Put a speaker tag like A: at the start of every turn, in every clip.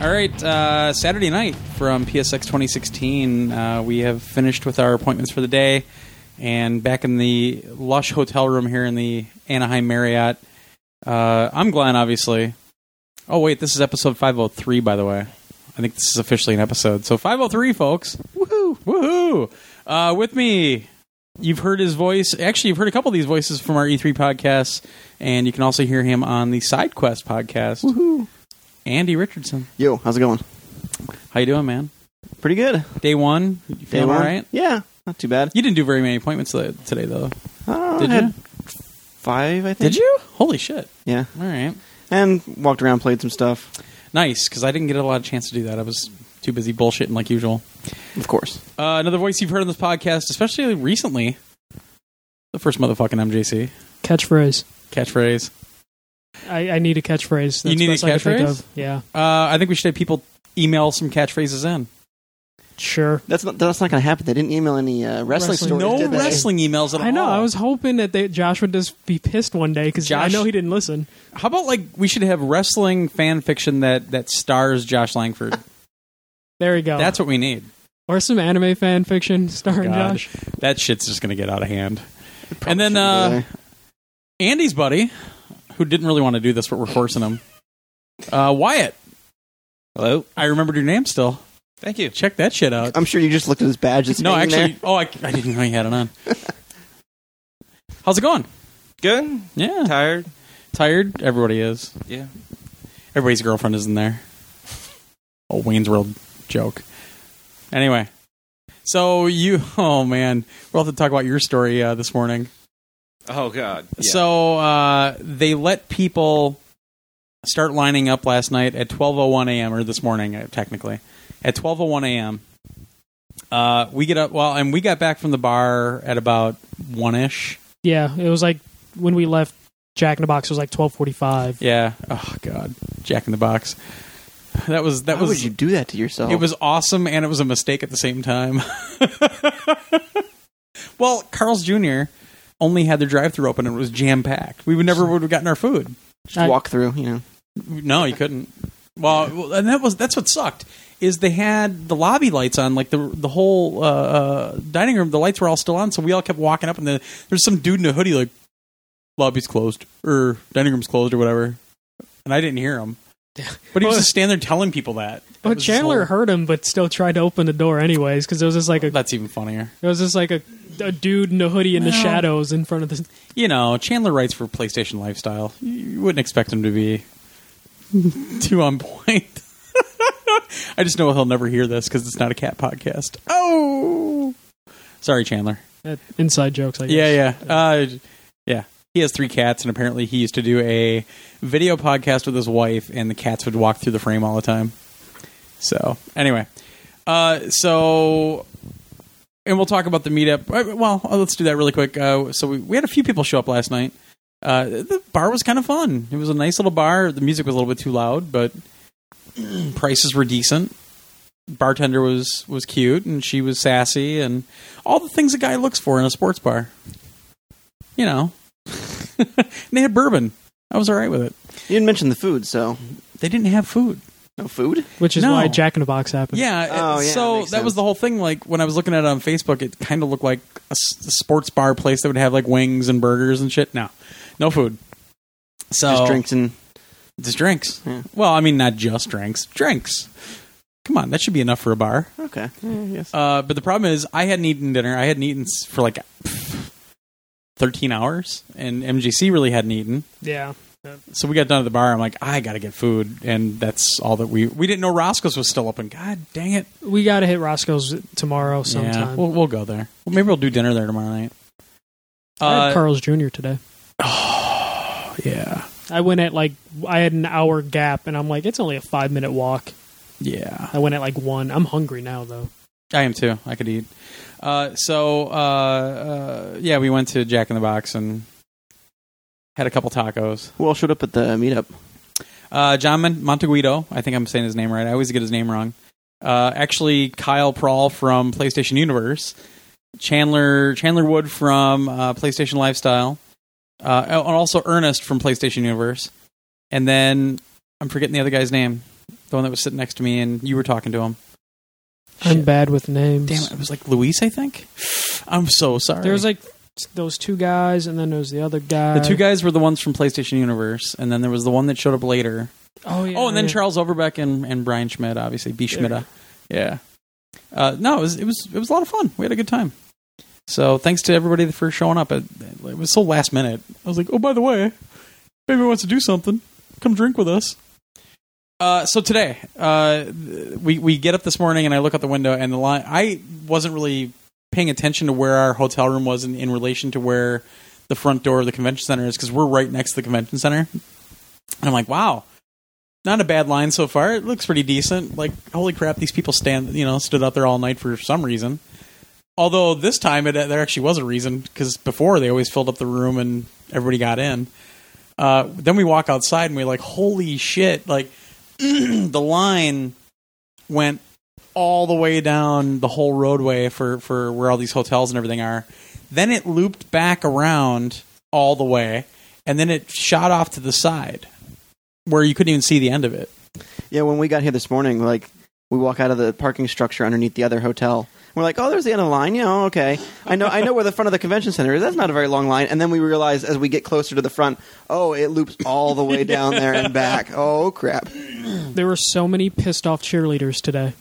A: All right, uh, Saturday night from PSX 2016, uh, we have finished with our appointments for the day, and back in the lush hotel room here in the Anaheim Marriott. Uh, I'm Glenn, obviously. Oh wait, this is episode 503, by the way. I think this is officially an episode. So 503, folks. Woohoo! Woohoo! Uh, with me, You've heard his voice. Actually, you've heard a couple of these voices from our E3 podcasts, and you can also hear him on the SideQuest podcast. Woohoo! Andy Richardson,
B: Yo, how's it going?
A: how you doing, man?
B: Pretty good.
A: Day one, you feeling all
B: one?
A: right?
B: Yeah, not too bad.
A: You didn't do very many appointments th- today, though.
B: Uh,
A: Did
B: I had
A: you?
B: Five, I think.
A: Did you? Holy shit!
B: Yeah,
A: All right,
B: and walked around, played some stuff.
A: nice. Because I didn't get a lot of chance to do that. I was too busy bullshitting like usual.
B: Of course.
A: Uh, another voice you've heard on this podcast, especially recently, the first motherfucking MJC
C: Catchphrase.
A: catchphrase.
C: I, I need a catchphrase. That's
A: You need a
C: best I can think
A: catchphrase?
C: of. Yeah,
A: Uh, I think we should have people email some catchphrases in.
C: sure.
B: That's not. That's not going to happen. They didn't email any uh, wrestling,
C: Wrestling.
B: stories.
A: no
B: did they?
A: wrestling emails at all.
C: I know. I was hoping that they, Josh would just be pissed one day because I
A: Josh-
C: know he didn't listen.
A: How about like we should have wrestling fan fiction that that stars Josh Langford?
C: There we go.
A: That's what we need.
C: or some anime fan fiction starring
A: God.
C: Josh.
A: That shit's just gonna get out of hand. And
B: Shouldn't
A: then
B: be
A: uh,
B: there.
A: Andy's buddy, who didn't really want to do this, but we're forcing him. Uh, Wyatt. Hello. I remembered your name still. Thank you. Check that shit out.
B: I'm sure you just looked at his badge. It's
A: no,
B: hanging
A: actually, oh, I, I didn't know you had it on. How's it going?
D: Good.
A: Yeah,
D: Tired.
A: tired. Everybody is.
D: Yeah.
A: Everybody's girlfriend isn't there. Oh, Wayne's World joke. Anyway, so you, oh man, we'll have to talk about your story uh, this morning.
D: Oh God.
A: So uh, they let people start lining up last night at 12:01 a.m. or this morning, uh, technically, at 12:01 a.m. Uh, we get up well, and we got back from the bar at about one ish.
C: Yeah, it was like when we left. Jack in the Box was like twelve forty five.
A: Yeah. Oh God, Jack in the Box. That was that
B: Why
A: was
B: would you do that to yourself?
A: It was awesome and it was a mistake at the same time. well, Carl's Jr. only had their drive through open and it was jam packed. We would never would have gotten our food.
B: just walk through. You know,
A: No, you couldn't. Well, well, and that was that's what sucked is they had the lobby lights on like the the whole uh, uh, dining room the lights were all still on so we all kept walking up and the, there's some dude in a hoodie like lobby's closed or dining room's closed or whatever and I didn't hear him but he was just standing there telling people that That
C: But
A: was his
C: Chandler
A: whole-
C: heard him, but still tried to open the door anyways because it was just like a it
A: that's even funnier
C: was just like a, a dude in a hoodie in the
A: Well.
C: shadows in front of the.
A: you know, Chandler writes for PlayStation Lifestyle. You wouldn't expect him to be too on point. I just know he'll never hear this because it's not a cat podcast. Oh, sorry, Chandler.
C: uh, Inside jokes, I guess.
A: Yeah, yeah, uh, yeah. He has three cats, and apparently he used to do a video podcast with his wife, and the cats would walk through the frame all the time. So anyway, uh, so and we'll talk about the meetup. Uh, Well, uh, let's do that really quick. Uh, so we, we had a few people show up last night. Uh, the bar was kind of fun. It was a nice little bar. The music was a little bit too loud, but prices were decent. Bartender was was cute, and she was sassy, and all the things a guy looks for in a sports bar. You know, and they had bourbon. I was all right with it.
B: you didn't mention the food, so
A: They didn't have food.
B: no food.
C: which is
A: No.
C: why Jack in the Box happened.
A: Yeah.
B: Oh,
A: it-
B: yeah,
A: so that was
B: makes sense.
A: the whole thing. Like when I was looking at it on Facebook, it kind of looked like a s- a sports bar place that would have like wings and burgers and shit. No, no food. So
B: Just drinks and
A: Just drinks.
B: Yeah.
A: Well, I mean, not just drinks. Drinks. Come on, that should be enough for a bar.
B: okay. Yeah, yes.
A: Uh, but the problem is, I hadn't eaten dinner. I hadn't eaten s- for like thirteen hours, and MGC really hadn't eaten.
C: yeah.
A: So we got down to the bar. I'm like, I gotta get food, and that's all that we we didn't know Roscoe's was still open. God dang it!
C: We got to hit Roscoe's tomorrow
A: Yeah,
C: sometime.
A: we'll, we'll go there. Well, maybe we'll do dinner there tomorrow night.
C: I had
A: Uh,
C: Carl's Jr. today.
A: yeah,
C: I went at like I had an hour gap, and I'm like, it's only a five minute walk.
A: yeah.
C: I went at like one. I'm hungry now though.
A: I am too. I could eat. Uh, so uh, uh, yeah, we went to Jack in the Box and had a couple tacos.
B: Who all showed up at the meetup?
A: Uh, John Mon- Monteguido, I think I'm saying his name right. I always get his name wrong. Uh, actually, Kyle Prawl from PlayStation Universe, Chandler Chandler Wood from uh, PlayStation Lifestyle, uh, and also Ernest from PlayStation Universe, and then I'm forgetting the other guy's name. the one that was sitting next to me, and you were talking to him.
C: I'm
A: Shit.
C: bad with names.
A: Damn it! It was like Luis, I think. I'm so sorry.
C: There was like those two guys, and then there was the other guy.
A: the two guys were the ones from PlayStation Universe, and then there was the one that showed up later.
C: Oh yeah.
A: oh, and then
C: yeah.
A: Charles Overbeck and, and Brian Schmidt, obviously B
C: There we
A: Schmidt. Yeah. Uh, no, it was it was it was a lot of fun. We had a good time. So thanks to everybody for showing up. It, it was so last minute. I was like, oh, by the way, if anybody wants to do something, come drink with us. Uh, so today, uh, th- we we get up this morning and I look out the window and the line. I wasn't really paying attention to where our hotel room was in, in relation to where the front door of the convention center is because we're right next to the convention center. And I'm like, wow, not a bad line so far. It looks pretty decent. Like, holy crap, these people stand, you know, stood out there all night for some reason. Although this time it, there actually was a reason because before they always filled up the room and everybody got in. Uh, then we walk outside and we're like, holy shit! Like, the line went all the way down the whole roadway for for where all these hotels and everything are. Then it looped back around all the way, and then it shot off to the side where you couldn't even see the end of it.
B: Yeah, when we got here this morning, like we walk out of the parking structure underneath the other hotel. We're like, oh, there's the end of the line. Yeah, oh, okay. I know, I know where the front of the convention center is. That's not a very long line. And then we realize as we get closer to the front, oh, it loops all the way down there and back. Oh crap!
C: There were so many pissed off cheerleaders today.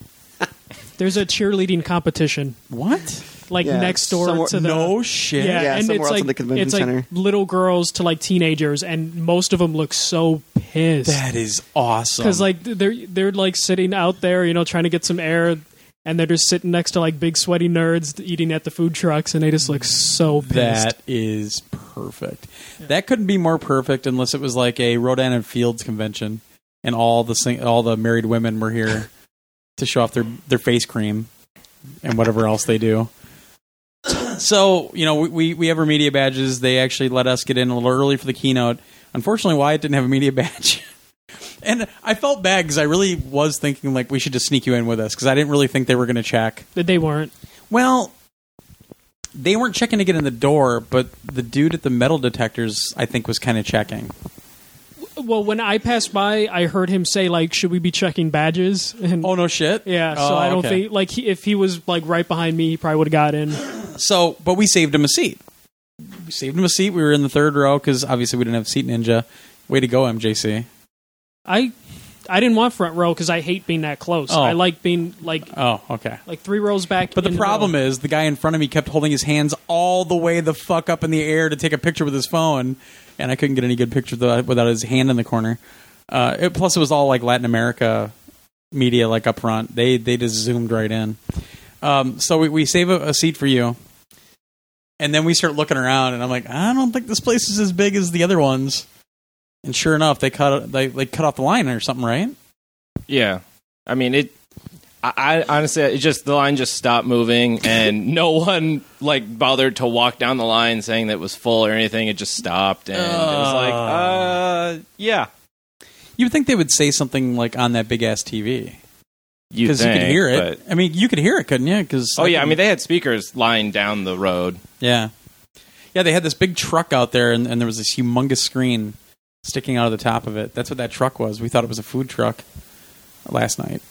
C: There's a cheerleading competition
A: What?
C: like
B: Yeah,
C: next door
B: somewhere-
C: to the
A: no shit.
C: yeah,
B: Yeah,
C: and
B: somewhere
C: it's
B: else
C: like
B: in the convention
C: it's like
B: center.
C: little girls to like teenagers, and most of them look so pissed
A: That is awesome.
C: because like they're they're like sitting out there, you know, trying to get some air, and they're just sitting next to like big sweaty nerds eating at the food trucks, and they just look so pissed.
A: that is perfect. That couldn't be more perfect unless it was like a Rodan and Fields convention and all the sing- all the married women were here to show off their their face cream and whatever else they do. So, you know, we, we, we have our media badges. They actually let us get in a little early for the keynote. Unfortunately, Wyatt didn't have a media badge. and I felt bad because I really was thinking, like, we should just sneak you in with us because I didn't really think they were going to check.
C: That they weren't.
A: Well, they weren't checking to get in the door, but the dude at the metal detectors, I think, was kind of checking.
C: Well, when I passed by, I heard him say like, "Should we be checking badges?" And
A: Oh no, shit!
C: yeah, so
A: Oh,
C: I don't
A: okay.
C: think like he, if he was like right behind me, he probably would have got in.
A: so. But we saved him a seat. We saved him a seat. We were in the third row because obviously we didn't have seat ninja. Way to go, MJC.
C: I I didn't want front row because I hate being that close.
A: Oh.
C: I like being like
A: Oh, okay.
C: like three rows back.
A: But the
C: in
A: problem
C: row.
A: is the guy in front of me kept holding his hands all the way the fuck up in the air to take a picture with his phone, and I couldn't get any good picture th- without his hand in the corner. Uh, it, plus, it was all like Latin America media, like up front. They they just zoomed right in. Um, so we, we save a, a seat for you, and then we start looking around, and I'm like, I don't think this place is as big as the other ones. And sure enough, they cut they, they cut off the line or something, right?
D: Yeah. I mean, it. I, I honestly, it just the line just stopped moving, and no one like bothered to walk down the line saying that it was full or anything. It just stopped, and it was like, uh, yeah,
A: You would think they would say something like on that big ass TV.
D: you
A: because you
D: think,
A: could hear
D: but-
A: it. I mean, you could hear it, couldn't you? Because
D: oh yeah, I mean they had speakers lying down the road.
A: yeah, yeah. They had this big truck out there, and, and there was this humongous screen sticking out of the top of it. That's what that truck was. We thought it was a food truck last night.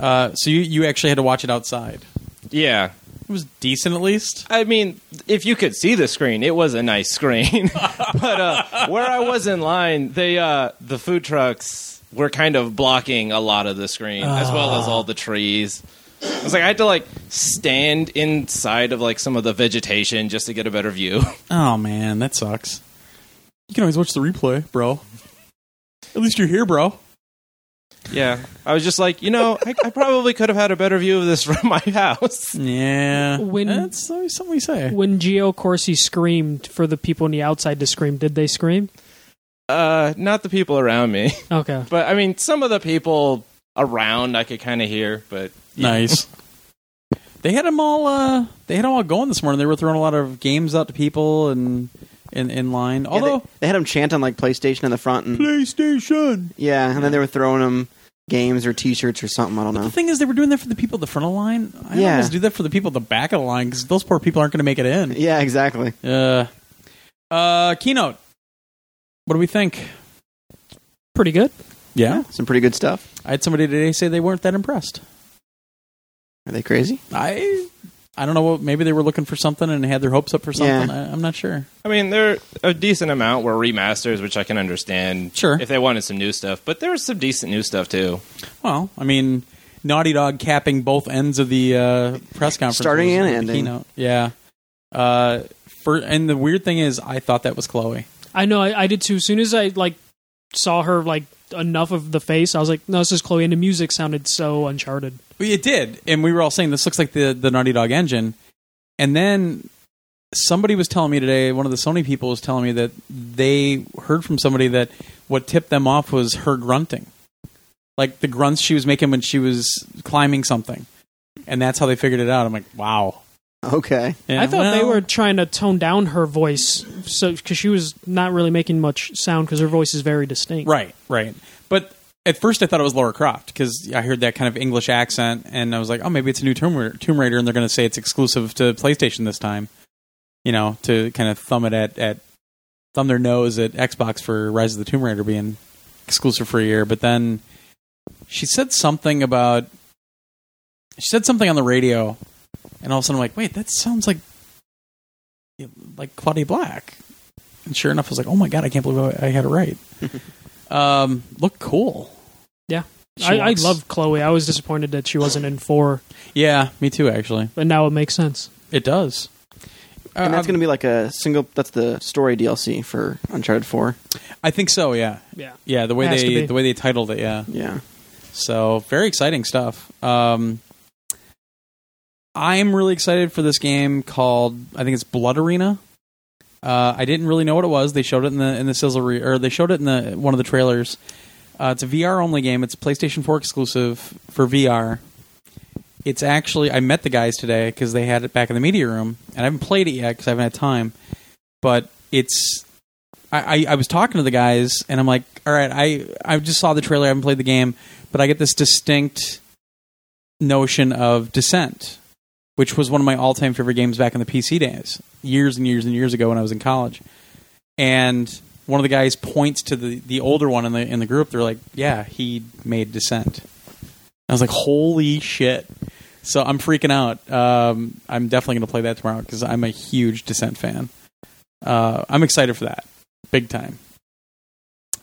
A: Uh, so you you actually had to watch it outside.
D: Yeah,
A: It was decent, at least.
D: I mean, if you could see the screen, it was a nice screen. but uh, where I was in line, they uh, the food trucks were kind of blocking a lot of the screen, as well as all the trees. I was like, I had to like stand inside of like some of the vegetation just to get a better view.
A: Oh man, that sucks. You can always watch the replay, bro. At least you're here, bro.
D: yeah, I was just like, you know, I, I probably could have had a better view of this from my house.
A: Yeah,
C: When-
A: that's always something we say.
C: when Gio Corsi screamed for the people on the outside to scream. Did they scream?
D: Uh, not the people around me,
C: Okay.
D: but I mean, some of the people around I could kind of hear, but
A: Nice. they had them all. Uh, they had 'em all going this morning. They were throwing a lot of games out to people and in in line.
B: Yeah, they-
A: Although
B: they, had them chanting like PlayStation in the front, and
A: PlayStation.
B: yeah, and then they were throwing them games or T-shirts or something. I don't
A: The
B: know.
A: thing is, they were doing that for the people at the front of the line. I
B: Yeah.
A: always do that for the people at the back of the line because those poor people aren't going to make it in.
B: Yeah, exactly.
A: Uh, uh, keynote. What do we think?
C: Pretty good.
A: Yeah.
B: Some pretty good stuff.
A: I had somebody today say they weren't that impressed.
B: Are they crazy?
A: I I don't know what maybe they were looking for something and had their hopes up for something. I, I'm not sure.
D: I mean, there a decent amount were remasters, which I can understand.
A: Sure.
D: if they wanted some new stuff, but there was some decent new stuff too.
A: Well, I mean, Naughty Dog capping both ends of the uh, press conference,
B: Starting
A: was
B: and
A: the
B: ending.
A: Keynote. Yeah. Uh, for and the weird thing is, I thought that was Chloe.
C: I know I, I did too. As soon as I like saw her like enough of the face, I was like, no, this is Chloe. And the music sounded so Uncharted.
A: Well, it did, and we were all saying this looks like the the Naughty Dog engine, and then somebody was telling me today, one of the Sony people was telling me that they heard from somebody that what tipped them off was her grunting, like the grunts she was making when she was climbing something, and that's how they figured it out. I'm like, wow.
B: Okay.
A: Yeah,
C: I thought they
A: well-
C: were trying to tone down her voice, so because she was not really making much sound because her voice is very distinct.
A: Right, right. But at first, I thought it was Laura Croft because I heard that kind of English accent, and I was like, oh, maybe it's a new Tomb Raider, Tomb Raider and they're going to say it's exclusive to PlayStation this time. You know, to kind of thumb it at, at thumb their nose at Xbox for Rise of the Tomb Raider being exclusive for a year. But then she said something about she said something on the radio, and all of a sudden I'm like, wait, that sounds like like Claudia Black. And sure enough, I was like, oh my god, I can't believe I I had it right um, look cool.
C: Yeah.
A: She
C: I, I
A: walks-
C: love Chloe. I was disappointed that she wasn't in four,
A: Yeah, me too. Actually,
C: but now it makes sense.
A: it does. Uh,
B: And
A: I'm-
B: that's going to be like a single. That's the story DLC for Uncharted Four.
A: I think so. Yeah,
C: Yeah.
A: yeah. The way
C: Has to
A: they
C: be.
A: the way they titled it. Yeah.
B: Yeah.
A: So very exciting stuff. Um, I'm really excited for this game called I think it's Blood Arena. Uh, I didn't really know what it was. They showed it in the in the sizzle re- or they showed it in the one of the trailers. Uh, it's a VR only game. It's PlayStation 4 exclusive for VR. It's actually I met the guys today because they had it back in the media room, and I haven't played it yet because I haven't had time. But it's I, I, I was talking to the guys, and I'm like, all right, I I just saw the trailer. I haven't played the game, but I get this distinct notion of Descent, which was one of my all time favorite games back in the PC days, years and years and years ago when I was in college. And one of the guys points to the, the older one in the in the group. They're like, "Yeah, he made Descent." I was like, "Holy shit!" So I'm freaking out. Um, I'm definitely going to play that tomorrow because I'm a huge Descent fan. Uh, I'm excited for that, big time.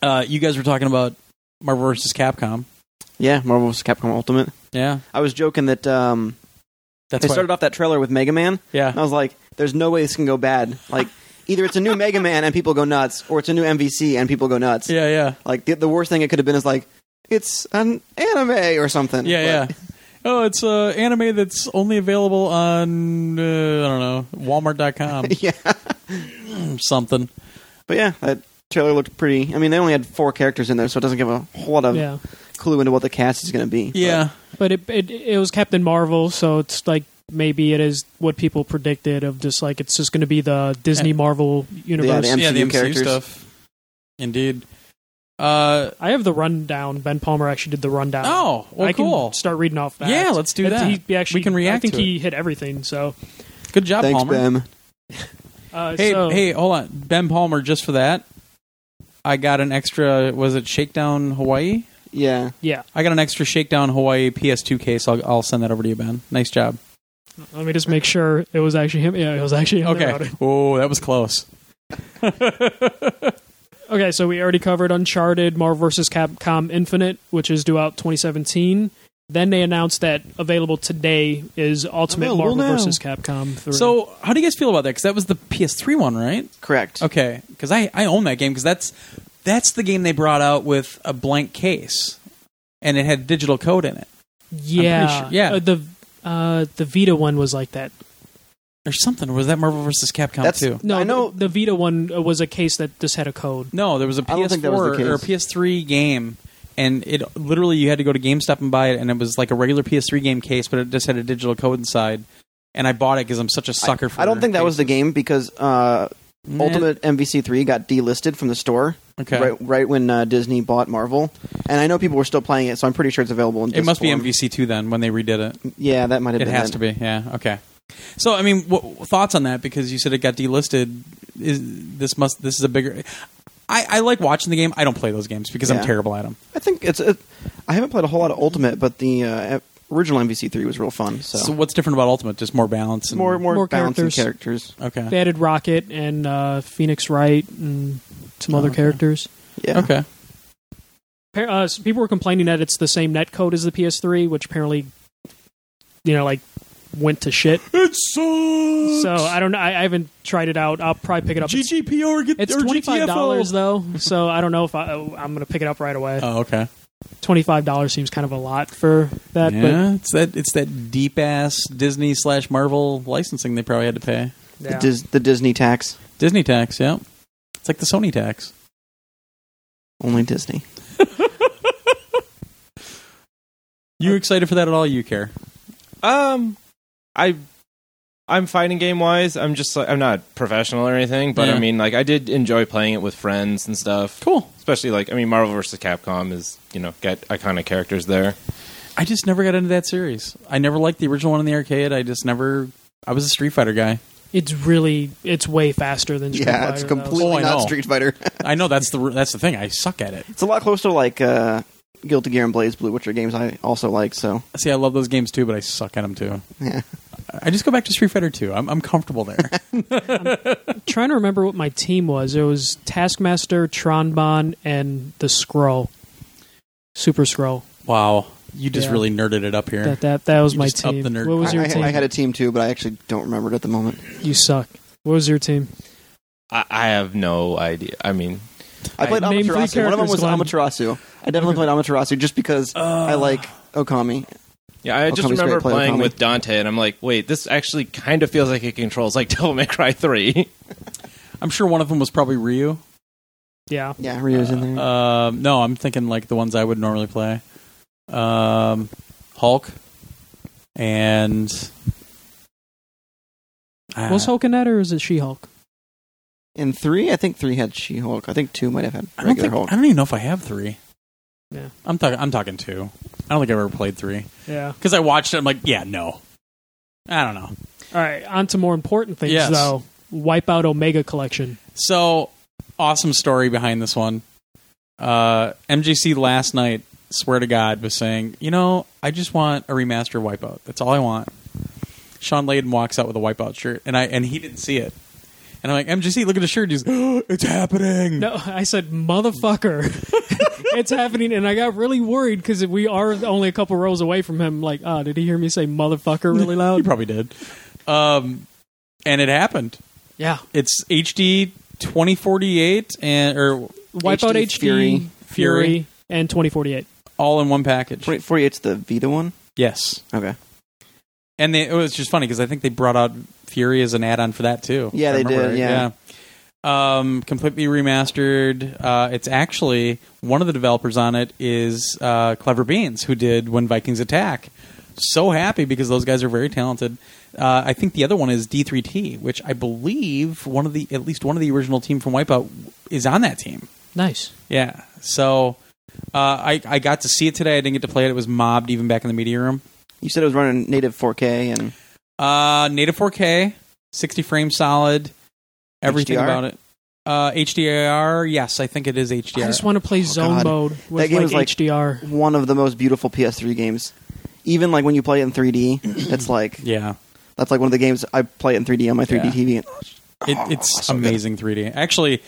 A: Uh, you guys were talking about Marvel vs. Capcom.
B: Yeah. Marvel vs. Capcom Ultimate.
A: Yeah,
B: I was joking that um,
A: that's
B: they
A: why-
B: started off Oh, that trailer with Mega Man,
A: Yeah,
B: and I was like, "There's no way this can go bad." Like, either it's a new Mega Man and people go nuts, or it's a new MVC and people go nuts.
A: yeah, yeah,
B: Like the, the worst thing it could have been is like it's an anime or something.
A: yeah,
B: But-
A: yeah. Oh, it's uh, anime that's only available on uh, I don't know Walmart.com
B: yeah.
A: or something.
B: But yeah, that trailer looked pretty. I mean, they only had four characters in there, so it doesn't give a whole lot of
C: Yeah,
B: clue into what the cast is going to be.
A: Yeah,
C: but it, it it was Captain Marvel, so it's like maybe it is what people predicted of just like it's just going to be the Disney
A: Yeah.
C: Marvel universe.
B: Yeah, the
A: yeah, the
B: MCU
A: MCU
B: characters.
A: stuff. Indeed. Uh
C: I have the rundown. Ben Palmer actually did the rundown.
A: oh, well,
C: Uh, I can
A: cool.
C: start reading off that.
A: Yeah, let's do
C: It-
A: that.
C: He, he actually,
A: We can react
C: I think
A: to
C: he hit everything. So,
A: Good job,
B: But thanks,
A: Palmer.
B: Ben.
C: uh,
A: Hey,
C: so-
A: hey, hold on, Ben Palmer. Just for that, I got an extra. Was it Shakedown Hawaii?
B: Yeah,
C: yeah.
A: I got an extra Shakedown Hawaii PS2 case. I'll, I'll send that over to you, Ben. Nice job.
C: Let me just make sure it was actually him. Yeah, it was actually him. that wrote
A: Okay.
C: it.
A: Oh, that was close.
C: Okay, so we already covered Uncharted, Marvel vs. Capcom Infinite, which is due out 2017. Then they announced that available today is Ultimate
B: Available now.
C: Marvel vs. Capcom 3.
A: Oh, So, how do you guys feel about that? Because that was the PS3 one, right?
B: correct.
A: Okay, because I, I own that game because that's that's the game they brought out with a blank case, and it had digital code in it
C: yeah,
A: sure- yeah.
C: Uh, the uh, the Vita one was like that.
A: or something. Was that Marvel vs. Capcom
B: That's-
A: too?
C: No,
B: I know-
C: the, the Vita one uh, was a case that just had a code.
A: No, there was a
B: I don't
A: PS4
B: think that was the
A: or a
B: case.
A: PS3 game, and it literally you had to go to GameStop and buy it, and it was like a regular PS3 game case, but it just had a digital code inside. And I bought it because I'm such a sucker for.
B: I don't think that was the
A: cases.
B: game because uh,
A: Nah,
B: Ultimate MVC three got delisted from the store
A: Mm, Okay.
B: right right when uh, Disney bought Marvel, and I know people were still playing it, so I'm pretty sure it's available. In
A: It must be
B: disc form.
A: MVC2 then when they redid it.
B: Yeah, that might have.
A: It
B: been
A: has
B: it.
A: to be, yeah. Okay. So, I mean, what, thoughts on that? Because you said it got delisted. Is this must? This is a bigger. I, I like watching the game. I don't play those games because
B: Yeah.
A: I'm terrible at them.
B: I think it's. It, I haven't played a whole lot of Ultimate, but the uh, original MVC three was real fun. So,
A: So. what's different about Ultimate? Just more balance. And,
B: more more,
C: More
B: balance in
C: characters.
B: characters.
A: Okay.
C: They added Rocket and uh, Phoenix Wright and some other
A: Oh, okay.
C: characters.
B: Yeah.
A: Okay.
C: Appar- Uh, s- people were complaining that it's the same netcode as the PS3, which apparently, you know, like went to shit.
A: It sucks.
C: So I don't know. I, I haven't tried it out. I'll probably pick it up. It's-
A: GGP or get
C: It's twenty five dollars though, so I don't know if I, I'm going to pick it up right away.
A: Oh, okay.
C: Twenty five dollars seems kind of a lot for that,
A: yeah, it's that it's that deep ass Disney slash Marvel licensing they probably had to pay.
C: but
B: The,
C: yeah.
B: Dis- the Disney tax
A: Disney tax, yeah. It's like the Sony tax.
B: only Disney.
A: You excited for that at all? You care?
D: Um, I, I'm fighting game wise. I'm just like I'm not professional or anything, but
A: Yeah.
D: I mean, like I did enjoy playing it with friends and stuff.
A: Cool.
D: Especially like I mean, Marvel vs. Capcom is you know got iconic characters there.
A: I just never got into that series. I never liked the original one in the arcade. I just never. I was a Street Fighter guy.
C: it's really it's way faster than Street
B: Yeah, it's
C: Fighter, though.
B: completely
A: Oh, I
B: not
A: know.
B: Street Fighter.
A: I know that's the that's the thing. I suck at it.
B: it's a lot closer to like uh, Guilty Gear and Blaze Blue, which are games I also like. So
A: See, I love those games too, but I suck at them too.
B: yeah,
A: I just go back to Street Fighter Two. I'm I'm comfortable there.
C: trying to remember what my team was. It was Taskmaster, Tronbon, and the Scroll, Super Scroll.
A: wow, you just
C: Yeah.
A: really nerded it up here.
C: That that that was
A: You
C: my
A: just upped
C: team.
A: the nerd
C: What was
B: I,
C: your
B: I,
C: team?
B: I had a team too, but I actually don't remember it at the moment.
C: you suck. What was your team?
D: I, I have no idea. I mean,
B: I played
C: Name
B: Amaterasu.
C: three
B: One of them
C: characters,
B: was
C: Glenn.
B: Amaterasu. I definitely played Amaterasu just because
A: Uh,
B: I like Okami.
D: yeah, I just
B: Okami's
D: remember
B: great player,
D: playing
B: Okami.
D: with Dante, and I'm like, wait, this actually kind of feels like it controls like Devil May Cry three.
A: I'm sure one of them was probably Ryu.
C: Yeah,
B: Yeah, Ryu's in there.
A: Um, no, I'm thinking like the ones I would normally play. Um, Hulk and uh,
C: was Hulk in that, or is it She Hulk?
B: in three, I think three had She Hulk. I think two might have had
A: I don't
B: regular
A: think
B: Hulk.
A: I don't even know if I have three.
C: Yeah.
A: I'm talking. I'm talking two. I don't think I've ever played three
C: Yeah.
A: because I watched it. I'm like, yeah, no. I don't know.
C: All right, on to more important things
A: Yes.
C: though. Wipeout Omega Collection.
A: So awesome story behind this one. Uh, MGC last night, swear to God, was saying, you know, I just want a remaster of Wipeout. That's all I want. Sean Layden walks out with a Wipeout shirt, and I and he didn't see it. And I'm like, MGC, look at his shirt. He's, it's happening.
C: No, I said motherfucker. it's happening, and I got really worried because we are only a couple rows away from him. Like, ah, did he hear me say motherfucker really
A: he
C: loud?
A: probably did. Um, and it happened.
C: yeah,
A: It's HD 2048 and or
C: Wipeout
B: HD,
C: HD,
B: Fury.
C: Fury, and 2048.
A: all in one package.
B: 40- 48's the Vita one.
A: Yes.
B: Okay.
A: And they, it was just funny because I think they brought out Fury as an add-on for that too.
B: Yeah,
A: if I
B: they
A: remember
B: did, yeah.
A: Yeah. Um, completely remastered. Uh, it's actually one of the developers on it is uh, Clever Beans, who did When Vikings Attack. So happy because those guys are very talented. Uh, I think the other one is D3T, which I believe one of the at least one of the original team from Wipeout is on that team.
C: Nice.
A: Yeah. So uh, I I got to see it today. I didn't get to play it. It was mobbed even back in the media room.
B: You said it was running native 4K and
A: Uh, native 4K, 60 frames solid. Everything
B: HDR?
A: about it. Uh, HDR. Yes, I think it is HDR.
C: I just want to play Zone
B: God.
C: Mode with
B: game
C: like,
B: was like-
C: HDR.
B: one of the most beautiful PS3 games. Even like when you play it in 3D, it's like
A: yeah,
B: that's like one of the games I play it in 3D on my 3D
A: Yeah.
B: TV. And,
A: it,
C: Oh,
A: it's amazing 3D. Actually,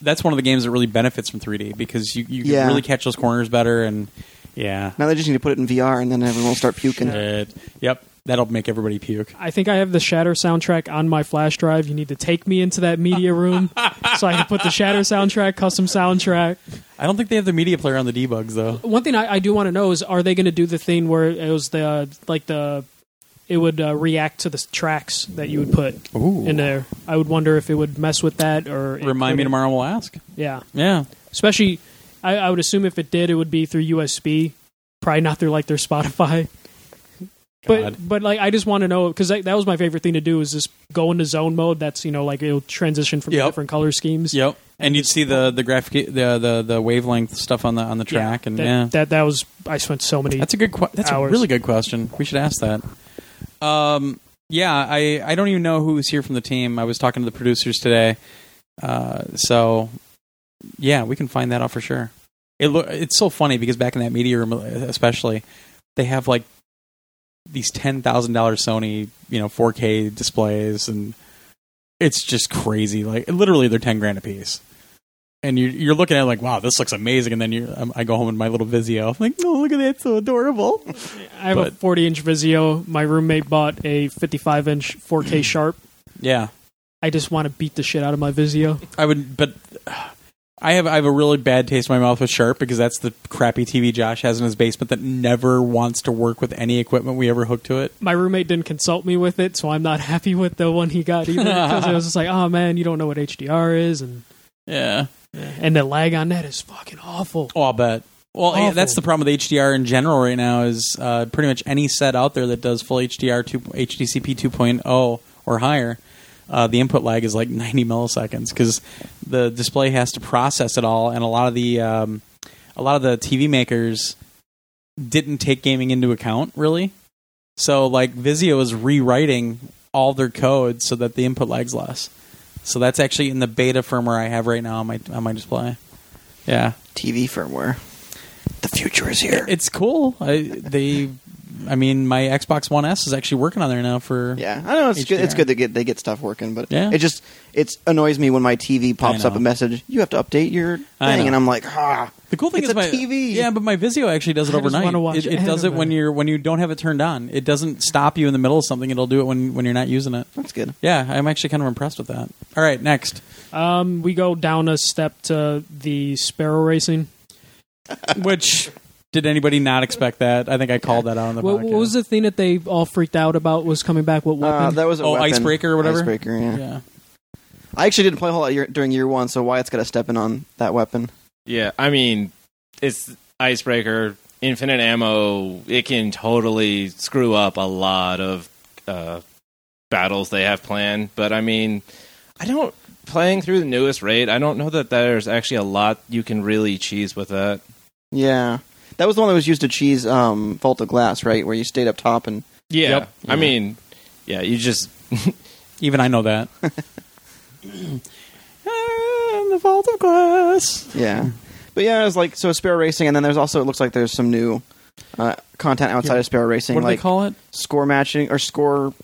A: that's one of the games that really benefits from 3D because you you can
B: Yeah.
A: really catch those corners better and yeah.
B: now they just need to put it in VR and then everyone will start puking.
A: It- yep, that'll make everybody puke.
C: I think I have the Shatter soundtrack on my flash drive. You need to take me into that media room so I can put the Shatter soundtrack, custom soundtrack.
A: I don't think they have the media player on the debugs though.
C: One thing I, I do want to know is, are they going to do the thing where it was the uh, like the it would uh, react to the s- tracks that you would put
A: Ooh.
C: in there? I would wonder if it would mess with that or it
A: Remind me
C: couldn't.
A: tomorrow. We'll ask.
C: Yeah,
A: Yeah.
C: especially I, I would assume if it did, it would be through USB, probably not through like their Spotify.
A: God.
C: But but like I just want to know because that was my favorite thing to do is just go into zone mode. That's you know like it'll transition from
A: Yep.
C: different color schemes.
A: Yep. And you'd see the the graphic the the the wavelength stuff on the on the
C: Yeah,
A: track and
C: that,
A: yeah.
C: that that was I spent so many.
A: That's a good. Que- that's
C: hours.
A: a really good question. We should ask that. Um, yeah, I I don't even know who's here from the team. I was talking to the producers today, uh, so Yeah, we can find that out for sure. It lo- it's so funny because back in that media room, especially, they have like these ten thousand dollar Sony, you know, 4K displays, and it's just crazy. Like literally, they're ten grand a piece, and you're you're looking at it like, wow, this looks amazing, and then you um, I go home in my little Vizio, I'm like, oh, look at that, it's so adorable.
C: I have a
A: But-
C: 40 inch Vizio. My roommate bought a 55 inch 4K
A: Mm.
C: sharp.
A: yeah,
C: I just want to beat the shit out of my Vizio.
A: I would, but I have I have a really bad taste in my mouth with Sharp because that's the crappy TV Josh has in his basement that never wants to work with any equipment we ever hook to it.
C: My roommate didn't consult me with it, so I'm not happy with the one he got either. Because I was just like, oh man, you don't know what HDR is, and
A: Yeah.
C: and the lag on that is fucking awful.
A: Oh, I'll bet. Well, yeah,
C: Awful.
A: that's the problem with HDR in general right now is uh, pretty much any set out there that does full HDR two, HDCP 2.0 or higher, uh, the input lag is like 90 milliseconds because the display has to process it all, and a lot of the um, a lot of the TV makers didn't take gaming into account really. So like Vizio is rewriting all their code so that the input lag's less. So that's actually in the beta firmware I have right now on my on my display. Yeah.
B: TV firmware. The future is here.
A: It's cool. I they I mean my Xbox One S is actually working on there now for
B: yeah, I know it's good. It's
A: HDR.
B: good to get they get stuff working, but
A: Yeah.
B: it just it annoys me when my TV pops
A: know.
B: up a message. You have to update your thing,
A: I know.
B: and I'm like, ah.
A: The cool thing
B: It's
A: is
B: a
A: my
B: TV.
A: Yeah, but my Vizio actually does it
C: I just
A: overnight.
C: wanna watch
A: it, it does it when
C: anime.
A: you're when you don't have it turned on. It doesn't stop you in the middle of something. It'll do it when when you're not using it.
B: That's good.
A: Yeah, I'm actually kind of impressed with that. All right, next.
C: Um, we go down a step to the Sparrow Racing.
A: Which did anybody not expect that? I think I called that out on the
C: What,
A: podcast.
C: what was the thing that they all freaked out about was coming back? What weapon?
B: Uh, that was a
A: Oh,
B: weapon.
A: icebreaker or whatever?
B: Icebreaker. Yeah.
A: Yeah.
B: I actually didn't play a whole lot year, during year one, so Wyatt's got to step in on that weapon.
D: Yeah, I mean, it's icebreaker, infinite ammo. It can totally screw up a lot of uh, battles they have planned. But I mean, I don't playing through the newest raid. I don't know that there's actually a lot you can really cheese with that.
B: Yeah, that was the one that was used to cheese um, Vault of Glass, right? Where you stayed up top and
D: Yeah,
A: Yep.
D: I mean, yeah, you just
A: Even I know that.
D: "Ah,
A: In the vault of glass.
B: yeah, but yeah, it was like so Sparrow Racing, and then there's also it looks like there's some new uh, content outside of Sparrow Racing,
A: What do
B: like
A: they call it?
B: score matching or score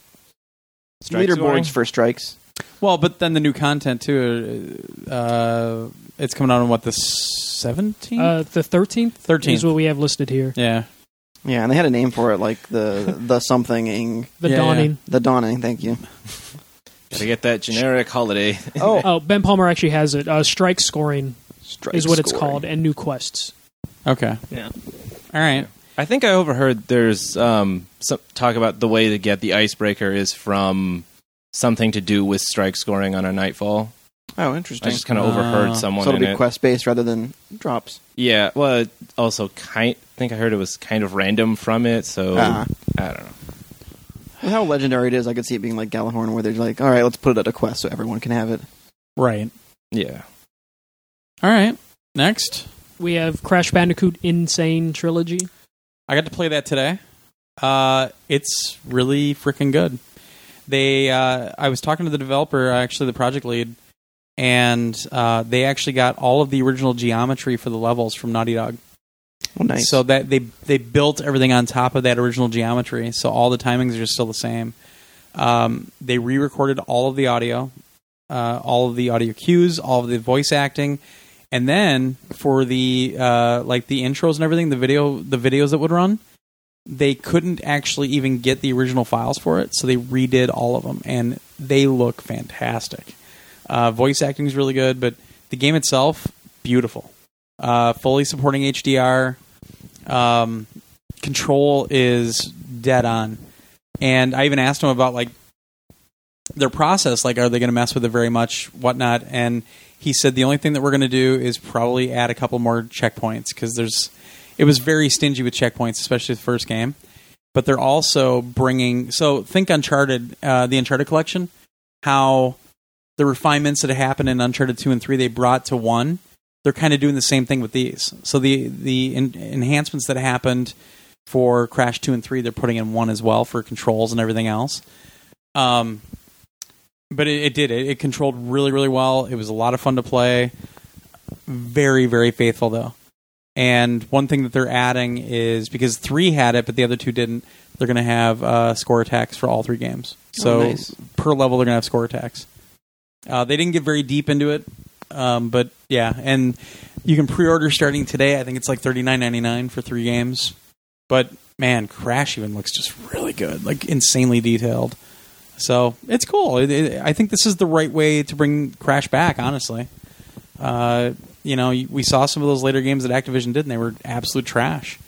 D: Strike
B: leaderboards
D: scoring?
B: for strikes.
A: Well, but then the new content too. Uh, it's coming out on what the seventeenth,
C: Uh, the thirteenth.
A: thirteenth.
C: is what we have listed here.
A: yeah,
B: Yeah, and they had a name for it, like the the something,
C: The
A: Yeah,
C: dawning.
B: the dawning. Thank you.
D: gotta get that generic holiday.
B: Oh,
C: Oh, Ben Palmer actually has it. Uh, strike scoring
B: strike
C: is what it's
B: scoring.
C: called, and new quests.
A: okay,
C: Yeah.
A: all right.
D: I think I overheard there's um, some talk about the way to get the icebreaker is from something to do with strike scoring on a nightfall.
B: Oh,
D: I
B: interesting.
D: just kind
A: Ah.
D: of overheard someone
B: So it'll
D: in
B: be
D: it.
B: quest based rather than drops.
D: yeah, well, it also kind. I think I heard it was kind of random from it, so
B: Ah.
D: I don't know.
B: With how legendary it is, I could see it being like Galahorn, where they're like, "All right, let's put it at a quest so everyone can have it."
A: Right.
D: Yeah,
A: All right. Next,
C: We have Crash Bandicoot Insane Trilogy.
A: I got to play that today. Uh, it's really freaking good. They, uh, I was talking to the developer, uh, actually the project lead, and uh, they actually got all of the original geometry for the levels from Naughty Dog.
B: Well, nice.
A: So that they they built everything on top of that original geometry. So all the timings are just still the same. Um, they re-recorded all of the audio, uh, all of the audio cues, all of the voice acting, and then for the uh, like the intros and everything, the video the videos that would run, they couldn't actually even get the original files for it, so they redid all of them, and they look fantastic. Uh, voice acting is really good, but the game itself, beautiful. Uh, fully supporting HDR. Um, control is dead on, and I even asked him about like their process, like are they going to mess with it very much, whatnot, and he said the only thing that we're going to do is probably add a couple more checkpoints because there's it was very stingy with checkpoints, especially the first game. But they're also bringing so think Uncharted, uh, the Uncharted collection, how the refinements that happened in Uncharted two and three they brought to one. They're kind of doing the same thing with these. So the the en- enhancements that happened for Crash two and three they're putting in one as well for controls and everything else. Um, but it, it did it. It controlled really really well. It was a lot of fun to play very, very faithful though. And one thing that they're adding is because three had it, but the other two didn't. They're going to have uh, score attacks for all three games. So
B: Oh, nice.
A: per level, they're going to have score attacks. Uh, they didn't get very deep into it, um, but yeah, and you can pre-order starting today. I think it's like thirty nine ninety nine for three games. But man, Crash even looks just really good, like insanely detailed. So it's cool. It, it, I think this is the right way to bring Crash back. Honestly, uh, you know, we saw some of those later games that Activision did, and they were absolute trash.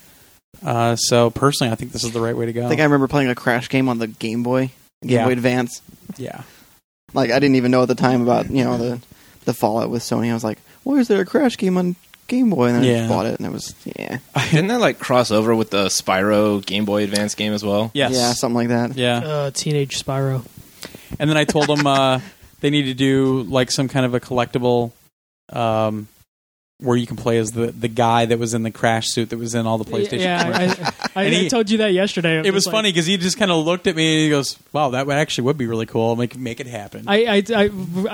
A: Uh, so personally, I think this is the right way to go.
B: I think I remember playing a Crash game on the Game Boy, Game
A: Yeah.
B: Boy Advance.
A: yeah,
B: Like I didn't even know at the time about you know the the fallout with Sony. I was like, why is there a Crash game on Game Boy? And then I
A: Yeah.
B: just bought it, and it was yeah,
D: Didn't that like cross over with the Spyro Game Boy Advance game as well?
A: yes,
B: yeah, something like that.
A: yeah.
C: Uh, teenage Spyro.
A: And then I told them uh, they need to do like some kind of a collectible um, where you can play as the, the guy that was in the crash suit that was in all the PlayStation. commercials.
C: Yeah, I, I, I
A: And he-
C: told you that yesterday.
A: it was
C: like-
A: funny because he just kind of looked at me and he goes, "Wow, that would- actually would be really cool. Make make it happen."
C: I, I, I,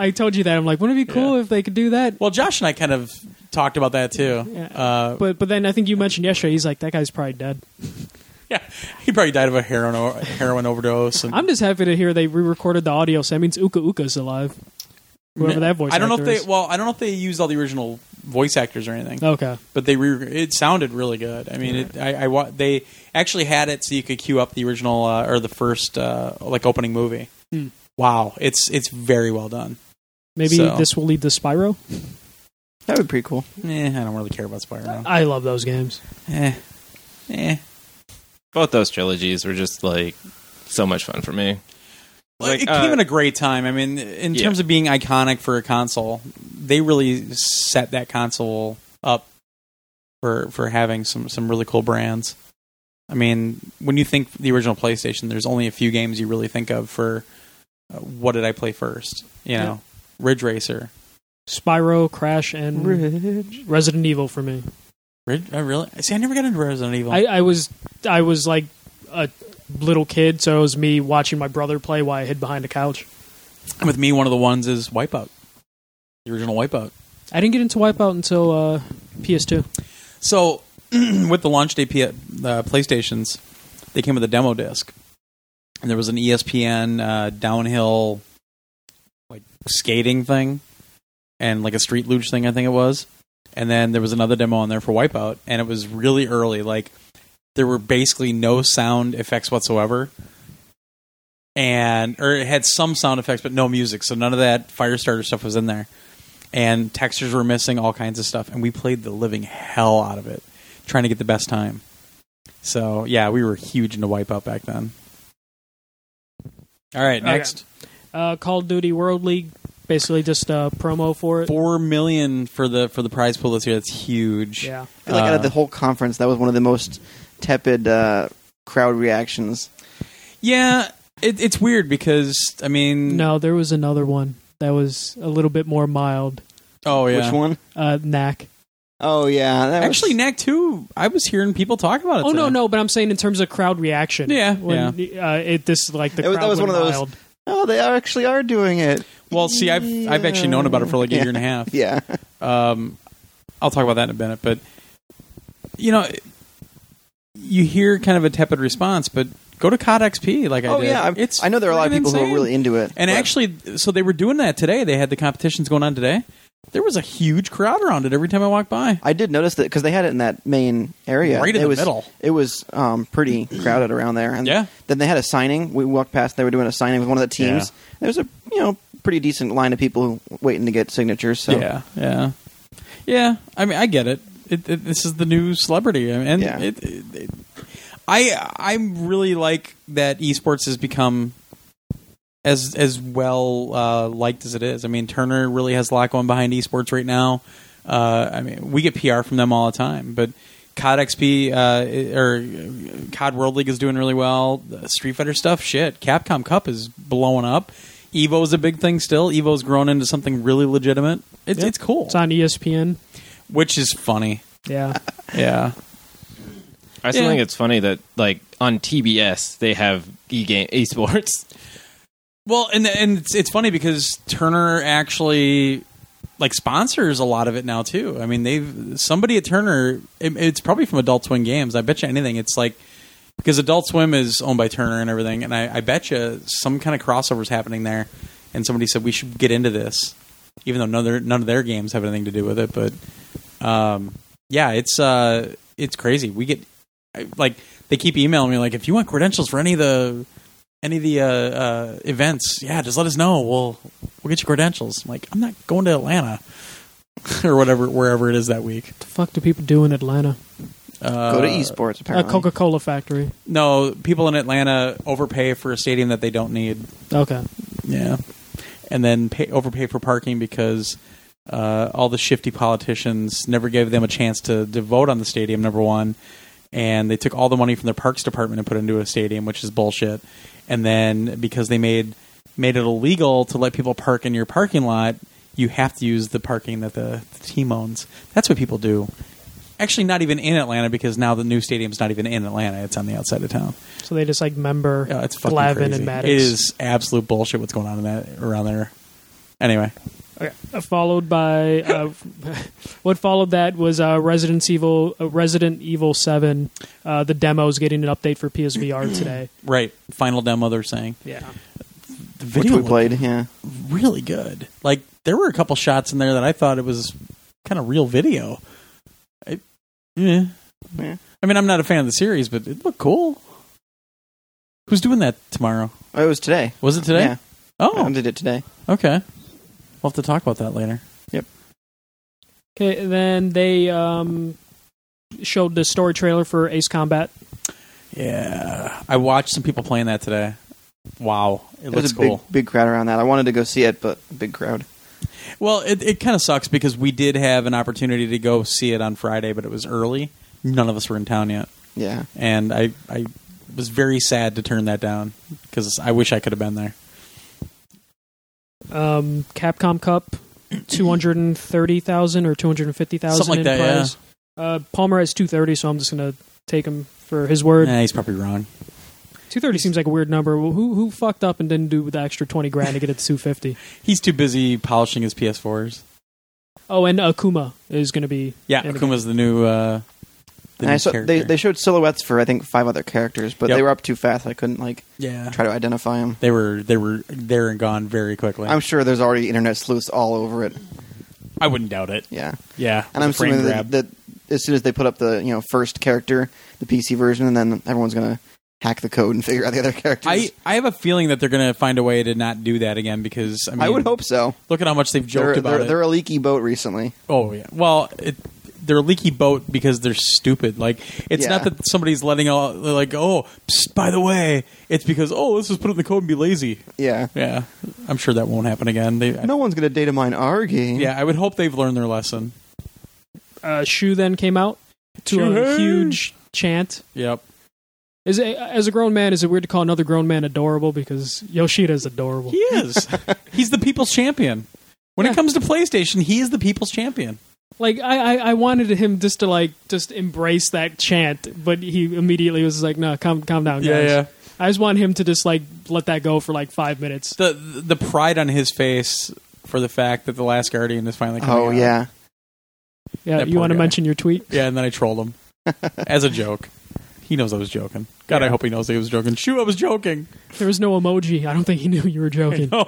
C: I told you that. I'm like, wouldn't it be cool if they could do that?
A: well, Josh and I kind of talked about that too.
C: Yeah.
A: Uh,
C: But but then I think you mentioned yesterday. He's like, that guy's probably dead.
A: yeah, he probably died of a heroin o- heroin overdose. And
C: I'm just happy to hear they re-recorded the audio, so that means Uka Uka's alive. Whoever that voice.
A: I don't know if
C: actor
A: they
C: is.
A: well, I don't know if they used all the original voice actors or anything.
C: Okay.
A: but they re- it sounded really good. I mean, it, I, I wa- they actually had it so you could queue up the original uh, or the first uh, like opening movie.
C: Hmm.
A: Wow, it's it's very well done.
C: Maybe
A: So-
C: this will lead to Spyro.
B: That would be pretty cool.
A: Eh, I don't really care about Spider-Man.
C: I love those games.
A: Eh, eh.
D: Both those trilogies were just like so much fun for me. Like,
A: it came
D: uh,
A: at a great time. I mean, in
D: Yeah.
A: terms of being iconic for a console, they really set that console up for for having some some really cool brands. I mean, when you think the original PlayStation, there's only a few games you really think of for uh, what did I play first? You
C: Yeah.
A: know, Ridge Racer.
C: Spyro, Crash, and Resident Evil for me.
A: Ridge, I really see. I never got into Resident Evil.
C: I, I was I was like a little kid, so it was me watching my brother play while I hid behind a couch.
A: With me, one of the ones is Wipeout, the original Wipeout.
C: I didn't get into Wipeout until uh, PS2.
A: So, with the launch day P- uh, PlayStations, they came with a demo disc, and there was an E ESPN uh, downhill like skating thing, and like a street luge thing, I think it was. And then there was another demo on there for Wipeout, and it was really early. Like there were basically no sound effects whatsoever, and or it had some sound effects but no music, so none of that Firestarter stuff was in there and textures were missing, all kinds of stuff, and we played the living hell out of it, trying to get the best time. So yeah, we were huge into Wipeout back then. All right,
C: Okay.
A: next
C: Uh, Call of Duty World League, basically just a promo for it.
A: four million for the for the prize pool this year. That's huge.
C: Yeah,
B: I feel like out
A: Uh,
B: of the whole conference, that was one of the most tepid uh, crowd reactions.
A: yeah. It, it's weird because I mean,
C: no, there was another one that was a little bit more mild.
A: Oh yeah,
B: Which one?
C: Uh, Knack.
B: Oh yeah, that was-
A: Actually, Knack two. I was hearing people talk about it.
C: Oh no,
A: today.
C: no, but I'm saying in terms of crowd reaction.
A: Yeah,
C: when, yeah. Uh, it this like the
B: That was-
C: crowd
B: that was
C: went
B: one of those-
C: mild.
B: oh, they are- actually are doing it.
A: Well, see, I've I've actually known about it for like a
B: Yeah.
A: year and a half.
B: Yeah,
A: Um, I'll talk about that in a minute, but you know, you hear kind of a tepid response, but go to COD XP like I
B: oh
A: did.
B: yeah. I'm-
A: it's
B: I know there are a lot of
A: freaking
B: people who
A: insane.
B: are really into it.
A: and
B: but-
A: actually, so they were doing that today. They had the competitions going on today. There was a huge crowd around it every time I walked by.
B: I did notice that because they had it in that main area,
A: Right in
B: it
A: the
B: was,
A: middle.
B: It was um, pretty crowded around there. And
A: Yeah.
B: Then they had a signing. We walked past. They were doing a signing with one of the teams. There was a you know pretty decent line of people waiting to get signatures. So
A: Yeah, yeah, yeah. I mean, I get it. it, it this is the new celebrity, I mean, and
B: Yeah.
A: it, it, it- I I'm really like that esports has become as as well uh, liked as it is. I mean, Turner really has a lot going behind esports right now. Uh, I mean, we get PR from them all the time, but. COD XP uh, or COD World League is doing really well. The Street Fighter stuff, shit. Capcom Cup is blowing up. Evo's a big thing still. Evo's grown into something really legitimate. It's it's cool
C: It's on E ESPN.
A: which is funny.
C: Yeah,
A: Yeah.
D: I still
A: Yeah.
D: think it's funny that like on TBS they have e game esports.
A: Well, and and it's, it's funny because Turner actually like sponsors a lot of it now too. I mean, they've somebody at Turner. It, it's probably from Adult Swim Games. I bet you anything. It's like because Adult Swim is owned by Turner and everything, and I, I bet you some kind of crossovers happening there. And somebody said we should get into this, even though none of their, none of their games have anything to do with it. But um, yeah, it's uh, it's crazy. We get I- like they keep emailing me like if you want credentials for any of the any of the uh, uh, events, yeah, just let us know. We'll we'll get you credentials. I'm like I'm not going to Atlanta or whatever wherever it is that week.
C: the fuck do people do in Atlanta?
A: Uh,
B: Go to esports
C: A
B: apparently.
C: Coca Cola factory.
A: No, people in Atlanta overpay for a stadium that they don't need.
C: Okay.
A: Yeah, and then pay, overpay for parking because uh, all the shifty politicians never gave them a chance to, to vote on the stadium. Number one, and they took all the money from their parks department and put it into a stadium, which is bullshit. And then because they made made it illegal to let people park in your parking lot, you have to use the parking that the, the team owns. That's what people do. Actually, not even in Atlanta because now the new stadium's not even in Atlanta; it's on the outside of town.
C: So they just like member
A: Yeah, it's fucking
C: Glavin
A: crazy.
C: and Maddox.
A: It is absolute bullshit what's going on in that around there. Anyway,
C: Uh, followed by uh, what followed that was uh, Resident Evil, uh, Resident Evil Seven. Uh, the demo's getting an update for PSVR today.
A: right, final demo they're saying
C: Yeah,
A: the
B: which
A: video
B: we
A: looked
B: played. Yeah,
A: really good. Like there were a couple shots in there that I thought it was kind of real video. I, yeah.
B: Yeah.
A: I mean, I'm not a fan of the series, but it looked cool. Who's doing that tomorrow?
B: oh, it was today.
A: Was it today?
B: Yeah, I
A: Oh,
B: did it today.
A: okay. We'll have to talk about that later.
C: Okay, then they um, showed the story trailer for Ace Combat.
A: Yeah, I watched some people playing that today. Wow, it
B: There's
A: looks
B: a
A: cool.
B: big, big crowd around that. I wanted to go see it, but big crowd.
A: Well, it, it kind of sucks because we did have an opportunity to go see it on Friday, but it was early. None of us were in town yet,
B: Yeah,
A: and I I was very sad to turn that down because I wish I could have been there.
C: Um, Capcom Cup, two hundred and thirty thousand or two hundred and fifty thousand.
A: Something like that,
C: Uh, Palmer has two thirty, so I'm just gonna take him for his word.
A: Nah, he's probably wrong.
C: Two thirty seems like a weird number. Well, who who fucked up and didn't do the extra twenty grand to get it to two fifty?
A: He's too busy polishing his PS4s.
C: Oh, and Akuma is going to be
A: Yeah,
C: in the-
A: Akuma's the new. Uh, the
B: and
A: new
B: I saw,
A: character.
B: they they showed silhouettes for I think five other characters, but
A: Yep.
B: they were up too fast. I couldn't like
A: yeah,
B: try to identify them.
A: they were they were there and gone very quickly.
B: I'm sure there's already internet sleuths all over it.
A: I wouldn't doubt it.
B: Yeah,
A: Yeah,
B: and
A: it
B: I'm
A: was a frame
B: assuming
A: grab.
B: that, that as soon as they put up the you know first character, the PC version, and then everyone's gonna hack the code and figure out the other characters.
A: I, I have a feeling that they're going to find a way to not do that again because I mean
B: I would hope so.
A: look at how much they've joked
B: They're,
A: about
B: they're,
A: it.
B: they're a leaky boat recently.
A: Oh yeah. Well, it, they're a leaky boat because they're stupid. Like it's
B: Yeah.
A: not that somebody's letting all they're like oh psst, by the way it's because oh let's just put it in the code and be lazy.
B: Yeah.
A: Yeah, I'm sure that won't happen again. They,
B: No one's gonna data mine our game.
A: Yeah, I would hope they've learned their lesson.
C: uh, Shu then came out to a
A: Shu-hey!
C: huge chant.
A: Yep.
C: Is it, as a grown man, is it weird to call another grown man adorable? Because Yoshida is adorable.
A: He is. He's the people's champion. When
C: Yeah.
A: it comes to PlayStation, he is the people's champion.
C: Like I, I, I wanted him just to like just embrace that chant, but he immediately was like, "No, calm, calm down, guys." I just want him to just like let that go for like five minutes.
A: The the pride on his face for the fact that the last guardian is finally coming
B: Oh
A: out.
B: yeah.
C: Yeah,
A: That
C: you
A: poor
C: want to
A: guy.
C: mention your tweet?
A: Yeah, and then I trolled him as a joke. He knows I was joking. God, I hope he knows that he was joking. Shoo, I was joking.
C: There was no emoji. I don't think he knew you were joking.
A: No,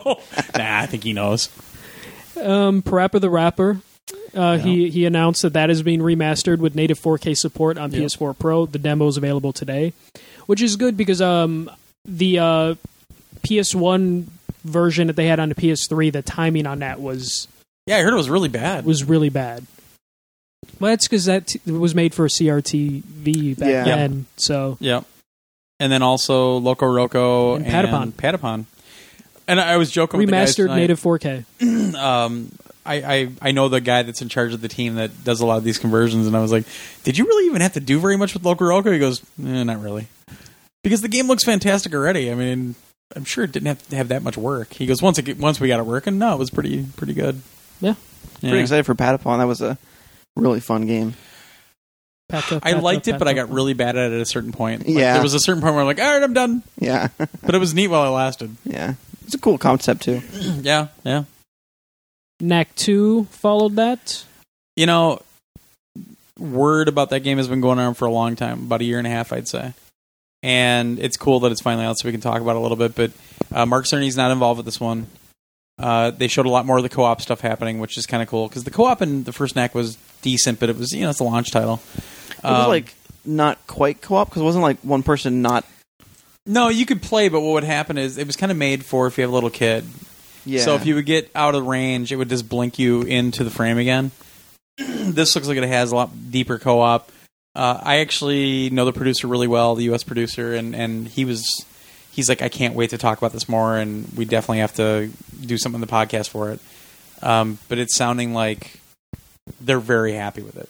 A: nah, I think he knows.
C: Um, Parappa the Rapper. Uh, He he announced that that is being remastered with native 4K support on
A: Yep.
C: PS4 Pro. The demo is available today, which is good because um the uh, PS1 version that they had on the PS3, the timing on that was
A: Yeah, I heard it was really bad.
C: was really bad. Well, that's because that t- was made for CRTV back
B: Yeah.
C: then. So
A: yeah, and then also Loco Roco
C: And
A: and,
C: Patapon.
A: Patapon. And I I was joking with the guys
C: remastered
A: tonight.
C: native 4K.
A: um, I, I I know the guy that's in charge of the team that does a lot of these conversions, and I was like, "Did you really even have to do very much with Locoroko?" He goes, eh, "Not really, because the game looks fantastic already. I mean, I'm sure it didn't have to have that much work." He goes, "Once it, once we got it working, no, it was pretty pretty good."
C: Yeah.
A: Yeah.
B: Pretty excited for Patapon. That was a really fun game.
C: Packed up,
A: I
C: packed
A: liked
C: up,
A: it, but I
C: packed
A: got
C: up.
A: really bad at it at a certain point. Like,
B: Yeah.
A: there was a certain point where I'm like, "All right, I'm done,"
B: Yeah.
A: but it was neat while it lasted.
B: yeah. It's a cool concept too.
A: yeah, yeah.
C: Knack 2 followed that.
A: You know, word about that game has been going on for a long time, about a year and a half, I'd say. And it's cool that it's finally out, so we can talk about it a little bit. But uh, Mark Cerny's not involved with this one. Uh, they showed a lot more of the co-op stuff happening, which is kind of cool because the co-op in the first Knack was decent, but it was you know it's a launch title.
B: It
A: Um,
B: was like not quite co-op because it wasn't like one person not.
A: No, you could play, but what would happen is it was kind of made for if you have a little kid.
B: Yeah.
A: So if you would get out of range, it would just blink you into the frame again. this looks like it has a lot deeper co-op. Uh, I actually know the producer really well, the U.S. producer, and and he was he's like, I can't wait to talk about this more, and we definitely have to do something on the podcast for it. Um, but it's sounding like they're very happy with it.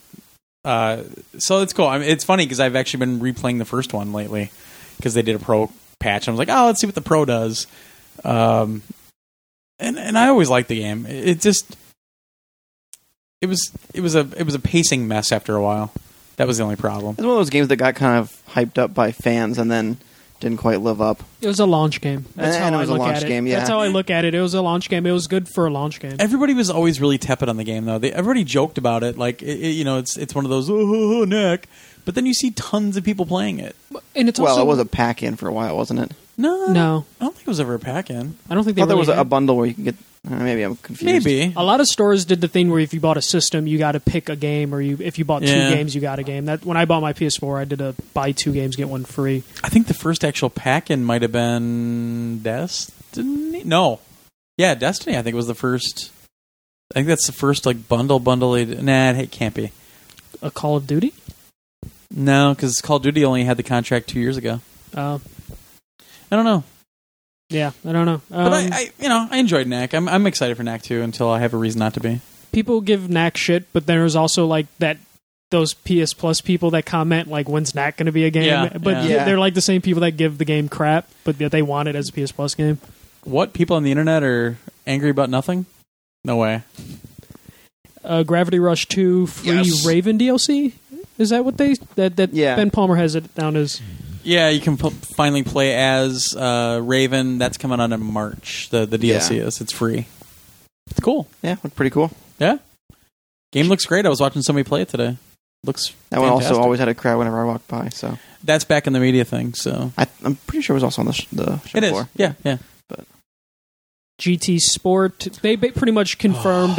A: Uh, so it's cool. I mean, it's funny because I've actually been replaying the first one lately because they did a pro patch. I was like, oh, let's see what the pro does. Um, and and I always liked the game. It, it just it was it was a it was a pacing mess after a while. That was the only problem.
B: it's one of those games that got kind of hyped up by fans and then didn't quite live up.
C: It was a launch game. That's
B: And-
C: how
B: and Eh, it
C: I
B: was a
C: look
B: launch
C: at it.
B: game, yeah.
C: That's how I look at it. It was a launch game. It was good for a launch game.
A: Everybody was always really tepid on the game, though. They everybody joked about it, like it, it- you know, it's it's one of those oh, oh, oh neck. But then you see tons of people playing it.
C: And it's
B: well,
C: also
B: it was a pack in for a while, wasn't it?
A: No,
C: No.
A: I don't think it was ever a pack in.
C: I don't think
B: I
C: they
B: thought there
C: really
B: was a, a
C: had-
B: bundle where you can get. Uh, maybe I'm confused.
A: Maybe
C: A lot of stores did the thing where if you bought a system, you got to pick a game, or you if you bought
A: Yeah.
C: two games, you got a game. That when I bought my PS4, I did a buy two games get one free.
A: I think the first actual pack in might have been Destiny. No, yeah, Destiny. I think was the first. I think that's the first like bundle bundle. they did- Nah, it can't be.
C: A Call of Duty.
A: No, because Call of Duty only had the contract two years ago.
C: Uh,
A: I don't know,
C: yeah, I don't know. Um,
A: but I, I, you know, I enjoyed Knack. I'm, I'm excited for Knack 2 until I have a reason not to be.
C: people give Knack shit, but there's also like that those PS Plus people that comment like, "When's Knack going to be a game?"
A: Yeah,
C: but
B: yeah.
C: they're like the same people that give the game crap, but that they want it as a PS Plus game.
A: What people on the internet are angry about nothing? No way.
C: Uh, Gravity Rush Two free
D: Yes.
C: Raven DLC. Is that what they that that
B: Yeah.
C: Ben Palmer has it down as?
A: Yeah, you can p- finally play as uh, Raven. That's coming out in March. The the DLC is. It's free. It's cool.
B: Yeah, looked pretty cool.
A: Yeah. Game looks great. I was watching somebody play it today. Looks
B: That one
A: fantastic.
B: also always had a crowd whenever I walked by. So
A: That's back in the media thing. So
B: I, I'm pretty sure it was also on the sh- the show
A: it is.
B: floor.
A: Yeah, yeah.
C: GT Sport. They ba- pretty much confirmed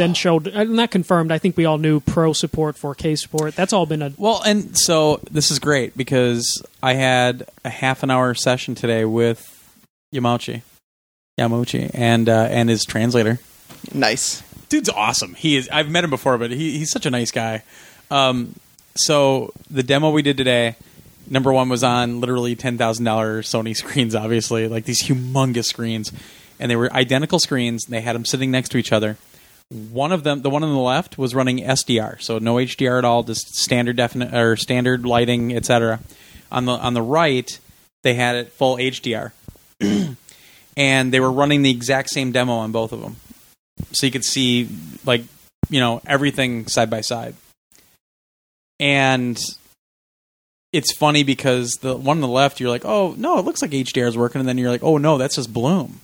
C: and showed, uh, not confirmed. I think we all knew pro support, 4K support. That's all been a
A: Well, and so this is great because I had a half an hour session today with Yamauchi, Yamauchi, and uh, and his translator.
B: Nice.
A: dude's awesome. He is. I've met him before, but he, he's such a nice guy. Um, so the demo we did today, number one was on literally ten thousand dollar Sony screens, obviously like these humongous screens, and they were identical screens. And they had them sitting next to each other. One of them, the one on the left, was running SDR, so no HDR at all, just standard definite or standard lighting, etc. On the on the right, they had it full HDR, and they were running the exact same demo on both of them so you could see like you know everything side by side and it's funny because the one on the left you're like oh no it looks like hdr is working and then you're like oh no that's just bloom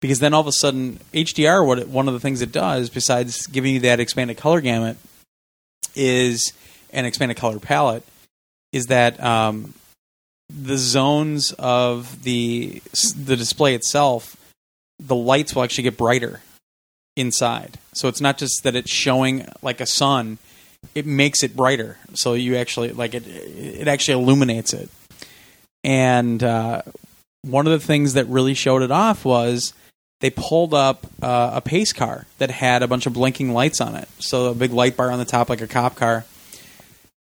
A: because then all of a sudden hdr what it, one of the things it does besides giving you that expanded color gamut is an expanded color palette is that um, the zones of the the display itself the lights will actually get brighter inside. So it's not just that it's showing like a sun; it makes it brighter. So you actually like it; it actually illuminates it. And uh, one of the things that really showed it off was they pulled up uh, a pace car that had a bunch of blinking lights on it. So a big light bar on the top, like a cop car.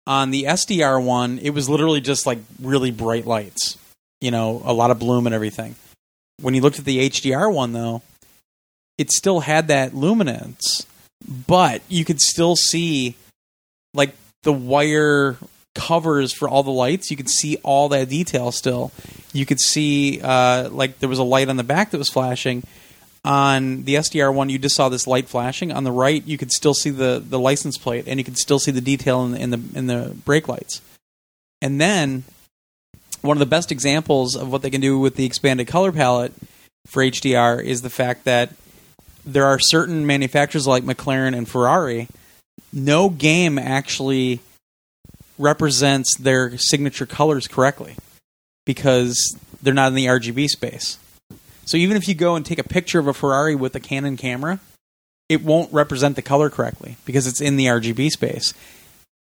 A: On the SDR one, it was literally just like really bright lights. You know, a lot of bloom and everything. When you looked at the HDR one, though, it still had that luminance, but you could still see like the wire covers for all the lights. You could see all that detail still. You could see uh, like there was a light on the back that was flashing. On the SDR one, you just saw this light flashing. On the right, you could still see the, the license plate, and you could still see the detail in the, in the in the brake lights. And then one of the best examples of what they can do with the expanded color palette for HDR is the fact that there are certain manufacturers like McLaren and Ferrari, no game actually represents their signature colors correctly because they're not in the RGB space. So even if you go and take a picture of a Ferrari with a Canon camera, it won't represent the color correctly because it's in the RGB space.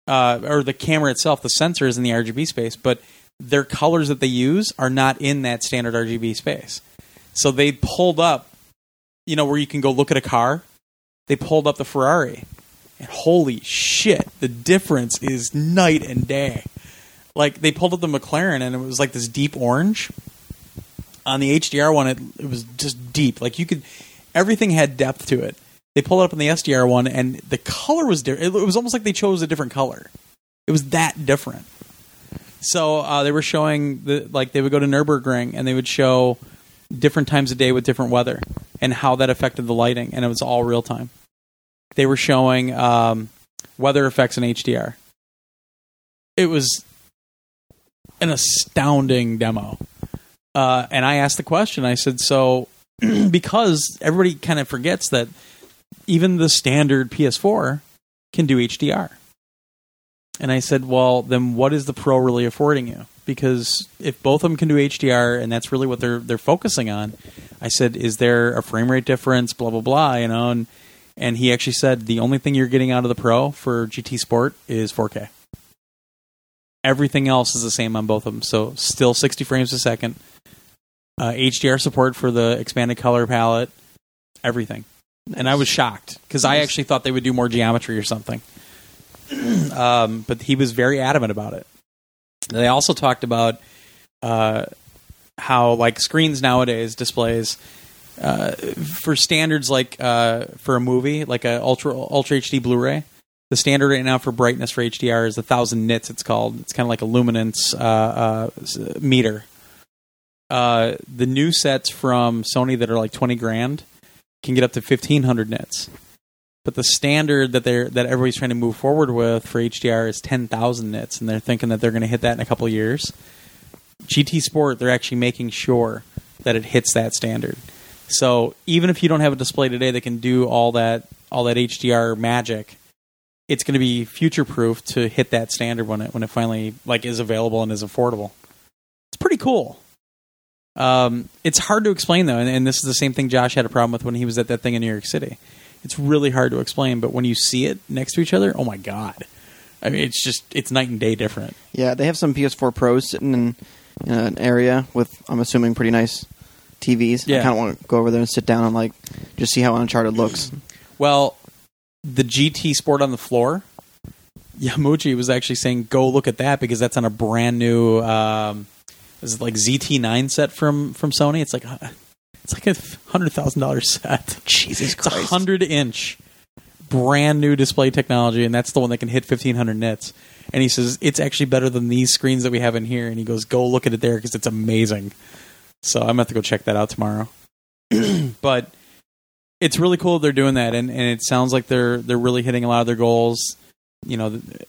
A: Uh, or the camera itself, the sensor is in the RGB space, but their colors that they use are not in that standard RGB space. So they pulled up, you know, where you can go look at a car. They pulled up the Ferrari, and holy shit, the difference is night and day. Like they pulled up the McLaren, and it was like this deep orange. On the HDR one, it, it was just deep. Like you could, everything had depth to it. They pulled it up on the SDR one, and the color was different. It was almost like they chose a different color. It was that different. So uh, they were showing the like they would go to Nurburgring and they would show different times of day with different weather and how that affected the lighting, and it was all real time. They were showing um, weather effects in HDR. It was an astounding demo, uh, and I asked the question. I said, "So, because everybody kind of forgets that even the standard PS4 can do HDR." And I said, well, then what is the Pro really affording you? Because if both of them can do HDR and that's really what they're they're focusing on, I said, is there a frame rate difference? Blah blah blah, you know. And and he actually said the only thing you're getting out of the Pro for GT Sport is 4K. Everything else is the same on both of them, so still 60 frames a second. Uh, HDR support for the expanded color palette, everything. And I was shocked because I actually thought they would do more geometry or something um, but he was very adamant about it. They also talked about uh, how like screens nowadays displays uh, for standards like uh, for a movie like a ultra ultra HD Blu-ray. The standard right now for brightness for HDR is a thousand nits. It's called. It's kind of like a luminance uh, uh, s- meter. Uh, the new sets from Sony that are like twenty grand can get up to fifteen hundred nits but the standard that they're that everybody's trying to move forward with for HDR is ten thousand nits, and they're thinking that they're going to hit that in a couple of years. GT Sport, they're actually making sure that it hits that standard. So even if you don't have a display today that can do all that all that HDR magic, it's going to be future proof to hit that standard when it when it finally like is available and is affordable. It's pretty cool. Um, it's hard to explain though, and, and this is the same thing Josh had a problem with when he was at that thing in New York City it's really hard to explain but when you see it next to each other oh my god i mean it's just it's night and day different
B: Yeah, they have some PS4 Pros sitting in, in an area with, I'm assuming, pretty nice TVs.
A: Yeah.
B: I kind of want to go over there and sit down and like just see how Uncharted looks.
A: well the gt sport on the floor yamuchi was actually saying go look at that because that's on a brand new um is it like zt9 set from from sony it's like a, it's like a hundred thousand dollar set
B: Jesus
A: it's a hundred inch brand new display technology and that's the one that can hit 1500 nits and he says it's actually better than these screens that we have in here and he goes go look at it there because it's amazing so i'm gonna have to go check that out tomorrow but it's really cool that they're doing that and, and it sounds like they're they're really hitting a lot of their goals you know th-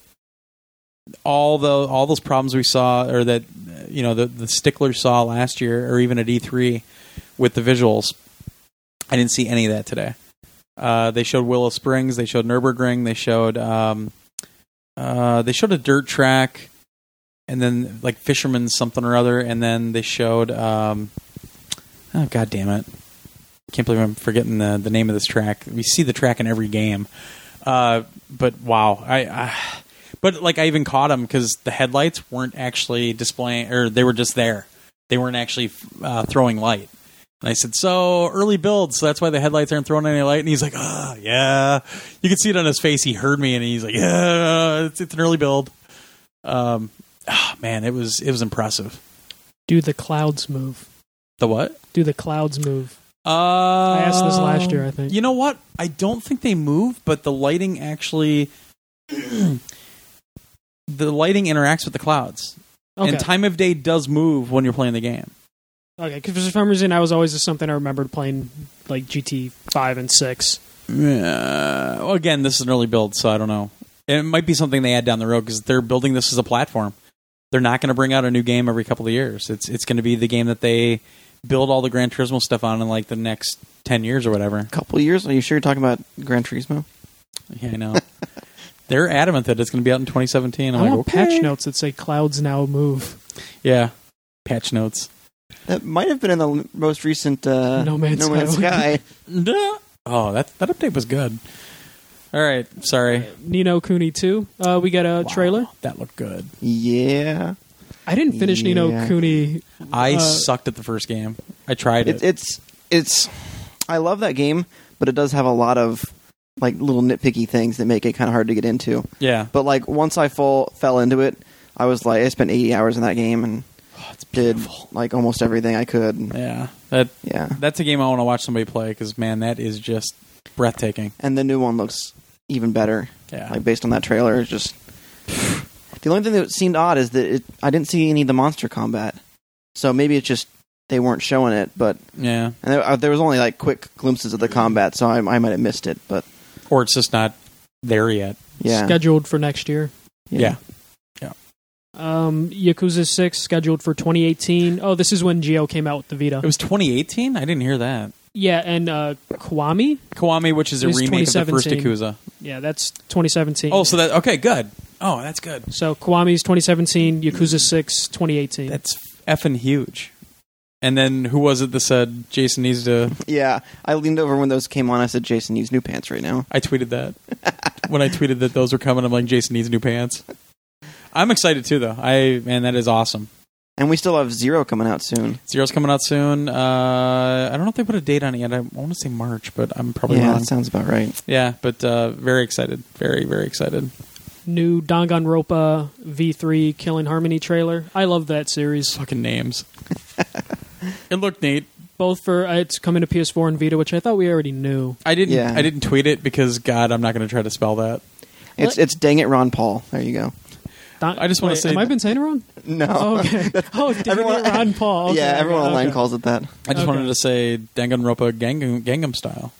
A: all the all those problems we saw or that you know the, the stickler saw last year or even at e3 with the visuals i didn't see any of that today uh, they showed Willow Springs. They showed Nurburgring. They showed um, uh, they showed a dirt track, and then like fisherman's something or other, and then they showed um, oh god damn it, can't believe I'm forgetting the the name of this track. We see the track in every game, uh, but wow, I. I but like I even caught them because the headlights weren't actually displaying, or they were just there. They weren't actually uh, throwing light. And I said, "So early build, so that's why the headlights aren't throwing any light." And he's like, "Ah, yeah." You could see it on his face. He heard me, and he's like, "Yeah, it's, it's an early build." Um, ah, man, it was it was impressive.
C: Do the clouds move?
A: The what?
C: Do the clouds move?
A: Uh, I
C: asked this last year, I think.
A: You know what? I don't think they move, but the lighting actually, the lighting interacts with the clouds,
C: Okay.
A: and time of day does move when you're playing the game.
C: okay. Because for some reason, I was always just something I remembered playing like GT five and six.
A: Yeah. Well, again, this is an early build, so I don't know. It might be something they add down the road because they're building this as a platform. They're not going to bring out a new game every couple of years. It's it's going to be the game that they build all the Gran Turismo stuff on in like the next ten years or whatever.
B: couple years. Are you sure you're talking about Gran Turismo?
A: Yeah, I know. They're adamant that it's going to be out in 2017. I'm
C: I
A: like,
C: want
A: okay.
C: patch notes that say clouds now move.
A: Yeah, patch notes.
B: That might have been in the most recent uh,
C: No Man's Sky.
B: Sky.
A: Duh. Oh, that that update was good. All right, sorry.
C: Nino Cooney 2. Uh, we got a trailer.
A: Wow, that looked good.
B: yeah,
C: I didn't finish Nino
B: Yeah.
C: Cooney.
A: I
C: Uh,
A: sucked at the first game. I tried it.
B: it, it's it's. I love that game, but it does have a lot of like little nitpicky things that make it kind of hard to get into.
A: yeah,
B: But like once I fall fell into it, I was like, I spent 80 hours in that game and
A: Oh,
B: did like almost everything I could. And,
A: yeah. That
B: yeah,
A: that's a game I want to watch somebody play because man, that is just breathtaking.
B: and the new one looks even better.
A: Yeah,
B: Like based on that trailer, it's just the only thing that seemed odd is that it, I didn't see any of the monster combat. So maybe it's just they weren't showing it, but
A: yeah.
B: and there, uh, there was only like quick glimpses of the combat, so I, I might have missed it. But
A: Or it's just not there yet.
B: yeah,
C: Scheduled for next year.
A: Yeah.
C: Um, Yakuza 6 scheduled for 2018. Oh, this is when Geo came out with the
A: It
C: Vita.
A: was 2018. I didn't hear that.
C: Yeah, and uh, Kiwami.
A: Kiwami, which is a
C: It was
A: remake of the first
C: 2017.
A: Yakuza.
C: Yeah, that's 2017.
A: Oh, so that okay, good. Oh, that's good.
C: So Kiwami's 2017, Yakuza 6 2018.
A: That's effing huge. And then who was it that said Jason needs to?
B: yeah. I leaned over when those came on. I said, "Jason needs new pants right now."
A: I tweeted that when I tweeted that those were coming. I'm like, Jason needs new pants. I'm excited too, though. I man, that is awesome.
B: And we still have Zero coming out soon.
A: Zero's coming out soon. Uh, I don't know if they put a date on it yet. I want to say March, but I'm probably
B: yeah,
A: wrong.
B: that sounds about right.
A: Yeah, but uh, very excited. Very very excited.
C: New Danganronpa V3 Killing Harmony trailer. I love that series.
A: Fucking names. it looked neat.
C: Both for uh, it's coming to PS4 and Vita, which I thought we already knew.
A: I didn't.
B: Yeah.
A: I didn't tweet it because God, I'm not going to try to spell that.
B: It's it's dang it, Ron Paul. There you go.
C: Don-
A: I just wanna
C: wait,
A: say-
C: Have I been saying it wrong?
B: No,
C: Oh, okay. oh, dang
B: everyone-
C: it, Ron Paul. Oh, Okay,
B: yeah, everyone
C: okay,
B: online
C: okay.
B: calls it that.
A: I just
C: Okay.
A: wanted to say Danganronpa Gangnam, Gangnam Style.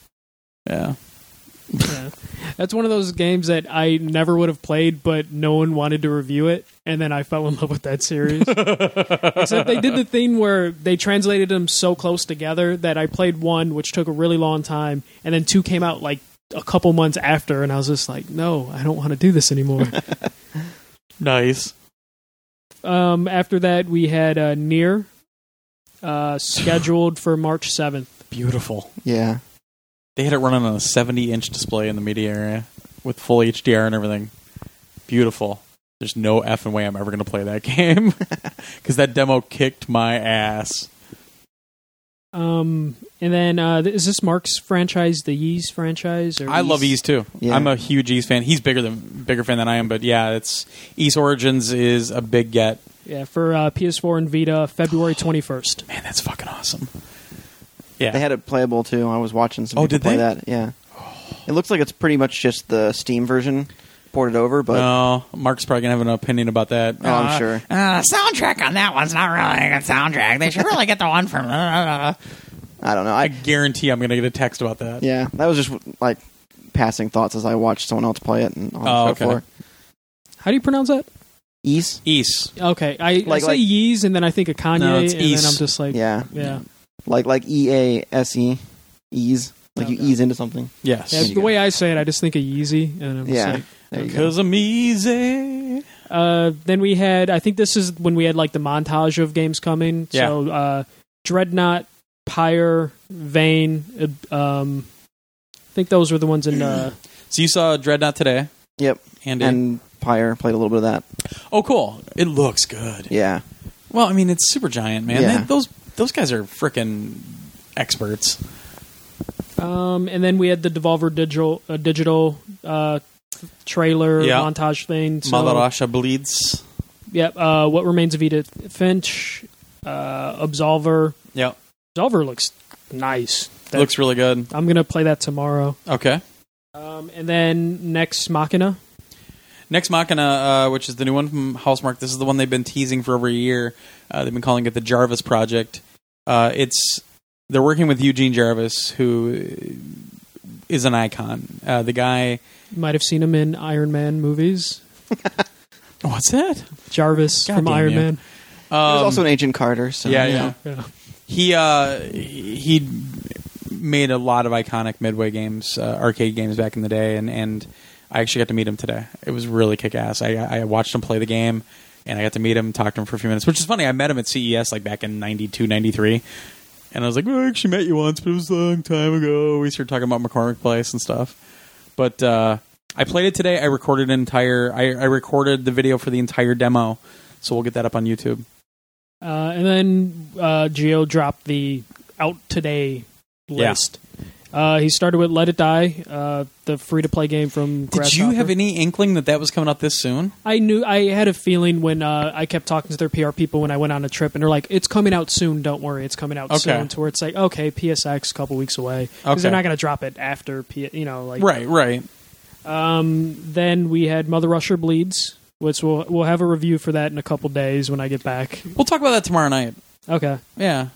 A: Yeah.
C: Yeah. That's one of those games that I never would have played, but no one wanted to review it, and then I fell in love with that series. Except they did the thing where they translated them so close together that I played one, which took a really long time, and then two came out like a couple months after, and I was just like, no, I don't want to do this anymore.
A: Nice.
C: um, after that, we had uh, Near uh, scheduled for March seventh.
A: Beautiful.
B: Yeah,
A: They had it running on a 70 inch display in the media area with full HDR and everything. Beautiful. There's no effing way I'm ever going to play that game because that demo kicked my ass.
C: Um, and then uh, th- is this Mark's franchise, the Yeez franchise? Or
A: I love Ease too.
B: Yeah.
A: I'm a huge Ease fan. He's bigger than bigger fan than I am, but yeah, it's Ease Origins is a big get.
C: Yeah, for uh, PS4 and Vita, February 21st.
A: Man, that's fucking awesome. Yeah.
B: they had it playable too. I was watching some
A: Oh,
B: people
A: did
B: play
A: they?
B: that. Yeah, it looks like it's pretty much just the Steam version ported over, but
A: no, Mark's probably gonna have an opinion about that.
B: Oh, I'm
A: Uh,
B: sure.
A: Uh, soundtrack on that one's not really a good soundtrack. They should really get the one from. uh,
B: I don't know.
A: I
B: I,
A: guarantee I'm gonna get a text about that.
B: yeah, that was just like passing thoughts as I watched someone else play it and on the
A: Oh,
B: show
A: okay.
B: floor.
C: How do you pronounce that?
B: Ease.
A: Ease.
C: Okay, I, I
B: Like-
C: say
B: like-
C: Yeez, and then I think of Kanye,
A: No, it's
C: and
A: East.
C: then I'm just like, yeah,
B: Yeah, like like E A S E, ease. Like you
C: Okay.
B: ease into something.
A: Yes.
C: Yeah,
B: There you
C: the
B: go.
C: way I say it, I just think of Yeezy, and I'm just
B: Yeah.
C: like.
B: There you go.
A: Cause I'm easy.
C: Uh, then we had, I think this is when we had like the montage of games coming.
A: Yeah.
C: So uh, Dreadnought, Pyre, Vane, uh, um, I think those were the ones in. Uh,
A: So you saw Dreadnought today?
B: Yep.
A: Andy.
B: And Pyre played a little bit of that.
A: oh, cool. It looks good.
B: Yeah,
A: Well, I mean, it's super giant, man.
B: Yeah.
A: They- those those guys are freaking experts.
C: um, and then we had the Devolver Digital uh, digital uh, trailer
A: Yeah.
C: montage thing. So,
A: Madarasha bleeds.
C: Yep. Uh, what remains of Edith Finch, uh, Absolver.
A: Yep.
C: Absolver looks nice. That-
A: looks really good.
C: I'm gonna play that tomorrow.
A: Okay.
C: Um, and then next Machina.
A: Next Machina, uh, which is the new one from Housemark, this is the one they've been teasing for over a year. Uh, they've been calling it the Jarvis Project. Uh, it's they're working with Eugene Jarvis, who is an icon. Uh, the guy,
C: You might have seen him in Iron Man movies.
A: what's that?
C: Jarvis
A: God
C: from
A: damn
C: Iron
A: you.
C: Man.
B: he was
A: Um,
B: also an Agent Carter. So
A: yeah, yeah.
C: Yeah.
A: He uh, he made a lot of iconic Midway games, uh, arcade games back in the day, and and I actually got to meet him today. It was really kick ass. I I watched him play the game, and I got to meet him, talk to him for a few minutes, which is funny. I met him at CES like back in 92, 93. And I was like, well, I actually met you once, but it was a long time ago. We started talking about McCormick Place and stuff. But uh, I played it today. I recorded an entire. I, I recorded the video for the entire demo, so we'll get that up on YouTube.
C: Uh, and then uh, Geo dropped the out today
A: Yeah.
C: list. Uh, he started with Let It Die, uh, the free to play game from.
A: Did you have
C: Grasshopper.
A: any inkling that that was coming out this soon?
C: I knew I had a feeling when uh, I kept talking to their PR people when I went on a trip, and they're like, "It's coming out soon. Don't worry, it's coming out
A: Okay.
C: soon." To where it's like, "Okay, PSX, a couple weeks away," because
A: Okay.
C: they're not going to drop it after P. You know, like
A: Right, right.
C: Um, then we had Mother Rusher bleeds, which we'll we'll have a review for that in a couple days when I get back.
A: We'll talk about that tomorrow night.
C: Okay.
A: Yeah,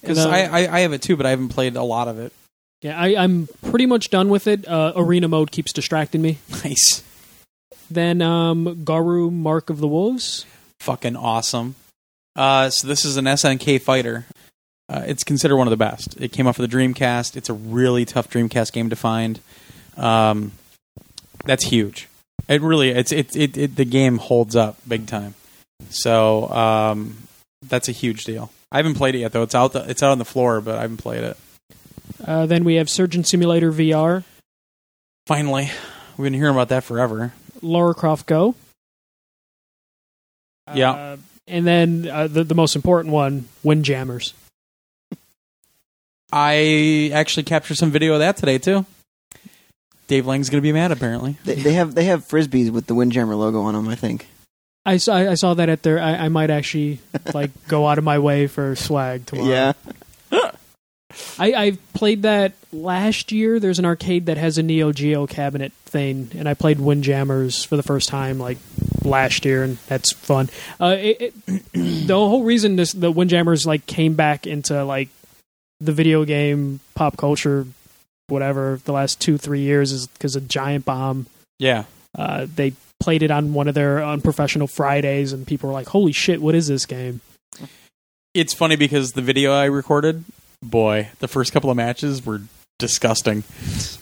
A: because
C: And, uh,
A: I, I I have it too, but I haven't played a lot of it.
C: Yeah, I, I'm pretty much done with it. Uh, arena mode keeps distracting me.
A: Nice,
C: Then um, Garu Mark of the Wolves.
A: fucking awesome. Uh, so this is an SNK fighter. Uh, it's considered one of the best. It came out for the Dreamcast. It's a really tough Dreamcast game to find. Um, that's huge. It really it's it, it it the game holds up big time. So um, that's a huge deal. I haven't played it yet though. It's out the, it's out on the floor, but I haven't played it.
C: Uh, then we have Surgeon Simulator VR,
A: Finally, we've been hearing about that forever.
C: Lara Croft Go.
A: Yeah.
C: Uh, and then uh, the the most important one, Windjammers.
A: I actually captured some video of that today too. Dave Lang's gonna be mad apparently.
B: They, they have they have frisbees with the Windjammer logo on them. I think.
C: I saw I saw that at their. I, I might actually like go out of my way for swag tomorrow.
B: Yeah.
C: I, I played that last year. There's an arcade that has a Neo Geo cabinet thing, and I played Windjammers for the first time like last year, and that's fun. Uh, it, it, the whole reason this the Windjammers like came back into like the video game pop culture, whatever, the last two three years is because of Giant Bomb.
A: Yeah.
C: Uh, they played it on one of their unprofessional Fridays, and people were like, "Holy shit, what is this game?"
A: It's funny because the video I recorded, boy, the first couple of matches were disgusting.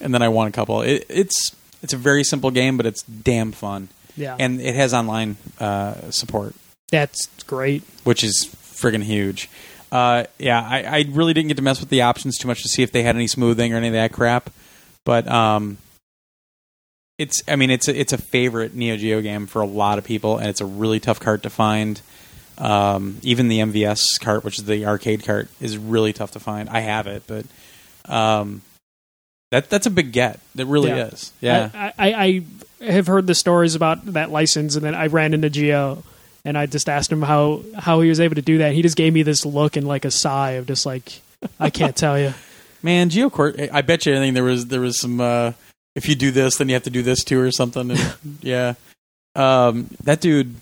A: And then I won a couple. It, it's it's a very simple game, but it's damn fun.
C: Yeah,
A: And it has online uh, support.
C: that's great.
A: which is friggin' huge. Uh, yeah, I, I really didn't get to mess with the options too much to see if they had any smoothing or any of that crap. But um, it's I mean it's a, it's a favorite Neo Geo game for a lot of people, and it's a really tough cart to find. Um, even the MVS cart, which is the arcade cart, is really tough to find. I have it, but um, that that's a big get. That really
C: Yeah.
A: is. Yeah,
C: I, I, I have heard the stories about that license, and then I ran into Geo, and I just asked him how how he was able to do that. He just gave me this look and like a sigh of just like I can't tell you.
A: man, GeoCourt. I bet you anything there was there was some. Uh, if you do this, then you have to do this too, or something. And, yeah, um, that dude.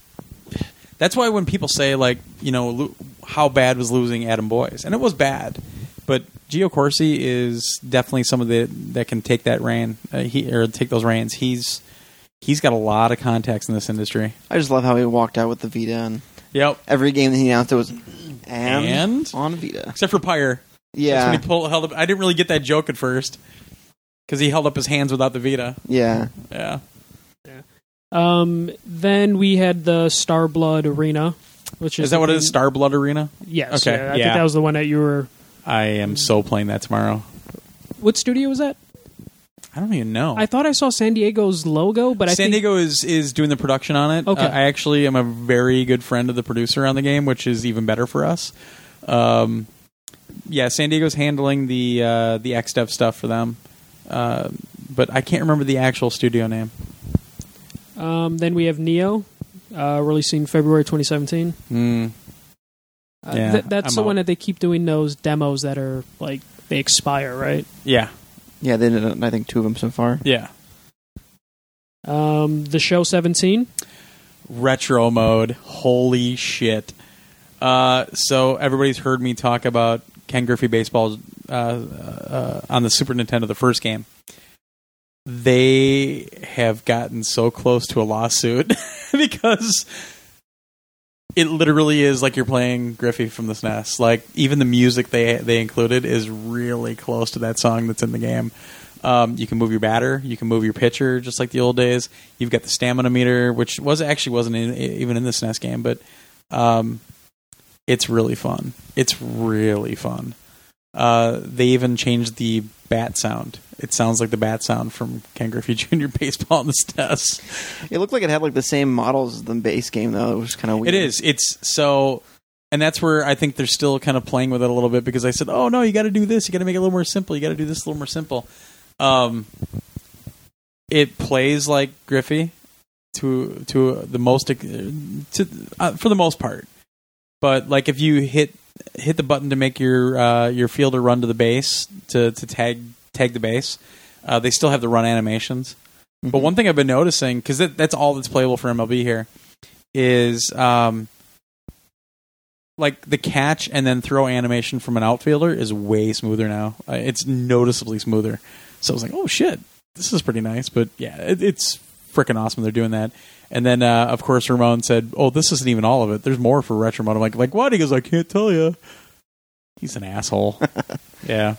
A: That's why when people say like you know lo- how bad was losing Adam Boyce, and it was bad, but Gio Corsi is definitely someone that that can take that reign, uh, he or take those reins. He's he's got a lot of contacts in this industry.
B: I just love how he walked out with the Vita, and
A: Yep,
B: every game that he announced it was and,
A: And?
B: on Vita.
A: except for Pyre. That's
B: Yeah.
A: when he pulled, held up. I didn't really get that joke at first because he held up his hands without the Vita.
B: Yeah.
A: Yeah.
C: Um, then we had the Starblood Arena, which is
A: Is that
C: the
A: what it
C: thing-
A: is? Star Blood Arena?
C: Yes.
A: Okay,
C: yeah, I
A: yeah.
C: think that was the one that you were.
A: I am so playing that tomorrow.
C: What studio was that?
A: I don't even know.
C: I thought I saw San Diego's logo, but I
A: Oh. San
C: think
A: Diego is is doing the production on it.
C: Okay.
A: Uh, I actually am a very good friend of the producer on the game, which is even better for us. Um, yeah, San Diego's handling the uh, the XDev stuff for them, uh, but I can't remember the actual studio name.
C: Um, then we have Neo, uh, releasing February 2017.
A: Hmm.
C: Uh,
A: Yeah,
C: th- that's
A: I'm
C: the
A: out.
C: one that they keep doing those demos that are like they expire, right?
A: Yeah,
B: Yeah. They did, uh, I think, two of them so far.
A: yeah.
C: Um, the show 17.
A: retro mode. Holy shit! Uh, so everybody's heard me talk about Ken Griffey baseball uh, uh, on the Super Nintendo, the first game. They have gotten so close to a lawsuit because it literally is like you're playing Griffey from the SNES. Like even the music they they included is really close to that song that's in the game. Um, you can move your batter, you can move your pitcher, just like the old days. You've got the stamina meter, which was actually wasn't in, even in the SNES game, but um, it's really fun. It's really fun. Uh, they even changed the bat sound. It sounds like the bat sound from Ken Griffey Jr. baseball on the E SNES.
B: It looked like it had like the same models as the base game though. It was kind of weird.
A: It is. It's so, and that's where I think they're still kind of playing with it a little bit because I said, "Oh no, you got to do this. You got to make it a little more simple. You got to do this a little more simple." Um, it plays like Griffey to to the most to uh, for the most part, but like if you hit hit the button to make your uh, your fielder run to the base to to tag tag the base, uh, they still have the run animations. But
B: Mm-hmm.
A: one thing I've been noticing because that, that's all that's playable for MLB here is um like the catch and then throw animation from an outfielder is way smoother now. Uh, it's noticeably smoother. So I was like, oh shit, this is pretty nice. But yeah, it, it's freaking awesome they're doing that. And then uh, of course Ramon said, oh this isn't even all of it. There's more for Retro Mode. I'm like, like what? He goes, I can't tell you. He's an asshole. yeah.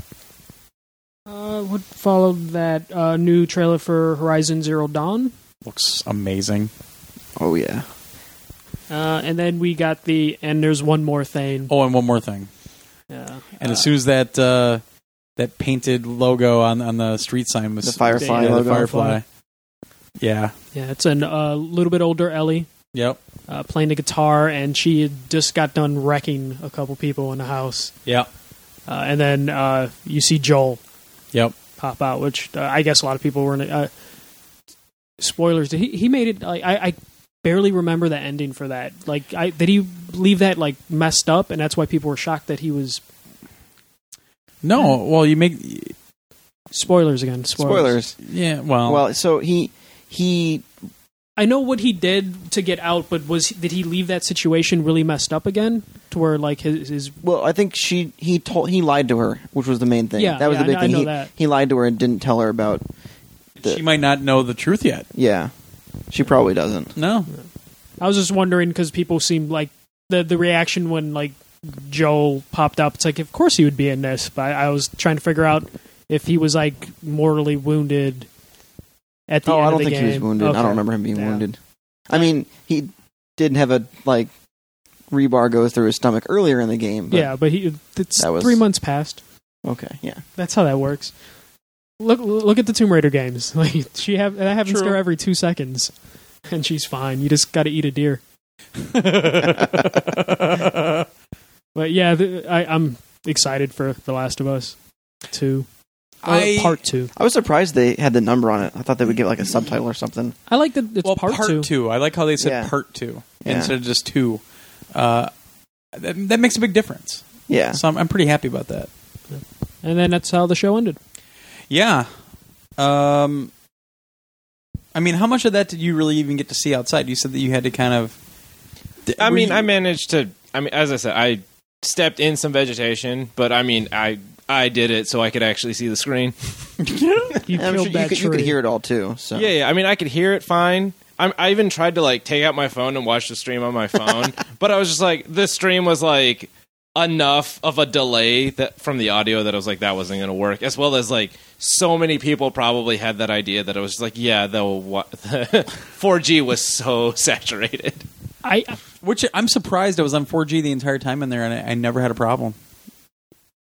C: Uh, what followed that uh, new trailer for Horizon Zero Dawn?
A: Looks amazing.
B: Oh yeah.
C: Uh, and then we got the and there's one more thing. Uh,
A: Oh, and one more thing.
C: Yeah.
A: And as soon as that uh, that painted logo on, on the street sign was
B: The firefly
A: yeah, the
B: logo.
A: firefly. Yeah.
C: Yeah, it's a uh, little bit older Ellie
A: Yep.
C: uh, playing the guitar, and she had just got done wrecking a couple people in the house.
A: Yep.
C: Uh, and then uh, you see Joel
A: Yep.
C: pop out, which uh, I guess a lot of people were. In, uh, spoilers. Did he? He made it. Like, I, I barely remember the ending for that. Like, I did he leave that like messed up, and that's why people were shocked that he was.
A: No, well, you make
C: Spoilers again. Spoilers.
B: Spoilers.
A: yeah. Well,
B: Well, so he he
C: I know what he did to get out, but was did he leave that situation really messed up again? To where like his, his
B: well, I think she he told he lied to her, which was the main thing.
C: Yeah,
B: that was
C: yeah,
B: the big
C: I- I
B: thing.
C: know
B: he,
C: that.
B: he lied to her and didn't tell her about. The,
A: she might not know the truth yet.
B: yeah, she probably doesn't.
A: No.
C: I was just wondering because people seemed like the the reaction when like Joel popped up. It's like of course he would be in this, but I, I was trying to figure out if he was like mortally wounded at the
B: Oh,
C: end
B: I
C: of
B: don't
C: the
B: think he was
C: game.
B: wounded. I
C: Okay.
B: don't remember him being
C: Yeah.
B: wounded. I mean, he didn't have a like rebar goes through his stomach earlier in the game. But,
C: yeah, but he it's
B: That was-
C: three months past.
B: Okay. Yeah.
C: That's how that works. Look look at the Tomb Raider games. Like she have that happens to
A: True.
C: her every two seconds, and she's fine. You just got to eat a deer. But yeah, th- I, I'm excited for The Last of Us two, Uh,
A: I-
C: part two.
B: I was surprised they had the number on it. I thought they would get like a subtitle or something.
C: I like that it's
A: well,
C: part, two.
A: I like how they said
B: Yeah.
A: part two
B: Yeah.
A: instead of just two. Uh, that, that makes a big difference.
B: Yeah.
A: So I'm, I'm pretty happy about that.
C: and then that's how the show ended.
A: Yeah. Um, I mean, how much of that did you really even get to see outside? You said that you had to kind of.
D: I
A: Were
D: mean,
A: you-
D: I managed to. I mean, as I said, I stepped in some vegetation, but I mean, I I did it so I could actually see the screen.
C: You
B: And I'm
C: killed
B: sure you
C: that
B: could, you could
C: tree.
B: hear it all too. So
D: Yeah, yeah. I mean, I could hear it fine. I, I even tried to like take out my phone and watch the stream on my phone, but I was just like, the stream was like enough of a delay that from the audio that I was like, that wasn't going to work. As well as like, so many people probably had that idea that I was just like, yeah, the, wa- the 4G was so saturated.
C: I
A: Which I'm surprised I was on 4G the entire time in there, and I, I never had a problem.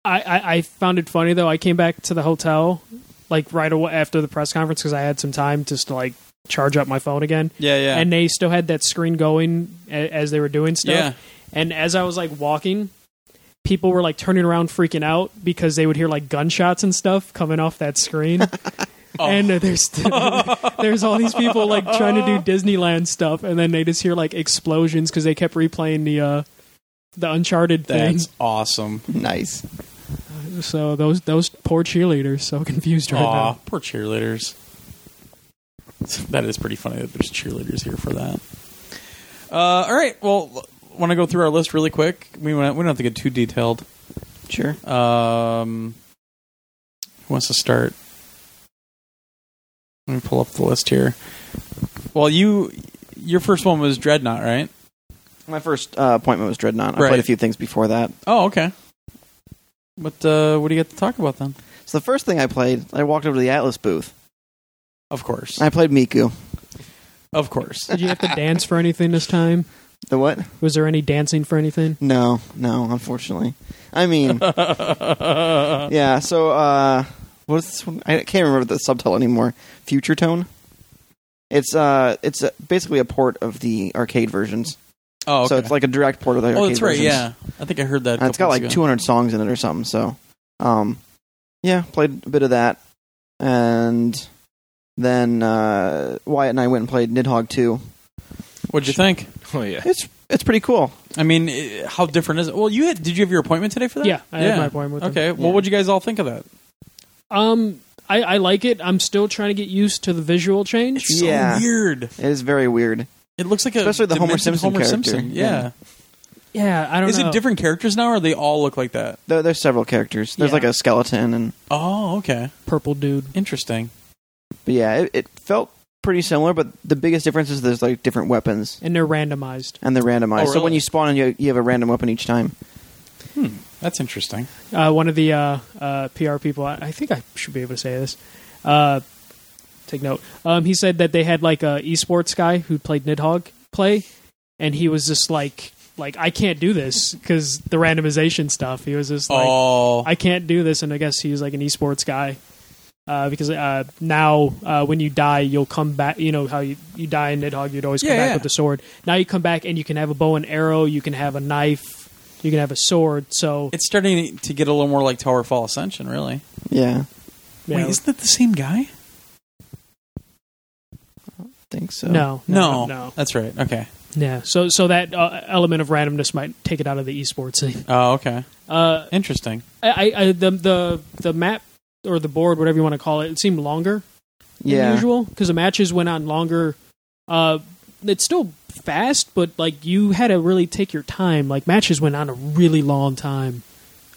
C: I, I I found it funny though. I came back to the hotel like right away after the press conference because I had some time just to like charge up my phone again.
A: Yeah, yeah.
C: And they still had that screen going a- as they were doing stuff.
A: Yeah.
C: And as I was like walking, people were like turning around, freaking out because they would hear like gunshots and stuff coming off that screen. And
A: Oh.
C: there's there's all these people like trying to do Disneyland stuff, and then they just hear like explosions because they kept replaying the uh, the Uncharted thing.
A: That's awesome.
B: nice.
C: So those those poor cheerleaders so confused right
A: Aw,
C: now.
A: poor cheerleaders. That is pretty funny that there's cheerleaders here for that. Uh, all right. Well, want to go through our list really quick? We wanna, we don't have to get too detailed.
B: Sure.
A: Um, who wants to start? Let me pull up the list here. Well, you your first one was Dreadnought, right?
B: My first uh, appointment was Dreadnought. I
A: Right.
B: played a few things before that.
A: Oh, okay. But uh, what do you got to talk about then?
B: So the first thing I played, I walked over to the Atlas booth.
A: Of course,
B: I played Miku.
A: of course.
C: Did you have to dance for anything this time?
B: The what?
C: Was there any dancing for anything?
B: No, no, unfortunately. I mean,
A: Oh,
B: yeah. So uh, what is this one? I can't remember the subtitle anymore. Future Tone. It's uh, it's uh, basically a port of the arcade versions.
A: Oh, okay.
B: So it's like a direct port of the arcade
A: oh, that's right.
B: versions.
A: Yeah, I think I heard that. a
B: And it's got
A: couple
B: like
A: weeks ago.
B: 200 songs in it or something. So, um, yeah, played a bit of that, and then uh, Wyatt and I went and played Nidhogg 2.
A: What'd you think?
D: Oh yeah.
B: It's it's pretty cool.
A: I mean, eh, how different is it? Well, you had. Did you have your appointment today for that?
C: Yeah, I had my appointment with
A: Okay.
C: them.
A: Well,
B: Yeah.
A: what'd you guys all think of that?
C: Um, I, I like it. I'm still trying to get used to the visual change.
A: It's so
B: Yeah.
A: weird.
B: It is very weird.
A: It looks like a
B: Especially the Homer
A: demented
B: Simpson
A: Homer
B: character.
A: Simpson.
B: Yeah.
A: Yeah.
C: Yeah, I don't
A: Is
C: know.
A: it different characters now, or they all look like that?
B: There, there's several characters. There's
C: Yeah.
B: like a skeleton, and
A: Oh, okay.
C: Purple dude.
A: Interesting.
B: but yeah, it, it felt pretty similar. But the biggest difference is there's like different weapons,
C: And they're randomized.
B: and they're randomized.
A: Oh,
B: So when
A: really?
B: you spawn, in, you you have a random weapon each time.
A: Hmm. That's interesting.
C: Uh, one of the uh, uh, PR people, I, I think I should be able to say this. Uh, take note. Um, he said that they had like a esports guy who played Nidhogg play, and he was just like, like I can't do this because the randomization stuff. He was just like,
A: oh,
C: I can't do this, and I guess he's like an esports guy. Uh, because uh, now, uh, when you die, you'll come back. You know how you, you die in Nidhogg, you'd always come
A: Yeah,
C: back
A: yeah.
C: with the sword. Now you come back and you can have a bow and arrow, you can have a knife, you can have a sword. So
A: it's starting to get a little more like Tower Fall Ascension, really.
B: Yeah,
C: you
A: Wait,
C: know,
A: isn't it the same guy?
B: I think so.
C: no,
A: No,
C: no, no.
A: That's right. Okay.
C: Yeah. So so that uh, element of randomness might take it out of the esports thing.
A: Oh, okay.
C: Uh,
A: Interesting.
C: I, I the the the map or the board, whatever you want to call it, it seemed longer than
B: Yeah.
C: usual because the matches went on longer. Uh, it's still fast, but like you had to really take your time. Like matches went on a really long time.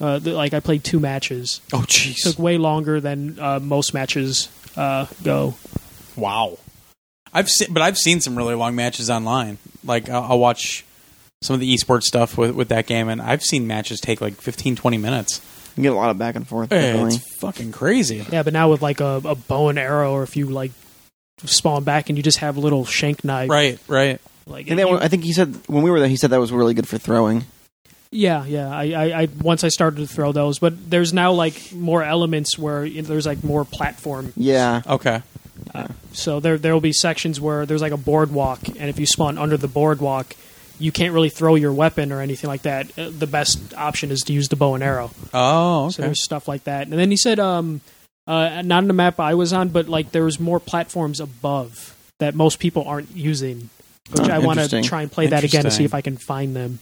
C: Uh, th- like I played two matches,
A: Oh,
C: took
A: jeez.
C: way longer than uh, most matches uh, go.
A: Wow. I've seen, but I've seen some really long matches online. Like I'll, I'll watch some of the esports stuff with, with that game, and I've seen matches take like 15, 20 minutes.
B: You get a lot of back and forth.
A: Eh,
B: definitely.
A: it's fucking crazy.
C: Yeah, but now with like a, a bow and arrow, or if you like spawn back and you just have a little shank knife,
A: Right, right.
C: Like
B: And that one- I think he said when we were there, he said that was really good for throwing.
C: Yeah, yeah. I, I, I once I started to throw those, but there's now like more elements where you know, there's like more platform.
B: Yeah,
A: Okay.
C: So there there will be sections where there's like a boardwalk, and if you spawn under the boardwalk, you can't really throw your weapon or anything like that. Uh, The best option is to use the bow and arrow.
A: Oh,
C: So
A: okay.
C: there's stuff like that. And then he said, um, uh, not on the map I was on, but like there was more platforms above that most people aren't using, which
B: Oh,
C: I want to
B: interesting.
C: try and play that again to
A: Interesting.
C: see if I can find them.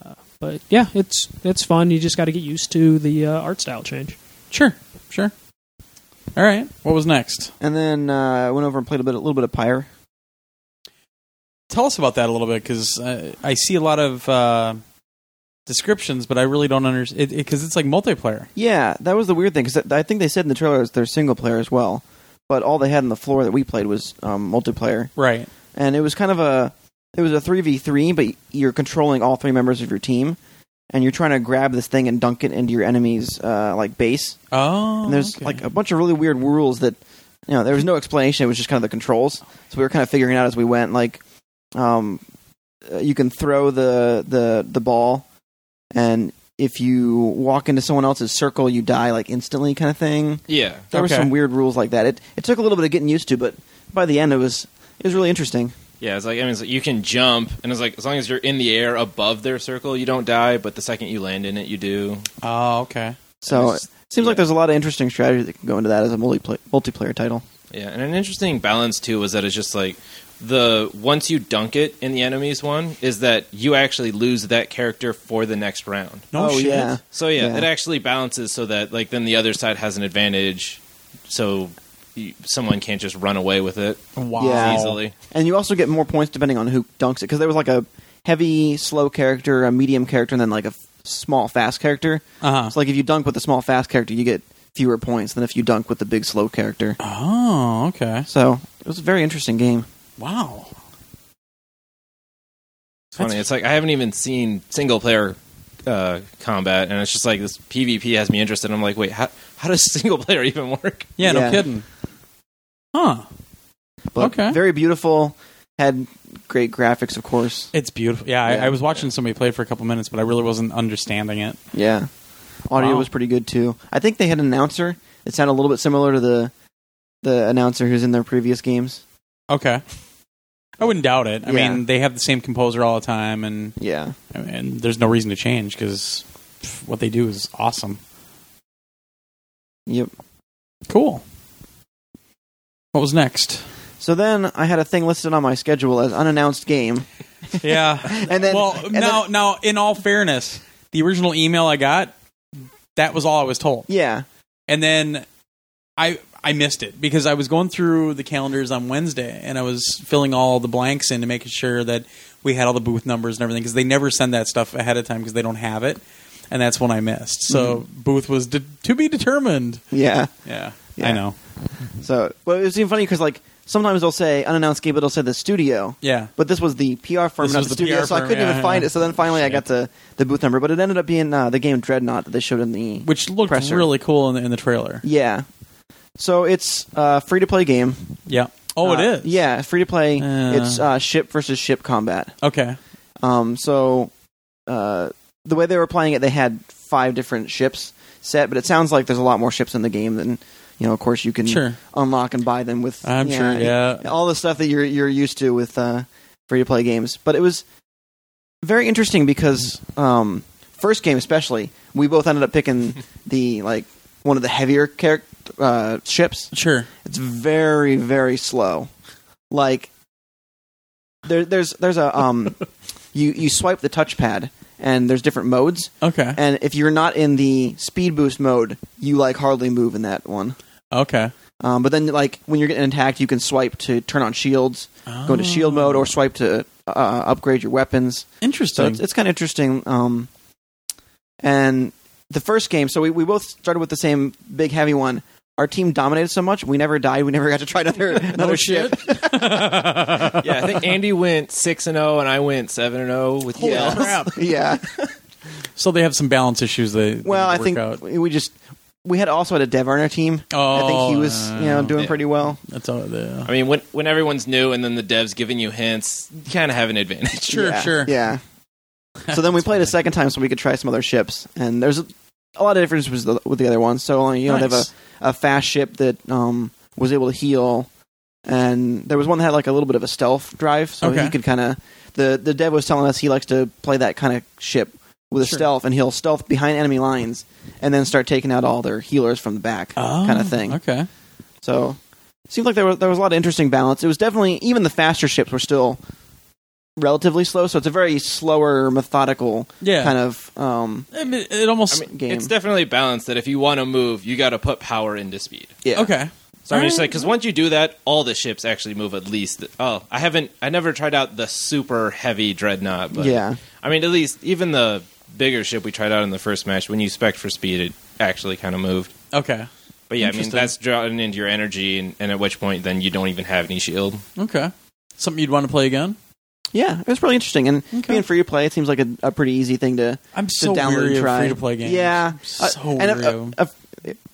C: Uh, but yeah, it's it's fun. You just got to get used to the uh, art style change.
A: Sure, sure. All right. What was next?
B: and then uh, I went over and played a bit, a little bit of Pyre.
A: Tell us about that a little bit, because I, I see a lot of uh, descriptions, but I really don't understand because it's like multiplayer.
B: Yeah, that was the weird thing because I think they said in the trailer it's their single player as well, but all they had on the floor that we played was um, multiplayer,
A: Right.
B: and it was kind of a it was a three v three, but you're controlling all three members of your team, and you're trying to grab this thing and dunk it into your enemy's uh, like base.
A: Oh.
B: And there's
A: okay.
B: like a bunch of really weird rules that you know there was no explanation. It was just kind of the controls, so we were kind of figuring it out as we went. Like, um, uh, you can throw the the the ball, and if you walk into someone else's circle, you die like instantly, kind of thing.
D: Yeah.
B: There were
A: Okay.
B: some weird rules like that. It it took a little bit of getting used to, but by the end it was it was really interesting.
D: Yeah, it's like I mean, it's like you can jump, and it's like as long as you're in the air above their circle, you don't die. But the second you land in it, you do.
A: Oh, okay.
B: So
D: It's-
B: it seems like
D: yeah.
B: there's a lot of interesting strategy that can go into that as a multiplayer multiplayer title.
D: Yeah, and an interesting balance too was that it's just like the once you dunk it in the enemy's one is that you actually lose that character for the next round.
A: No
B: oh
A: shit.
B: yeah,
D: So yeah,
B: Yeah.
D: it actually balances so that like then the other side has an advantage, so you, someone can't just run away with it
A: Wow.
B: Yeah.
D: easily.
B: And you also get more points depending on who dunks it, because there was like a heavy, slow character, a medium character, and then like a f- small, fast character.
A: Uh-huh.
B: So like if you dunk with the small, fast character, you get fewer points than if you dunk with the big, slow character.
A: Oh, okay.
B: So it was a very interesting game.
A: Wow.
D: It's funny. it's like I haven't even seen single player uh, combat, and it's just like this PvP has me interested. I'm like, wait, how how does single player even work?
A: Yeah, no
B: Yeah.
A: kidding. Huh.
B: But
A: Okay.
B: Very beautiful. Had great graphics, of course.
A: It's beautiful. Yeah,
B: Yeah.
A: I, I was watching somebody play for a couple minutes, but I really wasn't understanding it.
B: Yeah. Audio
A: Wow.
B: was pretty good too. I think they had an announcer that sounded a little bit similar to the the announcer who's in their previous games.
A: Okay. I wouldn't doubt it. I
B: Yeah.
A: mean, they have the same composer all the time, and
B: Yeah.
A: and there's no reason to change because what they do is awesome.
B: Yep.
A: Cool. What was next?
B: So then I had a thing listed on my schedule as unannounced game.
A: Yeah.
B: And then
A: well,
B: and
A: now,
B: then-
A: now, in all fairness, the original email I got, that was all I was told.
B: yeah.
A: and then I I missed it because I was going through the calendars on Wednesday and I was filling all the blanks in to make sure that we had all the booth numbers and everything because they never send that stuff ahead of time because they don't have it, and that's when I missed. So
B: Mm-hmm.
A: booth was de- to be determined.
B: Yeah.
A: Yeah,
B: Yeah.
A: I know.
B: So, well, it was even funny because like sometimes they'll say unannounced game, but they'll say the studio.
A: Yeah,
B: But this was the PR firm,
A: This
B: not
A: was
B: the,
A: the
B: studio,
A: PR
B: so I
A: firm,
B: couldn't
A: yeah,
B: even find
A: yeah.
B: it. So then finally, I got the the booth number, but it ended up being uh, the game Dreadnought that they showed in the
A: which looked
B: Presser.
A: really cool in the, in the trailer.
B: yeah. So it's a free to play game.
A: Yeah. Oh, it
B: Uh,
A: is.
B: Yeah, free to play.
A: Uh.
B: It's uh, ship versus ship combat.
A: Okay.
B: Um, so uh, the way they were playing it, they had five different ships set, but it sounds like there's a lot more ships in the game than you know. Of course, you can
A: Sure.
B: unlock and buy them with.
A: I'm sure. Yeah.
B: all the stuff that you're you're used to with uh, free to play games. But it was very interesting because um, first game especially, we both ended up picking the like one of the heavier character uh, ships.
A: Sure.
B: It's very very slow. Like there there's there's a um you you swipe the touchpad and there's different modes
A: Okay.
B: and if you're not in the speed boost mode, you like hardly move in that one.
A: Okay.
B: Um, but then like when you're getting attacked, you can swipe to turn on shields, go into
A: Oh.
B: shield mode or swipe to uh, upgrade your weapons. So
A: Interesting.
B: it's, it's kind of interesting. Um, and the first game, so we, we both started with the same big heavy one. Our team dominated so much, we never died. We never got to try another another
A: Oh,
B: ship.
D: Yeah, I think Andy went six and zero, and I went seven and zero with
A: Holy
D: yeah.
A: crap.
B: yeah.
A: So they have some balance issues. They
B: Well, I
A: they
B: think
A: work out.
B: we we just we had also had a dev on our team. I
A: Oh,
B: think he was you know doing
D: Yeah.
B: pretty well.
A: That's all. The,
D: I mean, when when everyone's new and then the devs giving you hints, you kind of have an advantage.
A: sure,
B: yeah,
A: sure.
B: Yeah. So then we played a second time so we could try some other ships, and there's a, a lot of differences with the, with the other ones. So you know, they have
A: Nice.
B: a, a fast ship that um, was able to heal, and there was one that had like a little bit of a stealth drive, so
A: Okay.
B: he could kind of. The the dev was telling us he likes to play that kind of ship with a
A: Sure.
B: stealth, and he'll stealth behind enemy lines, and then start taking out all their healers from the back,
A: Oh,
B: kind of thing.
A: Okay.
B: So it seemed like there was there was a lot of interesting balance. It was definitely even the faster ships were still relatively slow, so it's a very slower, methodical
A: Yeah.
B: kind of um
A: I mean, it almost.
D: I mean,
B: game.
D: It's definitely balanced that if you want to move, you got to put power into speed.
B: yeah.
A: Okay.
D: So I'm just like, because once you do that, all the ships actually move at least. Oh, I haven't, I never tried out the super heavy dreadnought, but
B: Yeah.
D: I mean, at least even the bigger ship we tried out in the first match, when you spec for speed, it actually kind of moved.
A: Okay.
D: But yeah, I mean,
A: Interesting.
D: that's drawing into your energy, and, and at which point then you don't even have any shield.
A: Okay. Something you'd want to play again?
B: Yeah, it was really interesting. And
A: Okay.
B: being free to play, it seems like a, a pretty easy thing to,
A: I'm
B: to
A: so
B: download
A: weary
B: and
A: of
B: try.
A: free to play games.
B: Yeah,
A: I'm so
B: Uh, and a-
A: weary. of-
B: a- a-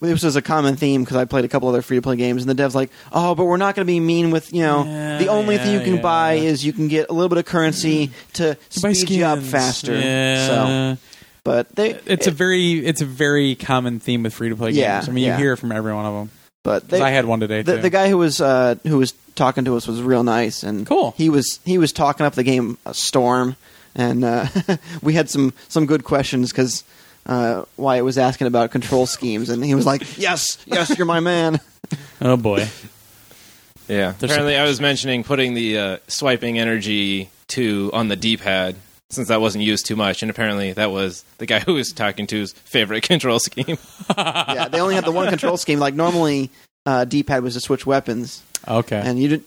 B: this was a common theme because I played a couple other free to play games, and the devs like, oh, but we're not going to be mean with you know.
A: Yeah,
B: the only thing you
A: yeah,
B: can
A: yeah,
B: buy
A: yeah.
B: is you can get a little bit of currency to
A: Buy
B: speed you up
A: skins.
B: faster. So,
A: Yeah.
B: but they
A: it's a very it's a very common theme with free to play
B: Yeah,
A: games. I mean,
B: yeah.
A: you hear it from every one of them.
B: but they,
A: 'Cause I had one today
B: the,
A: too.
B: the guy who was uh, who was talking to us was real nice and
A: Cool.
B: He was he was talking up the game uh, Storm, and uh, we had some some good questions because uh, Wyatt was asking about control schemes, and he was like, "Yes, yes, you're my man."
A: oh boy.
D: Yeah.
A: There's
D: Apparently, I was mentioning putting the uh, swiping energy to on the D-pad since that wasn't used too much, and apparently that was the guy who was talking to's favorite control scheme.
B: yeah, they only had the one control scheme. Like normally, uh, D-pad was to switch weapons,
A: Okay.
B: and you didn't.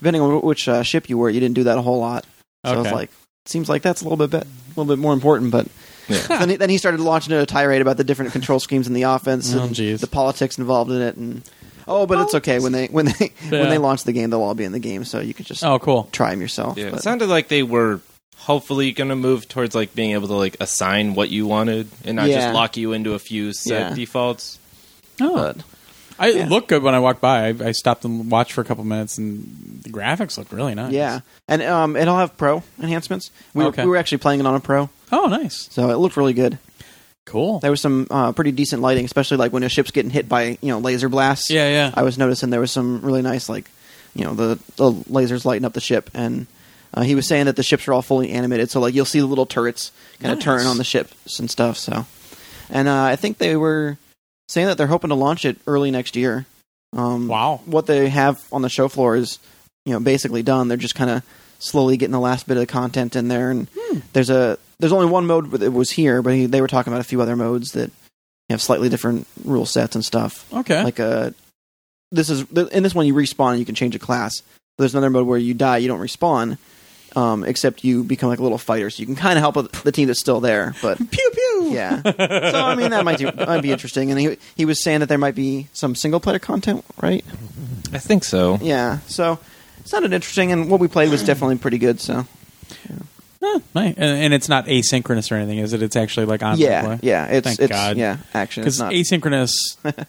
B: Depending on wh- which uh, ship you were, you didn't do that a whole lot. So I was
A: Okay.
B: like, seems like that's a little bit bet- a little bit more important, but then, he, then he started launching a tirade about the different control schemes in the offense
A: Oh,
B: and
A: jeez.
B: the politics involved in it. And oh, but it's okay when they when they
A: Yeah.
B: when they launch the game, they'll all be in the game, so you could just
A: oh cool.
B: try them yourself.
D: Yeah,
B: but-
D: it sounded like they were hopefully going to move towards like being able to like assign what you wanted and not
B: Yeah.
D: just lock you into a few set
B: Yeah.
D: defaults.
A: Oh,
D: But
A: I it looked good when I walked by. I, I stopped and watched for a couple minutes, and the graphics looked really nice.
B: Yeah, and um, it'll have pro enhancements. We,
A: Okay.
B: were, we were actually playing it on a pro,
A: Oh, nice.
B: so it looked really good.
A: Cool.
B: There was some uh, pretty decent lighting, especially like when a ship's getting hit by you know laser blasts.
A: Yeah, yeah.
B: I was noticing there was some really nice like you know the, the lasers lighting up the ship, and uh, he was saying that the ships are all fully animated, so like you'll see the little turrets kind of
A: Nice.
B: turn on the ships and stuff. So, and uh, I think they were saying that they're hoping to launch it early next year. Um,
A: wow.
B: what they have on the show floor is you know basically done they're just kind of slowly getting the last bit of content in there and
A: Hmm.
B: there's a there's only one mode that was here but he, they were talking about a few other modes that have slightly different rule sets and stuff
A: Okay.
B: like uh this is th- in this one you respawn and you can change a class there's another mode where you die you don't respawn um, except you become like a little fighter so you can kind of help with the team that's still there but
A: pew pew.
B: yeah. so I mean that might, do, might be interesting and he, he was saying that there might be some single player content right
A: Mm-hmm.
D: I think so.
B: yeah, so it sounded interesting, and what we played was definitely pretty good. So
A: Huh, nice. And, and it's not asynchronous or anything, is it? It's actually like on
B: yeah,
A: play.
B: yeah, it's
A: Thank
B: it's
A: God.
B: yeah, action. It's
A: Because
B: not
A: asynchronous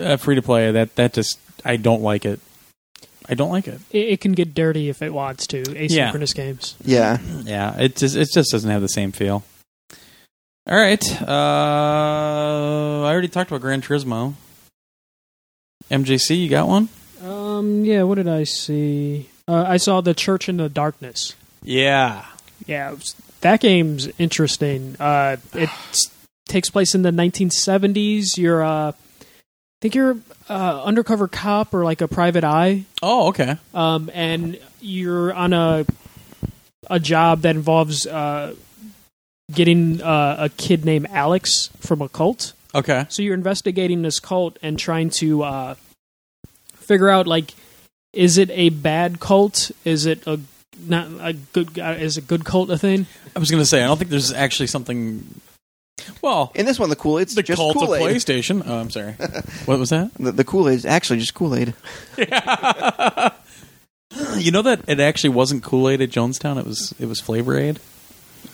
A: uh, free to play that that just I don't like it. I don't like it.
C: It, it can get dirty if it wants to. Asynchronous games.
B: yeah.
A: Yeah, it just it just doesn't have the same feel. All right, uh, I already talked about Gran Turismo. MJC, you got one?
C: Um, yeah. What did I see? Uh, I saw the Church in the Darkness.
A: Yeah,
C: Yeah, it was- that game's interesting. Uh, it s- takes place in the 1970s. You're, uh, I think you're uh, undercover cop or like a private eye,
A: Oh, okay.
C: um, and you're on a a job that involves uh, getting uh, a kid named Alex from a cult.
A: Okay.
C: So you're investigating this cult and trying to uh, figure out like, is it a bad cult? Is it a not a good? Uh, is a good cult a thing?
A: I was going to say, I don't think there's actually something. Well,
B: In this one, the cool it's
A: the
B: just
A: cult
B: Kool
A: of
B: Aid.
A: PlayStation. Oh, I'm sorry. what was that?
B: The, the Kool Aid is actually just Kool Aid.
A: you know that it actually wasn't Kool Aid at Jonestown. It was it was Flavor Aid.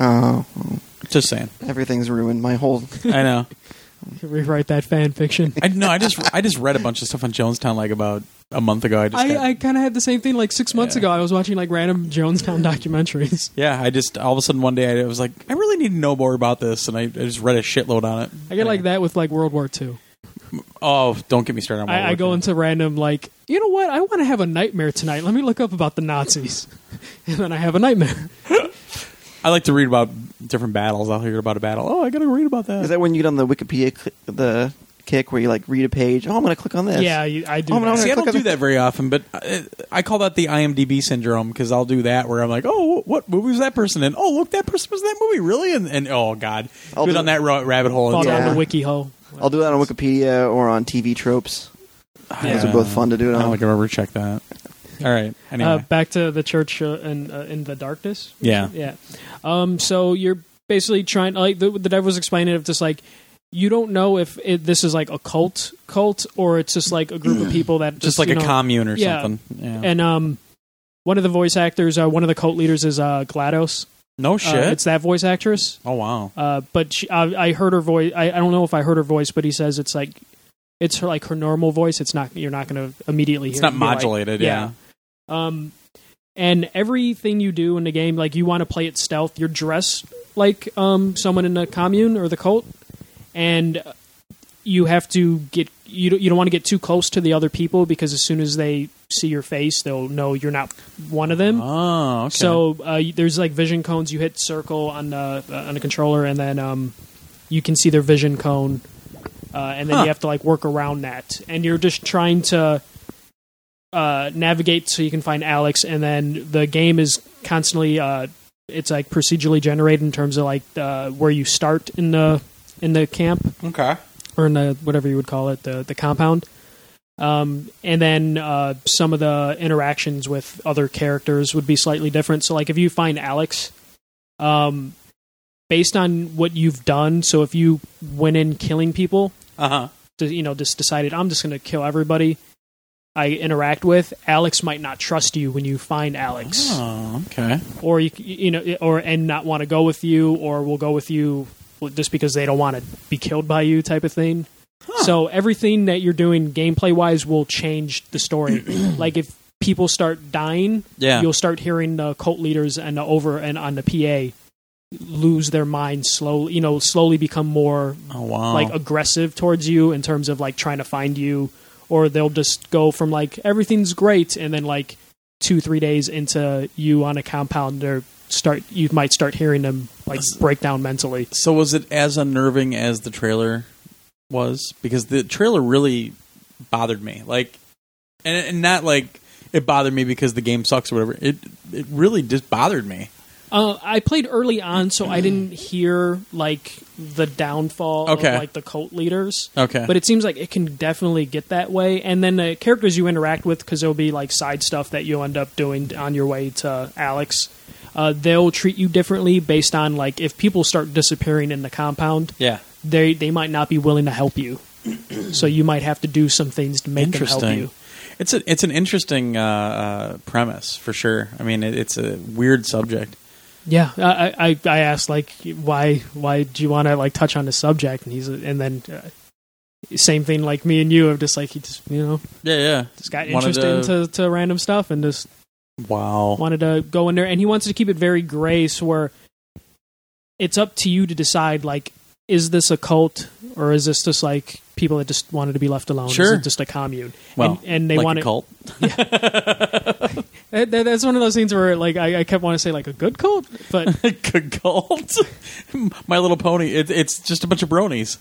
B: Oh,
A: Just saying.
B: everything's ruined. My whole
A: I know.
C: Rewrite that fan fiction.
A: I no. I just I just read a bunch of stuff on Jonestown like about a month ago. I just
C: I,
A: got-
C: I kind of had the same thing like six months
A: Yeah.
C: ago. I was watching like random Jonestown documentaries.
A: yeah. I just all of a sudden one day I was like, I really need to know more about this, and I, I just read a shitload on it.
C: I get like that with like World War II.
A: Oh, don't get me started on. World
C: I, I
A: War
C: go
A: II.
C: into random like, you know what? I want to have a nightmare tonight. Let me look up about the Nazis, and then I have a nightmare.
A: I like to read about different battles. I'll hear about a battle. Oh, I got to read about that.
B: is that when you get on the Wikipedia cl- the kick where you like read a page? Oh, I'm gonna click on this.
C: Yeah, you, I do.
B: Oh, no,
C: that.
A: See, I
B: Click
A: don't
B: on
A: do
B: the-
A: that very often, but I, I call that the IMDb syndrome because I'll do that where I'm like, oh, what movie was that person in? Oh, look, that person was in that movie, really? And, and oh, God.
B: I'll
A: Go
B: do-
A: down that ra- rabbit hole.
C: Fall
A: and-
C: down
B: Yeah.
C: the wiki hole.
B: I'll do that on Wikipedia or on TV tropes. Those
A: Yeah.
B: are both fun to do it
A: I don't
B: on.
A: think I've ever checked that. All right. Anyway.
C: Uh, back to the church uh, in, uh, in the darkness.
A: yeah.
C: Yeah. Um. So you're basically trying like the, the dev was explaining it just like you don't know if it, this is like a cult cult or it's just like a group of people that
A: Hmm. Just like
C: you
A: a
C: know-
A: commune or
C: yeah.
A: something. Yeah.
C: And um, one of the voice actors, uh, one of the cult leaders is uh Glados.
A: no
C: Uh,
A: shit.
C: it's that voice actress.
A: oh, wow.
C: Uh, but she, I, I heard her voice. I, I don't know if I heard her voice, but he says it's like it's her like her normal voice. It's not you're not going to immediately.
A: It's
C: hear it
A: not
C: and be like-
A: modulated. yeah.
C: um, and everything you do in the game, like you want to play it stealth, you're dressed like um, someone in the commune or the cult, and uh, you have to get you don't, you don't want to get too close to the other people because as soon as they see your face, they'll know you're not one of them.
A: Oh, okay.
C: So uh, y- there's like vision cones. You hit circle on the uh, on the controller, and then um, you can see their vision cone, uh, and then
A: Huh.
C: you have to like work around that. And you're just trying to uh, navigate so you can find Alex. And then the game is constantly uh, it's like procedurally generated in terms of like uh, where you start in the in the camp
A: okay.
C: or in the whatever you would call it, the the compound. Um, and then uh, some of the interactions with other characters would be slightly different. So, like if you find Alex, um, based on what you've done, so if you went in killing people,
A: Uh huh.
C: to, you know, just decided I'm just going to kill everybody. I interact with, Alex might not trust you when you find Alex,
A: Oh, okay.
C: or you, you know, or and not want to go with you, or will go with you just because they don't want to be killed by you, type of thing. So everything that you're doing gameplay wise will change the story. like if people start dying,
A: Yeah.
C: you'll start hearing the cult leaders and the over and on the PA lose their minds slowly, you know, slowly become more
A: Oh wow.
C: like aggressive towards you in terms of like trying to find you or they'll just go from like everything's great and then like 2 3 days into you on a compound or start you might start hearing them like break down mentally.
A: so was it as unnerving as the trailer was? Because the trailer really bothered me. Like, and, and not like it bothered me because the game sucks or whatever. It it really just bothered me.
C: Uh, I played early on, so I didn't hear like the downfall
A: Okay.
C: of like the cult leaders.
A: Okay.
C: But it seems like it can definitely get that way. And then the characters you interact with, because there'll be like side stuff that you'll end up doing on your way to Alex. Uh, they'll treat you differently based on like if people start disappearing in the compound,
A: yeah.
C: they they might not be willing to help you. so you might have to do some things to make them help
A: Interesting.
C: you.
A: It's a, it's an interesting uh, uh, premise for sure. I mean, it, it's a weird subject.
C: Yeah, I, I I asked like why why do you want to like touch on the subject and he's and then uh, same thing like me and you of just like he just you know
A: Yeah, yeah.
C: just got
A: Wanted
C: interested into to random stuff and just
A: wow.
C: wanted to go in there and he wants to keep it very gray so where it's up to you to decide like is this a cult or is this just like people that just wanted to be left alone
A: Sure.
C: is it just a commune
A: Well,
C: and, and they
A: like
C: want
A: a
C: it
A: cult.
C: that- that- that's one of those things where like I, I kept wanting to say like a good cult but
A: Good cult. My Little Pony. It, it's just a bunch of bronies.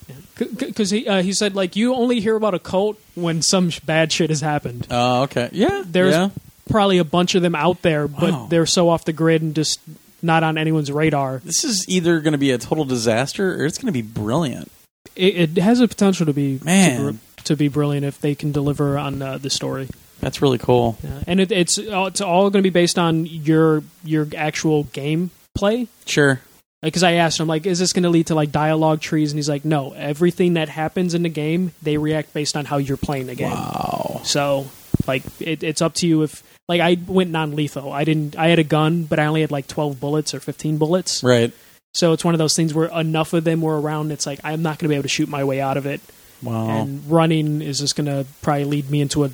C: because he uh, he said like you only hear about a cult when some sh- bad shit has happened.
A: Oh, okay. Yeah.
C: There's
A: yeah. Oh.
C: probably a bunch of them out there, but
A: Wow.
C: they're so off the grid and just not on anyone's radar.
A: This is either going to be a total disaster or it's going to be brilliant.
C: It, it has a potential to be
A: Man.
C: To, br- to be brilliant if they can deliver on uh, the story.
A: That's really cool.
C: Yeah. And it, it's all- it's all going to be based on your your actual gameplay.
A: Sure.
C: Because I asked him, like, is this going to lead to like dialogue trees? And he's like, no. Everything that happens in the game, they react based on how you're playing the game.
A: Wow.
C: So, like, it, it's up to you if. Like, I went non lethal. I didn't. I had a gun, but I only had like 12 bullets or 15 bullets.
A: Right.
C: So it's one of those things where enough of them were around. It's like, I'm not going to be able to shoot my way out of it.
A: Wow.
C: And running is just going to probably lead me into a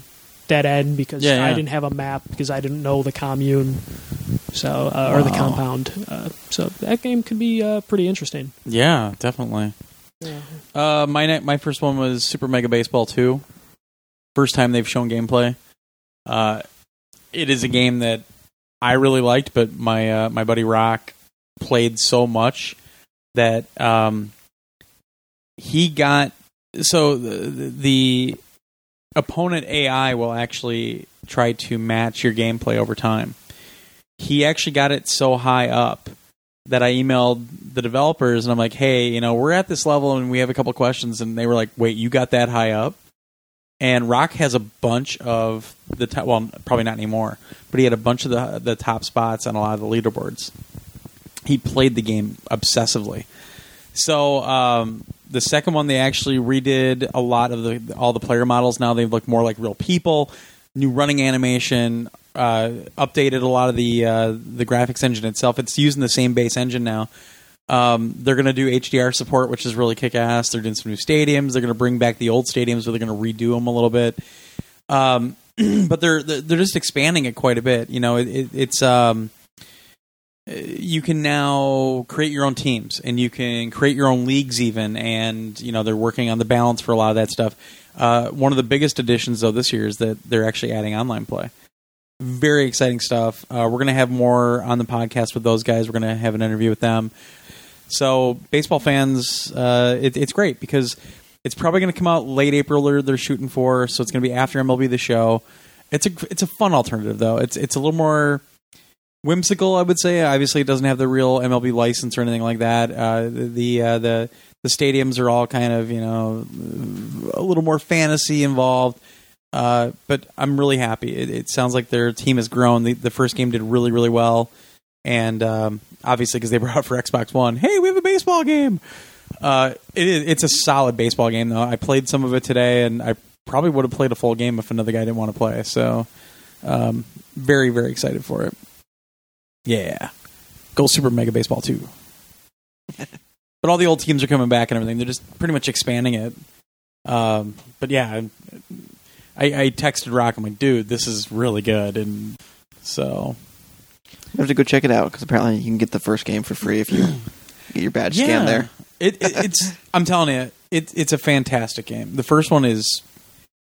C: dead end because
A: Yeah,
C: I
A: yeah.
C: didn't have a map because I didn't know the commune. So, uh, or the
A: Wow.
C: compound. Uh, so that game could be uh, pretty interesting.
A: yeah, definitely. Uh, my ne- my first one was Super Mega Baseball 2. First time they've shown gameplay. Uh, it is a game that I really liked, but my uh, my buddy Rock played so much that um, he got so the, the opponent AI will actually try to match your gameplay over time. He actually got it so high up that I emailed the developers and I'm like, hey, you know, we're at this level and we have a couple questions. And they were like, wait, you got that high up? And Rock has a bunch of the top, well, probably not anymore, but he had a bunch of the the top spots on a lot of the leaderboards. He played the game obsessively. So um, the second one, they actually redid a lot of the all the player models. Now they look more like real people. New running animation, uh, updated a lot of the uh, the graphics engine itself. It's using the same base engine now. Um, they're going to do HDR support, which is really kick ass. They're doing some new stadiums. They're going to bring back the old stadiums, but they're going to redo them a little bit. Um, but they're they're they're just expanding it quite a bit. You know, it, it, it's um, you can now create your own teams and you can create your own leagues even and you know they're working on the balance for a lot of that stuff uh, one of the biggest additions though this year is that they're actually adding online play very exciting stuff uh, we're going to have more on the podcast with those guys we're going to have an interview with them so baseball fans uh, it, it's great because it's probably going to come out late april or they're shooting for so it's going to be after mlb the show it's a it's a fun alternative though it's it's a little more whimsical, I would say. Obviously, it doesn't have the real MLB license or anything like that. Uh, the the, uh, the the stadiums are all kind of you know a little more fantasy involved. Uh, but I'm really happy. It, it sounds like their team has grown. The, the first game did really really well, and um, obviously because they brought out for Xbox One, hey, we have a baseball game. Uh, it is, it's a solid baseball game though. I played some of it today, and I probably would have played a full game if another guy didn't want to play. So, um, very very excited for it. Yeah, go Super Mega Baseball too. but all the old teams are coming back and everything. They're just pretty much expanding it. Um, but yeah, I, I texted Rock. I'm like, dude, this is really good, and so
B: You have to go check it out because apparently you can get the first game for free if you get your badge scanned there.
A: It, it, it's I'm telling you, it, it's a fantastic game. The first one is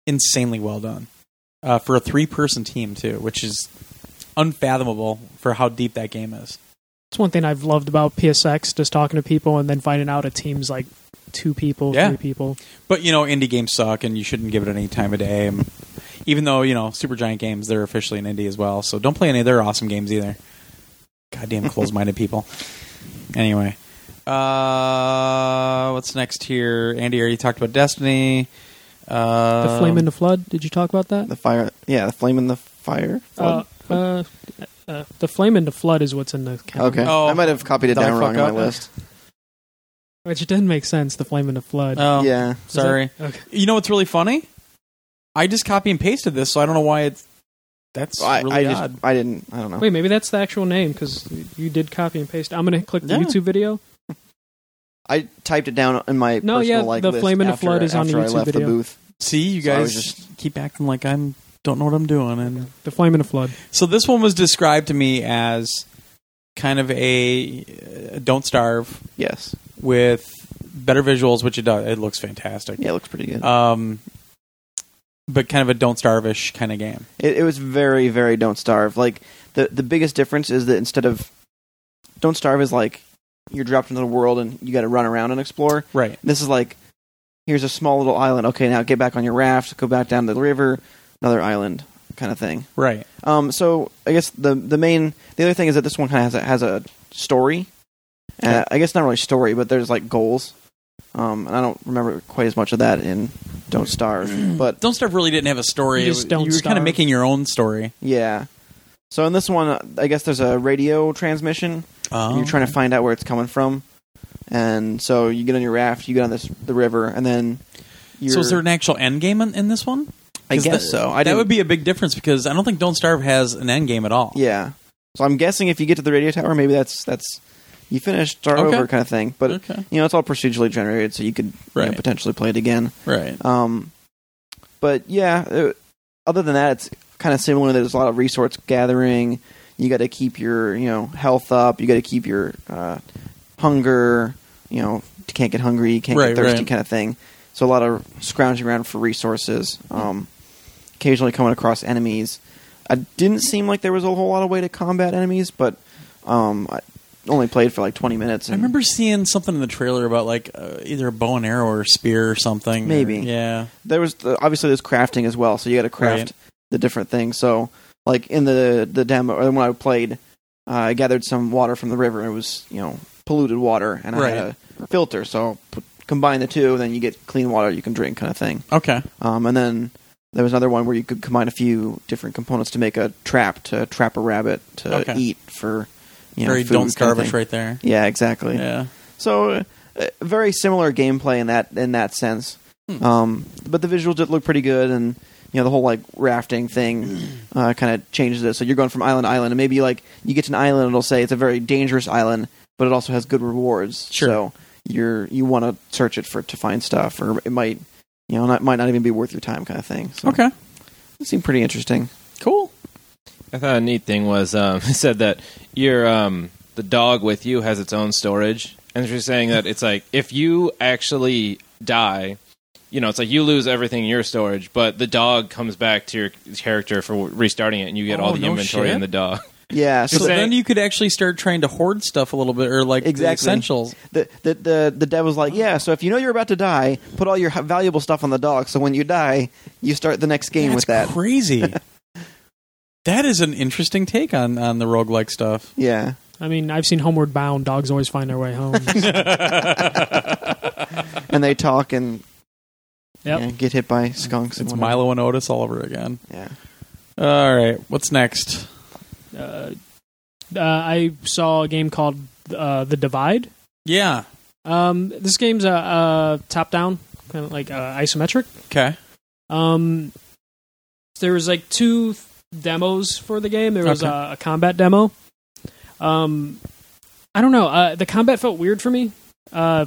A: insanely well done uh, for a three person team too, which is unfathomable for how deep that game is.
C: It's one thing I've loved about PSX, just talking to people and then finding out a team's like two people,
A: Yeah.
C: three people.
A: But you know, indie games suck, and you shouldn't give it any time of day. And even though you know, Super Giant Games they're officially an indie as well, so don't play any of their awesome games either. Goddamn, close-minded people. Anyway, uh, what's next here? Andy already talked about Destiny. Uh,
C: The Flame in the Flood. Did you talk about that?
B: The fire, yeah, the flame in the fire. Flood?
C: Uh, uh, uh, the Flame in the Flood is what's in the calendar.
B: okay,
A: Oh.
B: I might have copied it
A: Did I
B: down wrong on
A: fuck
B: my
A: up?
B: list.
C: Which didn't make sense, The Flame in the Flood.
A: Oh,
B: yeah,
C: Is that-
A: sorry.
C: okay.
A: You know what's really funny? I just copy and pasted this, so I don't know why it's. That's
B: I,
A: really
B: I just,
A: odd.
B: I didn't, I don't know.
C: Wait, maybe that's the actual name because you did copy and paste. I'm going to click the
B: Yeah.
C: YouTube video.
B: I typed it down in my
C: No,
B: personal
C: yeah,
B: like
C: the
B: list
C: Flame in the
B: after,
C: Flood is on the
B: after I
C: YouTube
B: left
C: video.
B: the booth.
A: See, you
B: So I
A: guys
B: was
A: just keep acting like I'm don't know what I'm doing, and
C: The Flame in the Flood.
A: So this one was described to me as kind of a uh, don't starve
B: Yes,
A: with better visuals, which it does. It looks fantastic.
B: yeah, it looks pretty good.
A: Um, but kind of a don't starve-ish kind of game.
B: It, it was very, very Don't Starve. Like the the biggest difference is that instead of Don't Starve is like you're dropped into the world and you got to run around and explore.
A: Right.
B: This is like here's a small little island. Okay, now get back on your raft, go back down the river, another island kind of thing.
A: Right.
B: Um, so I guess the the main the other thing is that this one kind of has a, has a story. Uh, I guess not really story, but there's like goals. Um, and I don't remember quite as much of that in Don't Starve, but
A: Don't starve really didn't have a story.
C: You just
A: It was-
C: don't
A: you were kind of
C: starve.
A: making your own story.
B: Yeah. So in this one, uh, I guess there's a radio transmission. and You're
A: Oh.
B: trying to find out where it's coming from, and so you get on your raft, you get on this the river, and then you're,
A: So is there an actual end game in, in this one?
B: I
A: 'Cause
B: guess
A: that-
B: so. I
A: that
B: didn't-
A: would be a big difference because I don't think Don't Starve has an end game at all.
B: yeah. So I'm guessing if you get to the radio tower, maybe that's that's you finish, start
A: Okay.
B: over kind of thing. But
A: Okay.
B: you know, it's all procedurally generated, so you could you know,
A: Right.
B: potentially play it again.
A: Right.
B: Um, but yeah, uh other than that, it's kind of similar. There's a lot of resource gathering. You got to keep your you know health up. You got to keep your uh, hunger. You know, you can't get hungry. You can't
A: Right,
B: get thirsty,
A: right.
B: kind of thing. So a lot of scrounging around for resources. Um, occasionally coming across enemies. I didn't seem like there was a whole lot of way to combat enemies, but um, I only played for like 20 minutes.
A: I
B: and-
A: remember seeing something in the trailer about like uh, either a bow and arrow or a spear or something.
B: Maybe.
A: yeah.
B: there was the, obviously there's crafting as well, so you got to craft
A: Right.
B: the different things. So like in the the demo or when I played, uh, I gathered some water from the river. It was you know polluted water, and I had a filter. So put, combine the two, then you get clean water you can drink, kind of thing.
A: Okay.
B: Um, and then there was another one where you could combine a few different components to make a trap to trap a rabbit to
A: Okay.
B: eat for you know
A: Very
B: food
A: don't
B: kind of
A: starve us
B: thing.
A: right there.
B: Yeah, exactly.
A: Yeah.
B: So uh, very similar gameplay in that in that sense.
A: Hmm.
B: Um, but the visuals did look pretty good, and you know the whole like rafting thing uh, kind of changes it. So you're going from island to island, and maybe like you get to an island, it'll say it's a very dangerous island, but it also has good rewards.
A: Sure.
B: So you're you want to search it for to find stuff, or it might you know not, might not even be worth your time, kind of thing. So
A: Okay.
B: it seemed pretty interesting.
A: Cool.
D: I thought a neat thing was um, it said that your um, the dog with you has its own storage, and she's saying that it's like if you actually die, you know, it's like you lose everything in your storage, but the dog comes back to your character for restarting it, and you get all
A: Oh,
D: the
A: no
D: inventory
A: shit.
D: in the dog.
B: Yeah.
A: So
B: So
D: Just saying-
A: then you could actually start trying to hoard stuff a little bit, or like the
B: Exactly.
A: essentials.
B: the, the the the devil's like, yeah. So if you know you're about to die, put all your h- valuable stuff on the dog. So when you die, you start the next game
A: That's
B: with that.
A: crazy. that is an interesting take on on the roguelike stuff.
B: yeah,
C: I mean, I've seen Homeward Bound. Dogs always find their way home. yep.
B: and they talk and yeah, get hit by skunks.
A: It's
B: and whatnot.
A: Milo and Otis all over again.
B: Yeah,
A: All right. What's next?
C: Uh, uh, I saw a game called uh, The Divide.
A: Yeah.
C: Um, this game's a uh, top down, kind of like uh, isometric.
A: Okay.
C: Um, there was like two th- demos for the game. There was
A: Okay.
C: uh a combat demo. Um, I don't know. Uh, the combat felt weird for me. Uh,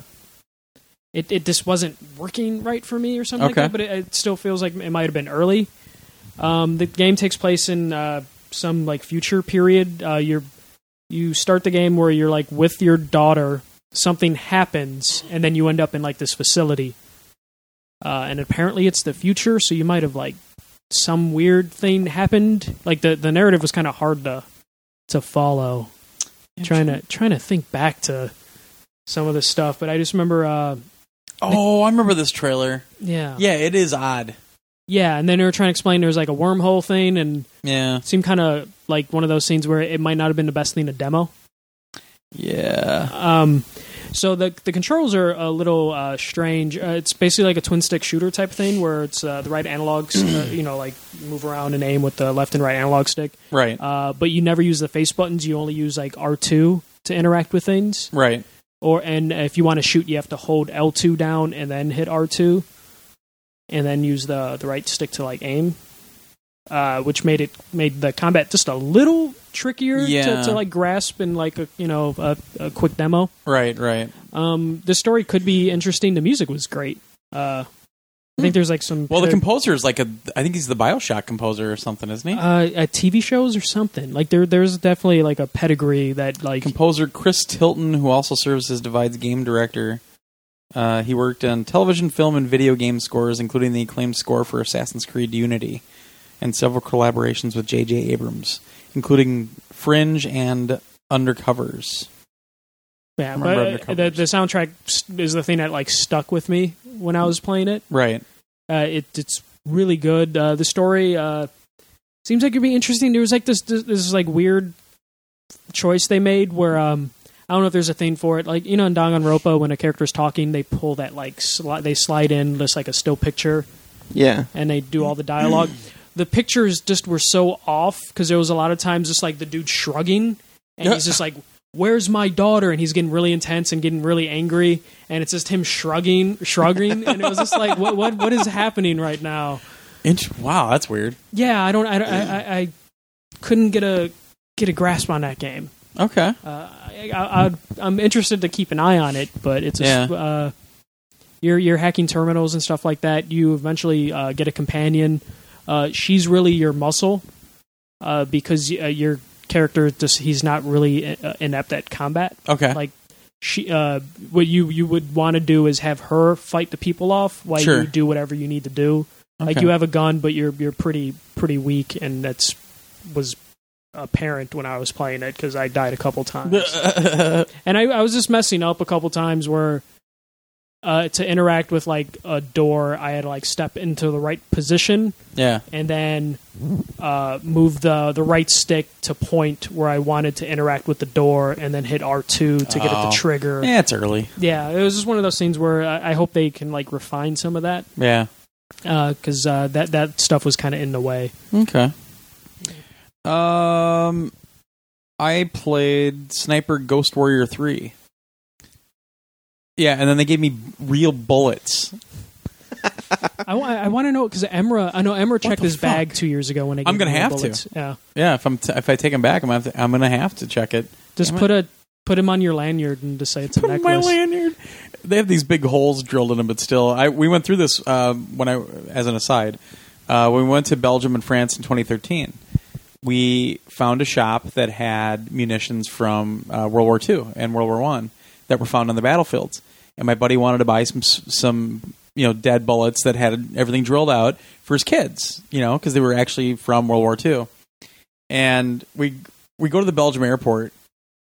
C: it it just wasn't working right for me or something.
A: Okay.
C: Like that, but it, it still feels like it might have been early. Um, the game takes place in uh, some like future period. Uh, you're you start the game where you're like with your daughter. Something happens, and then you end up in like this facility. Uh, and apparently, it's the future, so you might have like some weird thing happened. Like the, the narrative was kind of hard to to follow. Trying to trying to think back to some of this stuff, but I just remember, uh,
A: Oh, I remember this trailer.
C: yeah,
A: Yeah, it is odd.
C: yeah. And then they were trying to explain there was like a wormhole thing, and
A: Yeah,
C: it seemed kind of like one of those scenes where it might not have been the best thing to demo.
A: yeah.
C: Um, so the the controls are a little uh, strange. Uh, it's basically like a twin stick shooter type thing where it's uh, the right analog, s- uh, you know, like move around and aim with the left and right analog stick.
A: Right,
C: Uh, but you never use the face buttons. You only use like R two to interact with things.
A: right.
C: Or and if you want to shoot, you have to hold L two down and then hit R two, and then use the the right stick to like aim. Uh, which made it made the combat just a little trickier
A: Yeah.
C: to, to like grasp in like a you know a, a quick demo.
A: Right, right.
C: Um, the story could be interesting. The music was great. Uh, I think there's like some
A: Well, the
C: uh,
A: composer is like a. I think he's the Bioshock composer or something, isn't he?
C: uh, uh, TV shows or something. Like there, there's definitely like a pedigree that like
A: composer Chris Tilton, who also serves as Divide's game director. Uh, he worked on television, film, and video game scores, including the acclaimed score for Assassin's Creed Unity, and several collaborations with J.J. Abrams, including Fringe and Undercovers.
C: yeah.
A: remember
C: But uh, the,
A: Undercovers.
C: the soundtrack s- is the thing that like stuck with me when I was playing it.
A: Right.
C: Uh, it it's really good. Uh, the story uh, seems like it'd be interesting. There was like this this, this like weird choice they made where um I don't know if there's a thing for it. Like you know in Danganronpa when a character's talking, they pull that like sli- they slide in just like a still picture
B: Yeah.
C: and they do all the dialogue. the pictures just were so off because there was a lot of times just like the dude shrugging and he's just like, "Where's my daughter?" and he's getting really intense and getting really angry, and it's just him shrugging, shrugging, and it was just like, "What, what, what is happening right now?"
A: Int- wow, that's weird.
C: Yeah, I don't, I, don't- I, I, I couldn't get a get a grasp on that game.
A: Okay.
C: Uh, I, I, I'd- I'm interested to keep an eye on it, but it's a,
A: Yeah.
C: uh, you're you're hacking terminals and stuff like that. You eventually uh, get a companion. Uh, she's really your muscle uh, because uh, your character just he's not really uh, inept at combat.
A: Okay.
C: Like she, uh, what you you would want to do is have her fight the people off while
A: Sure.
C: you do whatever you need to do. Like
A: Okay.
C: you have a gun, but you're you're pretty pretty weak, and that's was apparent when I was playing it because I died a couple times and I, I was just messing up a couple times where uh, to interact with like a door, I had to like step into the right position
A: yeah.
C: and then uh, move the the right stick to point where I wanted to interact with the door, and then hit R two to get at
A: Oh.
C: the trigger. Yeah.
A: Yeah, it's early.
C: it was just one of those things where I, I hope they can like refine some of that
A: Yeah.
C: because uh, that that stuff was kind of in the way.
A: Okay. Um, I played Sniper Ghost Warrior Three. Yeah, and then they gave me real bullets.
C: I, wa- I want to know because Emra, I know Emra checked
A: the
C: his bag
A: fuck?
C: two years ago when I gave
A: I'm gonna
C: him the
A: have to.
C: bullets. Yeah,
A: Yeah, if I'm t- if I take them back, I'm gonna have to, I'm gonna have to check it.
C: just
A: Damn it.
C: put a put him on your lanyard and just say it's a
A: Put
C: necklace.
A: my lanyard. They have these big holes drilled in them, but still, I we went through this uh, when I as an aside. Uh, when we went to Belgium and France in 2013, we found a shop that had munitions from uh, World War II and World War One that were found on the battlefields. And my buddy wanted to buy some some you know dead bullets that had everything drilled out for his kids, you know, because they were actually from World War II. And we we go to the Belgium airport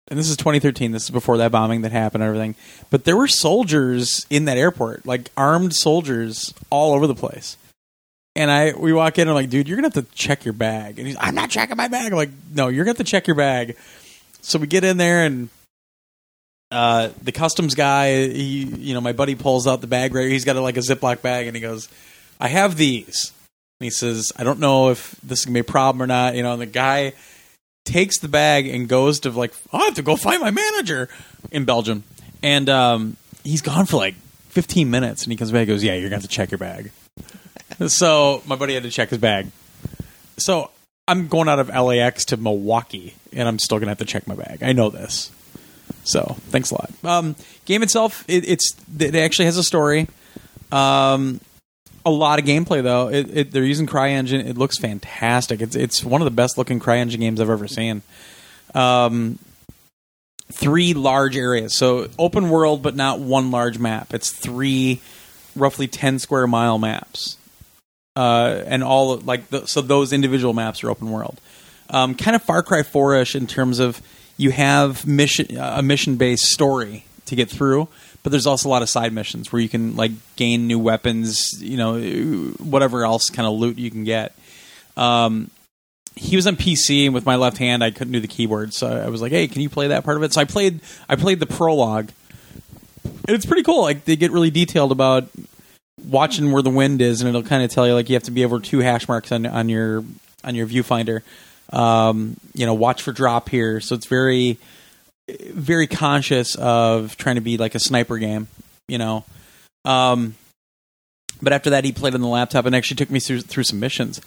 A: and this is 2013 this is before that bombing that happened and everything but there were soldiers in that airport like armed soldiers all over the place and i we walk in and i'm like dude you're gonna have to check your bag and he's i'm not checking my bag i'm like no you're gonna have to check your bag so we get in there and uh, the customs guy he you know my buddy pulls out the bag right he's got like a ziploc bag and he goes i have these and he says i don't know if this is gonna be a problem or not you know and the guy takes the bag and goes to like "Oh, I have to go find my manager in Belgium, and um, he's gone for like 15 minutes, and he comes back and goes, "Yeah, you're gonna have to check your bag." So my buddy had to check his bag. So I'm going out of LAX to Milwaukee, and I'm still gonna have to check my bag. I know this. So thanks a lot. Um, game itself, it, it's it actually has a story. Um, a lot of gameplay though. It, it, they're using CryEngine. It looks fantastic. It's it's one of the best looking CryEngine games I've ever seen. Um, three large areas. So open world, but not one large map. It's three roughly ten square mile maps, uh, and all like the, so those individual maps are open world. Um, kind of Far Cry Four ish in terms of you have mission uh, a mission based story to get through, but there's also a lot of side missions where you can like gain new weapons, you know, whatever else kind of loot you can get Um, he was on PC, and with my left hand, I couldn't do the keyboard, so I was like, "Hey, can you play that part of it?" So I played, I played the prologue, and it's pretty cool. Like they get really detailed about watching where the wind is, and it'll kind of tell you like you have to be over two hash marks on on your on your viewfinder. Um, you know, watch for drop here. So it's very very conscious of trying to be like a sniper game. You know. Um, but after that, he played on the laptop and actually took me through through some missions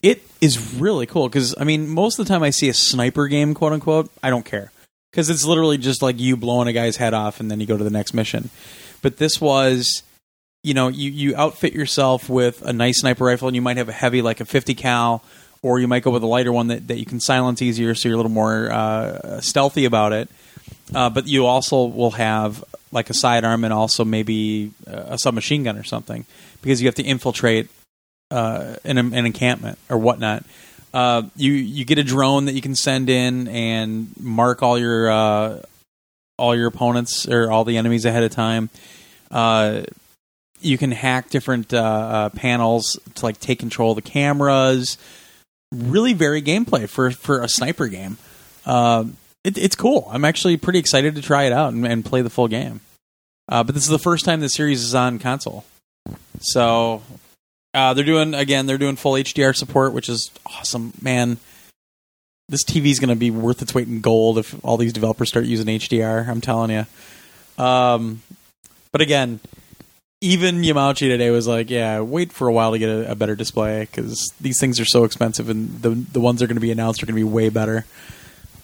A: it is really cool because I mean, most of the time I see a sniper game, quote unquote, I don't care because it's literally just like you blowing a guy's head off and then you go to the next mission. But this was, you know, you you outfit yourself with a nice sniper rifle and you might have a heavy like a fifty cal, or you might go with a lighter one that that you can silence easier, so you're a little more uh, stealthy about it. Uh, but you also will have like a sidearm and also maybe uh, a a submachine gun or something because you have to infiltrate uh, an, an encampment or whatnot. Uh, you you get a drone that you can send in and mark all your uh, all your opponents or all the enemies ahead of time. Uh, you can hack different uh, uh, panels to like take control of the cameras. Really, very gameplay for for a sniper game. Uh, it, it's cool. I'm actually pretty excited to try it out and, and play the full game. Uh, but this is the first time the series is on console, so uh, they're doing again. They're doing full HDR support, which is awesome, man. This TV is going to be worth its weight in gold if all these developers start using HDR. I'm telling you. Um, but again, even Yamauchi today was like, "Yeah, wait for a while to get a, a better display because these things are so expensive, and the the ones that are going to be announced are going to be way better."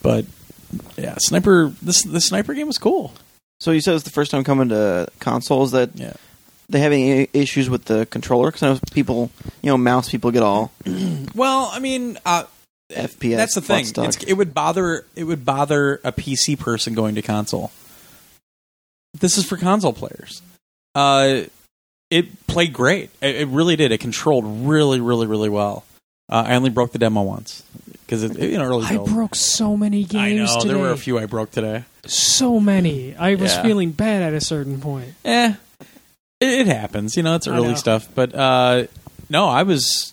A: But yeah, sniper. This the sniper game was cool.
B: So you said it's the first time coming to consoles that
A: Yeah.
B: they have any issues with the controller because I know people, you know, mouse people get all
A: Well, I mean, uh,
B: FPS.
A: That's the thing.
B: butt
A: It's,
B: stuck.
A: it would bother it would bother a PC person going to console. This is for console players. Uh, it played great. It, it really did. It controlled really, really, really well. Uh, I only broke the demo once because it, it, you know early.
C: I
A: build.
C: broke so many
A: I
C: games
A: know
C: today.
A: there were a few I broke today.
C: So many. I was
A: Yeah.
C: feeling bad at a certain point.
A: Eh, it, it happens. You know, it's
C: I
A: early
C: know.
A: stuff. But uh, no, I was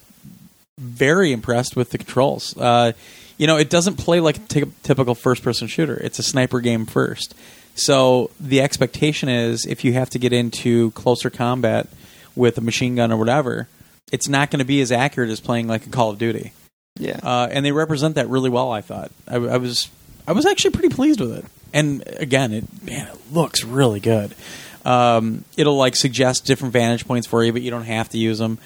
A: very impressed with the controls. Uh, you know, it doesn't play like a ty- typical first-person shooter. It's a sniper game first. So the expectation is, if you have to get into closer combat with a machine gun or whatever, it's not going to be as accurate as playing like a Call of Duty.
B: yeah.
A: Uh, and they represent that really well. I thought I, I was I was actually pretty pleased with it. And again, it man, it looks really good. Um, it'll like suggest different vantage points for you, but you don't have to use them.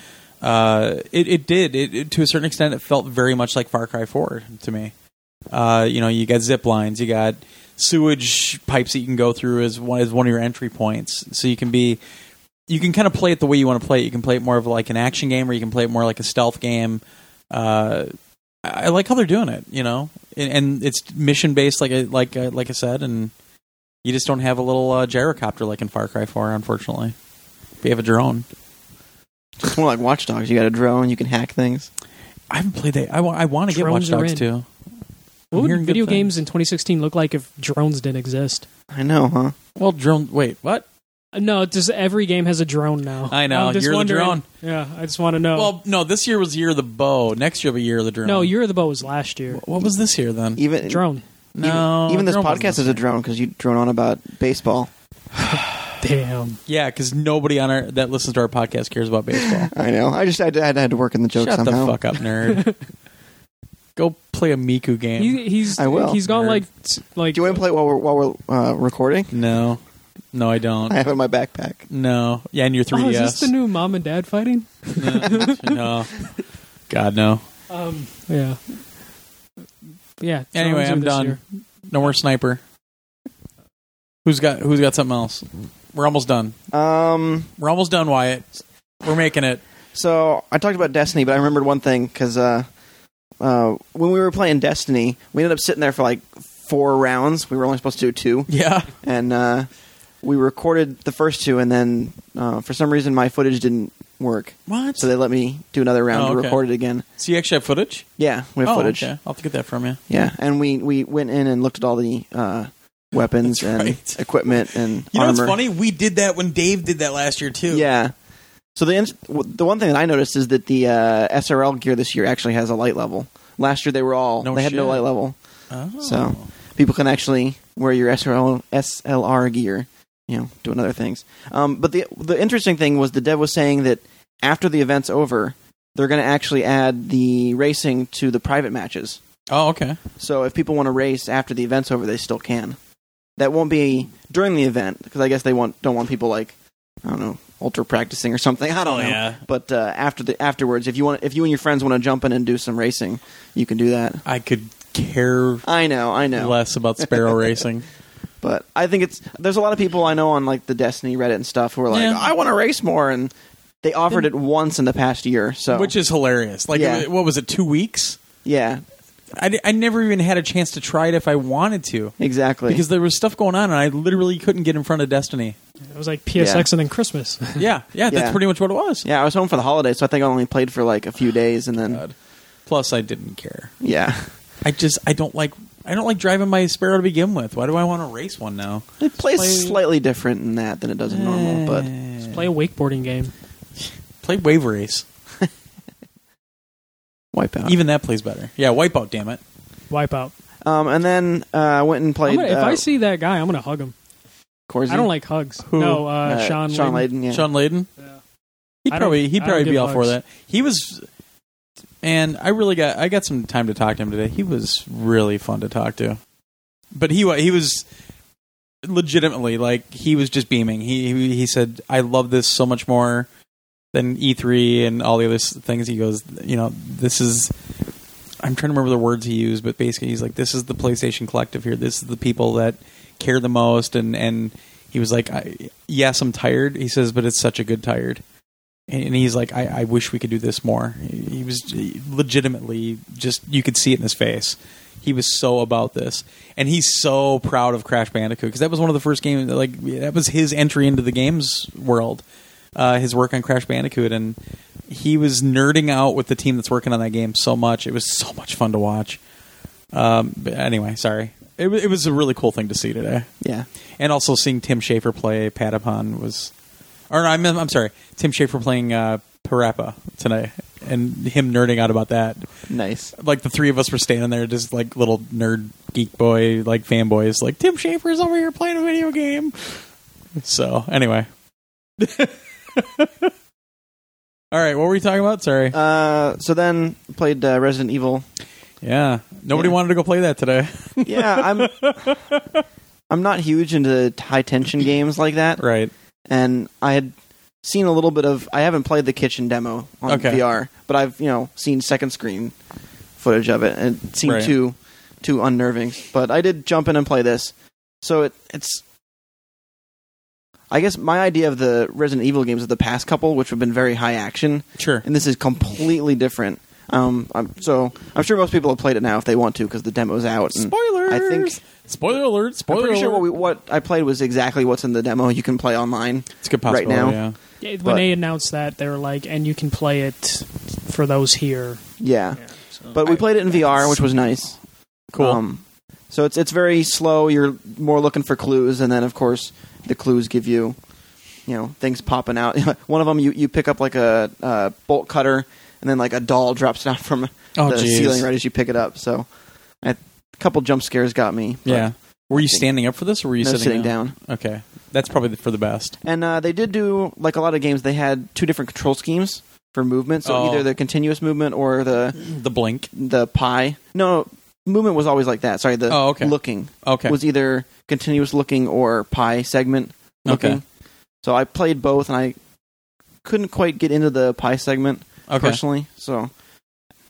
A: Uh, it, it did it, it- to a certain extent. It felt very much like Far Cry Four to me. Uh, you know, you got zip lines, you got sewage pipes that you can go through as one as one of your entry points, so you can be. You can kind of play it the way you want to play it. You can play it more of like an action game, or you can play it more like a stealth game. Uh, I I like how they're doing it, you know, and, and it's mission based, like I like I like I said, and you just don't have a little uh, gyrocopter like in Far Cry Four, unfortunately. But you have a drone.
B: It's more like Watch Dogs. You got a drone. You can hack things.
A: I haven't played that. I want to get Watch
C: Drones are
A: Dogs
C: in.
A: too. I'm
C: What would
A: hearing good
C: video
A: things.
C: games in 2016 look like if drones didn't exist?
B: I know, huh?
A: Well, drone. Wait, what?
C: Uh, No, just every game has a drone now.
A: I know,
C: I'm just
A: you're the
C: wondering-
A: drone.
C: Yeah, I just want to know.
A: Well, no. This year was the year of the bow. Next year will be year of the drone.
C: Oh. no, Year of the Bow was last year.
A: What was this year then?
B: Even
C: Drone.
A: no.
B: even, even this
A: drone wasn't
B: podcast is a drone because you drone on about baseball.
C: Damn.
A: Yeah, because nobody on our that listens to our podcast cares about baseball.
B: I know. I just I, I had to work in the joke
A: Shut
B: somehow.
A: the fuck up, nerd. Go play a Miku game.
C: He, he's
B: I will.
C: he's gone
A: Nerd.
C: like t- like
B: Do you want to play it while we're while we're uh, recording?
A: no. No, I don't.
B: I have it in my backpack.
A: No. Yeah, and your 3DS.
C: Oh, is this the new mom and dad fighting?
A: no. God, no.
C: Um, Yeah. Yeah. so
A: Anyway,
C: those are
A: I'm
C: this
A: done.
C: year.
A: No more sniper. Who's got Who's got something else? We're almost done.
B: Um,
A: We're almost done, Wyatt. We're making it.
B: so I talked about Destiny, but I remembered one thing because uh, uh, when we were playing Destiny, we ended up sitting there for like four rounds. We were only supposed to do two,
A: Yeah.
B: and uh, we recorded the first two, and then uh, for some reason my footage didn't work,
A: What?
B: so they let me do another round
A: Oh,
B: to
A: okay.
B: record it again.
A: So you actually have footage?
B: Yeah, we have
A: oh,
B: footage.
A: okay. I'll have to get that from you.
B: Yeah, and we we went in and looked at all the uh, weapons
A: That's
B: and
A: right.
B: equipment and
A: You know
B: armor.
A: what's funny? We did that when Dave did that last year too.
B: Yeah. So the ins- w- the one thing that I noticed is that the uh, SRL gear this year actually has a light level. Last year they were all
A: No
B: they had no
A: shit.
B: light level,
A: Oh.
B: so people can actually wear your SRL SLR gear, you know, doing other things. Um, but the the interesting thing was the dev was saying that after the event's over, they're going to actually add the racing to the private matches.
A: Oh, okay.
B: So if people want to race after the event's over, they still can. That won't be during the event because I guess they want don't want people like I don't know ultra practicing or something. I don't
A: Oh,
B: know.
A: yeah.
B: But uh, after the afterwards, if you want, if you and your friends want to jump in and do some racing, you can do that.
A: I could care
B: I know, I know.
A: less about sparrow racing.
B: But I think it's there's a lot of people I know on like the Destiny Reddit and stuff who are like,
A: Yeah.
B: I want to race more, and they offered it once in the past year. So
A: Which is hilarious. Like,
B: Yeah.
A: what was it? Two weeks?
B: yeah,
A: I, di- I never even had a chance to try it if I wanted to
B: exactly.
A: because there was stuff going on and I literally couldn't get in front of Destiny.
C: It was like PSX and then Christmas.
A: Yeah, yeah, that's
B: Yeah.
A: pretty much what it was.
B: yeah, I was home for the holidays, so I think I only played for like a few days, and then
A: God. Plus, I didn't care.
B: yeah.
A: I just I don't like I don't like driving my Sparrow to begin with. Why do I want to race one now?
B: It plays
C: play-
B: slightly different in that than it does in normal, but
A: Eh.
C: Play a wakeboarding game.
A: play wave race.
B: Wipeout.
A: Even that plays better. Yeah, Wipeout. Damn it.
C: Wipeout.
B: um, and then uh, I went and
C: I'm
B: played.
C: gonna- if
B: uh,
C: I see that guy, I'm going to hug him.
B: Corsi.
C: I don't like hugs.
A: Who?
C: No, uh,
B: Uh,
C: Sean.
B: Sean
C: Layden.
B: Layden. yeah.
A: Sean Layden.
C: Yeah.
A: He'd
C: I don't-
A: probably he'd
C: I don't
A: probably be
C: give
A: all for
C: hugs.
A: that. He was, and I really got I got some time to talk to him today. He was really fun to talk to, but he wa- he was legitimately like he was just beaming. He he, he said, "I love this so much more than E3 and all the other s- things." He goes, "You know, this is." I'm trying to remember the words he used, but basically he's like, "This is the PlayStation Collective here. This is the people that care the most." And and he was like, I, "Yes, I'm tired." He says, "But it's such a good tired." And, and he's like, I, "I wish we could do this more." He, he was legitimately just you could see it in his face. He was so about this, and he's so proud of Crash Bandicoot because that was one of the first games. Like that was his entry into the games world. Uh, his work on Crash Bandicoot, and he was nerding out with the team that's working on that game so much. It was so much fun to watch. Um, but anyway, sorry. It, wa- it was a really cool thing to see today
B: Yeah.
A: and also seeing Tim Schafer play Patapon was, or no, I'm I'm sorry, Tim Schafer playing uh, Parappa tonight, and him nerding out about that.
B: Nice.
A: Like the three of us were standing there, just like little nerd geek boy, like fanboys, like Tim Schafer's over here playing a video game. So anyway, all right, what were we talking about? Sorry,
B: Uh, so then played uh, Resident Evil.
A: yeah, nobody
B: yeah.
A: wanted to go play that today,
B: Yeah, I'm. I'm not huge into high tension games like that,
A: right?
B: and I had seen a little bit of. I haven't played the kitchen demo on
A: Okay.
B: VR, but I've you know seen second screen footage of it, and it seemed
A: Right.
B: too too unnerving. But I did jump in and play this, so it it's. I guess my idea of the Resident Evil games of the past couple, which have been very high action,
A: Sure,
B: and this is completely different. Um, I'm, so I'm sure most people have played it now if they want to because the demo's out. And
A: spoilers.
B: I think
A: spoiler alert.
B: I'm
A: Spoiler
B: pretty sure
A: alert.
B: what, we, what I played was exactly what's in the demo. You can play online.
A: it's a good
B: right
A: possibility.
B: now.
A: yeah.
C: Yeah, when
B: But-
C: they announced that, they were like, and you can play it for those here.
B: Yeah,
C: Yeah, so-
B: but we played it in VR, which was nice.
A: Cool.
B: Um, so it's it's very slow. You're more looking for clues, and then of course the clues give you, you know, things popping out. One of them you, you pick up like a uh, bolt cutter, and then like a doll drops down from
A: Oh,
B: the
A: geez.
B: ceiling right as you pick it up. So a couple jump scares got me. but
A: Yeah. Were you
B: think-
A: standing up for this, or were you
B: no
A: sitting,
B: sitting down.
A: Okay, that's probably the- for the best.
B: And uh, they did do like a lot of games. They had two different control schemes for movement. So
A: Oh.
B: either the continuous movement or the
A: The blink.
B: the pie. No, movement was always like that. Sorry, the
A: Oh, okay.
B: looking
A: Okay.
B: was either continuous looking or pie segment. looking.
A: Okay.
B: So I played both, and I couldn't quite get into the pie segment
A: Okay.
B: personally. So,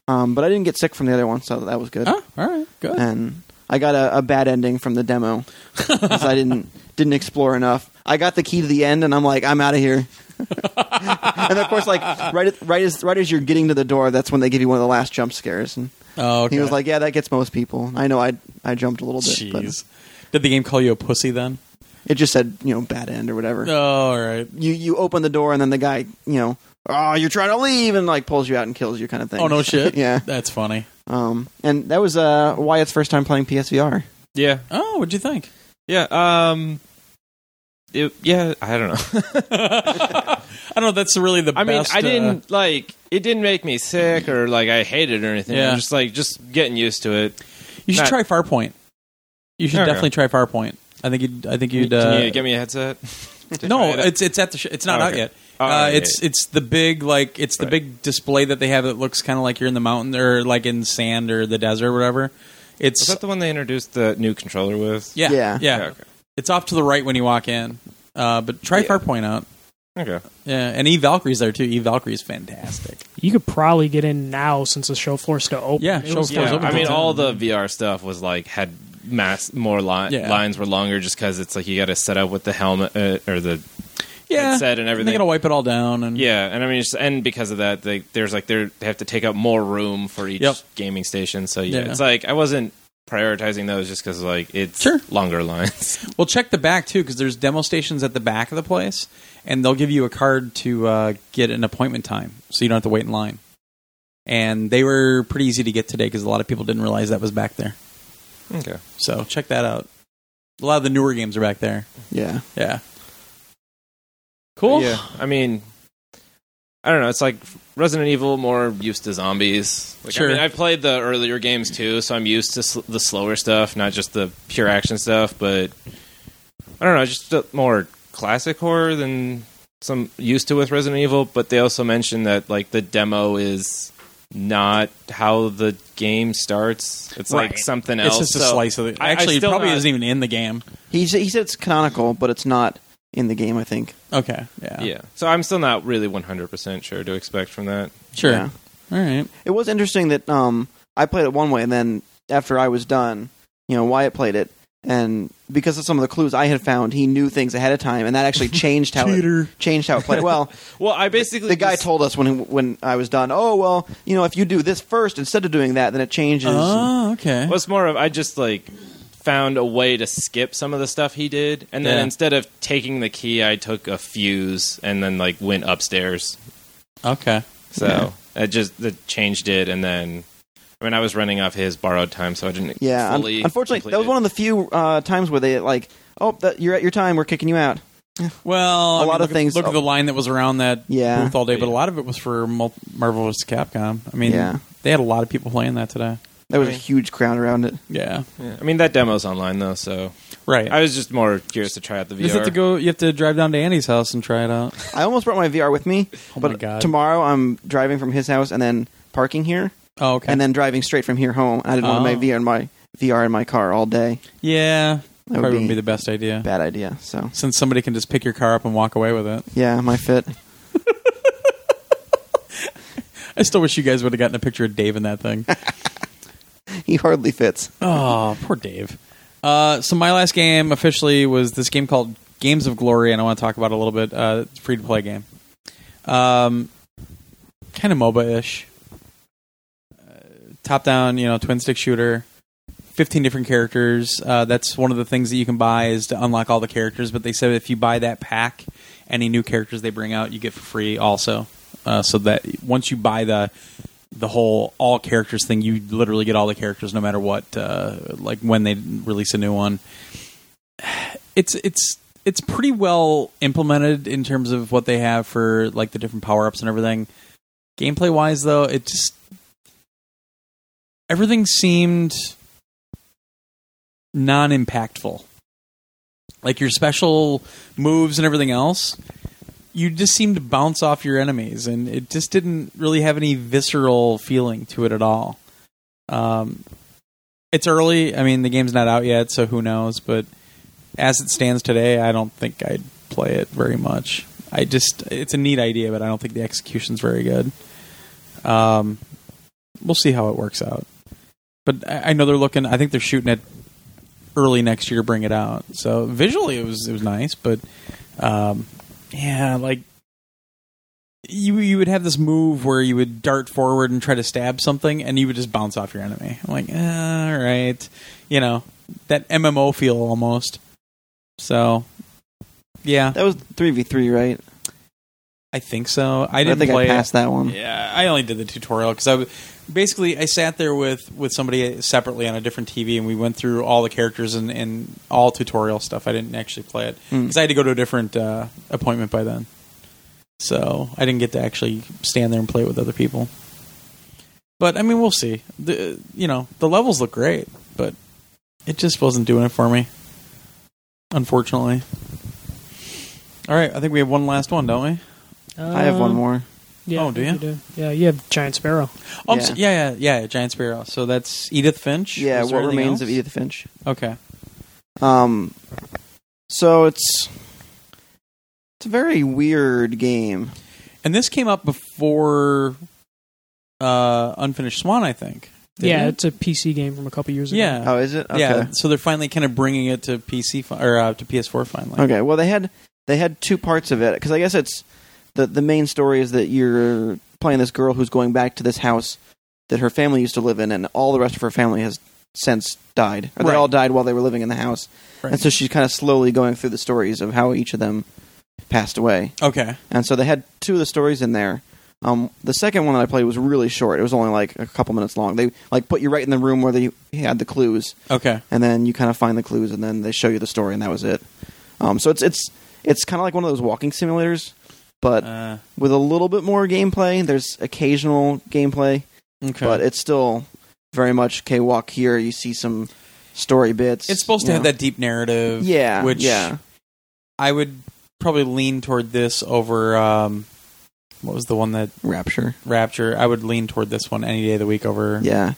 B: um, but I didn't get sick from the other one, so that was good.
A: Oh, all right. Good.
B: And I got a, a bad ending from the demo 'cause I didn't didn't explore enough. I got the key to the end, and I'm like, I'm out of here. and of course, like right at, right as right as you're getting to the door, that's when they give you one of the last jump scares. And
A: Oh, okay.
B: he was like, Yeah, that gets most people. I know I I jumped a little bit, but
A: Jeez. Did the game call you a pussy then?
B: it just said you know bad end or whatever.
A: Oh, all right.
B: you you open the door and then the guy you know oh you're trying to leave and like pulls you out and kills you kind of thing
A: Oh no shit.
B: yeah
A: That's funny.
B: um and that was uh wyatt's first time playing psvr
D: Yeah,
A: Oh, what'd you think?
D: yeah. Um, it, yeah, I don't know.
A: I don't know. That's really the
D: I mean,
A: best.
D: I
A: uh,
D: didn't like. It didn't make me sick or like I hated it or anything.
A: Yeah.
D: I'm just like just getting used to it.
A: you should
D: not-
A: try Farpoint. You should
D: Okay.
A: definitely try Farpoint. I think you'd. I think you'd. Uh,
D: Can you get me a headset? To try
A: no,
D: it out?
A: it's it's at the. Sh- it's not
D: Oh,
A: out
D: okay.
A: yet.
D: Oh,
A: uh,
D: okay.
A: It's it's the big like it's the
D: Right.
A: big display that they have that looks kind of like you're in the mountain or like in sand or the desert or whatever.
D: Is
A: It's
D: that the one they introduced the new controller with?
A: yeah,
B: Yeah.
A: yeah
D: Yeah, okay.
A: It's off to the right when you walk in. Uh, but try
D: Yeah.
A: Farpoint out.
D: Okay.
A: Yeah, and E Valkyrie's there too. E Valkyrie's fantastic.
C: You could probably get in now since the show floor's still open.
A: Yeah,
C: It
A: show
C: was-
A: floor's
D: Yeah.
A: open
D: I mean,
A: till
D: all
A: 10.
D: the VR stuff was like had mass more line
A: Yeah.
D: lines were longer just because it's like you got to set up with the helmet uh, or the
A: Yeah,
D: headset and uh, everything.
A: They're gonna wipe it all down and
D: yeah, and I mean, it's, and because of that, they, there's like they're, they have to take up more room for each
A: Yep.
D: gaming station. So yeah,
A: Yeah.
D: it's like I wasn't prioritizing those just because like it's
A: Sure.
D: longer lines.
A: Well, check the back too, because there's demo stations at the back of the place, and they'll give you a card to uh, get an appointment time, so you don't have to wait in line. And they were pretty easy to get today because a lot of people didn't realize that was back there.
D: okay,
A: So check that out. A lot of the newer games are back there.
B: yeah
A: Yeah. Cool.
D: Yeah, I mean, I don't know. It's like Resident Evil more used to zombies. Like,
A: Sure.
D: I mean, I've played the earlier games too, so I'm used to sl- the slower stuff, not just the pure action stuff. But I don't know, just a- more classic horror than some used to with Resident Evil. But they also mentioned that like the demo is not how the game starts. It's like
A: Right.
D: something
A: It's
D: else.
A: just a
D: So
A: slice of it.
D: I- I
A: Actually, it
D: still
A: probably
D: not-
A: isn't even in the game.
B: he, sa- he said it's canonical but it's not in the game i think
A: Okay. Yeah.
D: Yeah, so I'm still not really 100 percent sure to expect from that.
A: Sure.
B: Yeah.
A: All right.
B: it was interesting that um i played it one way and then after i was done you know wyatt played it and because of some of the clues I had found, he knew things ahead of time, and that actually changed how
A: Cheater.
B: it changed how it played. Well,
D: Well, I basically
B: the guy
D: just-
B: told us when when I was done. Oh well, you know, if you do this first instead of doing that, then it changes.
A: Oh, okay.
D: Well, it's more of I just like found a way to skip some of the stuff he did, and then
A: Yeah.
D: instead of taking the key, I took a fuse and then like went upstairs.
A: Okay.
D: So I just that changed it, and then I mean I was running off his borrowed time, so I didn't.
B: yeah, un-
D: fully
B: unfortunately, that was one of the few uh, times where they like, oh, that, you're at your time. We're kicking you out.
A: Well,
B: A
A: I mean,
B: lot of
A: look at-
B: things-
A: Look at the line that was around that
B: Yeah.
A: booth all day, but a
D: Yeah.
A: lot of it was for Mul- Marvel vs. Capcom. I mean,
B: Yeah.
A: they had a lot of people playing that today.
B: There was a
D: Right.
B: huge crowd around it.
A: Yeah,
D: Yeah. I mean that demo's online though, so
A: right.
D: I was just more curious to try out the
A: you just
D: VR.
A: have to go. You have to drive down to Andy's house and try it out.
B: I almost brought my VR with me,
A: Oh
B: but
A: my God.
B: tomorrow I'm driving from his house and then parking here,
A: Oh, okay.
B: and then driving straight from here home. I didn't want my
A: Oh.
B: VR in my VR in my car all day.
A: yeah,
B: That would
A: probably
B: be
A: wouldn't be the best idea
B: Bad idea. So
A: since somebody can just pick your car up and walk away with it.
B: yeah, my fit.
A: I still wish you guys would have gotten a picture of Dave in that thing.
B: He hardly fits.
A: oh, poor Dave. Uh, so my last game officially was this game called Games of Glory, and I want to talk about it a little bit. Uh, it's a free to play game, um, kind of MOBA ish, uh, top down, you know, twin stick shooter. Fifteen different characters. Uh, that's one of the things that you can buy is to unlock all the characters. But they said if you buy that pack, any new characters they bring out, you get for free also. Uh, so that once you buy the the whole all characters thing. You literally get all the characters no matter what, uh, like when they release a new one. It's it's it's pretty well implemented in terms of what they have for like the different power ups and everything. Gameplay wise, though, it just everything seemed non impactful. Like your special moves and everything else, you just seemed to bounce off your enemies, and it just didn't really have any visceral feeling to it at all. Um, it's early. I mean, the game's not out yet, so who knows? But as it stands today, I don't think I'd play it very much. I just it's a neat idea, but I don't think the execution's very good. Um, we'll see how it works out. But I, I know they're looking. I think they're shooting it early next year. to Bring it out. So visually, it was it was nice, but um, yeah, like you you would have this move where you would dart forward and try to stab something, and you would just bounce off your enemy. I'm like, "Ah, all right, you know that MMO feel almost. So, yeah,
B: That was three v three, right?
A: I think so. I
B: I
A: didn't
B: think
A: play
B: I
A: it.
B: passed that one.
A: Yeah, I only did the tutorial because I w- basically I sat there with with somebody separately on a different TV, and we went through all the characters and, and all tutorial stuff. I didn't actually play it
B: Mm.
A: because I had to go to a different uh, appointment by then, so I didn't get to actually stand there and play it with other people. But I mean, we'll see. The you know the levels look great, but it just wasn't doing it for me, unfortunately. All right, I think we have one last one, don't we?
B: I have
A: Uh,
B: one more.
C: Yeah,
A: Oh, do you?
C: Yeah, you have Giant Sparrow.
A: Oh, I'm so-
B: Yeah.
A: yeah. yeah, yeah, Giant Sparrow. So that's Edith Finch.
B: Yeah,
A: Was there
B: what
A: anything
B: remains
A: else?
B: of Edith Finch?
A: Okay.
B: Um, so it's it's a very weird game.
A: And this came up before uh, Unfinished Swan, I think. Didn't
C: yeah,
A: it?
C: it's a PC game from a couple years ago.
A: yeah,
B: Oh, is it? Okay.
A: yeah. So they're finally kind of bringing it to PC fi- or uh, to PS4 finally.
B: Okay. Well, they had they had two parts of it because I guess it's the the main story is that you're playing this girl who's going back to this house that her family used to live in, and all the rest of her family has since died, or
A: Right.
B: they all died while they were living in the house,
A: Right.
B: and so she's kind of slowly going through the stories of how each of them passed away.
A: Okay.
B: And so they had two of the stories in there. Um, the second one that I played was really short. It was only like a couple minutes long. They like put you right in the room where they had the clues,
A: Okay.
B: and then you kind of find the clues, and then they show you the story, and that was it. Um, so it's it's it's kind of like one of those walking simulators, but
A: Uh,
B: with a little bit more gameplay. There's occasional gameplay,
A: okay.
B: but it's still very much okay. Walk here, you see some story bits.
A: it's supposed to
B: you
A: have
B: know.
A: that deep narrative.
B: yeah,
A: Which
B: yeah.
A: I would probably lean toward this over. Um, what was the one that
B: Rapture.
A: Rapture? I would lean toward this one any day of the week over.
B: Yeah.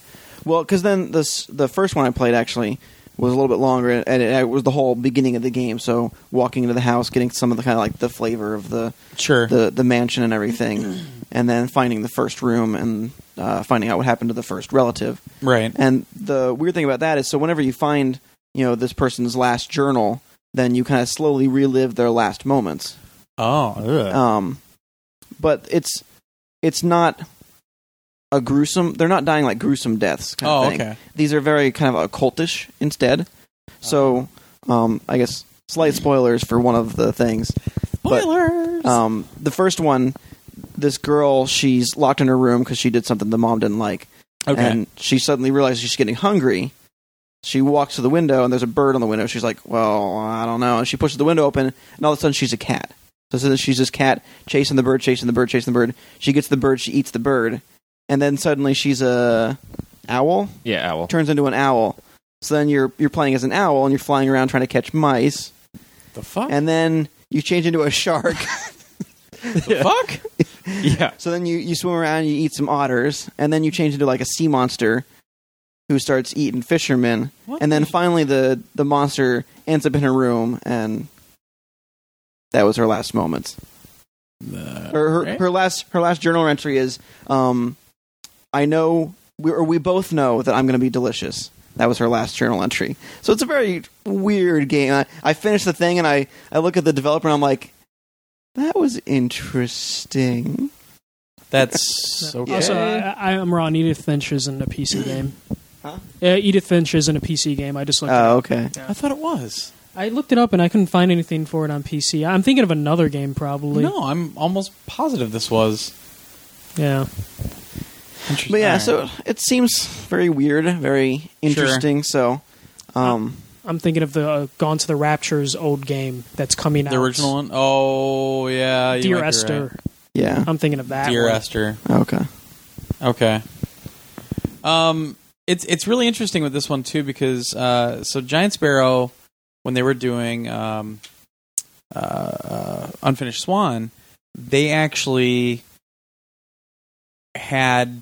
B: Well, because then this the first one I played actually was a little bit longer, and it, it was the whole beginning of the game. So walking into the house, getting some of the kind of like the flavor of the
A: Sure.
B: the, the mansion and everything, and then finding the first room and uh, finding out what happened to the first relative.
A: right.
B: And the weird thing about that is, so whenever you find you know this person's last journal, then you kind of slowly relive their last moments.
A: Oh. ugh.
B: Um, but it's it's not a gruesome. They're not dying like gruesome deaths. Kind
A: oh.
B: of thing.
A: Okay. Oh.
B: These are very kind of occultish instead. So, um, I guess slight spoilers for one of the things. But-
A: Spoilers.
B: Um, the first one, this girl, she's locked in her room because she did something the mom didn't like,
A: okay.
B: and she suddenly realizes she's getting hungry. She walks to the window and there's a bird on the window. She's like, "Well, I don't know." And she pushes the window open, and all of a sudden she's a cat. So suddenly she's this cat chasing the bird, chasing the bird, chasing the bird. She gets the bird, she eats the bird, and then suddenly she's a owl
D: Yeah, owl.
B: turns into an owl. So then you're you're playing as an owl and you're flying around trying to catch mice,
A: the fuck?
B: and then you change into a shark.
A: the fuck?
D: Yeah.
B: so then you you swim around, you eat some otters, and then you change into like a sea monster, who starts eating fishermen,
A: What
B: and then
A: the-
B: finally the the monster ends up in her room, and that was her last moments. her her,
A: Right.
B: her last her last journal entry is um I know we or we both know that I'm going to be delicious. That was her last journal entry. So it's a very weird game. I, I finished the thing and I I look at the developer and I'm like that was interesting.
A: That's
C: So
A: okay.
C: Also, I, I, I'm wrong. Edith Finch isn't a PC game.
B: Huh?
C: Yeah, Uh, Edith Finch isn't a PC game. I just looked. it
B: Oh,
C: up.
B: okay.
A: I thought it was.
C: I looked it up and I couldn't find anything for it on PC. I'm thinking of another game probably.
A: No, I'm almost positive this was.
C: Yeah.
A: Interesting.
B: But yeah,
A: Alright.
B: so it seems very weird, very interesting. So um
C: I'm thinking of the uh, Gone to the Rapture's old game that's coming out.
A: the original one. Oh yeah, you
C: Dear
A: might be
C: Esther.
B: yeah.
C: I'm thinking of that.
A: Right. Dear
C: one.
A: Esther.
B: Okay.
A: Okay. Um, it's it's really interesting with this one too because uh, so Giant Sparrow when they were doing um, uh, uh, Unfinished Swan, they actually had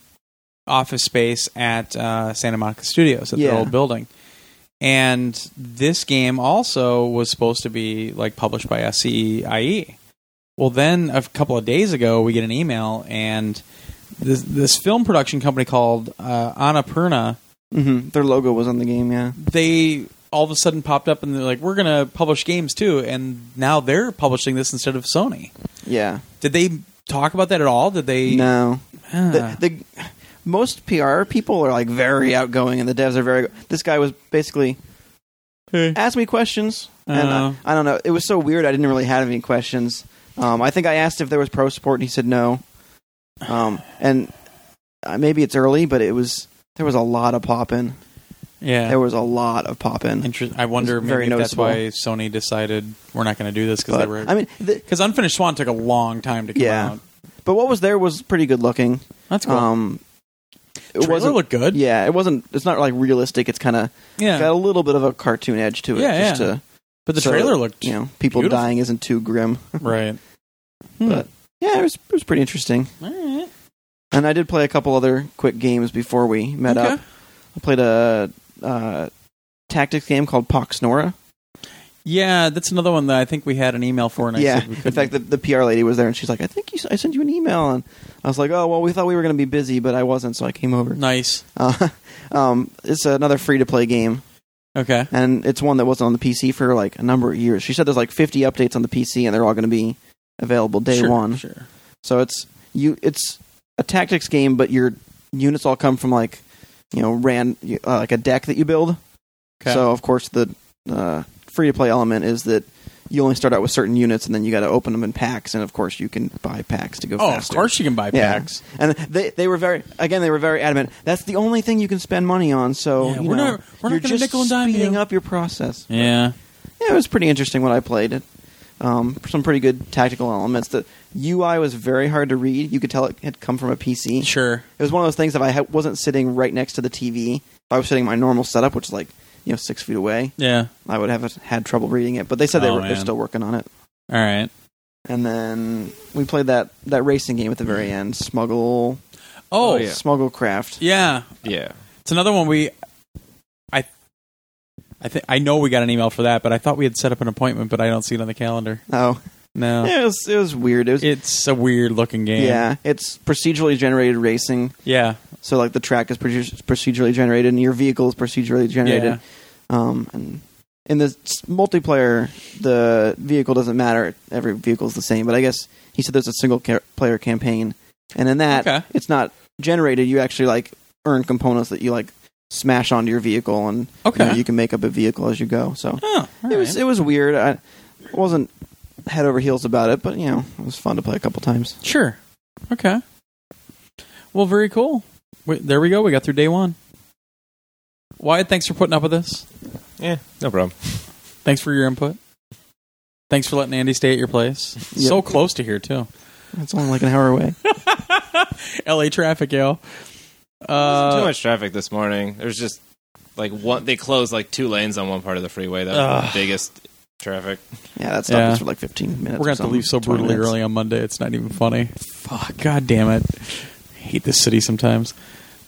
A: office space at uh, Santa Monica Studios at
B: Yeah.
A: their old building, And this game also was supposed to be like published by SCIE. E. Well, then a couple of days ago, we get an email, and this, this film production company called uh, Annapurna
B: hmm Their logo was on the game. Yeah.
A: they all of a sudden popped up and they're like, "We're going to publish games too," and now they're publishing this instead of Sony.
B: Yeah.
A: Did they talk about that at all? Did they?
B: No.
A: Ah.
B: The, the most PR people are like very outgoing, and the devs are very. This guy was basically ask me questions, and uh,
A: Oh.
B: I, I don't know. It was so weird. I didn't really have any questions. Um, I think I asked if there was pro support, and he said no. Um, and uh, maybe it's early, but it was there was a lot of popping.
A: yeah.
B: There was a lot of popping.
A: Inter- I wonder
B: It's
A: maybe
B: very
A: if that's
B: noticeable.
A: why Sony decided we're not going to do this because they
B: But
A: were
B: I mean, the,
A: because Unfinished Swan took a long time to come
B: Yeah.
A: out.
B: but what was there was pretty good looking.
A: That's cool.
B: Um, it
A: Trailer
B: wasn't.
A: looked good.
B: Yeah, it wasn't. It's not like realistic. It's kind of
A: Yeah.
B: got a little bit of a cartoon edge to it.
A: Yeah,
B: just
A: yeah.
B: to
A: but the
B: so,
A: trailer looked
B: you know, people
A: Beautiful.
B: dying isn't too grim.
A: right.
B: But yeah, it was it was pretty interesting.
A: Hmm. All right.
B: And I did play a couple other quick games before we met
A: Okay.
B: up. I played a uh, tactics game called Poxnora.
A: Yeah, that's another one that I think we had an email for. And I
B: yeah,
A: said we
B: in fact, the, the PR lady was there, and she's like, "I think you, s- I sent you an email," and I was like, "Oh, well, we thought we were going to be busy, but I wasn't, so I came over."
A: nice.
B: Uh, um, it's another free to play game,
A: Okay.
B: and it's one that wasn't on the PC for like a number of years. She said there's like 50 updates on the PC, and they're all going to be available day
A: Sure,
B: one.
A: Sure.
B: So it's you. It's a tactics game, but your units all come from like you know ran uh, like a deck that you build.
A: Okay.
B: So of course the uh, free to play element is that you only start out with certain units, and then you got to open them in packs. And of course you can buy packs to go.
A: oh,
B: faster.
A: of course you can buy
B: Yeah.
A: packs.
B: And they they were very again they were very adamant. That's the only thing you can spend money on. So
A: Yeah,
B: you
A: we're
B: know,
A: not- we're not
B: you're
A: gonna
B: just
A: nickel and dime
B: speeding
A: you."
B: up your process.
A: Yeah.
B: Yeah, it was pretty interesting what I played. It, um, some pretty good tactical elements. The UI was very hard to read. You could tell it had come from a PC.
A: Sure.
B: It was one of those things that I ha- wasn't sitting right next to the TV. If I was sitting in my normal setup, which is like you know six feet away,
A: Yeah.
B: I would have had trouble reading it. But they said they
A: Oh,
B: were they're
A: man.
B: still working on it.
A: All right.
B: And then we played that, that racing game at the very end, Smuggle
A: Oh,
D: Oh,
A: yeah.
D: yeah.
B: Smugglecraft.
D: Yeah.
A: It's another one we. I. I think I know we got an email for that, but I thought we had set up an appointment, but I don't see it on the calendar.
B: Oh,
A: No.
B: it was it was weird. It was
A: It's a weird looking game.
B: yeah, it's procedurally generated racing.
A: Yeah.
B: So like the track is produ- procedurally generated, and your vehicle is procedurally generated. Um, and in the s- multiplayer, the vehicle doesn't matter; every vehicle is the same. But I guess he said there's a single ca- player campaign, and in that,
A: Okay.
B: it's not generated. You actually like earn components that you like smash onto your vehicle, and you, know,
A: Okay.
B: you can make up a vehicle as you go. So
A: Oh, all
B: it was
A: right.
B: it was weird. I wasn't head over heels about it, but you know it was fun to play a couple times.
A: sure. Okay. Well, very cool. We, there we go. We got through day one. Wyatt, thanks for putting up with us.
D: Yeah. No problem.
A: Thanks for your input. Thanks for letting Andy stay at your place.
B: Yep.
A: So close to here too.
B: It's only like an hour away.
A: L.A. traffic, yo.
D: There wasn't
A: Uh,
D: too much traffic this morning. There's just like one. They closed like two lanes on one part of the freeway. That was
A: Ugh.
D: the biggest traffic.
B: Yeah, that stopped
A: Yeah.
B: us for like 15 minutes.
A: We're gonna have to leave so brutally early on Monday. It's not even funny. Fuck. God damn it. I hate this city sometimes.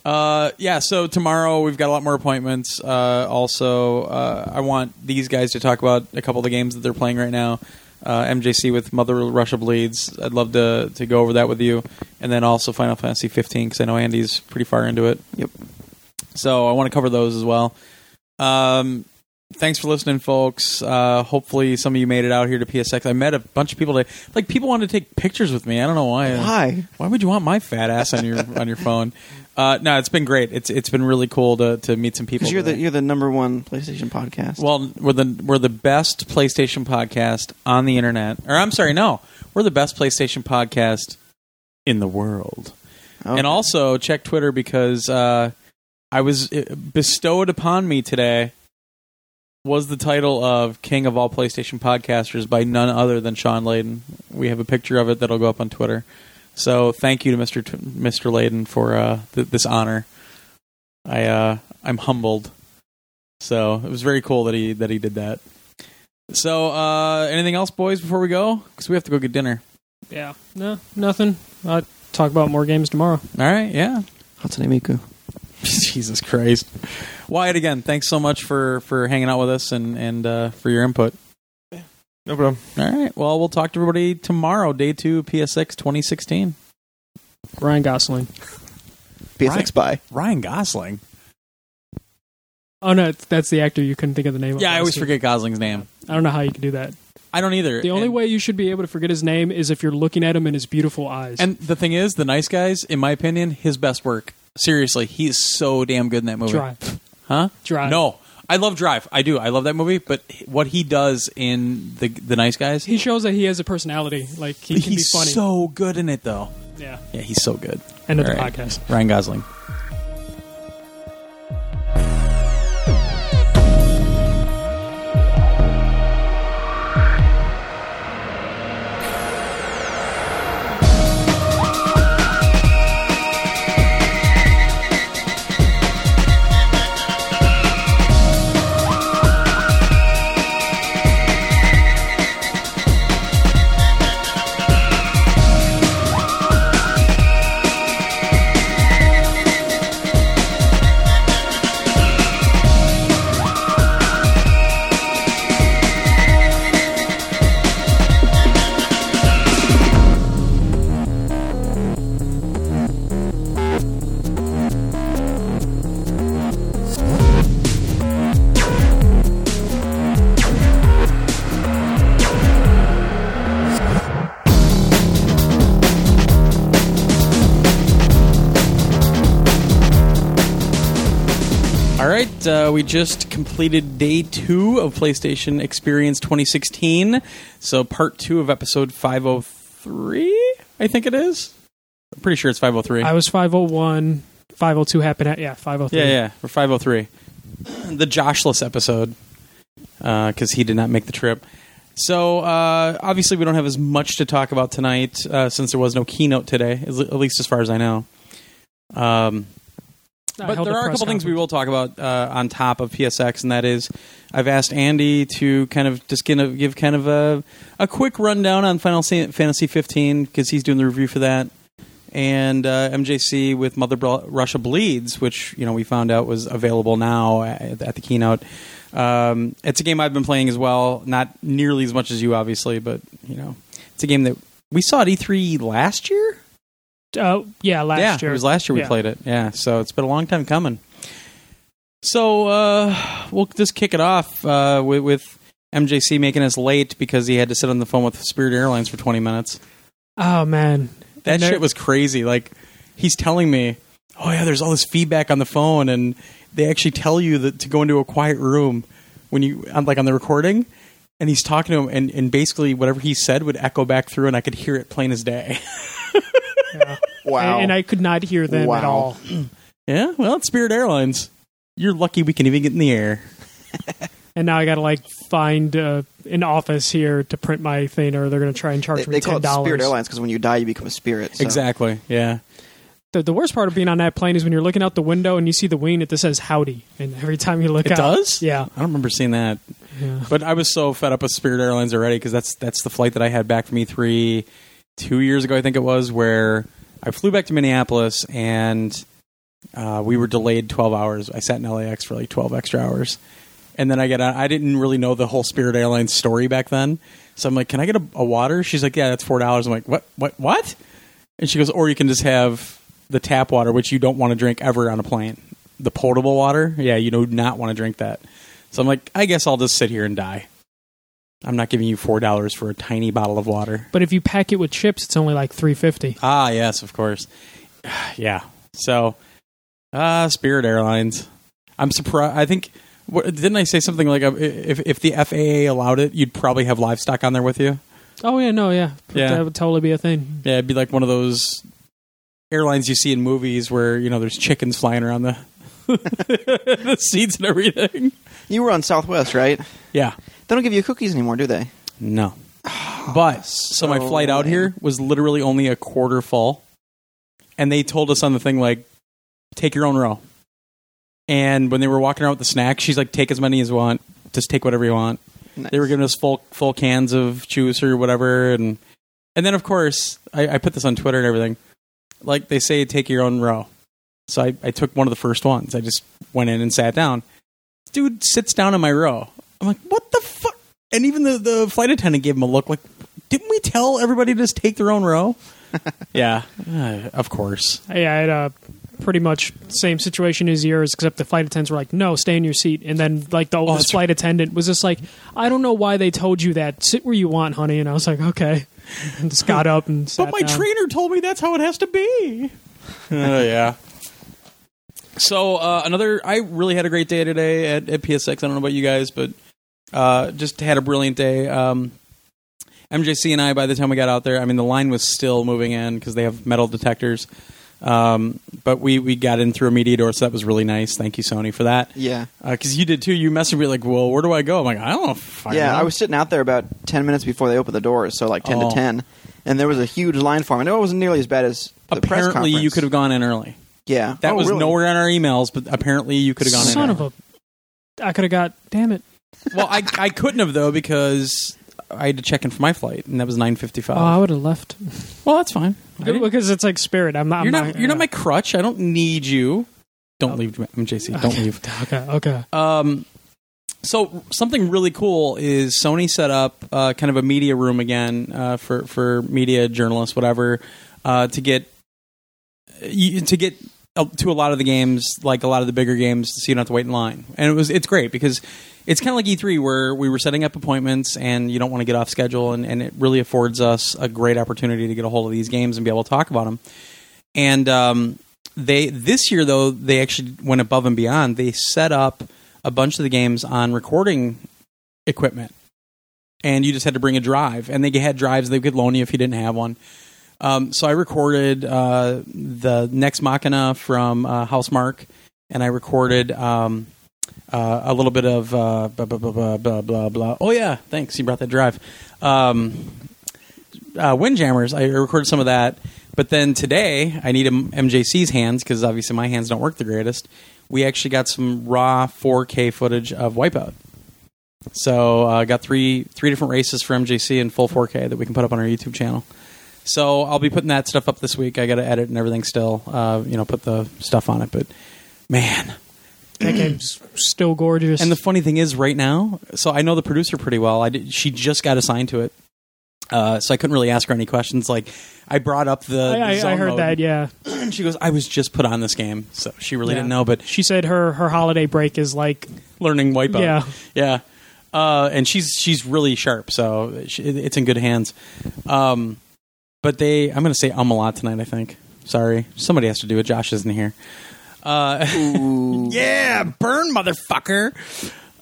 A: Uh, yeah. So tomorrow we've got a lot more appointments. Uh, also, uh, I want these guys to talk about a couple of the games that they're playing right now. Uh, MJC with Mother Russia Bleeds. I'd love to to go over that with you, and then also Final Fantasy 15 because I know Andy's pretty far into it.
B: Yep.
A: So I want to cover those as well. Um, thanks for listening, folks. Uh, hopefully, some of you made it out here to PSX. I met a bunch of people today. Like people wanted to take pictures with me. I don't know why.
B: Hi.
A: Why would you want my fat ass on your on your phone? Uh, no, it's been great. It's it's been really cool to to meet some people.
B: Because you're the
A: today.
B: you're the number one PlayStation podcast.
A: well, we're the we're the best PlayStation podcast on the internet. Or I'm sorry, no, we're the best PlayStation podcast in the world.
B: Okay.
A: And also check Twitter because uh, I was uh, bestowed upon me today was the title of King of All PlayStation Podcasters by none other than Sean Layden. We have a picture of it that'll go up on Twitter. So thank you to Mr. T- Mr. Layden for uh, th- this honor. I uh, I'm humbled. So it was very cool that he that he did that. So uh, anything else, boys, before we go? Because we have to go get dinner.
C: Yeah. No, nothing. I'll talk about more games tomorrow.
A: All right, yeah.
B: Hatsune Miku.
A: Jesus Christ, Wyatt. Again, thanks so much for for hanging out with us and and uh, for your input.
D: No problem.
A: All right. Well, we'll talk to everybody tomorrow, day two, PSX 2016.
C: Ryan Gosling.
B: PSX by.
A: Ryan Gosling.
C: Oh no, it's- that's the actor you couldn't think of the name of.
A: Yeah, I
C: last
A: always
C: week.
A: forget Gosling's name.
C: I don't know how you can do that.
A: I don't either.
C: The only
A: and,
C: way you should be able to forget his name is if you're looking at him in his beautiful eyes.
A: And the thing is, the nice guys, in my opinion, his best work. Seriously, he's so damn good in that movie.
C: Drive.
A: Huh?
C: Drive.
A: No, I love Drive. I do. I love that movie. But what he does in the the nice guys,
C: He shows that he has a personality. Like he can
A: he's
C: be funny.
A: so good in it though.
C: yeah.
A: Yeah, he's so good.
C: End of
A: All
C: the podcast.
A: Ryan Gosling. All right, uh, we just completed day two of PlayStation Experience 2016. So, part two of episode 503, I think it is. I'm pretty sure it's 503.
C: I was 501. 502 happened at yeah 503.
A: yeah, yeah, or 503. The Joshless episode, because he did not make the trip. So, uh, obviously, we don't have as much to talk about tonight uh, since there was no keynote today, at at least as far as I know. Um,
C: I
A: but
C: held
A: there
C: a
A: are a
C: press
A: couple things we
C: conference.
A: will talk about uh, on top of PSX, and that is I've asked Andy to kind of just kind of give kind of a a quick rundown on Final Sa- Fantasy 15 because he's doing the review for that, and uh, MJC with Mother Bra- Russia Bleeds, which you know we found out was available now at, at the keynote. Um, it's a game I've been playing as well, not nearly as much as you, obviously, but you know it's a game that we saw at E3 last year
C: Uh, yeah, last
A: yeah,
C: year
A: it was last year we
C: Yeah.
A: played it. Yeah, so it's been a long time coming. So uh, we'll just kick it off uh, with, with MJC making us late because he had to sit on the phone with Spirit Airlines for 20 minutes.
C: Oh man,
A: That
C: And they're-
A: shit was crazy. Like he's telling me, "Oh yeah, there's all this feedback on the phone, and they actually tell you that to go into a quiet room when you on like on the recording." And he's talking to him, and, and basically whatever he said would echo back through, and I could hear it plain as day.
B: Wow.
C: and, and I could not hear them at
B: Wow.
C: all.
A: yeah, well, it's Spirit Airlines. You're lucky we can even get in the air.
C: And now I got to like find uh, an office here to print my thing, or they're going to try and charge
B: they,
C: me
B: they call
C: ten
B: it Spirit
C: dollars.
B: Airlines because when you die, you become a spirit. so-
A: Exactly. Yeah.
C: The, the worst part of being on that plane is when you're looking out the window and you see the wing that says "Howdy," and every time you look
A: It
C: out,
A: does?
C: Yeah,
A: I don't remember seeing that.
C: yeah.
A: But I was so fed up with Spirit Airlines already because that's that's the flight that I had back from E3 two years ago, I think it was, where I flew back to Minneapolis and uh, we were delayed 12 hours. I sat in LAX for like 12 extra hours. And then I get on, I didn't really know the whole Spirit Airlines story back then. So I'm like, can I get a, a water? She's like, yeah, that's $4. I'm like, what, what, what? And she goes, or you can just have the tap water, which you don't want to drink ever on a plane. The potable water, yeah, you do not want to drink that. So I'm like, I guess I'll just sit here and die. I'm not giving you four dollars for a tiny bottle of water.
C: But if you pack it with chips, it's only like three fifty.
A: Ah, yes, of course. yeah. So, uh, Spirit Airlines. I'm surprised. I think what, didn't I say something like uh, if if the FAA allowed it, you'd probably have livestock on there with you.
C: Oh yeah, no, yeah,
A: Yeah.
C: that would totally be a thing.
A: Yeah, it'd be like one of those airlines you see in movies where you know there's chickens flying around the the seats and everything.
B: You were on Southwest, right?
A: Yeah.
B: They don't give you cookies anymore, do they?
A: No. But so my
B: Ah, so
A: flight out
B: lame.
A: here was literally only a quarter full. And they told us on the thing like take your own row. And when they were walking around with the snacks, she's like take as many as you want. Just take whatever you want.
B: Nice.
A: They were giving us full full cans of juice or whatever and and then of course I, I put this on Twitter and everything. Like they say take your own row. So I, I took one of the first ones. I just went in and sat down. Dude sits down in my row. I'm like, what the fuck? And even the, the flight attendant gave him a look like, didn't we tell everybody to just take their own row? yeah, uh, of course.
C: Yeah, I had a pretty much same situation as yours, except the flight attendants were like, "No, stay in your seat." And then like the oldest
A: Oh, that's
C: flight attendant was just like, "I don't know why they told you that. Sit where you want, honey." And I was like, "Okay," and just got up and. Sat
A: But my
C: down.
A: trainer told me that's how it has to be. Oh yeah. So uh, another, I really had a great day today at, at PSX. I don't know about you guys, but uh, just had a brilliant day. Um, MJC and I, by the time we got out there, I mean the line was still moving in because they have metal detectors. Um, but we we got in through a media door, so that was really nice. Thank you, Sony, for that.
B: Yeah.
A: because you did too. You messaged me like, "Well, where do I go?" I'm like, "I don't know." fucking
B: yeah,
A: know."
B: I was sitting out there about ten minutes before they opened the doors, so like ten
A: Oh.
B: to ten, and there was a huge line for 'em. I know it wasn't nearly as bad as the press
A: Apparently, you
B: conference.
A: could have gone in early.
B: Yeah,
A: That
B: Oh,
A: was
B: really?
A: nowhere on our emails, but apparently you could have gone
C: Son
A: in.
C: of a, I could have got. Damn it!
A: well, I, I couldn't have though because I had to check in for my flight, and that was nine fifty
C: Oh, I
A: five.
C: would have left
A: Well, that's fine. I didn't-
C: because it's like spirit. I'm not.
A: you're
C: I'm Uh,
A: not you're not my crutch. I don't need you. Don't leave. I'm JC. Don't
C: Okay.
A: leave.
C: Okay. Okay.
A: Um, so something really cool is Sony set up uh, kind of a media room again uh, for for media journalists, whatever, uh, to get you, to get up to a lot of the games, like a lot of the bigger games, so you don't have to wait in line. And it was it's great because it's kind of like E3 where we were setting up appointments and you don't want to get off schedule, and, and it really affords us a great opportunity to get a hold of these games and be able to talk about them. And um, they this year though they actually went above and beyond. They set up a bunch of the games on recording equipment, and you just had to bring a drive. And they had drives they could loan you if you didn't have one. Um, so I recorded uh, the next Machina from uh, Housemark, and I recorded um, uh, a little bit of uh, blah, blah, blah, blah, blah, blah, blah. Oh, yeah, thanks. You brought that drive. Um, uh, Windjammers, I recorded some of that. But then today, I need M- MJC's hands because obviously my hands don't work the greatest. We actually got some raw 4K footage of Wipeout. So uh, got three three different races for MJC in full 4K that we can put up on our YouTube channel. So I'll be putting that stuff up this week. I got to edit and everything still. Uh, you know, put the stuff on it. But man,
C: That game's still gorgeous.
A: and the funny thing is, right now, so I know the producer pretty well. I did, she just got assigned to it, uh, so I couldn't really ask her any questions. Like I brought up the,
C: I,
A: the
C: I,
A: zone
C: I heard
A: mode,
C: that. Yeah.
A: and she goes, "I was just put on this game," so she really
C: Yeah.
A: didn't know. But
C: She said her her holiday break is like
A: learning wipeout.
C: Yeah.
A: yeah. Uh, and she's she's really sharp, so she, it- it's in good hands. Um, but they, I'm going to say um a lot tonight. I think. Sorry, somebody has to do it. Josh isn't here. Uh, yeah, burn, motherfucker.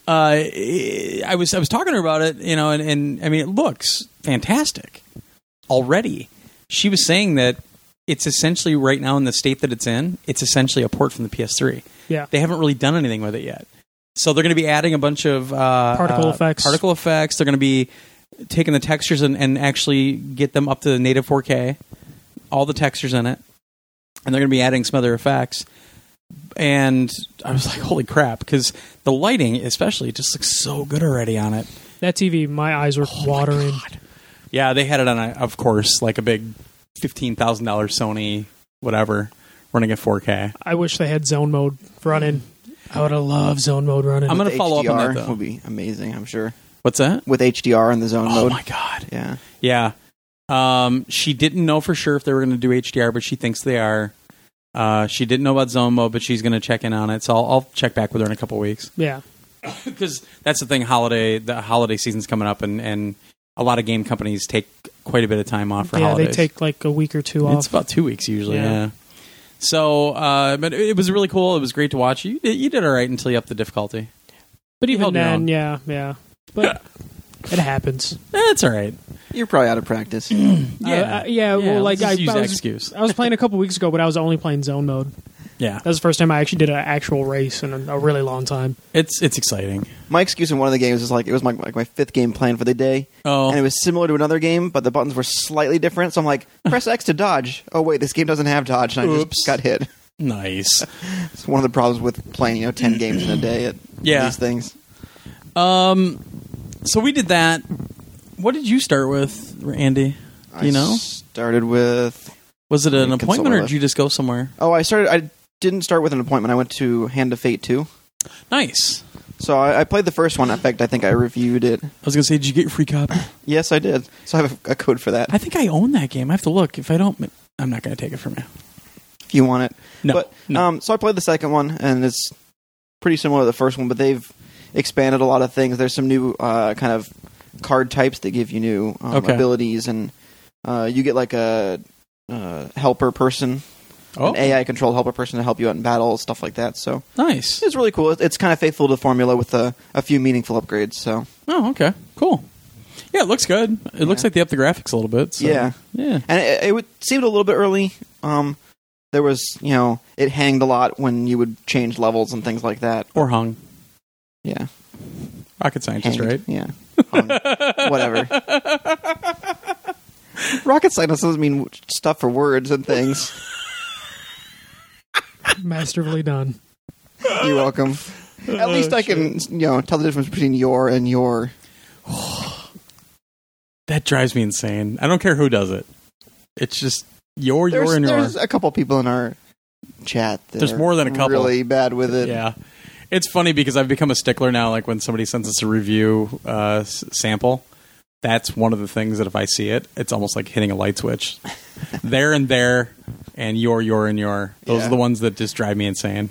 A: Uh, I was I was talking to her about it, you know, and, and I mean, it looks fantastic already. She was saying that it's essentially right now in the state that it's in, it's essentially a port from the PS3
C: yeah.
A: they haven't really done anything with it yet. So they're going to be adding a bunch of uh,
C: Particle
A: uh,
C: effects.
A: Particle effects. They're going to be taking the textures and, and actually get them up to the native 4K, all the textures in it, and they're going to be adding some other effects. And I was like, "Holy crap!" Because the lighting, especially, just looks so good already on it.
C: That TV, my eyes were
A: Oh
C: watering.
A: Yeah, they had it on, a, of course, like a big fifteen thousand dollars Sony, whatever, running at 4K.
C: I wish they had zone mode running. I would have loved zone mode running.
A: I'm gonna
B: With
A: follow up on that,
B: HDR
A: though.
B: Would be amazing, I'm sure.
A: What's that?
B: With HDR in the zone
A: Oh
B: mode.
A: my god!
B: Yeah.
A: Yeah. Um, she didn't know for sure if they were going to do HDR, but she thinks they are. Uh, she didn't know about Zone Mode, but she's going to check in on it. So I'll, I'll check back with her in a couple weeks
C: yeah.
A: because that's the thing. Holiday, the holiday season's coming up, and and a lot of game companies take quite a bit of time off for
C: yeah,
A: holidays.
C: they take like a week or two
A: It's
C: off.
A: about two weeks usually. Yeah.
C: Yeah.
A: So, uh, but it, it was really cool. It was great to watch. You did- you did all right until you upped the difficulty.
C: But even
A: held your
C: then,
A: own.
C: yeah, yeah. But it happens.
A: That's Eh, all right.
B: You're probably out of practice.
C: I- I- yeah, well,
A: let's
C: like,
A: just
C: I-
A: use
C: I
A: that
C: was-
A: excuse.
C: I was playing a couple weeks ago, but I was only playing zone mode.
A: Yeah,
C: That was the first time I actually did an actual race in a, a really long time.
A: it's it's exciting.
B: my excuse in one of the games is like it was my like my fifth game plan for the day,
A: Oh,
B: and it was similar to another game, but the buttons were slightly different. So I'm like, press X to dodge. Oh wait, this game doesn't have dodge, and I
A: Oops.
B: just got hit.
A: nice.
B: It's one of the problems with playing you know ten games in a day at
A: Yeah.
B: these things.
A: Um, so we did that. What did you start with, Andy? Do
B: I
A: you know?
B: started with
A: Was it an
B: Console
A: appointment, or
B: list.
A: did you just go somewhere?
B: oh I started I didn't start with an appointment. I went to Hand of Fate 2.
A: Nice.
B: So I, I played the first one. In fact, I think I reviewed it.
A: I was gonna say, did you get your free copy?
B: Yes, I did. So I have a, a code for that
A: I think I own that game. I have to look. If I don't, I'm not gonna take it from you.
B: if you want it.
A: No,
B: But
A: no.
B: um, so I played the second one, and it's pretty similar to the first one, but they've expanded a lot of things. There's some new uh, kind of card types that give you new um,
A: Okay.
B: abilities, and uh, you get like a uh, helper person,
A: Oh.
B: an AI controlled helper person to help you out in battle, stuff like that. So
A: nice.
B: it's really cool. It- It's kind of faithful to the formula with a, a few meaningful upgrades. So
A: Oh, okay, cool. Yeah, it looks good. It looks
B: Yeah.
A: like they upped the graphics a little bit. So.
B: yeah,
A: yeah.
B: and it, it would, seemed a little bit early. Um, there was, you know, it hanged a lot when you would change levels and things like that.
A: Or hung.
B: Yeah.
A: Rocket scientist,
B: Hanged.
A: right?
B: Yeah. Hung. Whatever. Rocket science doesn't mean stuff for words and things.
C: Masterfully done.
B: You're welcome.
A: Oh,
B: At least I can, you know, tell the difference between your and your.
A: That drives me insane. I don't care who does it. It's just your,
B: There's,
A: your, and your.
B: there's a couple people in our chat. That
A: There's
B: are
A: more than a couple.
B: Really bad with it.
A: Yeah. It's funny because I've become a stickler now. Like when somebody sends us a review uh, s- sample, that's one of the things that if I see it, it's almost like hitting a light switch. there and there, and your, your, and your. Those
B: Yeah.
A: are the ones that just drive me insane.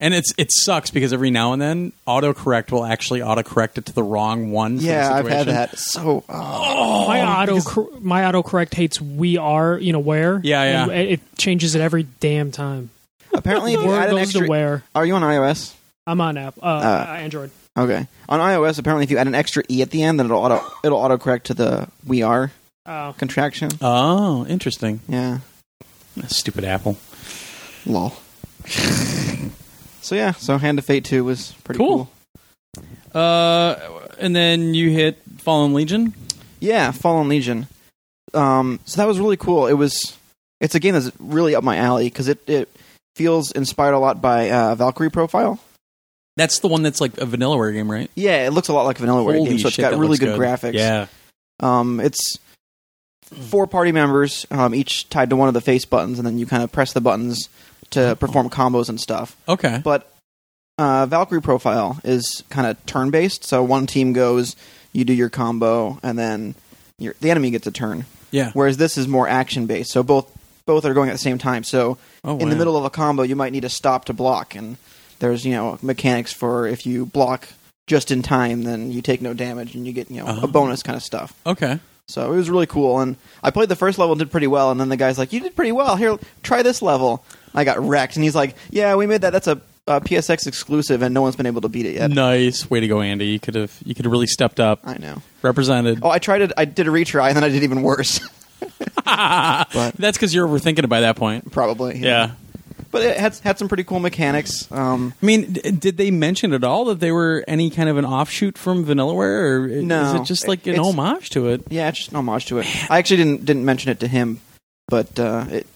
A: And it's it sucks because every now and then autocorrect will actually autocorrect it to the wrong one. for the
B: Yeah, I've had
A: situation.
B: that. So, oh,
C: my auto my autocorrect hates we are you know where
A: Yeah, yeah.
C: And it it changes it every damn time.
B: apparently, if you
C: Where
B: add an
C: goes to
B: extra.
C: where?
B: Are you on iOS?
C: I'm on app uh,
B: Uh,
C: Android.
B: Okay. On iOS, apparently, if you add an extra e at the end, then it'll auto it'll autocorrect to the we are
C: Oh,
B: contraction.
A: Oh, interesting.
B: Yeah.
A: Stupid Apple.
B: Lol. so yeah, so Hand of Fate two was pretty
A: Cool.
B: cool.
A: Uh, and then you hit Fallen Legion.
B: Yeah, Fallen Legion. Um, so that was really cool. It was. It's a game that's really up my alley because it it feels inspired a lot by uh, Valkyrie Profile.
A: That's the one that's like a Vanillaware game, right?
B: Yeah, it looks a lot like a vanillaware
A: Holy
B: game, so it's
A: shit,
B: got
A: that
B: really
A: looks
B: good,
A: good.
B: graphics.
A: Yeah.
B: Um, it's four party members, um, each tied to one of the face buttons, and then you kind of press the buttons to perform combos and stuff.
A: Okay.
B: But uh, Valkyrie Profile is kind of turn based, so one team goes, you do your combo, and then your, the enemy gets a turn.
A: Yeah.
B: Whereas this is more action based, so both both are going at the same time. So
A: Oh,
B: in the
A: wow.
B: middle of a combo, you might need to stop to block, and there's you know mechanics for if you block just in time, then you take no damage and you get you know
A: Uh-huh.
B: a bonus kind of stuff.
A: Okay.
B: So it was really cool, and I played the first level and did pretty well. And then the guy's like, "You did pretty well. Here, try this level." I got wrecked, and he's like, "Yeah, we made that. That's a, a PSX exclusive, and no one's been able to beat it
A: Mm.
B: yet."
A: Nice way to go, Andy. You could have you could have really stepped up,
B: I know.
A: represented.
B: Oh, I tried it. I did a retry, and then I did even worse, but-
A: That's because you're overthinking it by that point.
B: probably.
A: Yeah.
B: but it had had some pretty cool mechanics. Um,
A: I mean, d- did they mention at all that they were any kind of an offshoot from Vanillaware, or i-
B: No.
A: is it just like an
B: It's-
A: homage to it?
B: yeah, it's just an homage to it. I actually didn't didn't mention it to him, but uh, it,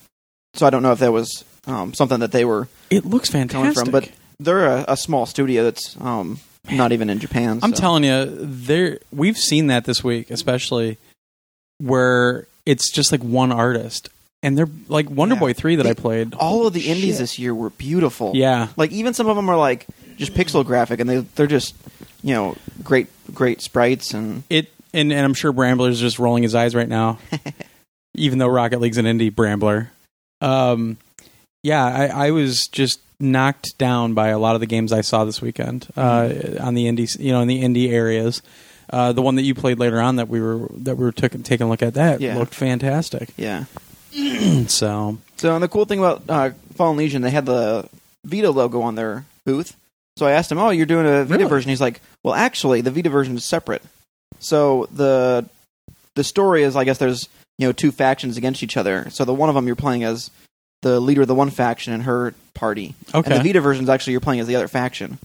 B: so I don't know if that was um, something that they were
A: It looks
B: coming
A: fantastic.
B: from. But they're a, a small studio that's um, not even in Japan.
A: I'm
B: so-
A: telling you, there we've seen that this week, especially where it's just like one artist, and they're like Wonder
B: Yeah.
A: Boy three that I
B: They-
A: played.
B: all of the
A: Holy
B: indies
A: shit.
B: this year were beautiful.
A: Yeah,
B: like even some of them are like just pixel graphic, and they they're just you know great great sprites and
A: it and, and I'm sure Brambler's just rolling his eyes right now, even though Rocket League's an indie Brambler. Um, yeah, I, I was just knocked down by a lot of the games I saw this weekend uh,
B: Mm-hmm.
A: on the indie, you know, in the indie areas. Uh, the one that you played later on that we were that we were took, taking a look at that
B: Yeah. Hmm.
A: looked fantastic.
B: yeah.
A: So
B: So and the cool thing about uh, Fallen Legion, they had the Vita logo on their booth. So I asked him, "Oh, you're doing a Vita
A: Really?
B: version?" He's like, "Well, actually, the Vita version is separate. So the the story is, I guess, there's you know two factions against each other. So the one of them you're playing as the leader of the one faction and her party,
A: okay,
B: and the Vita version is actually you're playing as the other faction.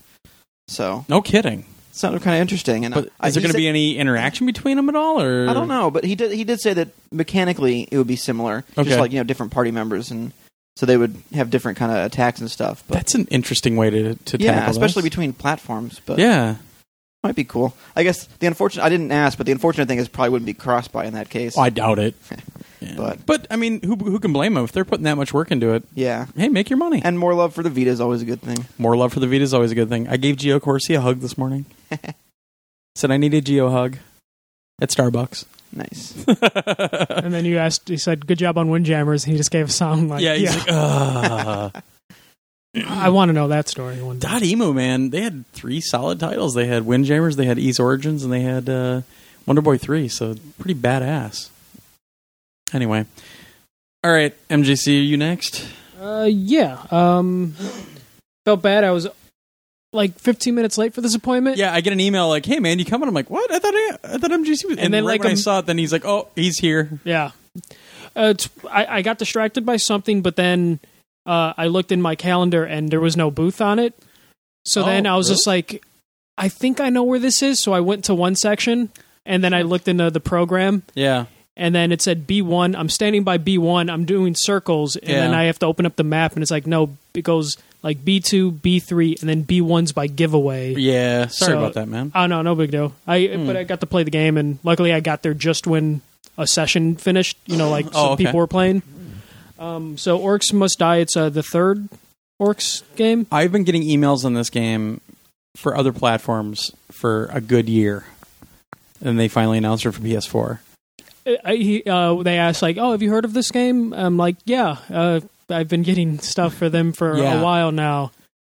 B: So
A: no kidding.
B: sounded kind of interesting. And
A: But
B: I,
A: is there
B: he
A: going to
B: said-
A: be any interaction between them at all? Or
B: I don't know, but he did. He did say that mechanically it would be similar,
A: Okay.
B: just like you know different party members, and so they would have different kind of attacks and stuff. But
A: That's an interesting way to to
B: yeah,
A: tackle
B: especially
A: this.
B: between platforms, but
A: yeah.
B: might be cool. I guess the unfortunate. I didn't ask, but the unfortunate thing is probably wouldn't be cross by in that case.
A: Oh, I doubt it.
B: But
A: But I mean, who who can blame them if they're putting that much work into it?
B: yeah,
A: Hey, make your money.
B: and more love for the Vita is always a good thing.
A: More love for the Vita is always a good thing. I gave Gio Corsi a hug this morning. Said I need a Geo hug at Starbucks.
B: Nice.
C: And then you asked, he said, "Good job on Windjammers," and he just gave a sound like,
A: yeah, he's like, ugh.
C: I want to know that story one day.
A: Dot Emo, man, they had three solid titles. They had Windjammers, they had Ease Origins, and they had uh, Wonder Boy 3, so pretty badass. Anyway. All right, MJC, are you next?
C: Uh, yeah. Um, felt bad. I was like 15 minutes late for this appointment.
A: Yeah, I get an email like, "Hey, man, you coming?" I'm like, "What?" I thought I, I thought MGC was. And,
C: then,
A: then right
C: like,
A: when I
C: um,
A: saw it, then he's like, "Oh, he's here."
C: Yeah. Uh, it's, I, I got distracted by something, but then uh, I looked in my calendar and there was no booth on it. So
A: Oh,
C: then I was just like, I think I know where this is. So I went to one section and then I looked into the program
A: Yeah,
C: and then it said B1. I'm standing by B1. I'm doing circles and
A: Yeah.
C: then I have to open up the map and it's like, no, it goes like B2, B3, and then B1's by giveaway.
A: yeah. Sorry
C: So-
A: about that, man.
C: Oh no, no big deal. I
A: Hmm.
C: but I got to play the game, and luckily I got there just when a session finished. You know, like some
A: Oh, okay.
C: people were playing. Um, so orcs must die. It's uh, the third orcs game.
A: I've been getting emails on this game for other platforms for a good year, and they finally announced it for PS4.
C: I, I- he, uh, they asked like, "Oh, have you heard of this game?" I'm like, "Yeah, uh, I've been getting stuff for them for
A: Yeah.
C: a while now,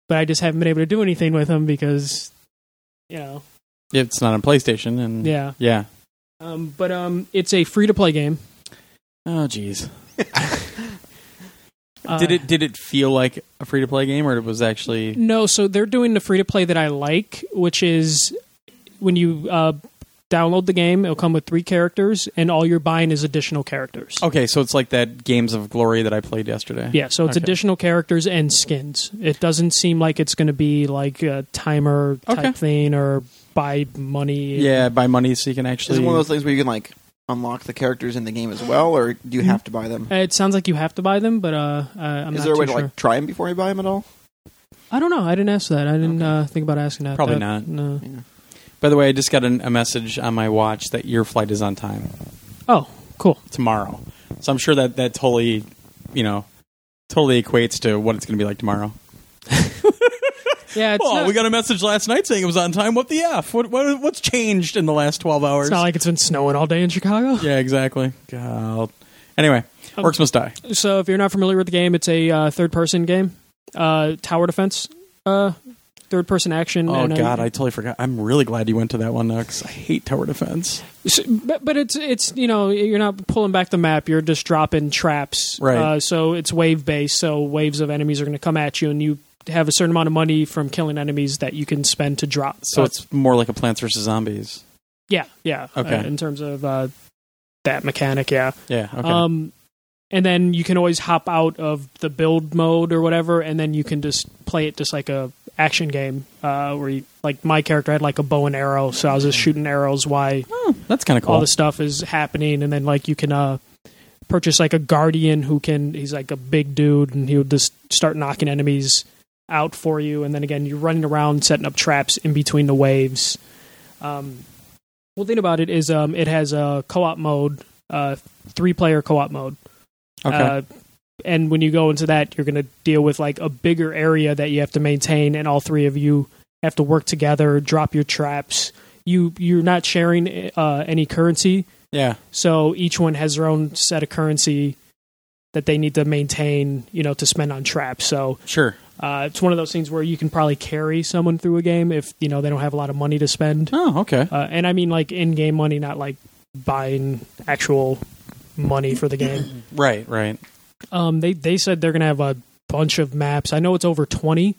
C: but I just haven't been able to do anything with them because, you know,
A: It's not on PlayStation, and
C: yeah."
A: yeah.
C: Um, but um, it's a free to play game.
A: Oh, jeez.
C: Uh,
A: did it did it feel like a free to play game, or it was actually
C: No, so they're doing the free to play that I like, which is when you uh, download the game, it'll come with three characters, and all you're buying is additional characters.
A: okay? So it's like that Games of Glory that I played yesterday.
C: Yeah, so it's
A: Okay.
C: additional characters and skins. It doesn't seem like it's going to be like a timer type
A: Okay.
C: thing or buy money.
A: Yeah, buy money so you can
B: Is
A: actually.
B: it one of those things where you can like unlock the characters in the game as well, or do you
A: Mm-hmm.
B: have to buy them?
C: Uh, It sounds like you have to buy them, but uh, uh, I'm
B: is
C: not
B: there a
C: too
B: way to
C: sure.
B: like try them before you buy them at all?
C: I don't know. I didn't ask that. I didn't uh, think about asking that.
A: Probably not.
C: That- No.
A: By the way, I just got an, a message on my watch that your flight is on time
C: Oh, cool.
A: tomorrow. So I'm sure that that totally, you know, totally equates to what it's going to be like tomorrow.
C: Yeah, it's,
A: oh,
C: not,
A: we got a message last night saying it was on time. What the f? What, what what's changed in the last twelve hours?
C: it's not like it's been snowing all day in Chicago.
A: yeah, exactly. God. Anyway,
C: Um,
A: works must die.
C: So, if you're not familiar with the game, it's a uh, third-person game, uh, tower defense, uh, third-person action.
A: Oh
C: and, uh,
A: God, I totally forgot. I'm really glad you went to that one though, because I hate tower defense.
C: s- but, but it's it's you know you're not pulling back the map. You're just dropping traps.
A: Right.
C: Uh, so it's wave-based. So waves of enemies are going to come at you, and you have a certain amount of money from killing enemies that you can spend to drop.
A: So
C: Uh,
A: it's more like a Plants vs Zombies.
C: yeah, yeah. uh,
A: Okay.
C: in terms of uh, that mechanic, yeah.
A: Yeah. Okay.
C: Um, and then you can always hop out of the build mode or whatever, and then you can just play it just like a action game uh, where you like my character had like a bow and arrow, so I was
A: Hmm.
C: just shooting arrows while
A: oh, that's kind of cool.
C: all this stuff is happening, and then like you can uh, purchase like a guardian who can he's like a big dude, and he'll just start knocking enemies out for you, and then again you're running around setting up traps in between the waves. Um, one thing about it is um, it has a co-op mode, uh, three-player co-op mode.
A: okay.
C: Uh, and when you go into that, you're going to deal with like a bigger area that you have to maintain, and all three of you have to work together, drop your traps. You you're not sharing uh, any currency,
A: yeah.
C: so each one has their own set of currency that they need to maintain, you know, to spend on traps. So
A: Sure.
C: uh, it's one of those things where you can probably carry someone through a game if you know they don't have a lot of money to spend,
A: Oh, okay.
C: uh, and I mean like in-game money, not like buying actual money for the game.
A: Right. Right.
C: Um, they they said they're gonna have a bunch of maps. I know it's over twenty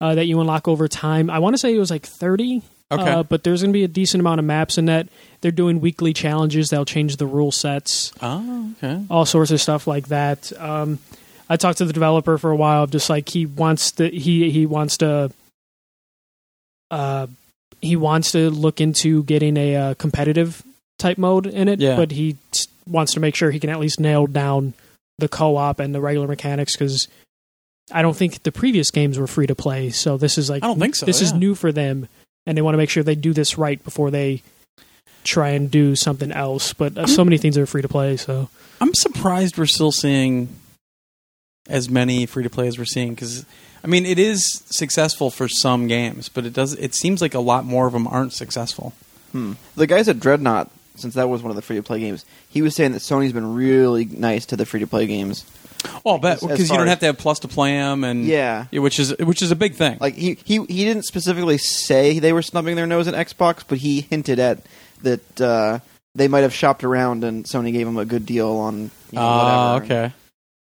C: uh, that you unlock over time. I want to say it was like thirty.
A: Okay.
C: Uh, but there's gonna be a decent amount of maps in that. They're doing weekly challenges. They'll change the rule sets,
A: oh, okay.
C: all sorts of stuff like that. Um, I talked to the developer for a while. of Just like he wants to, he he wants to. Uh, he wants to look into getting a uh, competitive type mode in it,
A: Yeah.
C: but he s- wants to make sure he can at least nail down the co-op and the regular mechanics because I don't think the previous games were free to play, so this is like
A: I don't think so,
C: This is
A: yeah.
C: new for them, and they want to make sure they do this right before they try and do something else. But uh, so many things are free to play, so
A: I'm surprised we're still seeing as many free to play as we're seeing because I mean it is successful for some games, but it does. It seems like a lot more of them aren't successful.
B: Hmm. The guys at Dreadnought, since that was one of the free to play games, he was saying that Sony's been really nice to the free to play games.
A: Well, but
B: As- as
A: because you
B: far
A: don't
B: as-
A: have to have plus to play them, and
B: Yeah.
A: which is which is a big thing.
B: Like he, he he didn't specifically say they were snubbing their nose at Xbox, but he hinted at that uh, they might have shopped around and Sony gave him a good deal on. You know,
A: Ah,
B: whatever.
A: okay.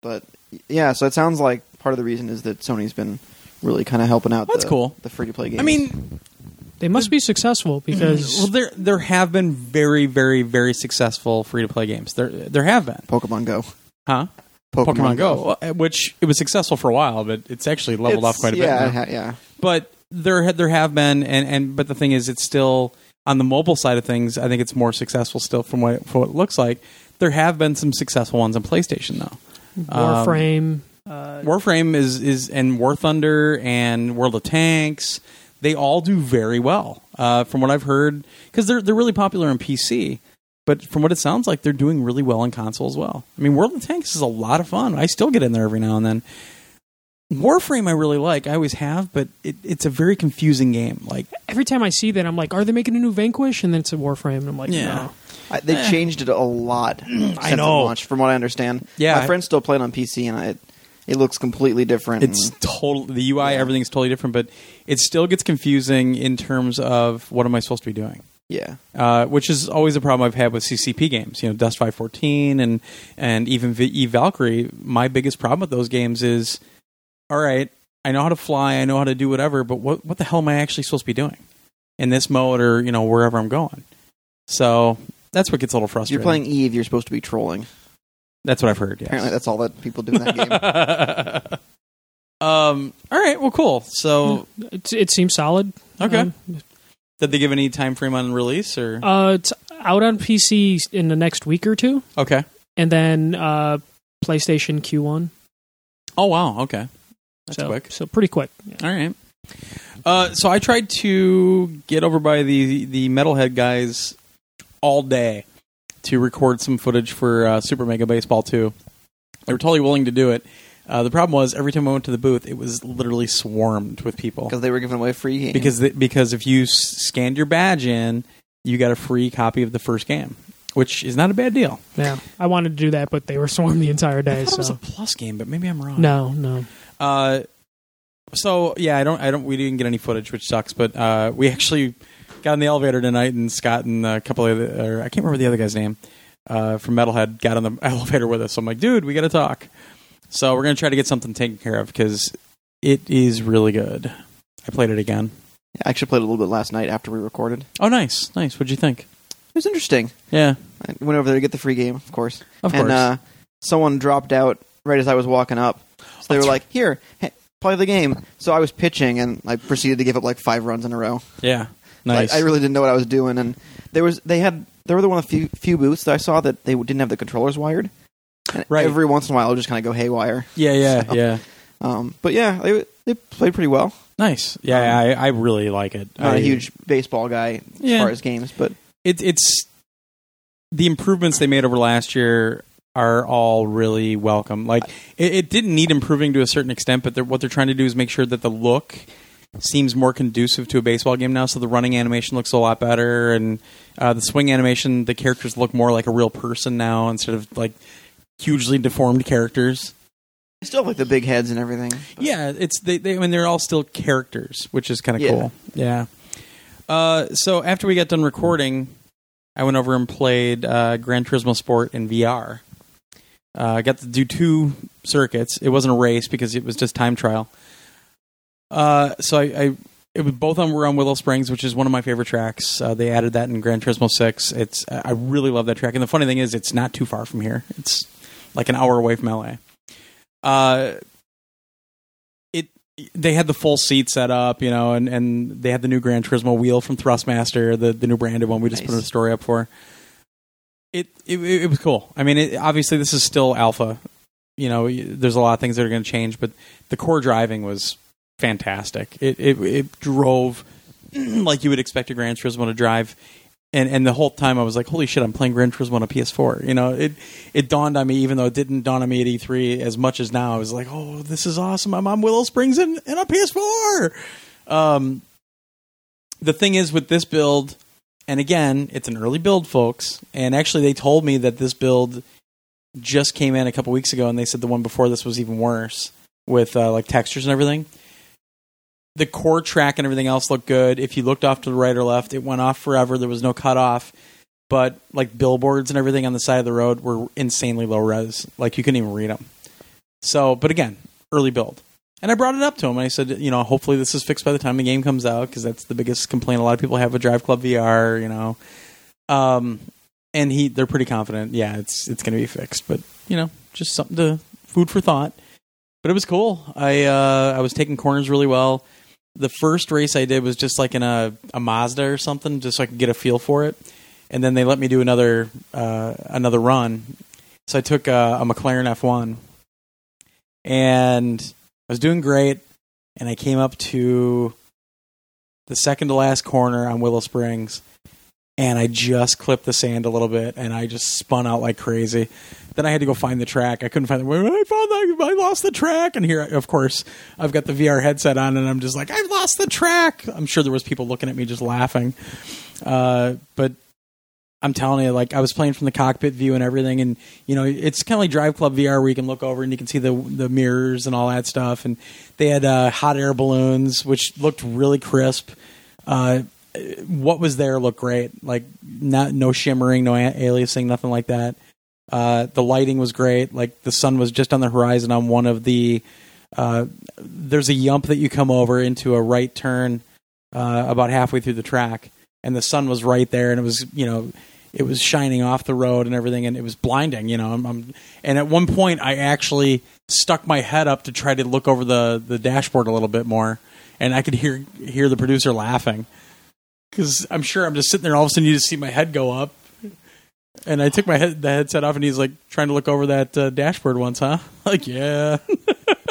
B: But yeah, so it sounds like part of the reason is that Sony's been really kind of helping out.
A: That's
B: the,
A: cool.
B: The free to play games.
A: I mean,
C: they must be successful because
A: well, there there have been very, very, very successful free to play games. There there have been,
B: Pokemon Go.
A: huh? Pokemon, Go, uh, which it was successful for a while, but it's actually leveled off
B: It's-
A: quite a bit.
B: yeah,
A: now.
B: it ha- yeah.
A: but there ha- there have been and, and but the thing is it's still on the mobile side of things i think it's more successful still from what, it- from what it looks like there have been some successful ones on playstation though
C: Mm-hmm.
A: Um,
C: Warframe. uh,
A: warframe is is and war thunder and world of tanks they all do very well uh, from what i've heard because they're, they're really popular on pc but from what it sounds like they're doing really well on console as well i mean world of tanks is a lot of fun i still get in there every now and then warframe i really like i always have but it, it's a very confusing game like
C: every time I see that, I'm like, are they making a new Vanquish? And then it's a Warframe, and I'm like,
A: Yeah.
C: no.
B: I, they
A: Eh.
B: changed it a lot since it
A: know.
B: launched, from what I understand.
A: Yeah, I-
B: my friends still play it on PC, and it it looks completely different.
A: it's
B: and-
A: total the ui everything's totally different but it still gets confusing in terms of what am i supposed to be doing
B: yeah,
A: uh, which is always a problem I've had with CCP games. You know, Dust Five Fourteen and and even v- E Valkyrie. My biggest problem with those games is, all right, I know how to fly, I know how to do whatever, but what what the hell am I actually supposed to be doing in this mode or you know wherever I'm going? So that's what gets a little
B: If
A: frustrating.
B: you're playing Eve. You're supposed to be trolling.
A: That's what I've heard. Yes.
B: Apparently, that's all that people do in that game. Hmm.
A: um. All right. Well. Cool. So.
C: It, it seems solid.
A: Okay.
C: Um,
A: Did they give any time frame on release or?
C: uh, it's out on PC in the next week or two,
A: okay.
C: and then uh, PlayStation Q1.
A: Oh wow. Okay. That's
C: so,
A: quick.
C: So pretty quick. Yeah.
A: All right. Uh, so I tried to get over by the the metalhead guys all day to record some footage for uh, Super Mega Baseball 2. They were totally willing to do it. Uh, the problem was every time I went to the booth, it was literally swarmed with people
B: because they were giving away free games.
A: because th- because if you s- scanned your badge in, you got a free copy of the first game, which is not a bad deal.
C: Yeah. I wanted to do that, but they were swarmed the entire
A: I
C: day.
A: thought it was a
C: So
A: plus game, but maybe I'm wrong.
C: no, no.
A: Uh, so yeah, I don't, I don't, we didn't get any footage, which sucks. But uh, we actually got in the elevator tonight, and Scott and a couple of, the, or I can't remember the other guy's name uh, from Metalhead, got on the elevator with us. So I'm like, dude, we got to talk. So we're gonna try to get something taken care of because it is really good. I played it again.
B: I actually played a little bit last night after we recorded. It
A: Oh, nice, nice. What'd you think?
B: was interesting.
A: Yeah,
B: I went over there to get the free game, of course.
A: of
B: and
A: course.
B: uh, someone dropped out right as I was walking up. So they
A: That's
B: were like, "Here, hey, play the game." So I was pitching, and I proceeded to give up like five runs in a row.
A: yeah, nice.
B: I, I really didn't know what I was doing, and there was they had they were the one of the few, few booths that I saw that they didn't have the controllers wired. And
A: Right.
B: Every once in a while, I'll just kind of go haywire.
A: yeah, yeah,
B: so-
A: yeah.
B: Um, but yeah, they they played pretty well.
A: Nice. Yeah, I, I really like it.
B: Um, Not
A: I-
B: a huge baseball guy as
A: Yeah.
B: far as games, but
A: it, it's the improvements they made over last year are all really welcome. Like it, it didn't need improving to a certain extent, but they're, what they're trying to do is make sure that the look seems more conducive to a baseball game now. So the running animation looks a lot better, and uh, the swing animation, the characters look more like a real person now instead of like hugely deformed characters.
B: I still like the big heads and everything.
A: Yeah, it's they. they I mean, they're all still characters, which is kind of
B: Yeah.
A: cool. Yeah. Uh, so after we got done recording, I went over and played uh, Gran Turismo Sport in VR. Uh, I got to do two circuits. It wasn't a race because it was just time trial. Uh, so I, I it was both of them were on Willow Springs, which is one of my favorite tracks. Uh, they added that in Gran Turismo Six. It's I really love that track. And the funny thing is, it's not too far from here. It's like an hour away from LA. Uh, it they had the full seat set up, you know, and, and they had the new Gran Turismo wheel from Thrustmaster, the the new branded one we just put
B: Nice.
A: a story up for. It it, it was cool. I mean, it, obviously this is still alpha. You know, y- there's a lot of things that are going to change, but the core driving was fantastic. It it, it drove like you would expect a Gran Turismo to drive and and the whole time I was like, holy shit, I'm playing Gran Turismo on a PS4. You know, it it dawned on me, even though it didn't dawn on me at E3 as much as now. I was like, oh, this is awesome. I'm on Willow Springs and, and on PS4. Um, the thing is with this build, and again, it's an early build, folks. And actually, they told me that this build just came in a couple weeks ago, and they said the one before this was even worse with uh, like textures and everything. The core track and everything else looked good. If you looked off to the right or left, it went off forever. There was no cutoff. But like billboards and everything on the side of the road were insanely low res. Like you couldn't even read them. So, but again, early build. And I brought it up to him and I said, you know, hopefully this is fixed by the time the game comes out because that's the biggest complaint a lot of people have with Drive Club VR, you know. Um, and he, they're pretty confident. Yeah, it's it's going to be fixed, but you know, just something to food for thought. But it was cool. I uh, I was taking corners really well. The first race I did was just like in a, a Mazda or something, just so I could get a feel for it. And then they let me do another uh, another run. So I took uh, a McLaren F1, and I was doing great, and I came up to the second to last corner on Willow Springs, and I just clipped the sand a little bit, and I just spun out like crazy. Then I had to go find the track. I couldn't find the. I found the, I lost the track, and here, of course, I've got the VR headset on, and I'm just like, I've lost the track. I'm sure there was people looking at me just laughing, uh, but I'm telling you, like I was playing from the cockpit view and everything, and you know it's kind of like Drive Club VR where you can look over and you can see the the mirrors and all that stuff. And they had uh, hot air balloons, which looked really crisp. Uh, what was there looked great, like not no shimmering, no a- aliasing, nothing like that. Uh, the lighting was great. Like the sun was just on the horizon on one of the. Uh, there's a yump that you come over into a right turn uh, about halfway through the track, and the sun was right there, and it was you know it was shining off the road and everything, and it was blinding. You know, I'm, I'm, and at one point I actually stuck my head up to try to look over the the dashboard a little bit more, and I could hear hear the producer laughing because I'm sure I'm just sitting there. All of a sudden, you just see my head go up, and I took my head the headset off, and he's like trying to look over that uh, dashboard once, huh? Like, yeah.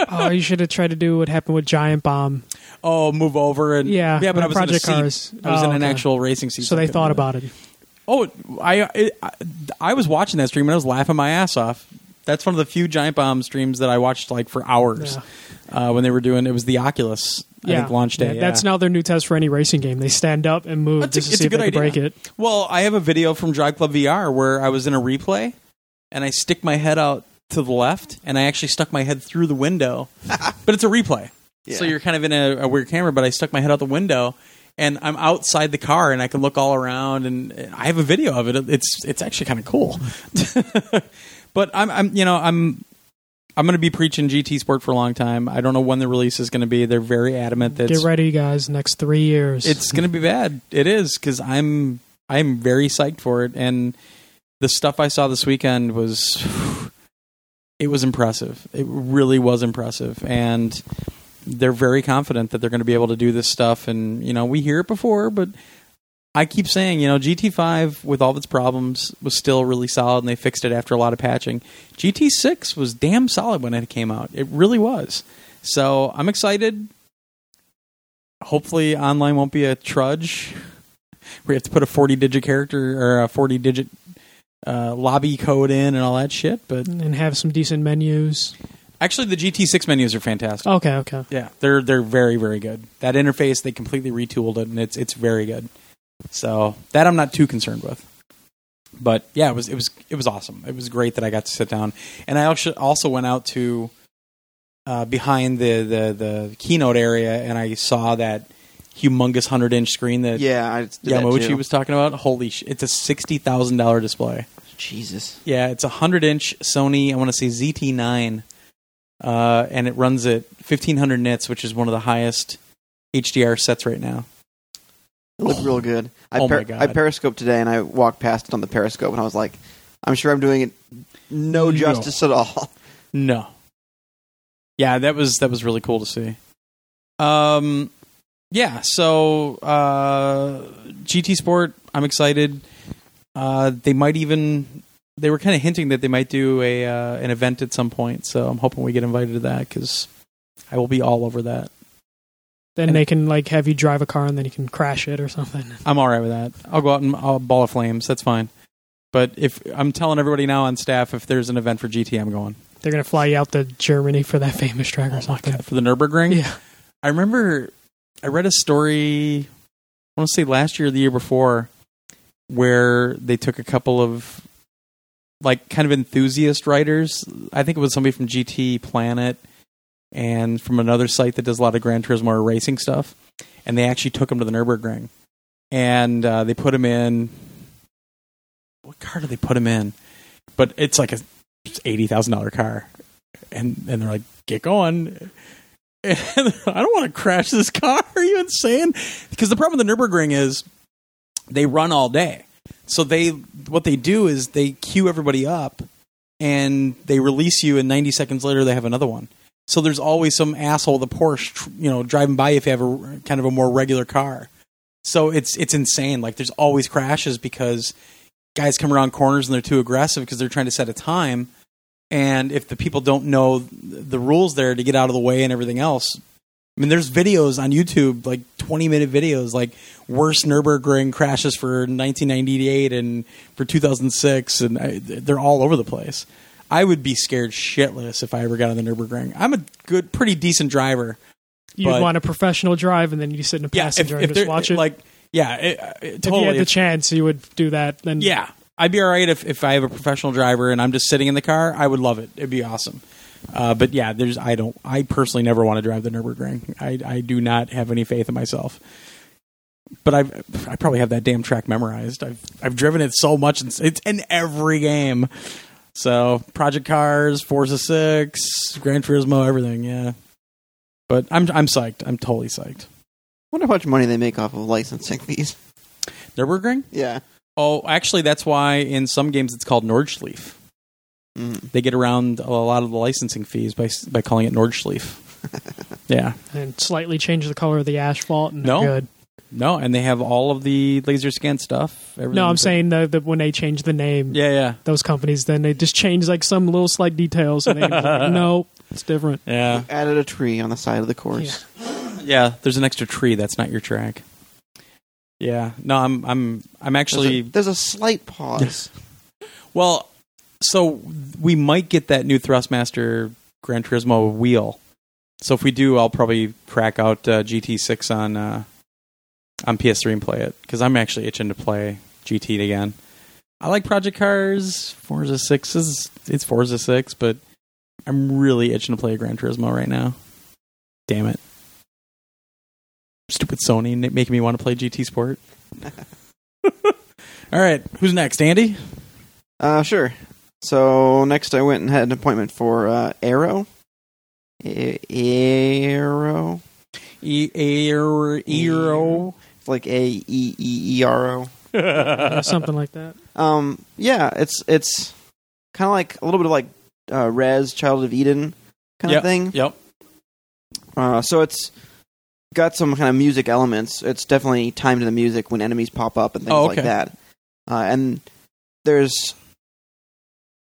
C: oh, you should have tried to do what happened with Giant Bomb.
A: Oh, move over and
C: Yeah,
A: yeah. But I
C: on
A: was in a
C: Project
A: seat.
C: Cars.
A: I was
C: Oh,
A: in an
C: okay.
A: actual racing seat.
C: So they
A: I couldn't
C: thought
A: do that.
C: about it.
A: Oh, I, it, I I was watching that stream and I was laughing my ass off. That's one of the few Giant Bomb streams that I watched like for hours uh, when they were doing. It was the Oculus I think launch day.
C: That's
A: yeah.
C: now their new test for any racing game. They stand up and move
A: That's a-
C: just to see if they can break it.
A: Well, I have a video from Drive Club VR where I was in a replay and I stick my head out to the left and I actually stuck my head through the window. but it's a replay. So
B: Yeah.
A: you're kind of in a, a weird camera, but I stuck my head out the window and I'm outside the car and I can look all around and I have a video of it. It's it's actually kind of cool. but I'm I'm you know, I'm I'm going to be preaching GT Sport for a long time. I don't know when the release is going to be. They're very adamant that
C: Get
A: it's
C: ready, guys. Next three years.
A: it's going to be bad. It is because I'm I'm very psyched for it, and the stuff I saw this weekend was it was impressive. It really was impressive, and they're very confident that they're going to be able to do this stuff. And you know, we hear it before, but I keep saying, you know, GT5 with all of its problems was still really solid, and they fixed it after a lot of patching. GT6 was damn solid when it came out. It really was. So I'm excited. Hopefully, online won't be a trudge. We have to put a 40 digit character or a 40 digit uh, lobby code in and all that shit. But
C: and have some decent menus.
A: actually, the GT6 menus are fantastic.
C: Okay, okay.
A: Yeah, they're they're very very good. That interface they completely retooled it, and it's it's very good. So that I'm not too concerned with. But yeah, it was it was it was awesome. It was great that I got to sit down, and I also also went out to uh, behind the, the the keynote area, and I saw that humongous hundred inch screen that
B: Yeah, I did that
A: Yamauchi
B: too.
A: Uh, was talking about. Holy, sh- it's a sixty thousand dollar display.
B: Jesus.
A: Yeah, it's a hundred inch Sony. I want to say ZT9, uh, and it runs at fifteen hundred nits, which is one of the highest HDR sets right now.
B: It looked real good. I,
A: Oh my
B: per-
A: God.
B: I periscoped today, and I walked past it on the periscope, and I was like, I'm sure I'm doing it no
A: No.
B: justice at all.
A: No. Yeah, that was that was really cool to see. Um, yeah. So uh, GT Sport, I'm excited. Uh, they might even they were kind of hinting that they might do a uh, an event at some point. So I'm hoping we get invited to that because I will be all over that.
C: Then they can like have you drive a car and then you can crash it or something.
A: I'm all right with that. I'll go out and I'll ball of flames. That's fine. But if I'm telling everybody now on staff, if there's an event for GT, I'm going
C: They're gonna fly you out to Germany for that famous track
A: Oh
C: or something.
A: for the Nurburgring.
C: Yeah,
A: I remember I read a story. I want to say last year or the year before, where they took a couple of like kind of enthusiast writers. I think it was somebody from GT Planet and from another site that does a lot of Gran Turismo or racing stuff, and they actually took them to the Nurburgring, and uh, they put them in. What car did they put them in? But it's like a eighty thousand dollar car, and and they're like, get going, and I don't want to crash this car. Are you insane? Because the problem with the Nurburgring is they run all day. So they what they do is they queue everybody up and they release you, and 90 seconds later they have another one. So there's always some asshole with a Porsche, tr- you know, driving by if you have a kind of a more regular car. So it's it's insane. Like there's always crashes because guys come around corners and they're too aggressive because they're trying to set a time. And if the people don't know th- the rules there to get out of the way and everything else, I mean, there's videos on YouTube, like 20 minute videos, like worst Nurburgring crashes for 1998 and for 2006, and I, they're all over the place. I would be scared shitless if I ever got on the Nurburgring. I'm a good, pretty decent driver.
C: you'd
A: But-
C: want a professional drive and then you sit in a passenger and
A: they're-
C: just watch it.
A: like, yeah, it, it,
C: if you
A: totally.
C: had the
A: If-
C: chance, you would do that. Then
A: yeah, I'd be all right if, if I have a professional driver and I'm just sitting in the car. I would love it. It'd be awesome. Uh, but yeah, there's I don't. I personally never want to drive the Nurburgring. I I do not have any faith in myself. But I I probably have that damn track memorized. I've I've driven it so much and it's in every game. So Project Cars, Forza Six, Gran Turismo, everything. Yeah. But I'm I'm psyched. I'm totally psyched.
B: wonder how much money they make off of licensing fees.
A: Nurburgring.
B: Yeah.
A: Oh, actually, that's why in some games it's called Nordschleife.
B: Mm.
A: they get around a lot of the licensing fees by by calling it Nordschleife. yeah,
C: and slightly change the color of the asphalt. And
A: No.
C: they're good.
A: no, and they have all of the laser scan stuff. everything.
C: No, I'm saying the, the when they change the name,
A: yeah, yeah,
C: those companies, then they just change like some little slight details. And they like, no, it's different.
A: yeah,
B: Added a tree on the side of the course.
A: yeah. There's an extra tree that's not your track. Yeah, no, I'm I'm I'm
B: There's,
A: actually
B: a, there's a slight pause.
A: well. So we might get that new Thrustmaster Gran Turismo wheel. So if we do, I'll probably crack out uh, GT6 on uh, on PS3 and play it because I'm actually itching to play GT again. I like Project Cars. Forza Six is it's Forza Six, but I'm really itching to play Gran Turismo right now. Damn it! Stupid Sony n- making me want to play GT Sport. All right, who's next, Andy?
B: Uh, sure. So next, I went and had an appointment for uh, Arrow. A- Arrow.
A: E- Aero.
B: It's like A E E E R O.
C: Yeah, something like that.
B: Um, yeah, it's it's kind of like a little bit of like uh, Rez, Child of Eden kind of
A: Yep.
B: thing.
A: Yep.
B: Uh, so it's got some kind of music elements. It's definitely timed to the music when enemies pop up and things
A: Oh, okay.
B: like that. Uh, and there's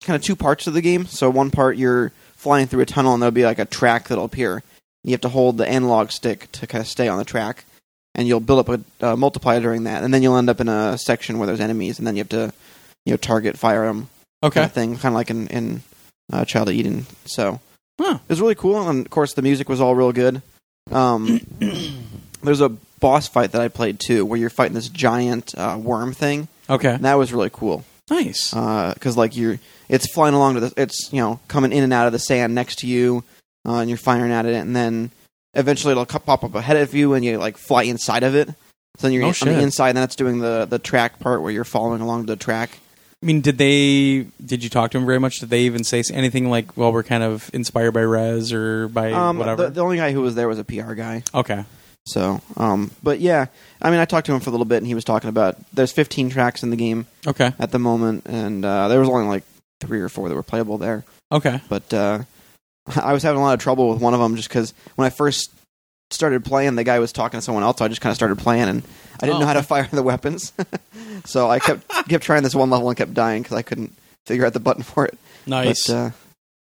B: kind of two parts of the game. So one part you're flying through a tunnel and there'll be like a track that'll appear. You have to hold the analog stick to kind of stay on the track, and you'll build up a uh, multiplier during that, and then you'll end up in a section where there's enemies, and then you have to you know target fire them kind
A: Okay.
B: of thing, kind of like in in uh, Child of Eden. So
A: Huh.
B: it was really cool, and of course the music was all real good. Um, there's a boss fight that I played too, where you're fighting this giant uh, worm thing,
A: Okay. Uh,
B: and that was really cool
A: Nice.
B: because like you're it's flying along to the it's you know coming in and out of the sand next to you, uh, and you're firing at it, and then eventually it'll co- pop up ahead of you, and you like fly inside of it. So then you're
A: Oh,
B: on
A: shit.
B: the inside, and that's doing the the track part where you're following along the track.
A: I mean, did they? Did you talk to him very much? Did they even say anything like, "Well, we're kind of inspired by Rez or by
B: Um,
A: whatever"?
B: the, the only guy who was there was a PR guy.
A: okay.
B: So, um, but yeah, I mean, I talked to him for a little bit, and he was talking about there's 15 tracks in the game
A: Okay.
B: at the moment, and uh, there was only like three or four that were playable there.
A: Okay.
B: But uh, I was having a lot of trouble with one of them just because when I first started playing, the guy was talking to someone else, so I just kind of started playing, and I didn't
A: Oh,
B: know how to fire the weapons, so I kept kept trying this one level and kept dying because I couldn't figure out the button for it.
A: Nice.
B: But, uh,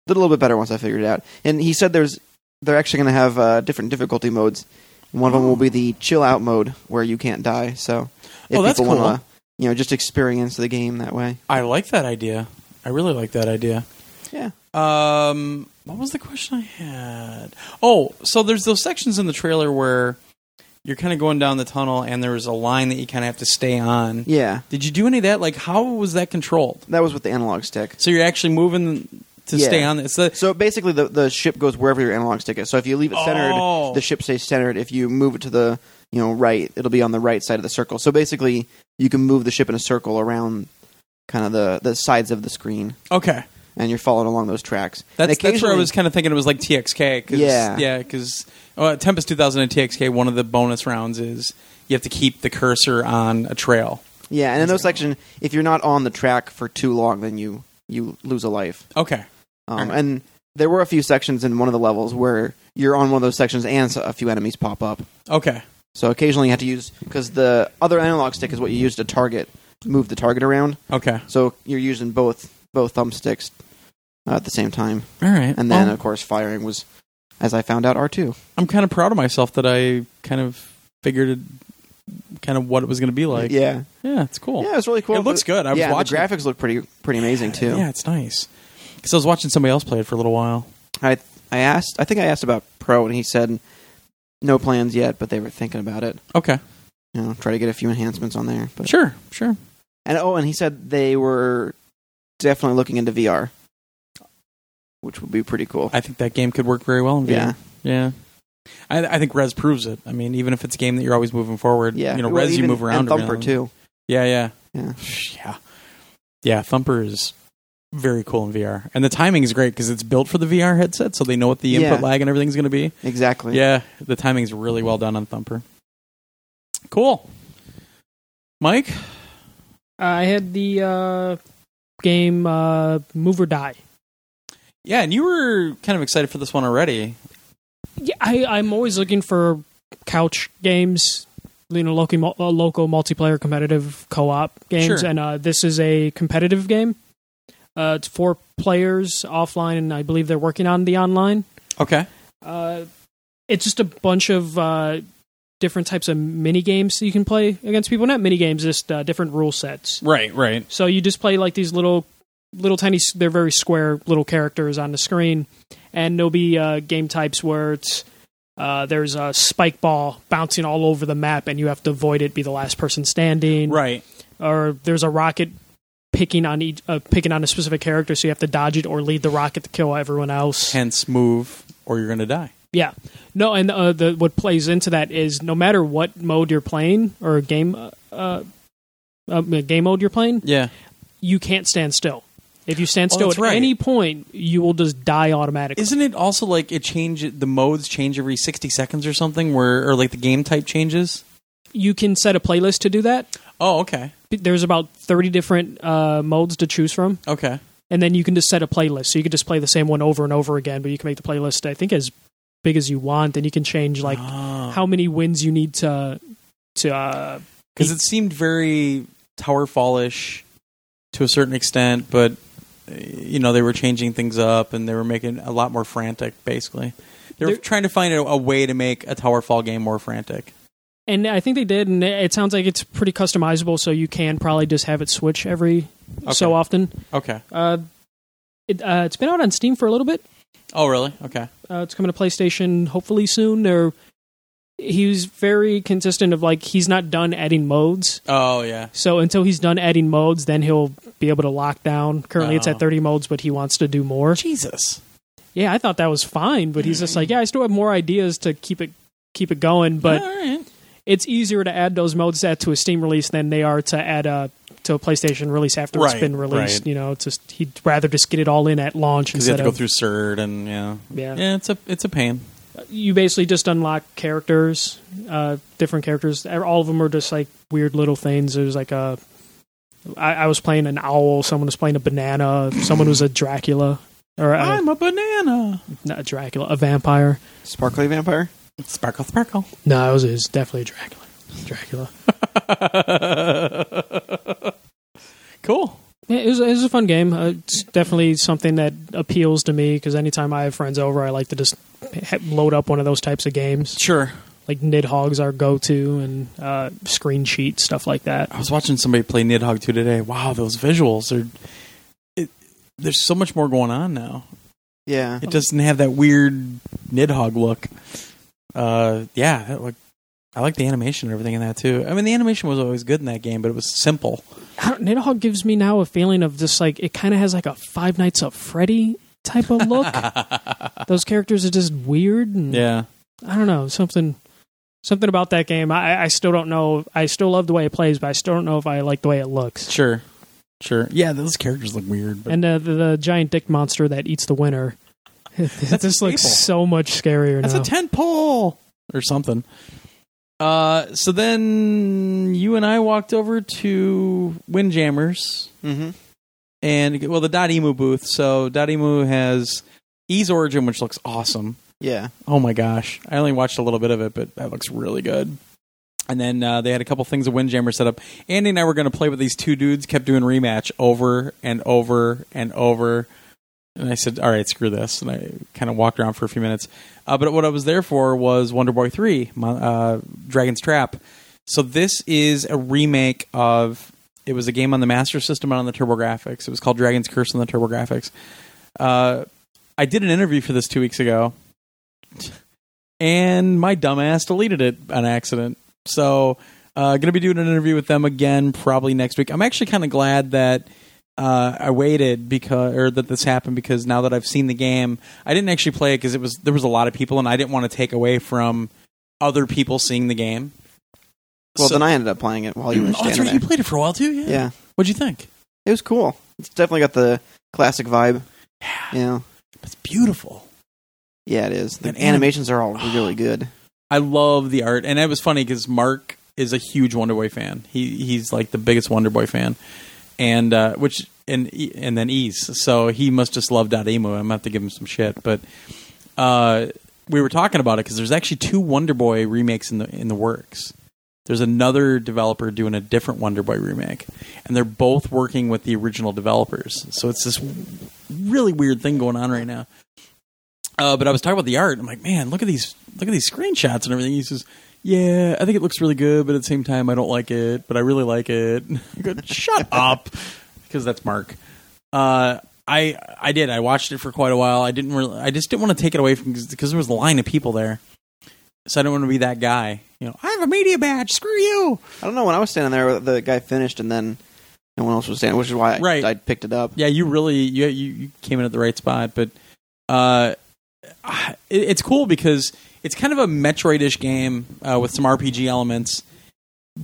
B: did a little bit better once I figured it out. And he said there's they're actually going to have uh, different difficulty modes One of them will be the chill out mode where you can't die. So if
A: Oh, that's
B: people
A: cool.
B: want to, you know, just experience the game that way.
A: I like that idea. I really like that idea.
B: Yeah.
A: Um, what was the question I had? Oh, so there's those sections in the trailer where you're kind of going down the tunnel, and there's a line that you kind of have to stay on.
B: Yeah.
A: Did you do any of that? Like, how was that controlled?
B: That was with the analog stick.
A: So you're actually moving to
B: Yeah.
A: stay on. It's the
B: So basically, the, the ship goes wherever your analog stick is. So if you leave it centered,
A: Oh.
B: the ship stays centered. If you move it to the you know right, it'll be on the right side of the circle. So basically, you can move the ship in a circle around kind of the, the sides of the screen,
A: okay.
B: and you're following along those tracks. And
A: That's that's where I
B: occasionally-
A: was kind of thinking it was like TXK. Cause,
B: Yeah.
A: because uh, Tempest 2000 and TXK, one of the bonus rounds is you have to keep the cursor on a trail.
B: Yeah, and in those sections, if you're not on the track for too long, then you you lose a life.
A: Okay.
B: Um,
A: Alright.
B: And there were a few sections in one of the levels where you're on one of those sections, and so- a few enemies pop up.
A: Okay.
B: So occasionally you have to use because the other analog stick is what you use to target, move the target around.
A: Okay.
B: So you're using both both thumbsticks uh, at the same time,
A: All right.
B: and then
A: Well,
B: of course firing was, as I found out, R two.
A: I'm kind of proud of myself that I kind of figured it, kind of what it was going to be like.
B: yeah,
A: Yeah, it's cool.
B: yeah, it's really cool.
A: It looks good. I was
B: yeah, and
A: watching.
B: the graphics look pretty pretty amazing too.
A: Yeah, it's nice. Because I was watching somebody else play it for a little while.
B: I I asked, I think I asked about Pro, and he said no plans yet, but they were thinking about it.
A: Okay.
B: You know, try to get a few enhancements on there. But
A: Sure. Sure.
B: and oh, and he said they were definitely looking into VR, which would be pretty cool.
A: I think that game could work very well in VR.
B: yeah,
A: Yeah. I, I think Res proves it. I mean, even if it's a game that you're always moving forward,
B: yeah.
A: you know,
B: Well,
A: Res you
B: even-
A: move around.
B: And Thumper
A: around.
B: too.
A: Yeah, yeah,
B: Yeah.
A: yeah, yeah. Thumper is very cool in VR, and the timing is great because it's built for the VR headset, so they know what the input
B: Yeah.
A: lag and everything's going to be.
B: Exactly.
A: Yeah, the timing's really well done on Thumper. Cool, Mike.
C: I had the uh, game uh, Move or Die.
A: Yeah, and you were kind of excited for this one already.
C: Yeah, I, I'm always looking for couch games, you know, local, mul- uh, local multiplayer competitive co-op games,
A: Sure.
C: and uh, this is a competitive game. Uh, it's four players offline, and I believe they're working on the online.
A: Okay,
C: Uh, it's just a bunch of uh, different types of mini games that you can play against people. Not mini games, just uh, different rule sets.
A: right, right.
C: So you just play like these little, little tiny. They're very square little characters on the screen, and there'll be uh, game types where it's uh, there's a spike ball bouncing all over the map, and you have to avoid it, be the last person standing,
A: Right.
C: or there's a rocket picking on each, uh, picking on a specific character, so you have to dodge it or lead the rocket to kill everyone else.
A: Hence, move or you're going to die.
C: Yeah. No, and uh, the what plays into that is no matter what mode you're playing or game uh, uh, uh, game mode you're playing,
A: Yeah.
C: you can't stand still. If you stand
A: Oh,
C: still
A: that's
C: at
A: right.
C: any point, you will just die automatically.
A: Isn't it also like it change the modes change every sixty seconds or something, where or like the game type changes?
C: you can set a playlist to do that.
A: Oh, okay,
C: There's about 30 different uh, modes to choose from,
A: okay.
C: and then you can just set a playlist. So you can just play the same one over and over again, but you can make the playlist I think as big as you want, and you can change like
A: Uh-huh. Ah.
C: how many wins you need to to uh,
A: because it seemed very tower fallish to a certain extent, but uh, you know they were changing things up and they were making a lot more frantic. Basically, they were
C: There-
A: trying to find a, a way to make a tower fall game more frantic.
C: And I think they did, and it it sounds like it's pretty customizable, so you can probably just have it switch every so
A: Okay.
C: often.
A: Okay.
C: Uh, it, uh, it's been out on Steam for a little bit.
A: Oh, really? Okay.
C: Uh, it's coming to PlayStation hopefully soon. Or he was very consistent of like he's not done adding modes,
A: Oh, yeah.
C: so until he's done adding modes, then he'll be able to lock down. Currently, it's
A: Oh.
C: at thirty modes, but he wants to do more.
A: Jesus.
C: Yeah, I thought that was fine, but he's just like, yeah, I still have more ideas to keep it keep it going, but.
A: All right.
C: it's easier to add those modes that to a Steam release than they are to add a to a PlayStation release after
A: Right,
C: it's been released.
A: right.
C: You know, it's just he'd rather just get it all in at launch
A: Because you have
C: instead
A: to go
C: of
A: through CERD and yeah,
C: Yeah.
A: yeah. It's a it's a pain.
C: you basically just unlock characters, uh, different characters. All of them are just like weird little things. There's like a I, I was playing an owl, someone was playing a banana, someone was a Dracula or a,
A: I'm a banana.
C: not a Dracula, a vampire.
B: Sparkly vampire.
A: Sparkle, sparkle.
C: No, it was, it was definitely a Dracula. Dracula.
A: cool.
C: Yeah, it was, it was a fun game. Uh, it's definitely something that appeals to me because anytime I have friends over, I like to just ha- load up one of those types of games.
A: Sure.
C: like Nidhogg's our go-to and uh, screen sheet stuff like that.
A: I was watching somebody play Nidhogg 2 today. Wow, those visuals are. It, there's so much more going on now.
B: Yeah.
A: It doesn't have that weird Nidhogg look. Uh, yeah, that look. I like the animation and everything in that too. I mean, the animation was always good in that game, but it was simple.
C: I don't, Nidhogg gives me now a feeling of just like it kind of has like a Five Nights at Freddy type of look. Those characters are just weird. And
A: Yeah,
C: I don't know something something about that game. I, I still don't know. I still love the way it plays, but I still don't know if I like the way it looks.
A: sure, sure. Yeah, those characters look weird. But
C: And uh, the, the giant dick monster that eats the winner. this looks
A: staple.
C: so much scarier
A: That's
C: now.
A: a tent pole or something. Uh, so then you and I walked over to Windjammers
B: Mm-hmm.
A: and well, the Dot Emu booth. So Dot Emu has Ease Origin, which looks awesome.
B: Yeah.
A: Oh my gosh, I only watched a little bit of it, but that looks really good. And then uh, they had a couple things of Windjammer set up. Andy and I were going to play, but these two dudes kept doing rematch over and over and over. And I said, "All right, screw this." And I kind of walked around for a few minutes. Uh, but what I was there for was Wonder Boy Three, Mon- uh, Dragon's Trap. So this is a remake of. It was a game on the Master System and on the TurboGrafx. It was called Dragon's Curse on the TurboGrafx. Uh, I did an interview for this two weeks ago, and my dumbass deleted it on accident. So, uh, going to be doing an interview with them again probably next week. I'm actually kind of glad that uh, I waited because or that this happened because now that I've seen the game, I didn't actually play it because it was there was a lot of people and I didn't want to take away from other people seeing the game.
B: Well,
A: So-
B: then I ended up playing it while you were
A: oh, that's
B: standing
A: right. You
B: there.
A: played it for a while too. Yeah.
B: Yeah.
A: What'd you think?
B: It was cool. It's definitely got the classic vibe. Yeah. You know?
A: It's beautiful.
B: Yeah, it is. The
A: And anim-
B: animations are all really good.
A: I love the art, and it was funny because Mark is a huge Wonder Boy fan. He he's like the biggest Wonder Boy fan, and uh, which and E- and then Ease, so he must just love Dot Emu. I'm gonna have to give him some shit, but uh, we were talking about it because there's actually two Wonder Boy remakes in the in the works. There's another developer doing a different Wonder Boy remake, and they're both working with the original developers. So it's this really weird thing going on right now. Uh, but I was talking about the art. I'm like, man, look at these, look at these screenshots and everything. He says, yeah, I think it looks really good, but at the same time, I don't like it, but I really like it. I go, Shut up, because that's Mark. Uh, I I did. I watched it for quite a while. I didn't really. I just didn't want to take it away from because there was a line of people there, so I don't want to be that guy. You know, I have a media badge. Screw you.
B: I don't know when I was standing there, the guy finished, and then no one else was standing, which is why I,
A: Right.
B: I picked it up.
A: yeah, you really you you, you came in at the right spot, but uh, I- it, it's cool because it's kind of a Metroid-ish game uh, with some RPG elements,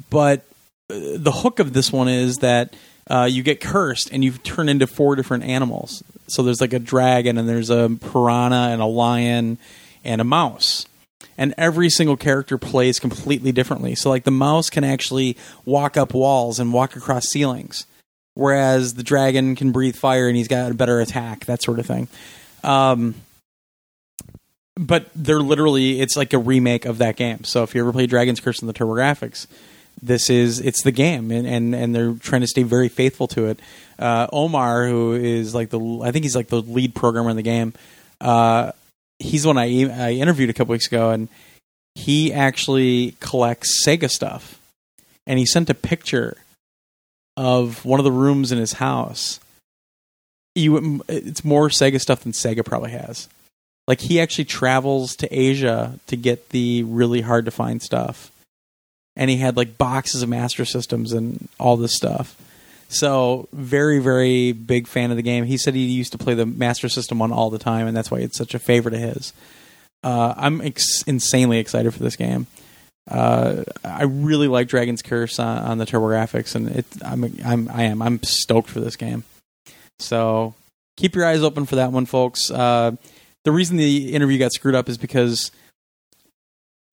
A: but uh, the hook of this one is that uh, you get cursed and you turn into four different animals. So there's like a dragon and there's a piranha and a lion and a mouse. And every single character plays completely differently. So, like, the mouse can actually walk up walls and walk across ceilings whereas the dragon can breathe fire and he's got a better attack, that sort of thing. Um, but they're literally it's like a remake of that game. So if you ever play Dragon's Curse in the TurboGrafx, this is it's the game, and and, and they're trying to stay very faithful to it. Uh, Omar, who is like the I think he's like the lead programmer in the game. Uh, he's the one I I interviewed a couple weeks ago, and he actually collects Sega stuff, and he sent a picture of one of the rooms in his house. You, it's more Sega stuff than Sega probably has. Like he actually travels to Asia to get the really hard to find stuff, and he had like boxes of Master Systems and all this stuff. So very very big fan of the game. He said he used to play the Master System one all the time, and that's why it's such a favorite of his. Uh, I'm ex- insanely excited for this game uh, I really like Dragon's Curse on, on the TurboGrafx, and it, I'm, I'm I am I'm stoked for this game. So keep your eyes open for that one, folks. Uh, the reason the interview got screwed up is because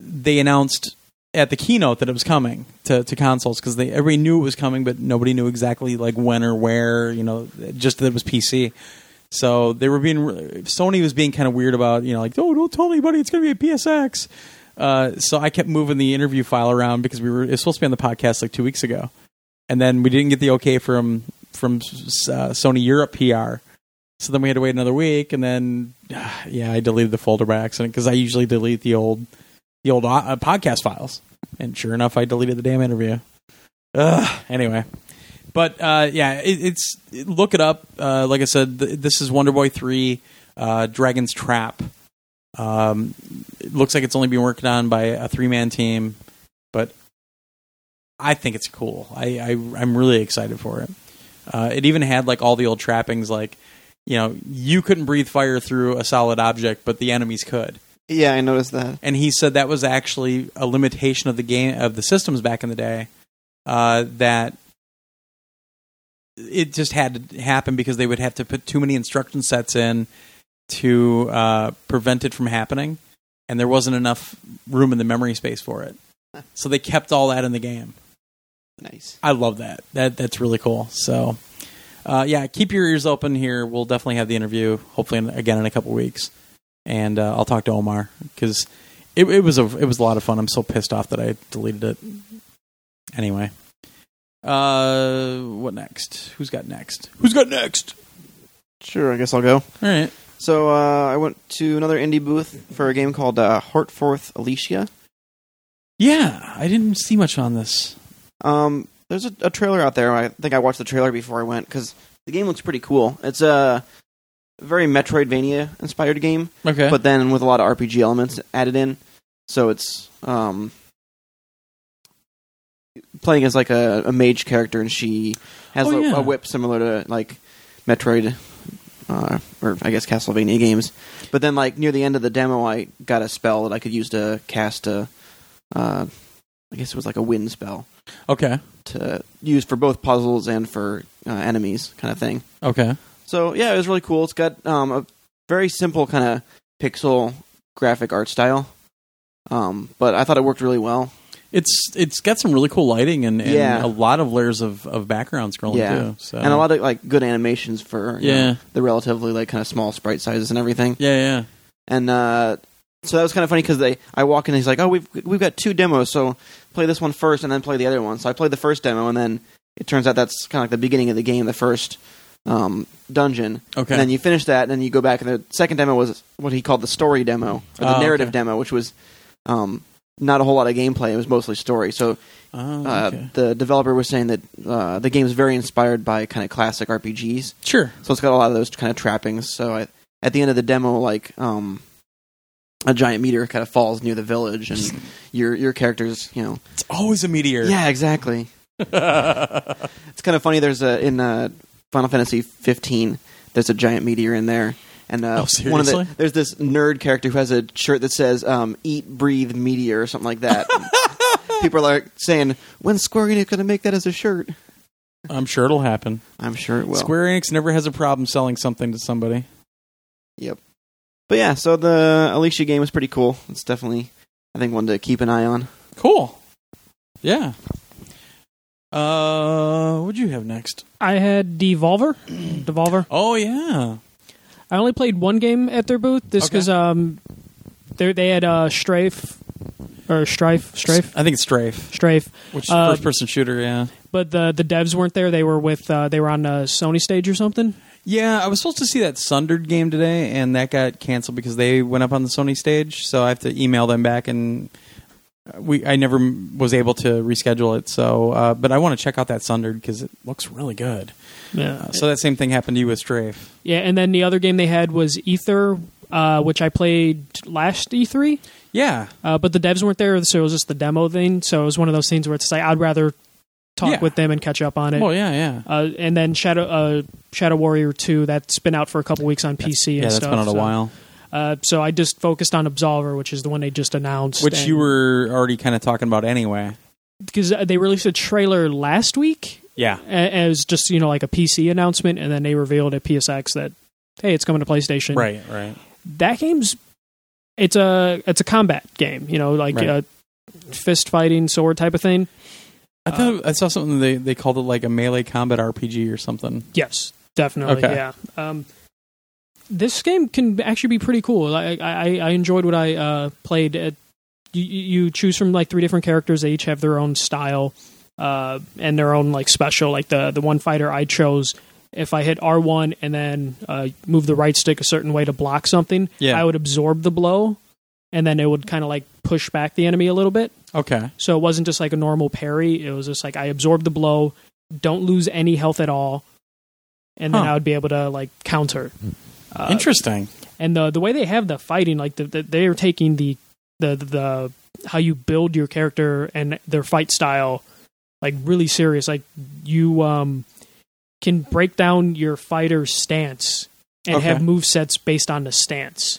A: they announced at the keynote that it was coming to, to consoles because everybody knew it was coming, but nobody knew exactly like when or where. You know, just that it was PC. So they were being Sony was being kind of weird about you know like oh don't tell anybody it's going to be a PSX. Uh, so I kept moving the interview file around because we were it was supposed to be on the podcast like two weeks ago, and then we didn't get the okay from from uh, Sony Europe PR. So then we had to uh, wait another week, and then yeah, I deleted the folder by accident because I usually delete the old the old uh, podcast files, and sure enough, I deleted the damn interview. Ugh. Anyway, but uh, yeah, it, it's look it up. Uh, like I said, th- this is Wonder Boy three, uh, Dragon's Trap. Um, it looks like it's only been worked on by a three man team, but I think it's cool. I, I I'm really excited for it. Uh, it even had like all the old trappings, like you know, you couldn't breathe fire through a solid object, but the enemies could
B: Yeah, I noticed that.
A: and he said that was actually a limitation of the game of the systems back in the day uh, that it just had to happen because they would have to put too many instruction sets in to uh, prevent it from happening, and there wasn't enough room in the memory space for it. So they kept all that in the game.
B: Nice.
A: I love that. That that's really cool. So, uh, yeah, keep your ears open here. We'll definitely have the interview hopefully in, again in a couple weeks, and uh, I'll talk to Omar because it, it was a it was a lot of fun. I'm so pissed off that I deleted it. Anyway, uh, what next? Who's got next? Who's got next?
B: Sure, I guess I'll go.
A: All right.
B: So uh, I went to another indie booth for a game called uh, Hartforth Alicia.
A: Yeah, I didn't see much on this.
B: Um, there's a, a trailer out there. I think I watched the trailer before I went because the game looks pretty cool. It's a very Metroidvania inspired game,
A: Okay,
B: but then with a lot of RPG elements added in. So it's um, playing as like a, a mage character, and she has
A: Oh,
B: a,
A: yeah.
B: a whip similar to like Metroid. Uh, or I guess Castlevania games, but then like near the end of the demo, I got a spell that I could use to cast a, uh, I guess it was like a wind spell,
A: okay,
B: to use for both puzzles and for uh, enemies kind of thing.
A: okay.
B: So yeah, it was really cool. It's got um, a very simple kind of pixel graphic art style, um, but I thought it worked really well.
A: It's it's got some really cool lighting and, and
B: Yeah.
A: a lot of layers of, of background scrolling
B: Yeah.
A: too. So
B: And a lot of like good animations for you
A: Yeah.
B: know, the relatively like kind of small sprite sizes and everything.
A: yeah yeah.
B: And uh, so that was kind of funny because they I walk in and he's like, oh we've we've got two demos, so play this one first and then play the other one. So I played the first demo and then it turns out that's kind of like the beginning of the game, the first um, dungeon.
A: Okay.
B: And then you finish that, and then you go back. And the second demo was what he called the story demo, or the
A: Oh,
B: narrative
A: okay.
B: demo, which was um, not a whole lot of gameplay. It was mostly story. So
A: Oh,
B: uh,
A: okay.
B: the developer was saying that uh, the game is very inspired by kind of classic RPGs.
A: Sure.
B: So it's got a lot of those kind of trappings. So I, at the end of the demo, like um, a giant meteor kind of falls near the village, and your your characters, you know,
A: It's always a meteor.
B: yeah, exactly. It's kind of funny. There's a in uh, Final Fantasy 15. There's a giant meteor in there, and uh,
A: Oh,
B: one of the
A: seriously?
B: there's this nerd character who has a shirt that says um, "Eat, Breathe, Meteor" or something like that. People are like saying, "When's Square Enix going to make that as a shirt?"
A: I'm sure it'll happen.
B: I'm sure it will.
A: Square Enix never has a problem selling something to somebody.
B: But yeah, so the Alicia game was pretty cool. It's definitely, I think, one to keep an eye on.
A: Cool. Yeah. Uh, what'd you have next?
C: I had Devolver. Devolver.
A: Oh yeah.
C: I only played one game at their booth. This
A: Okay.
C: because um, they they had uh, Strafe or Strife, Strafe,
A: I think it's Strafe,
C: Strafe.
A: which is
C: Uh,
A: first person shooter. Yeah.
C: But the the devs weren't there. They were with uh, they were on a Sony stage or something.
A: Yeah, I was supposed to see that Sundered game today, and that got canceled because they went up on the Sony stage. So I have to email them back, and we I never m- was able to reschedule it. So, uh, but I want to check out that Sundered because it looks really good.
C: Yeah.
A: So that same thing happened to you with Strafe.
C: Yeah, and then the other game they had was Ether, uh, which I played last E3.
A: Yeah,
C: Uh, but the devs weren't there, so it was just the demo thing. So it was one of those things where it's like I'd rather talk
A: Yeah.
C: with them and catch up on it.
A: Well, yeah, yeah.
C: Uh, and then Shadow uh, Shadow Warrior Two that's been out for a couple weeks on PC.
A: yeah,
C: and
A: that's
C: stuff,
A: been out a
C: so-
A: while.
C: Uh, so I just focused on Absolver, which is the one they just announced.
A: Which you were already kind of talking about anyway.
C: because they released a trailer last week
A: Yeah.
C: a- as just you know like a PC announcement, and then they revealed at PSX that hey, it's coming to PlayStation.
A: Right, right.
C: that game's it's a it's a combat game, you know, like
A: Right.
C: uh fist fighting sword type of thing.
A: I thought I saw something they, they called it like a melee combat RPG or something.
C: Yes, definitely.
A: Okay.
C: Yeah. Um, this game can actually be pretty cool. I I, I enjoyed what I uh, played. At, you, you choose from like three different characters. They each have their own style uh, and their own like special. Like the the one fighter I chose. If I hit R one and then uh, move the right stick a certain way to block something,
A: Yeah.
C: I would absorb the blow, and then it would kind of like push back the enemy a little bit.
A: Okay.
C: So it wasn't just like a normal parry. It was just like I absorb the blow, don't lose any health at all, and then
A: Huh.
C: I would be able to like counter. Uh,
A: Interesting.
C: and the the way they have the fighting, like the, the, they are taking the, the the the how you build your character and their fight style, like really serious. Like you um can break down your fighter's stance and
A: Okay.
C: have move sets based on the stance.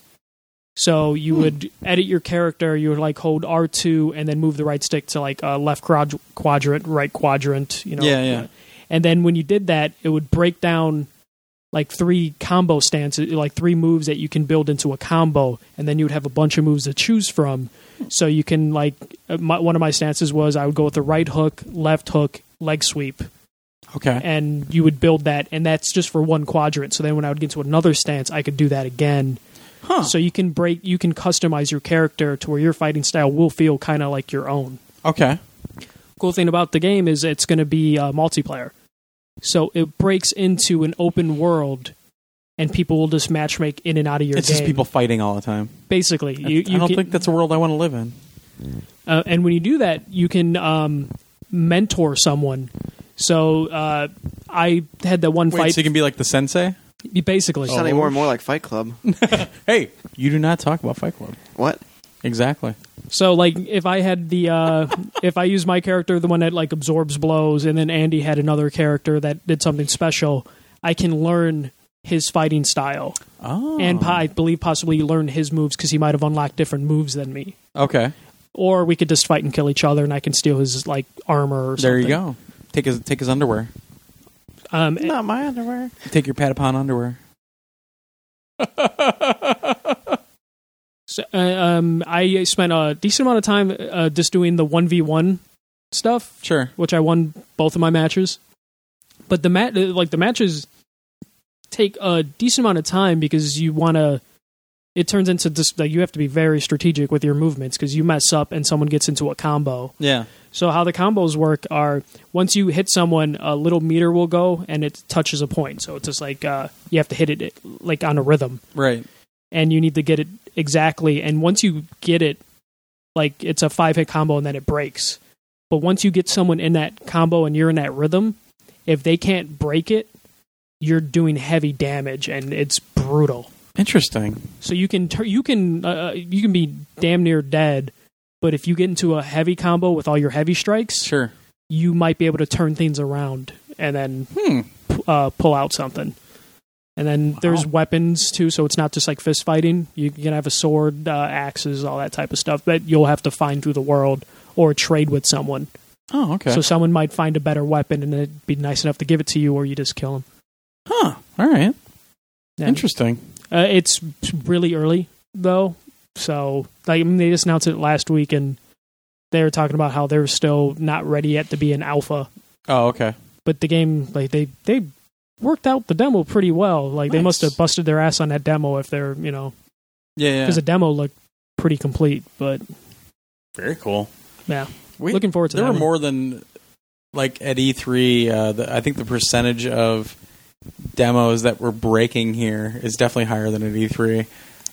C: So
A: Hmm.
C: you would edit your character. You would like hold R two and then move the right stick to like uh, left quad- quadrant, right quadrant. You know,
A: Yeah, yeah.
C: And then when you did that, it would break down like three combo stances, like three moves that you can build into a combo, and then you would have a bunch of moves to choose from. So you can like uh, my, one of my stances was I would go with the right hook, left hook, leg sweep,
A: Okay.
C: and you would build that, and that's just for one quadrant. So then when I would get to another stance, I could do that again.
A: Huh.
C: So you can break, you can customize your character to where your fighting style will feel kind of like your own
A: Okay.
C: cool thing about the game is it's going to be uh, multiplayer. So it breaks into an open world, and people will just matchmake in and out of your
A: It's
C: game.
A: just people fighting all the time.
C: Basically, you,
A: I
C: you
A: don't
C: can-
A: think that's a world I want to live in.
C: uh, and when you do that, you can um, mentor someone. So uh, I had that one
A: Wait,
C: fight.
A: so Oh, you can be like the sensei?
C: basically,
B: Sounding more and more like Fight Club.
A: Hey, you do not talk about Fight Club.
B: What?
A: Exactly.
C: So like if I had the uh if I used my character, the one that like absorbs blows, and then Andy had another character that did something special, I can learn his fighting style.
A: Oh.
C: And po- I believe possibly learn his moves because he might have unlocked different moves than me.
A: Okay.
C: Or we could just fight and kill each other, and I can steal his like armor. Or
A: There you
C: something.
A: go. Take his take his underwear.
C: Um, and-
B: Not my underwear.
A: Take your Patapon underwear.
C: so, uh, um, I spent a decent amount of time uh, just doing the one v one stuff
A: Sure.
C: which I won both of my matches. But the mat, like the matches, take a decent amount of time because you want to. It turns into just like you have to be very strategic with your movements because you mess up and someone gets into a combo.
A: Yeah.
C: So how the combos work are once you hit someone, a little meter will go and it touches a point. So it's just like uh, you have to hit it like on a rhythm
A: Right.
C: and you need to get it exactly. And once you get it, like it's a five hit combo and then it breaks. But once you get someone in that combo and you're in that rhythm, if they can't break it, you're doing heavy damage and it's brutal.
A: Interesting.
C: So you can tur- you can uh, you can be damn near dead, but if you get into a heavy combo with all your heavy strikes,
A: Sure.
C: you might be able to turn things around and then
A: Hmm.
C: p- uh, pull out something. And then there's
A: Wow.
C: weapons too, so it's not just like fist fighting. You can have a sword, uh, axes, all that type of stuff that you'll have to find through the world or trade with someone.
A: Oh, okay.
C: So someone might find a better weapon and it'd be nice enough to give it to you, or you just kill them.
A: huh. All right. Interesting.
C: Uh, it's really early though, so like I mean, they just announced it last week, and they were talking about how they're still not ready yet to be an alpha.
A: Oh, okay.
C: but the game like they they worked out the demo pretty well like they
A: Nice.
C: must have busted their ass on that demo if they're you know
A: Yeah. Yeah.
C: because the demo looked pretty complete but
A: Very cool.
C: yeah
A: We,
C: looking forward to
A: there
C: that
A: were
C: one.
A: more than like at E3. Uh, the, I think the percentage of demos that we're breaking here is definitely higher than at E3.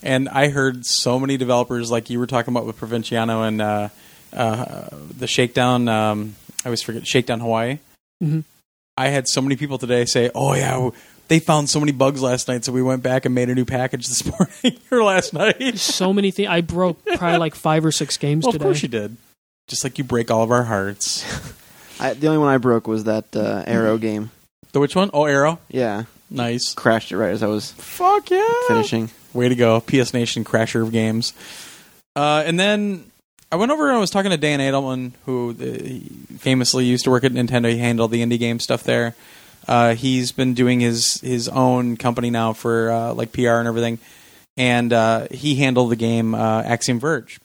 A: And I heard so many developers, like you were talking about with Provinciano and uh, uh, the Shakedown. Um, I always forget Shakedown Hawaii.
C: Mhm.
A: I had so many people today say, "Oh yeah." w- They found so many bugs last night, so we went back and made a new package this morning or last night.
C: so many things i broke probably like five or six games
A: Well, of
C: today
A: course you did. Just like you break all of our hearts.
B: I, the only one I broke was that uh, Arrow game.
A: The which one? Oh, Arrow.
B: Yeah,
A: Nice.
B: crashed it right as I was
A: Fuck yeah.
B: finishing.
A: Way to go. PS Nation crasher of games. Uh, and then I went over and I was talking to Dan Adelman, who uh, he famously used to work at Nintendo. He handled the indie game stuff there. Uh, he's been doing his, his own company now for uh, like PR and everything. And uh, he handled the game uh, Axiom Verge.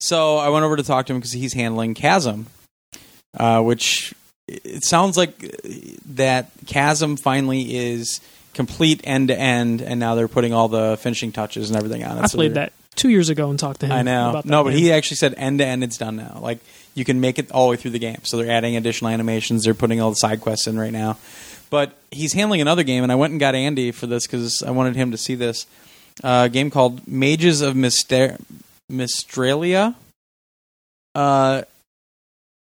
A: So I went over to talk to him because he's handling Chasm, uh, which it sounds like uh, that Chasm finally is complete end to end, and now they're putting all the finishing touches and everything on it.
C: i
A: So
C: played
A: they're-
C: that two years ago and talked to him
A: I know.
C: about that
A: No, but
C: game.
A: he actually said end to end, it's done now. Like you can make it all the way through the game. So they're adding additional animations. They're putting all the side quests in right now. But he's handling another game, and I went and got Andy for this because I wanted him to see this. a game called Mages of Myster- Mistralia. Uh,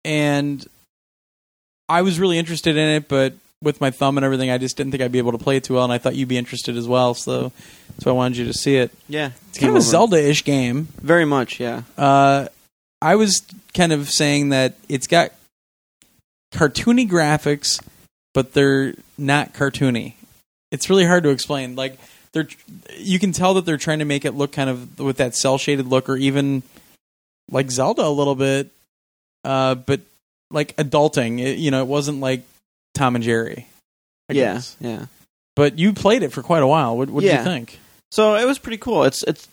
A: and I was really interested in it, but with my thumb and everything, I just didn't think I'd be able to play it too well, and I thought you'd be interested as well, so that's why I wanted you to see it.
B: Yeah,
A: It's kind of a Zelda ish game.
B: Very much, yeah.
A: Uh, I was kind of saying that it's got cartoony graphics, but they're not cartoony. It's really hard to explain. Like they're, you can tell that they're trying to make it look kind of with that cell shaded look, or even like Zelda a little bit, uh, but like adulting. It, you know, it wasn't like Tom and Jerry. I
B: yeah,
A: guess.
B: yeah.
A: But you played it for quite a while. What, what
B: Yeah.
A: did you think?
B: So it was pretty cool. It's it's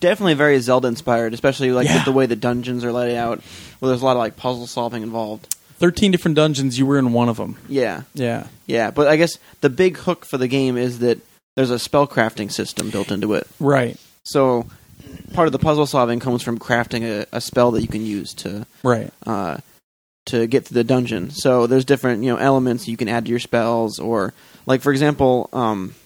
B: definitely very Zelda inspired, especially like
A: Yeah.
B: with the way the dungeons are laid out, where there's a lot of like puzzle solving involved.
A: Thirteen different dungeons. You were in one of them.
B: Yeah,
A: Yeah.
B: yeah. But I guess the big hook for the game is that there's a spell crafting system built into it.
A: Right.
B: So part of the puzzle solving comes from crafting a, a spell that you can use to
A: Right.
B: uh, to get through the dungeon. So there's different you know elements you can add to your spells, or like for example, um,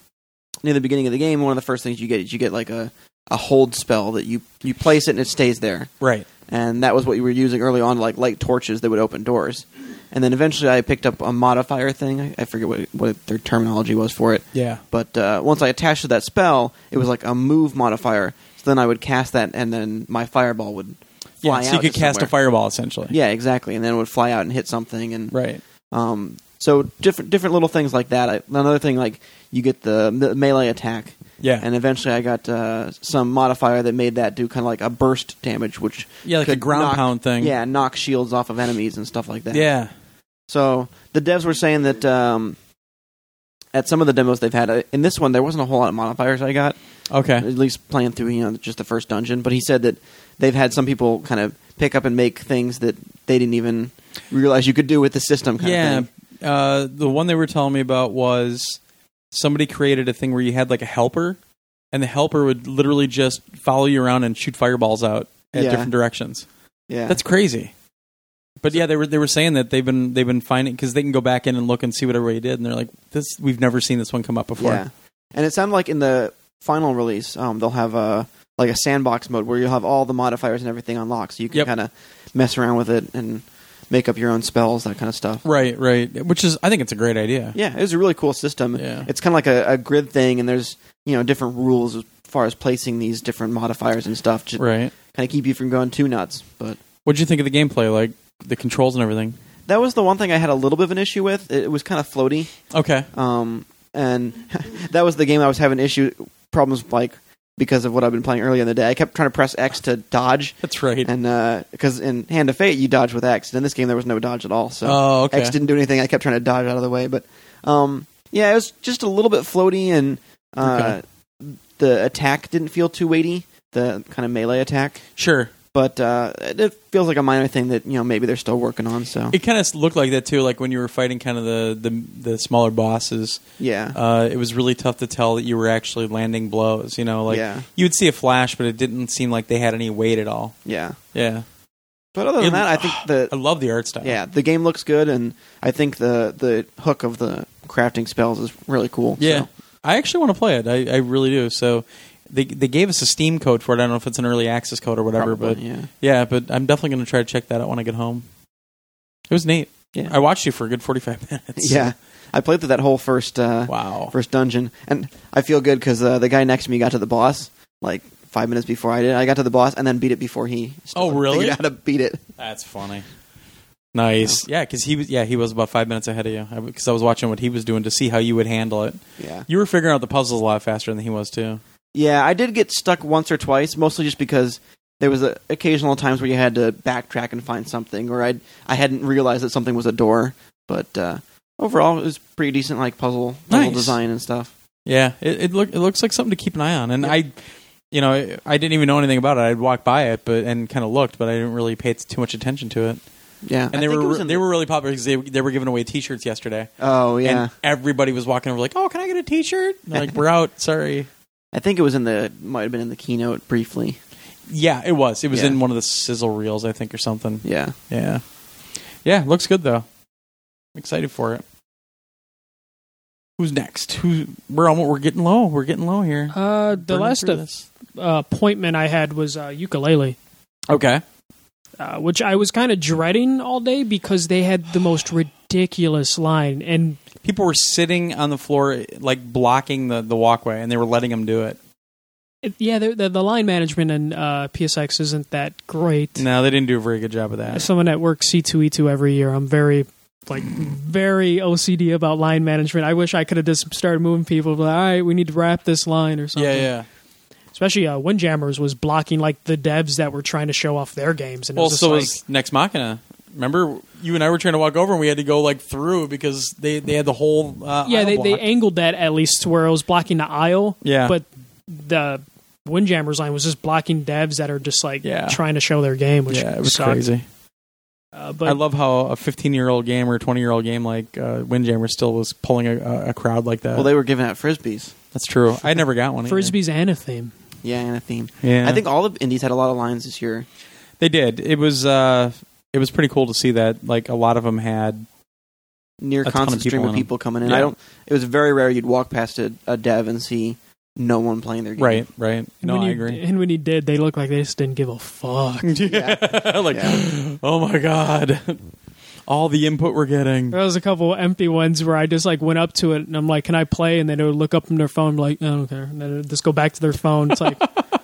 B: near the beginning of the game, one of the first things you get is you get like a a hold spell that you you place it and it stays there,
A: Right.
B: and that was what you were using early on, like light torches that would open doors. And then eventually, I picked up a modifier thing. I, I forget what what their terminology was for it,
A: Yeah.
B: but uh, once I attached to that spell, it was like a move modifier. So then I would cast that, and then my fireball would fly
A: so
B: out
A: you could
B: to
A: cast a
B: somewhere.
A: fireball essentially.
B: Yeah, exactly. And then it would fly out and hit something, and
A: Right.
B: um, so different different little things like that. I, another thing, like you get the me- melee attack,
A: Yeah.
B: and eventually I got uh, some modifier that made that do kind of like a burst damage, which
A: yeah, like a
B: could
A: ground
B: knock-
A: pound thing.
B: yeah knock shields off of enemies and stuff like that.
A: Yeah.
B: So the devs were saying that um, at some of the demos they've had, uh, in this one there wasn't a whole lot of modifiers I got
A: Okay.
B: at least playing through you know just the first dungeon. But he said that they've had some people kind of pick up and make things that they didn't even realize you could do with the system. Kind
A: Yeah.
B: of thing.
A: Uh, the one they were telling me about was somebody created a thing where you had like a helper, and the helper would literally just follow you around and shoot fireballs out at
B: Yeah.
A: different directions.
B: yeah,
A: That's crazy. But yeah, they were they were saying that they've been they've been finding because they can go back in and look and see what everybody did, and they're like, this we've never seen this one come up before.
B: yeah. And it sounded like in the final release, um, they'll have a like a sandbox mode where you'll have all the modifiers and everything unlocked, so you can
A: Yep.
B: kind of mess around with it and make up your own spells, that kind of stuff.
A: Right, right. Which is I think it's a great idea.
B: Yeah, it was a really cool system.
A: Yeah.
B: It's kind of like a, a grid thing, and there's you know different rules as far as placing these different modifiers and stuff to
A: Right.
B: kind of keep you from going too nuts. But
A: What'd you think of the gameplay? Like the controls and everything.
B: That was the one thing I had a little bit of an issue with. It, it was kind of floaty,
A: Okay.
B: um, and that was the game I was having issue problems with, like because of what I've been playing earlier in the day. I kept trying to press X to dodge,
A: That's right.
B: and because in Hand of Fate you dodge with X, and in this game there was no dodge at all. So
A: Oh, okay.
B: X didn't do anything. I kept trying to dodge out of the way, but um, yeah, it was just a little bit floaty, and uh, the attack didn't feel too weighty. The kind of melee attack,
A: Sure.
B: but uh, it it feels like a minor thing that you know maybe they're still working on. So
A: It kind of looked like that too. Like when you were fighting kind of the the, the smaller bosses,
B: yeah.
A: uh, it was really tough to tell that you were actually landing blows. You know, like
B: yeah,
A: you would see a flash, but it didn't seem like they had any weight at all.
B: yeah.
A: Yeah,
B: But other than
A: It-
B: that, I think
A: I
B: the
A: love the art style.
B: yeah the game looks good, and I think the the hook of the crafting spells is really cool.
A: yeah.
B: so.
A: I actually want to play it. I, I really do. So they they gave us a Steam code for it. I don't know if it's an early access code or whatever,
B: Probably,
A: but
B: yeah,
A: yeah. But I'm definitely going to try to check that out when I get home. It was neat.
B: Yeah.
A: I watched you for a good 45 minutes.
B: yeah. I played through that whole first uh,
A: Wow.
B: first dungeon, and I feel good because uh, the guy next to me got to the boss like five minutes before I did. I got to the boss and then beat it before he. still
A: Oh, really?
B: Figured out how to beat it.
A: That's funny. Nice. Yeah, because he was. Yeah, he was about five minutes ahead of you. Because I, was watching what he was doing to see how you would handle it.
B: Yeah,
A: You were figuring out the puzzles a lot faster than he was too.
B: yeah. I did get stuck once or twice, mostly just because. There was a, occasional times where you had to backtrack and find something, or I I hadn't realized that something was a door. But uh, overall, it was pretty decent, like puzzle puzzle
A: Nice.
B: design and stuff.
A: Yeah, it, it look it looks like something to keep an eye on. And I, you know, I- I didn't even know anything about it. I'd walk by it, but and kind of looked, but I didn't really pay too much attention to it.
B: Yeah,
A: And they were they were really popular because they they were giving away T-shirts yesterday.
B: Oh yeah,
A: And everybody was walking over like, "Oh, can I get a T-shirt?" And they're like, "We're out. Sorry."
B: I think it was in the might have been in the keynote briefly.
A: Yeah, it was. It was
B: Yeah.
A: in one of the sizzle reels, I think, or something.
B: Yeah,
A: Yeah. Yeah, looks good though. I'm excited for it. Who's next? Who we're almost we're getting low. We're getting low here.
C: Uh, the
A: Burning
C: last
A: through
C: uh,
A: this.
C: appointment I had was uh, ukulele,
A: okay.
C: uh, which I was kind of dreading all day because they had the most ridiculous line, and
A: People were sitting on the floor, like blocking the, the walkway, and they were letting them do it.
C: it, yeah, the, the the line management in uh, PSX isn't that great.
A: No, they didn't do a very good job of
C: As
A: that.
C: Uh, someone that works C two E two every year, I'm very like very OCD about line management. I wish I could have just started moving people. But all right, we need to wrap this line or something.
A: Yeah, yeah.
C: Especially uh, Windjammers was blocking like the devs that were trying to show off their games, and it
A: Well,
C: was just
A: so
C: like,
A: was Next Machina. Remember, you and I were trying to walk over, and we had to go like through because they they had the whole uh,
C: yeah,
A: aisle
C: they, they
A: blocked.
C: angled that at least to where it was blocking the aisle.
A: Yeah.
C: but the Windjammers line was just blocking devs that are just like
A: Yeah.
C: trying to show their game, which
A: yeah, it was
C: sucked.
A: crazy.
C: Uh, but
A: I love how a 15 year old game or 20 year old game like uh, Windjammer still was pulling a- a, a crowd like that.
B: Well, they were giving out frisbees.
A: That's true. I never got one. either.
C: Frisbee's Anatheme.
B: Yeah, and a theme.
A: Yeah,
B: I think all the indies had a lot of lines this year.
A: they did. It was uh, it was pretty cool to see that. Like a lot of them had.
B: Near
A: A ton of
B: constant
A: people
B: stream
A: in 'em.
B: of people coming in.
A: Yeah.
B: I don't. It was very rare you'd walk past a, a dev and see no one playing their game.
A: Right, right. No,
C: when
A: I
C: you-
A: agree.
C: And when he did, they looked like they just didn't give a fuck.
A: yeah, like
B: Yeah.
A: oh my god, all the input we're getting.
C: There was a couple empty ones where I just like went up to it and I'm like, "Can I play?" And then it would look up from their phone, like, "I don't care." And then it would just go back to their phone. It's like,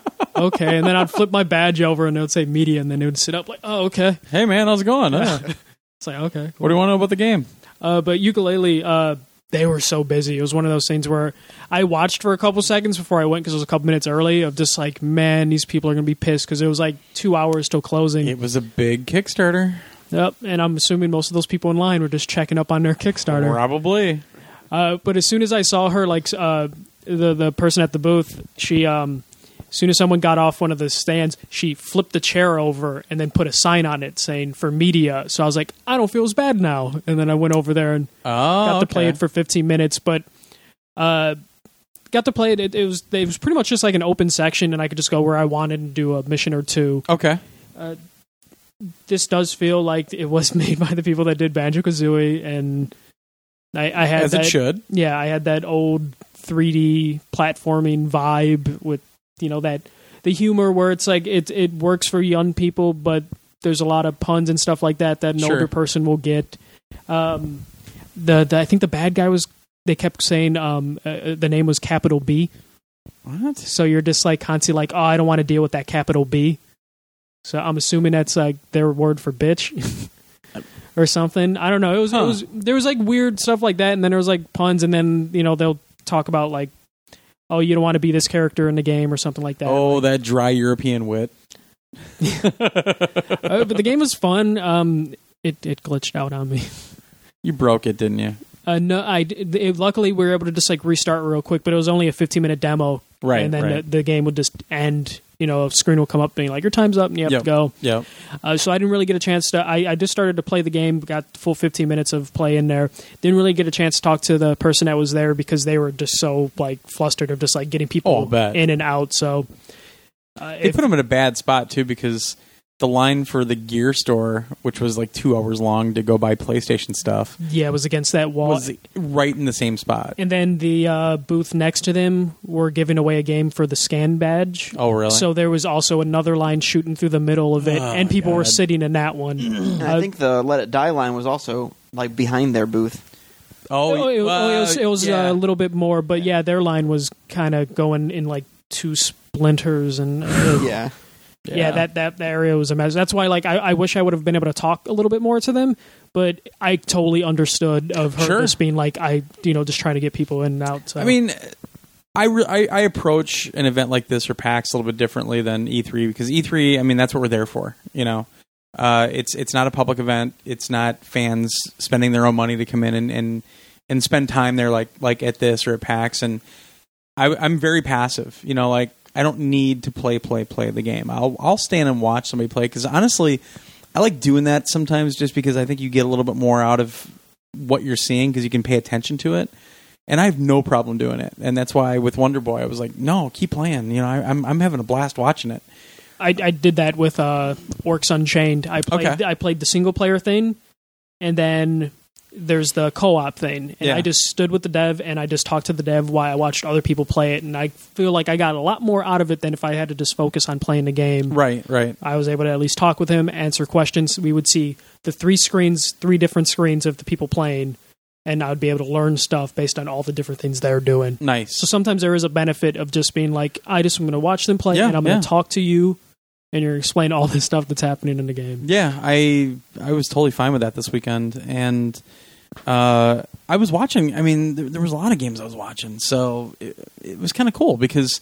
C: okay. And then I'd flip my badge over and it would say media, and then it would sit up like, "Oh, okay."
A: Hey man, how's it going? Uh,
C: It's like, okay.
A: what do you want to know about the game?
C: Uh, but ukulele, uh, they were so busy. It was one of those things where I watched for a couple seconds before I went because it was a couple minutes early. Of just like, man, these people are gonna be pissed because it was like two hours till closing.
A: It was a big Kickstarter.
C: Yep. And I'm assuming most of those people in line were just checking up on their Kickstarter.
A: Probably.
C: Uh, but as soon as I saw her, like uh, the the person at the booth, she um, as soon as someone got off one of the stands, she flipped the chair over and then put a sign on it saying for media. So I was like, I don't feel as bad now. And then I went over there and
A: Oh,
C: got to play
A: okay.
C: it for 15 minutes, but uh, got to play it. It, it was it was pretty much just like an open section, and I could just go where I wanted and do a mission or two
A: Okay.
C: this does feel like it was made by the people that did Banjo Kazooie, and I, I had
A: As
C: that,
A: it should.
C: yeah, I had that old 3D platforming vibe with you know that the humor where it's like it it works for young people, but there's a lot of puns and stuff like that that an
A: Sure.
C: older person will get. Um, the, the I think the bad guy was they kept saying um, uh, uh, the name was capital B,
A: What?
C: so you're just like constantly like oh I don't want to deal with that capital B. So I'm assuming that's like their word for bitch or something. I don't know. It was,
A: Huh.
C: it was there was like weird stuff like that, and then there was like puns, and then you know they'll talk about like oh you don't want to be this character in the game or something like that.
A: Oh, that dry European wit.
C: Uh, but the game was fun. Um, it it glitched out on me.
A: You broke it, didn't you?
C: Uh, no, I d- it, luckily we were able to just like restart real quick, but it was only a 15 minute demo,
A: Right.
C: and then
A: right.
C: the, the game would just end. You know, a screen will come up being like your time's up and you have
A: Yep.
C: to go.
A: yeah.
C: Uh, so I didn't really get a chance to. I, I just started to play the game, got the full 15 minutes of play in there. Didn't really get a chance to talk to the person that was there because they were just so like flustered of just like
A: Oh,
C: getting
A: I
C: people
A: bet.
C: in and out. So uh,
A: They
C: if-
A: put him in a bad spot too because the line for the gear store, which was like two hours long to go buy PlayStation stuff,
C: yeah, it was against that wall.
A: was right in the same spot.
C: and then the uh, booth next to them were giving away a game for the scan badge.
A: Oh, really?
C: So there was also another line shooting through the middle of it,
A: Oh,
C: and people were
A: God.
C: sitting in that one.
B: And
C: Uh,
B: I think the Let It Die line was also like behind their booth.
A: oh,
C: Oh, it, oh, it was, it was
A: yeah.
C: uh, a little bit more, but yeah, their line was kind of going in like two splinters, and uh, yeah.
B: Yeah.
C: that that that area was a mess. That's why, like, I, I wish I would have been able to talk a little bit more to them, but I totally understood of her
A: Sure.
C: just being like, I, you know, just trying to get people in and out. So.
A: I mean, I, re- I I approach an event like this or PAX a little bit differently than E3 because E3, I mean, that's what we're there for. You know, uh, it's it's not a public event. It's not fans spending their own money to come in and and, and spend time there like like at this or at PAX. And I, I'm very passive. You know, like I don't need to play play play the game. I'll I'll stand and watch somebody play because honestly, I like doing that sometimes just because I think you get a little bit more out of what you're seeing because you can pay attention to it and I have no problem doing it. And that's why with Wonder Boy, I was like, no, keep playing. You know, I, I'm I'm having a blast watching it.
C: I, I did that with uh, Orcs Unchained. I played
A: Okay.
C: I played the single player thing, and then there's the co-op thing, and
A: Yeah.
C: I just stood with the dev and I just talked to the dev while I watched other people play it, and I feel like I got a lot more out of it than if I had to just focus on playing the game.
A: Right, right.
C: I was able to at least talk with him, answer questions. We would see the three screens, three different screens of the people playing, and I would be able to learn stuff based on all the different things they're doing.
A: Nice.
C: So sometimes there is a benefit of just being like, I just am going to watch them play
A: Yeah,
C: and I'm
A: yeah.
C: going to talk to you, and you're explain all this stuff that's happening in the game.
A: Yeah, I I was totally fine with that this weekend, and uh, I was watching. I mean, there, there was a lot of games I was watching, so it, it was kind of cool because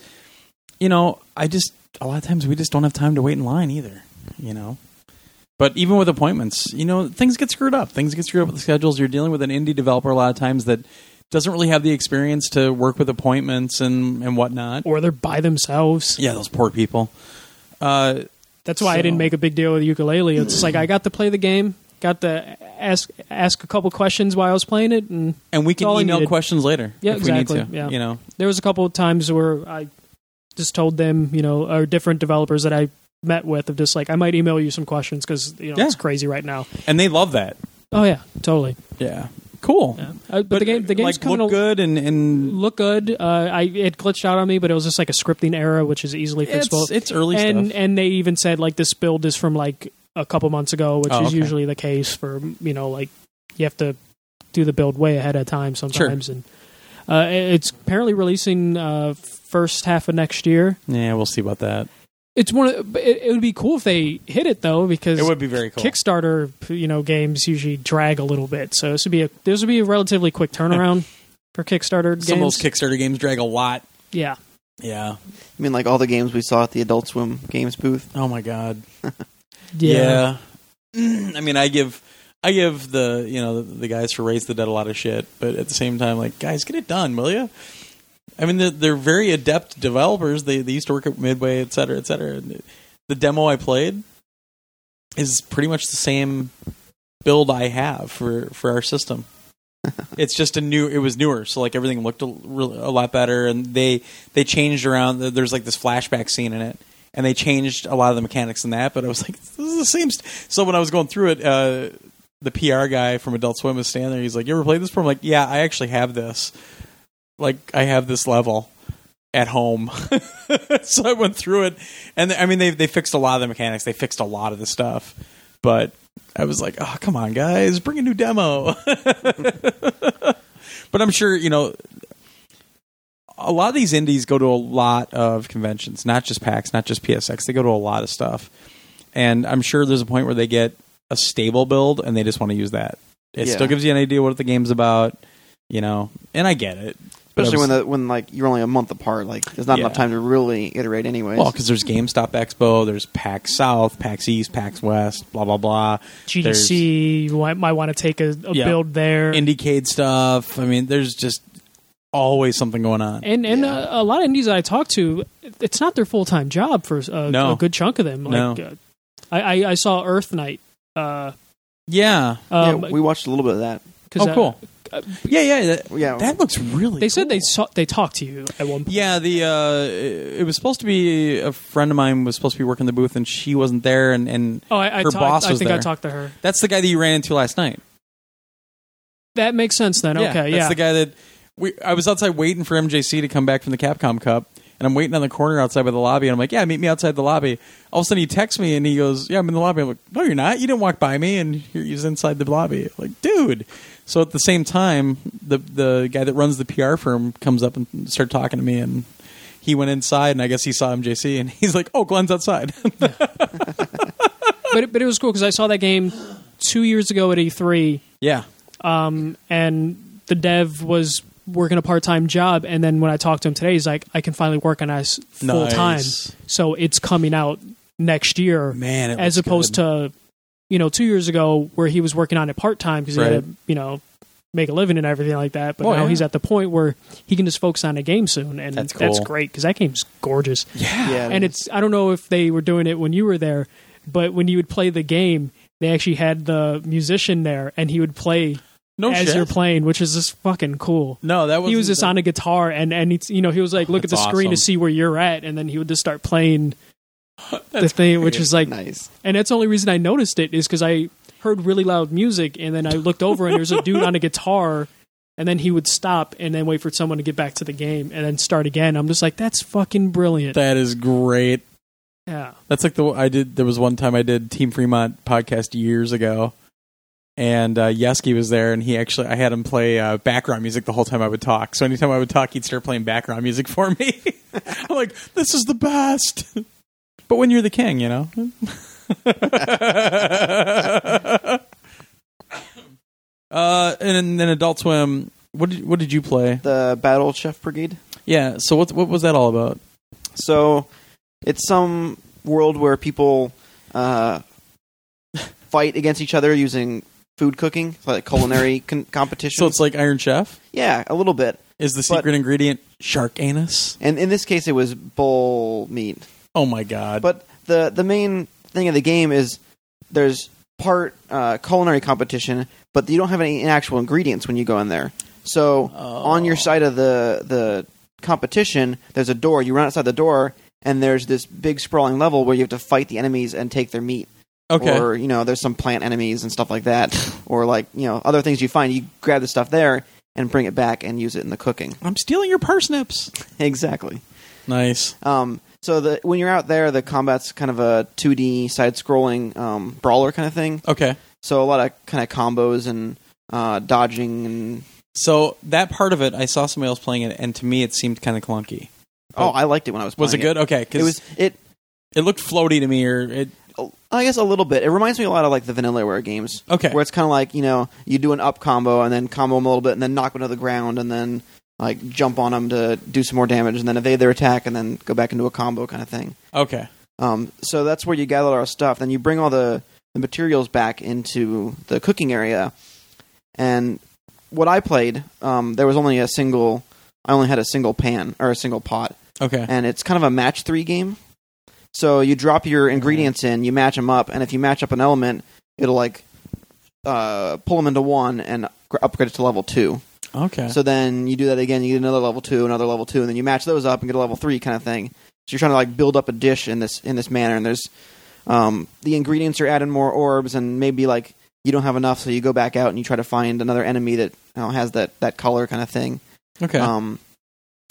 A: you know I just a lot of times we just don't have time to wait in line either, you know. But even with appointments, you know, things get screwed up. Things get screwed up with the schedules. You're dealing with an indie developer a lot of times that doesn't really have the experience to work with appointments and and whatnot.
C: Or they're by themselves.
A: Yeah, those poor people. Uh,
C: That's why I
A: So-
C: didn't make a big deal with the ukulele. It's just like I got to play the game, got to ask ask a couple questions while I was playing it, and
A: and we can
C: That's all I
A: email
C: needed.
A: questions later
C: Yeah,
A: if we need
C: exactly,
A: to.
C: yeah.
A: You know,
C: there was a couple of times where I just told them, you know, or different developers that I met with of just like I might email you some questions because you know
A: Yeah.
C: it's crazy right now.
A: and they love that.
C: Oh yeah, totally.
A: Yeah, cool.
C: Yeah. Uh, but, the game the game's
A: like,
C: coming
A: look
C: al-
A: good and and
C: look good. Uh, I it glitched out on me, but it was just like a scripting error, which is easily fixable.
A: it's, it's early
C: and
A: stuff.
C: and they even said like this build is from like a couple months ago, which
A: Oh,
C: is
A: okay.
C: usually the case for you know like you have to do the build way ahead of time sometimes, and uh, it's apparently releasing uh, first half of next year.
A: yeah, we'll see about that.
C: It's one of but it, it would be cool if they hit it though because
A: It would be very cool.
C: Kickstarter you know games usually drag a little bit, so this would be a this would be a relatively quick turnaround for Kickstarter
A: Some of
C: games.
A: those Kickstarter games drag a lot.
C: yeah.
A: Yeah.
B: I mean, like all the games we saw at the Adult Swim games booth.
A: Oh my god.
C: yeah,
A: Yeah. I mean, I give I give the you know the, the guys for Raise the Dead a lot of shit, but at the same time, like guys, get it done, will you? I mean, they're, they're very adept developers. They they used to work at Midway, et cetera, et cetera. And the demo I played is pretty much the same build I have for for our system. it's just a new. It was newer, so like everything looked a, real- a lot better, and they they changed around. There's like this flashback scene in it, and they changed a lot of the mechanics in that. But I was like, this is the same. St-. So when I was going through it, uh, the PR guy from Adult Swim was standing there. He's like, "You ever played this before?" I'm like, "Yeah, I actually have this. Like, I have this level." At home, so I went through it, and I mean they they fixed a lot of the mechanics. They fixed a lot of the stuff, but I was like, "Oh, come on, guys, bring a new demo." but I'm sure you know a lot of these indies go to a lot of conventions, not just PAX, not just PSX. They go to a lot of stuff, and I'm sure there's a point where they get a stable build and they just want to use that. It
B: Yeah.
A: still gives you an idea what the game's about, you know. And I get it, But I
B: Especially
A: was-
B: when the when like you're only a month apart. Like there's not enough
A: Yeah.
B: time to really iterate, anyways.
A: Well, because there's GameStop Expo, there's PAX South, PAX East, PAX West, blah blah blah. There's
C: GDC you might, might want to take a, a
A: Yeah.
C: build there.
A: Indiecade stuff. I mean, there's just always something going on.
C: and and
B: Yeah.
C: uh, a lot of indies that I talk to, it's not their full time job for a,
A: No.
C: a good chunk of them.
A: No.
C: Like, uh, I, I I saw Earth Night. Uh,
A: Yeah.
B: yeah,
C: um,
B: we watched a little bit of that.
C: 'cause,
A: Oh,
C: uh,
A: cool. yeah, yeah. That,
B: Yeah,
A: that looks really.
C: They said they
A: cool.
C: saw they talked to you at one point.
A: Yeah, the uh, it was supposed to be a friend of mine was supposed to be working the booth, and she wasn't there. And, and
C: Oh, I, I,
A: Her
C: talked-
A: boss
C: I
A: was
C: think I
A: there.
C: talked to her.
A: that's the guy that you ran into last night.
C: That makes sense then. okay,
A: that's
C: yeah.
A: the guy that we. I was outside waiting for MJC to come back from the Capcom Cup, and I'm waiting on the corner outside by the lobby, and I'm like, "Yeah, meet me outside the lobby." All of a sudden, he texts me and he goes, "Yeah, I'm in the lobby." I'm like, "No, you're not. You didn't walk by me, and here he's inside the lobby." Like, dude. So at the same time, the the guy that runs the PR firm comes up and started talking to me, and he went inside, and I guess he saw MJC, and he's like, "Oh, Glenn's outside."
C: but it, but it was cool because I saw that game two years ago at E E3,
A: yeah.
C: Um, and the dev was working a part time job, and then when I talked to him today, he's like, I can finally work on this full time,
A: Nice.
C: so it's coming out next year.
A: Man, it
C: as
A: looks
C: opposed
A: good.
C: to you know two years ago where he was working on it part time because he
A: Right.
C: had to you know make a living and everything like that. But
A: Oh,
C: now
A: yeah.
C: he's at the point where he can just focus on a game soon, and
A: That's
C: that's,
A: cool.
C: great because that game's gorgeous.
A: yeah.
B: Yeah, it
C: and
B: is.
C: it's I don't know if they were doing it when you were there, but when you would play the game, they actually had the musician there, and he would play
A: No
C: as
A: shit.
C: you're playing, which is just fucking cool.
A: no, that
C: He was
A: wasn't
C: just
A: the-
C: on a guitar, and and it's, you know he was like, look at the
A: That's
C: screen to
A: awesome.
C: see where you're at, and then he would just start playing the thing, which
A: great.
C: is like
B: nice.
C: and that's the only reason I noticed it is because I heard really loud music, and then I looked over and there was a dude on a guitar, and then he would stop and then wait for someone to get back to the game and then start again. I'm just like, that's fucking brilliant.
A: That is great.
C: yeah.
A: That's like the I did. There was one time I did Team Fremont podcast years ago, and uh, Yeski was there, and he actually I had him play uh, background music the whole time I would talk. So anytime I would talk, he'd start playing background music for me. I'm like, this is the best. But when you're the king, you know. uh, and then Adult Swim. What did what did you play?
B: the Battle Chef Brigade.
A: Yeah. So what what was that all about?
B: So it's some world where people uh, fight against each other using food cooking, like culinary con- competition.
A: So it's like Iron Chef.
B: yeah, a little bit.
A: Is the
B: But-
A: secret ingredient shark anus?
B: And in this case, it was bull meat.
A: Oh my god!
B: But the the main thing of the game is there's part uh, culinary competition, but you don't have any actual ingredients when you go in there. So on your side of the the competition, there's a door. You run outside the door, and there's this big sprawling level where you have to fight the enemies and take their meat.
A: okay,
B: Or you know, there's some plant enemies and stuff like that, or like you know other things you find. You grab the stuff there and bring it back and use it in the cooking.
A: I'm stealing your parsnips.
B: Exactly.
A: Nice.
B: Um, so the when you're out there, the combat's kind of a 2D side-scrolling um, brawler kind of thing.
A: Okay,
B: So a lot of kind of combos and uh, dodging and
A: so that part of it, I saw somebody else playing it, and to me, it seemed kind of clunky.
B: oh, I liked it when I was. Playing
A: Was it good? Okay,
B: It,
A: because it,
B: was it.
A: looked floaty to me, or it.
B: I guess a little bit. It reminds me a lot of like the Vanillaware games,
A: Okay,
B: where it's kind of like you know you do an up combo and then combo them a little bit and then knock them to the ground and then like jump on them to do some more damage and then evade their attack and then go back into a combo kind of thing.
A: okay,
B: Um, so that's where you gather all our stuff. Then you bring all the, the materials back into the cooking area. And what I played, um, there was only a single. I only had a single pan or a single pot,
A: okay.
B: and it's kind of a match three game. So you drop your ingredients in, you match them up, and if you match up an element, it'll like uh, pull them into one and gr- upgrade it to level two.
A: okay,
B: So then you do that again, you get another level two, another level two, and then you match those up and get a level three kind of thing. So you're trying to like build up a dish in this in this manner, and there's um, the ingredients are adding more orbs, and maybe like you don't have enough, so you go back out and you try to find another enemy that you know, has that that color kind of thing.
A: okay.
B: Um,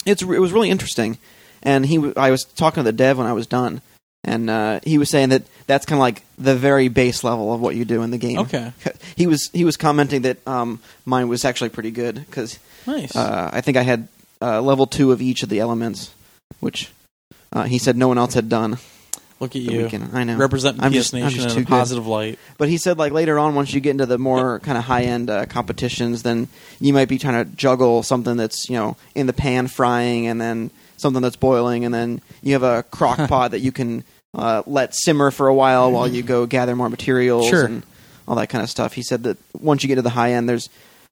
B: it's it was really interesting, and he w- I was talking to the dev when I was done, and uh, he was saying that that's kind of like the very base level of what you do in the game.
A: okay,
B: He was he was commenting that um, mine was actually pretty good because
A: nice.
B: uh, I think I had uh, level two of each of the elements, which uh, he said no one else had done.
A: Look at
B: The
A: you
B: weekend. I know.
A: representing
B: I'm
A: PS
B: just- I'm
A: Nation
B: just
A: in
B: too
A: a
B: good.
A: positive light.
B: but he said like later on, once you get into the more kind of high end uh, competitions, then you might be trying to juggle something that's you know in the pan frying, and then something that's boiling, and then you have a crock pot that you can uh, let simmer for a while while you go gather more materials
A: Sure.
B: and all that kind of stuff. He said that once you get to the high end, there's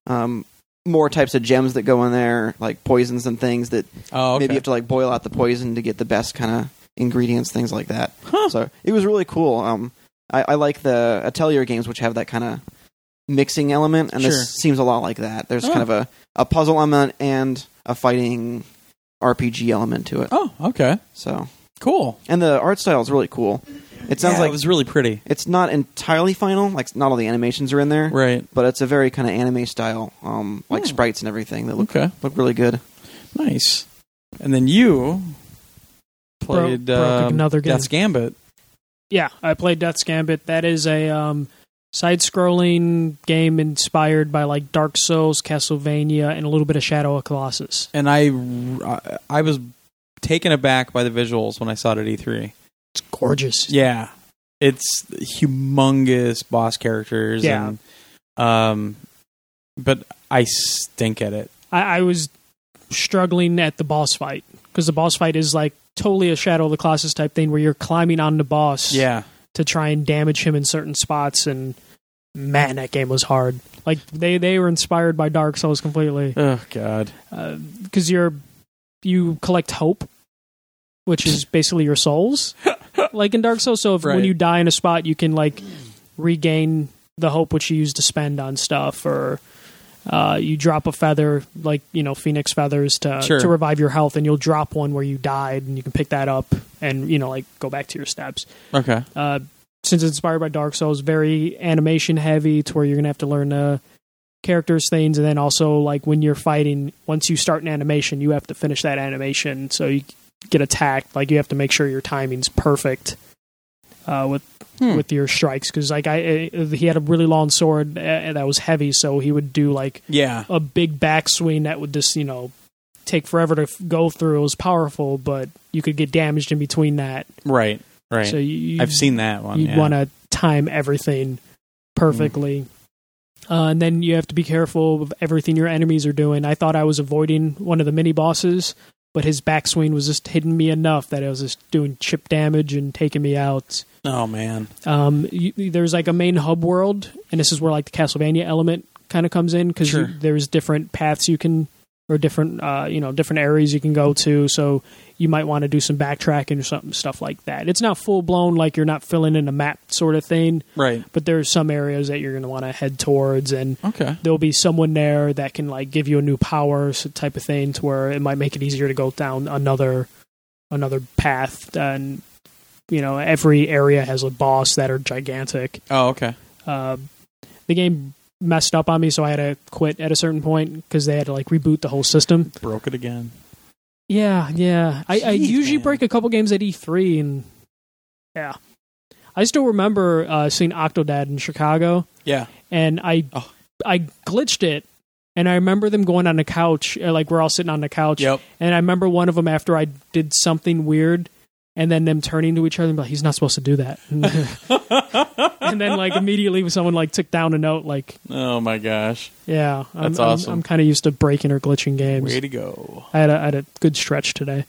B: um, more types of gems that go in there, like poisons and things that
A: Oh, okay.
B: Maybe you have to like boil out the poison to get the best kind of ingredients, things like that. So it was really cool. Um, I, I like the Atelier games, which have that kind of mixing element, and
A: Sure.
B: this seems a lot like that. There's
A: Oh.
B: kind of a, a puzzle element and a fighting RPG element to it.
A: oh, okay,
B: So,
A: cool.
B: and the art style is really cool. It sounds
A: Yeah,
B: like
A: it was really pretty.
B: it's not entirely final, like not all the animations are in there,
A: Right.
B: but it's a very kind of anime style, um, like
A: Hmm.
B: sprites and everything that look
A: Okay.
B: look really good.
A: Nice. And then you played
C: broke
A: um,
C: another game.
A: Death's Gambit.
C: Yeah, I played Death's Gambit. That is a um, side-scrolling game inspired by like Dark Souls, Castlevania, and a little bit of Shadow of Colossus.
A: and I, I was taken aback by the visuals when I saw it at E3.
C: It's gorgeous.
A: Yeah, it's humongous boss characters.
C: Yeah.
A: and, um, but I stink at it.
C: I, I was struggling at the boss fight because the boss fight is like totally a Shadow of the Colossus type thing where you're climbing on the boss
A: Yeah,
C: to try and damage him in certain spots. And man, that game was hard. Like they they were inspired by Dark Souls completely.
A: Oh God.
C: because Uh, you're you collect hope, which is basically your souls, like in Dark Souls. So if,
A: Right.
C: when you die in a spot, you can like regain the hope which you used to spend on stuff, or uh, you drop a feather, like you know phoenix feathers, to
A: Sure.
C: to revive your health, and you'll drop one where you died, and you can pick that up and you know like go back to your steps.
A: Okay.
C: Uh, since it's inspired by Dark Souls, very animation heavy to where you're gonna have to learn uh characters things and then also like when you're fighting once you start an animation you have to finish that animation so you get attacked like you have to make sure your timing's perfect uh, with
B: Hmm.
C: with your strikes because like I uh, he had a really long sword uh, that was heavy so he would do like
A: Yeah.
C: a big backswing that would just you know take forever to f- go through. It was powerful, but you could get damaged in between that.
A: Right. Right.
C: So you, you
A: I've seen that one.
C: you
A: yeah.
C: want to time everything perfectly. Uh, and then you have to be careful of everything your enemies are doing. I thought I was avoiding one of the mini bosses, but his backswing was just hitting me enough that it was just doing chip damage and taking me out.
A: Oh man.
C: Um, you, there's like a main hub world, and this is where like the Castlevania element kind of comes in because
A: Sure.
C: there's different paths you can or different uh, you know different areas you can go to. So you might want to do some backtracking or something stuff like that. It's not full blown like you're not filling in a map sort of thing,
A: Right.
C: but there's some areas that you're going to want to head towards and.
A: Okay.
C: There'll be someone there that can like give you a new power, so type of thing, to where it might make it easier to go down another another path. And you know, every area has a boss that are gigantic.
A: Oh, okay.
C: Uh, the game messed up on me, so I had to quit at a certain point because they had to like reboot the whole system.
A: Broke it again.
C: Yeah, yeah. I, I
A: Jeez,
C: usually
A: man.
C: break a couple games at E3, and yeah, I still remember uh, seeing Octodad in Chicago
A: Yeah.
C: and I
A: Oh.
C: I glitched it. And I remember them going on the couch, uh, like we're all sitting on the couch.
A: Yep.
C: And I remember one of them after I did something weird, and then them turning to each other and be like, "He's not supposed to do that." and then like immediately someone like took down a note, like,
A: Oh my gosh.
C: "Yeah, I'm,
A: That's
C: I'm-
A: awesome.
C: I'm, kind of used to breaking or glitching games.
A: Way to go.
C: I had a, I had a good stretch today.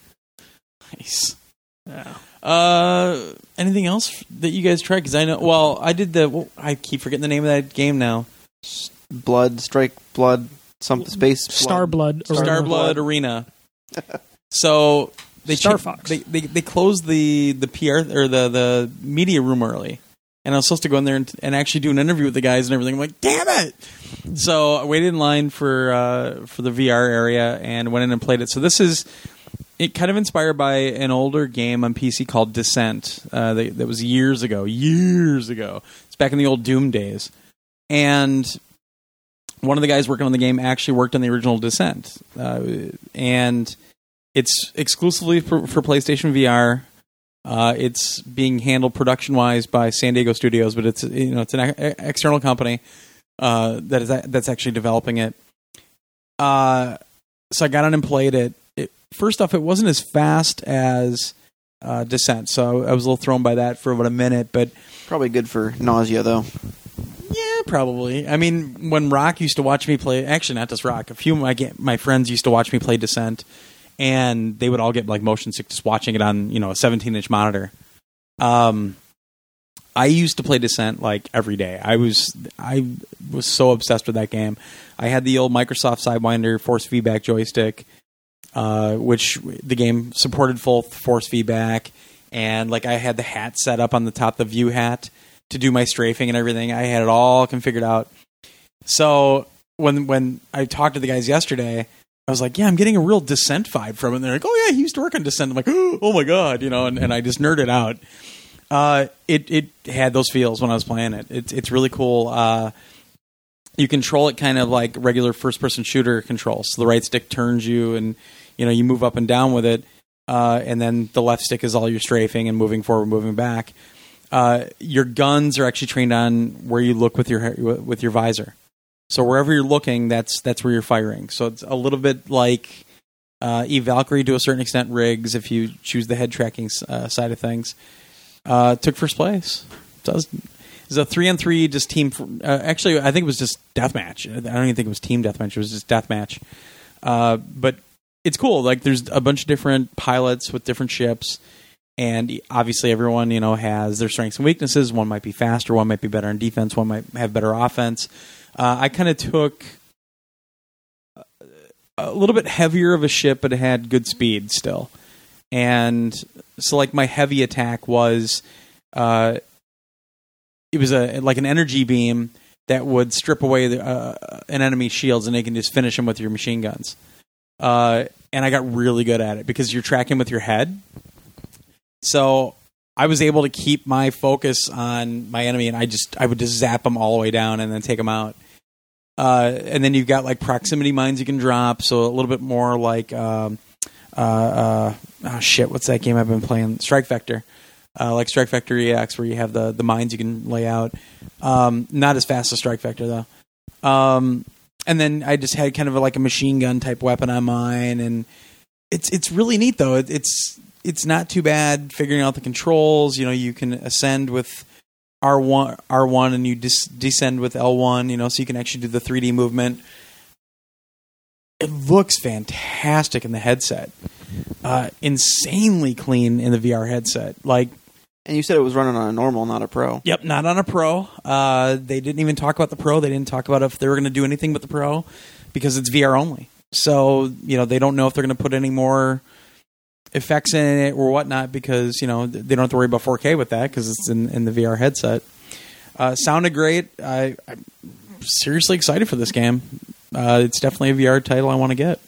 A: Nice.
C: Yeah.
A: Uh, anything else that you guys tried? Because I know. Well, I did the. well, I keep forgetting the name of that game now.
B: blood strike blood some space
C: Star
B: blood.
C: Blood, or
A: Star
C: whatever.
A: Blood Arena. So they
C: Star
A: changed-
C: Fox.
A: They, they they closed the the PR or the the media room early, and I was supposed to go in there and, and actually do an interview with the guys and everything. I'm like, damn it! So I waited in line for uh, for the VR area and went in and played it. So this is it kind of inspired by an older game on PC called Descent uh, that, that was years ago, years ago. It's back in the old Doom days, and one of the guys working on the game actually worked on the original Descent, uh, and it's exclusively for, for PlayStation VR. Uh, it's being handled production wise by San Diego Studios, but it's you know it's an ex- external company uh, that is that's actually developing it. Uh, so I got on and played it. it. First off, it wasn't as fast as uh, Descent, so I was a little thrown by that for about a minute, but
B: Probably good for nausea though.
A: yeah, probably. I mean, when Rock used to watch me play, actually not just Rock, a few of my ga- my friends used to watch me play Descent, and they would all get like motion sick just watching it on you know a 17 inch monitor. Um, I used to play Descent like every day. I was I was so obsessed with that game. I had the old Microsoft Sidewinder force feedback joystick, uh, which the game supported full force feedback, and like I had the hat set up on the top, the view hat to do my strafing and everything. I had it all configured out. So when when I talked to the guys yesterday, I was like, "Yeah, I'm getting a real Descent vibe from it." And they're like, "Oh yeah, he used to work on Descent." I'm like, "Oh my god," you know, and, and I just nerded out. Uh, it it had those feels when I was playing it. It's it's really cool. Uh, you control it kind of like regular first person shooter control. So the right stick turns you, and you know you move up and down with it, uh, and then the left stick is all your strafing and moving forward, moving back. Uh, your guns are actually trained on where you look with your with your visor. So wherever you're looking, that's that's where you're firing. So it's a little bit like uh, Eve Valkyrie to a certain extent. Rigs, if you choose the head tracking uh, side of things, uh, took first place. So it was, it was a three on three just team. Uh, actually, I think it was just deathmatch. I don't even think it was team deathmatch. It was just deathmatch. Uh, but it's cool. Like there's a bunch of different pilots with different ships, and obviously everyone you know has their strengths and weaknesses. One might be faster. One might be better on defense. One might have better offense. Uh, I kind of took a little bit heavier of a ship, but it had good speed still. And so, like my heavy attack was, uh, it was a like an energy beam that would strip away the, uh, an enemy's shields, and they can just finish them with your machine guns. Uh, and I got really good at it because you're tracking with your head. So I was able to keep my focus on my enemy, and I just I would just zap them all the way down and then take them out. Uh, and then you've got like proximity mines you can drop, so a little bit more like um, uh, uh, oh shit, what's that game I've been playing? Strike Vector, uh, like Strike Vector EX, where you have the the mines you can lay out. Um, not as fast as Strike Vector though. Um, and then I just had kind of like a machine gun type weapon on mine, and it's it's really neat though. It, it's it's not too bad figuring out the controls. You know, you can ascend with R one R one, and you dis- descend with L one. You know, so you can actually do the three D movement. It looks fantastic in the headset. Uh, insanely clean in the VR headset. Like,
B: And you said it was running on a normal, not a pro.
A: yep, not on a pro. Uh, they didn't even talk about the pro. They didn't talk about if they were going to do anything with the pro because it's VR only. So you know they don't know if they're going to put any more effects in it or whatnot because you know th- they don't have to worry about 4K with that because it's in, in the VR headset. Uh, sounded great. I, I'm seriously excited for this game. Uh, it's definitely a VR title I want to get.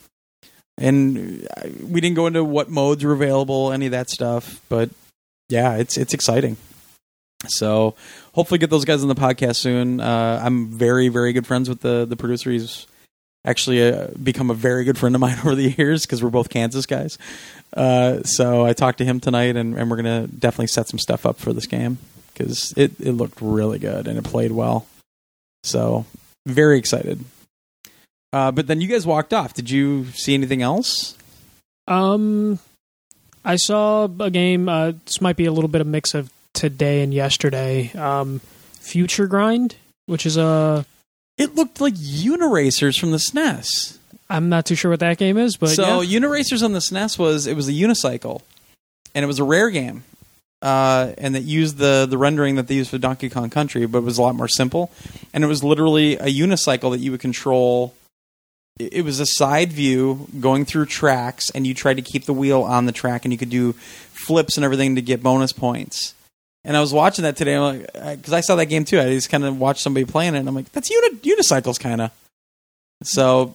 A: And uh, I- we didn't go into what modes were available, any of that stuff, but yeah, it's it's exciting. So hopefully get those guys on the podcast soon. Uh, I'm very very good friends with the the producer. He's actually uh, become a very good friend of mine over the years because we're both Kansas guys. Uh, so I talked to him tonight, and, and we're gonna definitely set some stuff up for this game because it it looked really good and it played well. So very excited. Uh, but then you guys walked off. Did you see anything else?
C: Um, I saw a game. Uh, this might be a little bit of mix of today and yesterday. Um, Future Grind, which is a
A: It looked like Uniracers from the E SNES.
C: I'm not too sure what that game is, but
A: so
C: yeah.
A: Uniracers on the SNES was it was a unicycle, and it was a rare game, uh, and it used the the rendering that they used for Donkey Kong Country, but it was a lot more simple, and it was literally a unicycle that you would control. It it was a side view going through tracks, and you tried to keep the wheel on the track, and you could do flips and everything to get bonus points. And I was watching that today, I'm like, because I saw that game too. I just kind of watched somebody playing it, and I'm like, that's uni- unicycles, kind of. So,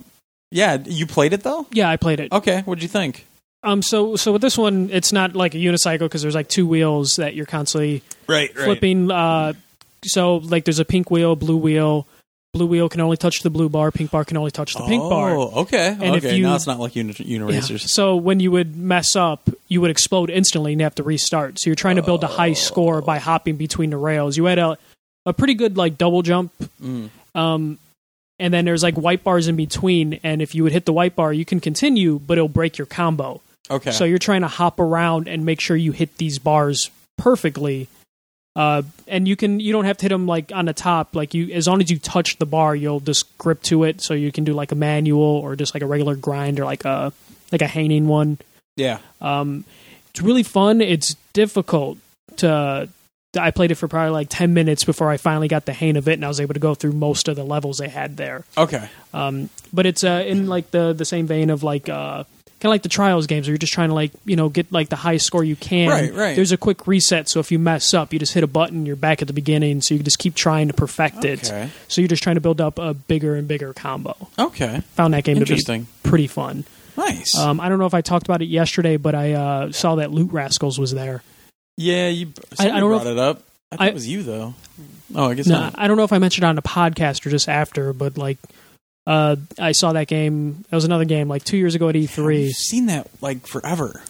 A: yeah, you played it though.
C: yeah, I played it.
A: Okay, what'd you think?
C: Um, so so with this one, it's not like a unicycle because there's like two wheels that you're constantly
A: Right,
C: flipping. Uh, so like there's a pink wheel, blue wheel. Blue wheel can only touch the blue bar. Pink bar can only touch the pink bar.
A: Oh, Okay,
C: And if
A: okay.
C: you-
A: Now it's not like uni-
C: Yeah.
A: Uniracers.
C: So when you would mess up, you would explode instantly and have to restart. So you're trying to build a high score by hopping between the rails. You had a a pretty good like double jump.
A: Mm.
C: Um, and then there's like white bars in between, and if you would hit the white bar, you can continue, but it'll break your combo.
A: Okay.
C: So you're trying to hop around and make sure you hit these bars perfectly. Uh, and you can you don't have to hit them like on the top. Like you, as long as you touch the bar, you'll just grip to it. So you can do like a manual or just like a regular grind or like a like a hanging one.
A: yeah.
C: Um, it's really fun. It's difficult to. I played it for probably like ten minutes before I finally got the hang of it, and I was able to go through most of the levels they had there.
A: Okay.
C: Um, but it's uh, in like the the same vein of like uh, kind of like the trials games where you're just trying to like you know get like the highest score you can.
A: Right, right.
C: There's a quick reset, so if you mess up, you just hit a button, you're back at the beginning, so you can just keep trying to perfect
A: Okay.
C: it. So you're just trying to build up a bigger and bigger combo.
A: Okay.
C: Found that game
A: Interesting.
C: to be pretty fun.
A: Nice.
C: Um, I don't know if I talked about it yesterday, but I uh, saw that Loot Rascals was there.
A: yeah, you.
C: I- I
A: somebody
C: don't know
A: brought it up. I thought
C: I-
A: it was you though. Oh, I guess
C: No,
A: not.
C: I don't know if I mentioned it on the podcast or just after, but like. Uh, I saw that game. That was another game like two years ago at E E3.
A: I've seen that like forever.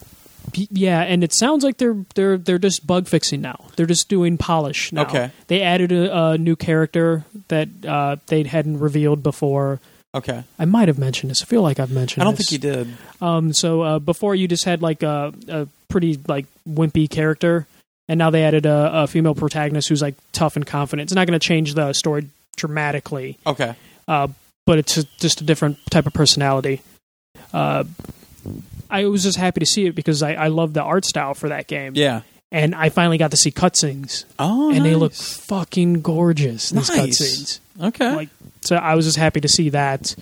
C: P- yeah, and it sounds like they're they're they're just bug fixing now. They're just doing polish now.
A: Okay.
C: They added a, a new character that uh, they hadn't revealed before.
A: Okay.
C: I might have mentioned this. I feel like I've mentioned.
A: I don't
C: this.
A: think you did.
C: Um, so uh, before you just had like a, a pretty like wimpy character, and now they added a, a female protagonist who's like tough and confident. It's not going to change the story dramatically,
A: Okay.
C: uh, but it's just- just a different type of personality. Uh, I was just happy to see it because I, I love the art style for that game,
A: Yeah.
C: and I finally got to see cutscenes,
A: Oh,
C: and they look
A: nice.
C: fucking gorgeous. These
A: Nice.
C: cutscenes,
A: okay.
C: like so, I was just happy to see that.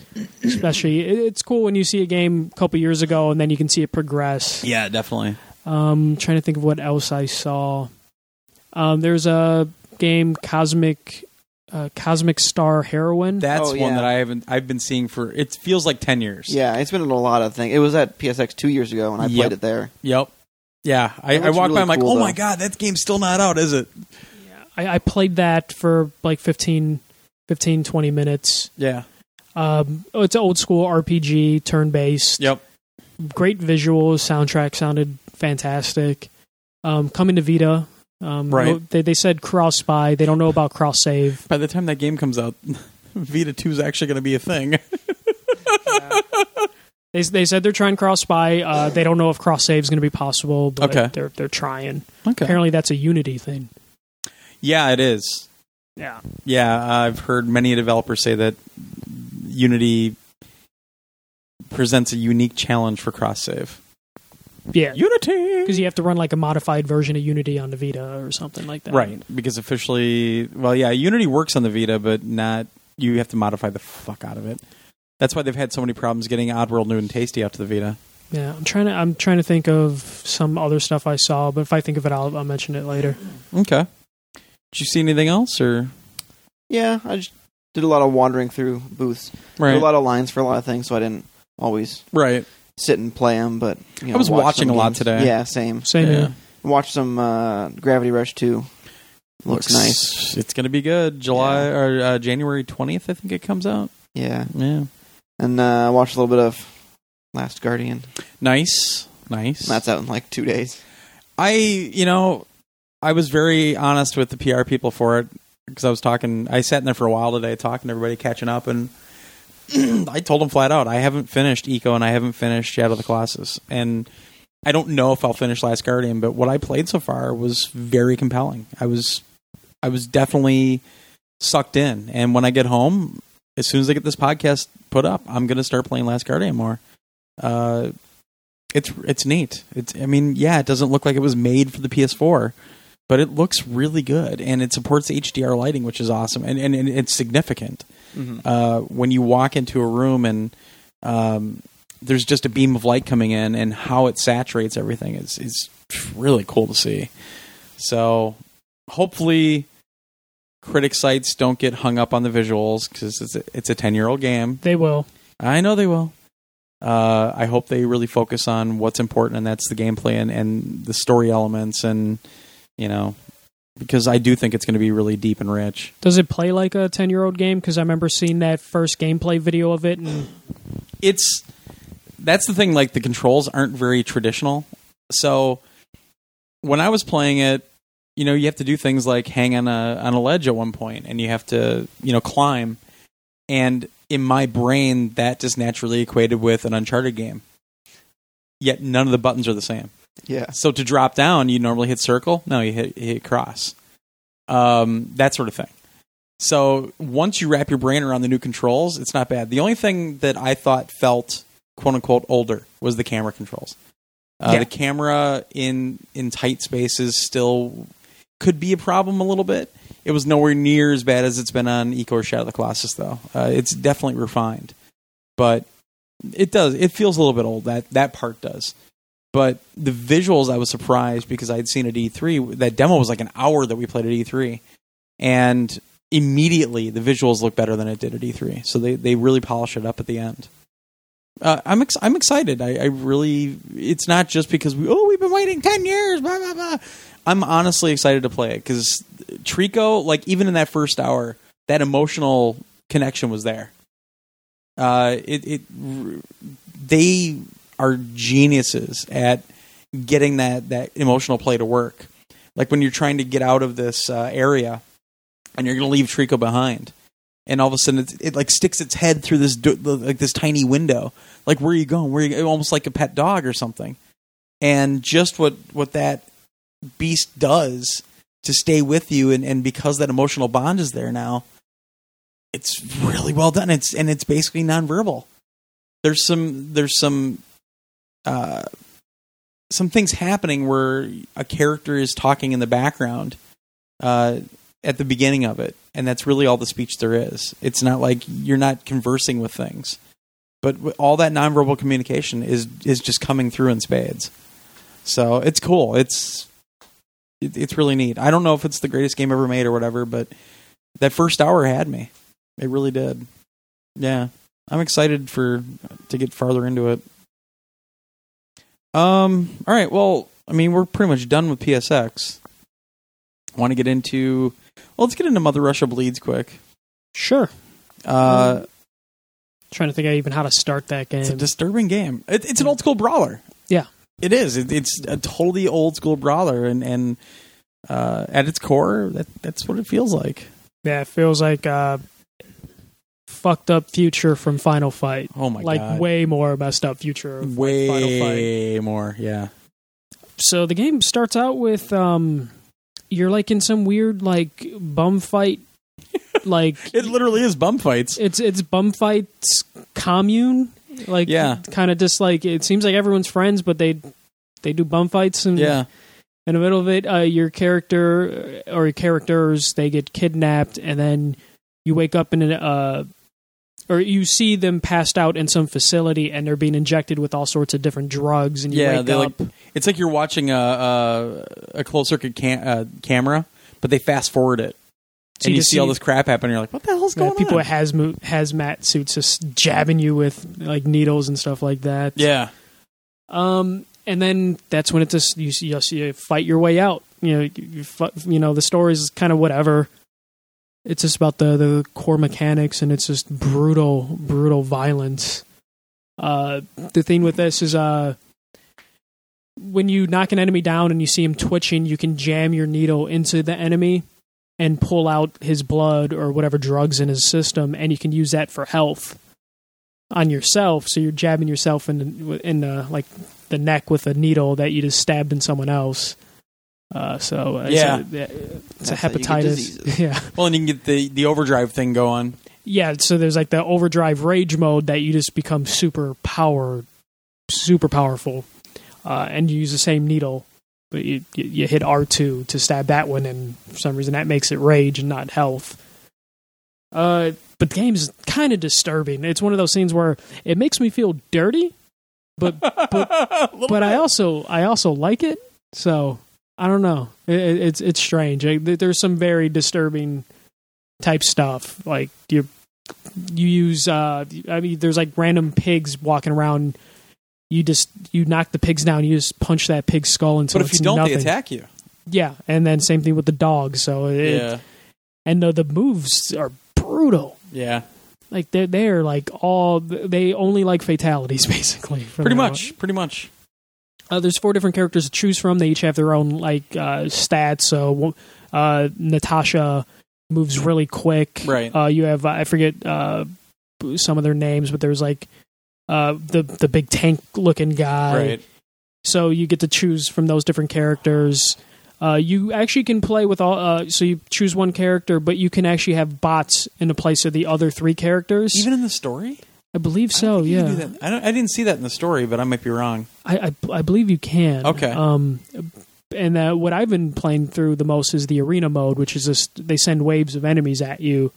C: Especially, it- it's cool when you see a game a couple years ago, and then you can see it progress.
A: yeah, definitely.
C: Um, trying to think of what else I saw. Um, there's a game Cosmic uh, Cosmic Star Heroine.
A: That's
B: Oh,
A: one
B: yeah.
A: that I haven't. I've been seeing for. It feels like ten years.
B: Yeah, it's been in a lot of things. It was at PSX two years ago, and I
A: Yep.
B: played it there.
A: Yep. Yeah, I,
B: It
A: I
B: looks
A: walked by.
B: really
A: I'm like,
B: cool,
A: oh
B: though.
A: my god, that game's still not out, is it?
C: I, I played that for like 15, 15 20 minutes.
A: Yeah.
C: Um, oh, it's an old school RPG, turn based.
A: Yep.
C: Great visuals. Soundtrack sounded fantastic. Um, coming to Vita. Um,
A: Right.
C: no- They, they said cross buy. They don't know about cross save.
A: By the time that game comes out, Vita 2 is actually going to be a thing.
C: They, they said they're trying cross buy. Uh, they don't know if cross save is going to be possible, but
A: Okay.
C: they're, they're trying.
A: Okay.
C: Apparently, that's a Unity thing.
A: Yeah, it is.
C: Yeah.
A: Yeah, I've heard many developers say that Unity presents a unique challenge for cross save.
C: Yeah.
A: Unity.
C: Because you have to run like a modified version of Unity on the Vita or something like that.
A: Right, because officially, well, yeah, Unity works on the Vita, but not you have to modify the fuck out of it. That's why they've had so many problems getting Oddworld New and Tasty out to the Vita.
C: Yeah, I'm trying to I'm trying to think of some other stuff I saw, but if I think of it, I'll, I'll mention it later.
A: Okay. Did you see anything else or
B: Yeah, I just did a lot of wandering through booths. Did
A: right?
B: a lot of lines for a lot of things, so I didn't always
A: right.
B: sit and play them. But you know,
A: I was
B: watch
A: watching
B: some
A: a lot
B: games.
A: today.
B: Yeah, same.
C: Same
A: Yeah.
C: here.
B: Watch some uh, Gravity Rush Two. Looks, nice.
A: It's going to be good. July or uh, January 20th I think it comes out.
B: Yeah,
A: Yeah.
B: and uh, watch a little bit of Last Guardian.
A: Nice. Nice.
B: That's out in like two days.
A: I, you know, I was very honest with the PR people for it because I was talking. I sat in there for a while today, talking to everybody, catching up, and I told them flat out, I haven't finished Eco and I haven't finished Shadow of the Colossus, and I don't know if I'll finish Last Guardian, but what I played so far was very compelling. I was, I was definitely sucked in, and when I get home, as soon as I get this podcast put up, I'm gonna start playing Last Guardian more. Uh, it's it's neat. It's I mean, yeah, it doesn't look like it was made for the PS4, but it looks really good and it supports HDR lighting, which is awesome and and, and it's significant. Uh, when you walk into a room and um, there's just a beam of light coming in and how it saturates everything is is really cool to see. So hopefully critic sites don't get hung up on the visuals because it's a, it's a 10 year old game
C: They will.
A: I know they will. Uh, I hope they really focus on what's important, and that's the gameplay and, and the story elements, and you know, because I do think it's going to be really deep and rich.
C: Does it play like a ten year old game? Because I remember seeing that first gameplay video of it, and
A: It's that's the thing. Like the controls aren't very traditional, so when I was playing it, you know, you have to do things like hang on a on a ledge at one point, and you have to you know climb, and in my brain, that just naturally equated with an Uncharted game. Yet none of the buttons are the same.
B: Yeah,
A: So to drop down, you normally hit circle. No, you hit, you hit cross. Um, that sort of thing. So once you wrap your brain around the new controls, it's not bad. The only thing that I thought felt quote unquote older was the camera controls. Uh,
C: Yeah.
A: The camera in in tight spaces still could be a problem a little bit. It was nowhere near as bad as it's been on Eco or Shadow of the Colossus, though. Uh, it's definitely refined, but it does. It feels a little bit old. That that part does but the visuals I was surprised because I'd seen at E3 that demo was like an hour that we played at E3 and immediately the visuals look better than it did at E3 so they they really polish it up at the end uh, I'm ex- I'm excited I, I really it's not just because we oh we've been waiting 10 years blah blah blah I'm honestly excited to play it cuz Trico like even in that first hour that emotional connection was there uh it it r- they are geniuses at getting that that emotional play to work. Like when you're trying to get out of this uh, area, and you're going to leave Trico behind, and all of a sudden it's, it like sticks its head through this do- like this tiny window. Like where are you going? Where are you almost like a pet dog or something. And just what what that beast does to stay with you, and and because that emotional bond is there now, it's really well done. It's and it's basically nonverbal. There's some there's some uh, some things happening where a character is talking in the background uh, at the beginning of it, and that's really all the speech there is. It's not like you're not conversing with things, but w- all that nonverbal communication is is just coming through in spades. So it's cool. It's it, it's really neat. I don't know if it's the greatest game ever made or whatever, but that first hour had me. It really did. Yeah, I'm excited for to get farther into it. Um. All right. Well, I mean, we're pretty much done with PSX. Want to get into? Well, let's get into Mother Russia bleeds quick.
C: Sure.
A: Uh,
C: trying to think of even how to start that game.
A: It's a disturbing game. It, it's an old school brawler.
C: Mm-hmm. Yeah.
A: it is. It, it's a totally old school brawler, and and uh, at its core, that that's what it feels like.
C: yeah, it feels like uh, fucked up future from Final Fight.
A: Oh my
C: like
A: god,
C: way more messed up future. Of, like, Final Fight.
A: way more. Yeah,
C: so the game starts out with um you're like in some weird like bum fight like
A: it literally is bum fights.
C: it's it's bum fights commune like
A: Yeah.
C: kind of just like it seems like everyone's friends but they they do bum fights and
A: yeah,
C: in the middle of it uh, your character uh, or your characters they get kidnapped and then you wake up in an uh or you see them passed out in some facility and they're being injected with all sorts of different drugs and you
A: yeah.
C: wake
A: They
C: up
A: like it's like you're watching a a, a closed circuit cam- uh, camera, but they fast forward it, and
C: So you
A: you
C: just
A: see all
C: see-
A: this crap happen. And you're like, what the hell's
C: Yeah,
A: going
C: people
A: on?
C: with hazmat, hazmat suits just jabbing you with like needles and stuff like that.
A: yeah,
C: Um, and then that's when it's just you, you, you fight your way out. You know, you, you, fi- you know the story's kind of whatever. It's just about the the core mechanics, and it's just brutal, brutal violence. Uh, the thing with this is uh. When you knock an enemy down and you see him twitching, you can jam your needle into the enemy and pull out his blood or whatever drugs in his system, and you can use that for health on yourself. So you're jabbing yourself in the, in the like the neck with a needle that you just stabbed in someone else. Uh, so uh,
A: Yeah.
C: it's a, it's a
B: That's how you get
C: hepatitis.
B: diseases.
C: Yeah,
A: Well, and you can get the the overdrive thing going.
C: yeah. So there's like the overdrive rage mode that you just become super power, super powerful, uh, and you use the same needle, but you you- you hit R two to stab that one, and for some reason that makes it rage and not health. Uh, but the game's kind of disturbing. It's one of those things where it makes me feel dirty, but but I also I also like it. So I don't know. It, it- it's it's strange. I, th- there's some very disturbing type stuff. Like you you use uh I mean there's like random pigs walking around. You just you knock the pigs down. You just punch that pig's skull until
A: But if
C: it's
A: you don't,
C: nothing.
A: they attack you.
C: Yeah, and then same thing with the dogs. So it,
A: yeah,
C: and the, the moves are brutal.
A: yeah.
C: Like they're they're like all they only like fatalities basically. from
A: Pretty
C: now on.
A: much, pretty much.
C: Uh, there's four different characters to choose from. They each have their own like uh, stats. So uh, Natasha moves really quick.
A: Right.
C: Uh, you have I forget uh, some of their names, but there's like uh, the the big tank looking guy.
A: right.
C: So you get to choose from those different characters. Uh, you actually can play with all. Uh, so you choose one character, but you can actually have bots in the place of the other three characters.
A: Even in the story?
C: I believe
A: I don't
C: so.
A: think you
C: yeah.
A: can do that. I, don't, I didn't see that in the story, but I might be wrong.
C: I, I, I believe you can.
A: Okay.
C: Um, and uh, what I've been playing through the most is the arena mode, which is just they send waves of enemies at you,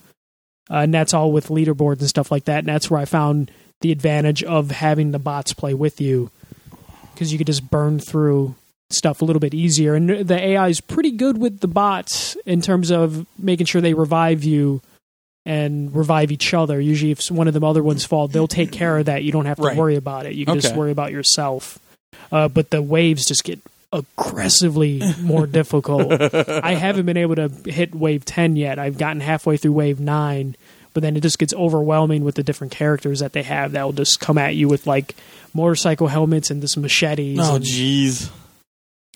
C: uh, and that's all with leaderboards and stuff like that. And that's where I found the advantage of having the bots play with you, because you could just burn through stuff a little bit easier. And the AI is pretty good with the bots in terms of making sure they revive you. And revive each other. Usually, if one of them other ones fall, they'll take care of that. You don't have to
A: Right.
C: worry about it. You can just
A: Okay.
C: worry about yourself uh, but the waves just get aggressively more difficult. I haven't been able to hit wave 10 yet. I've gotten halfway through wave 9, but then it just gets overwhelming with the different characters that they have that will just come at you with like motorcycle helmets and this machetes.
A: Oh,
C: and,
A: jeez.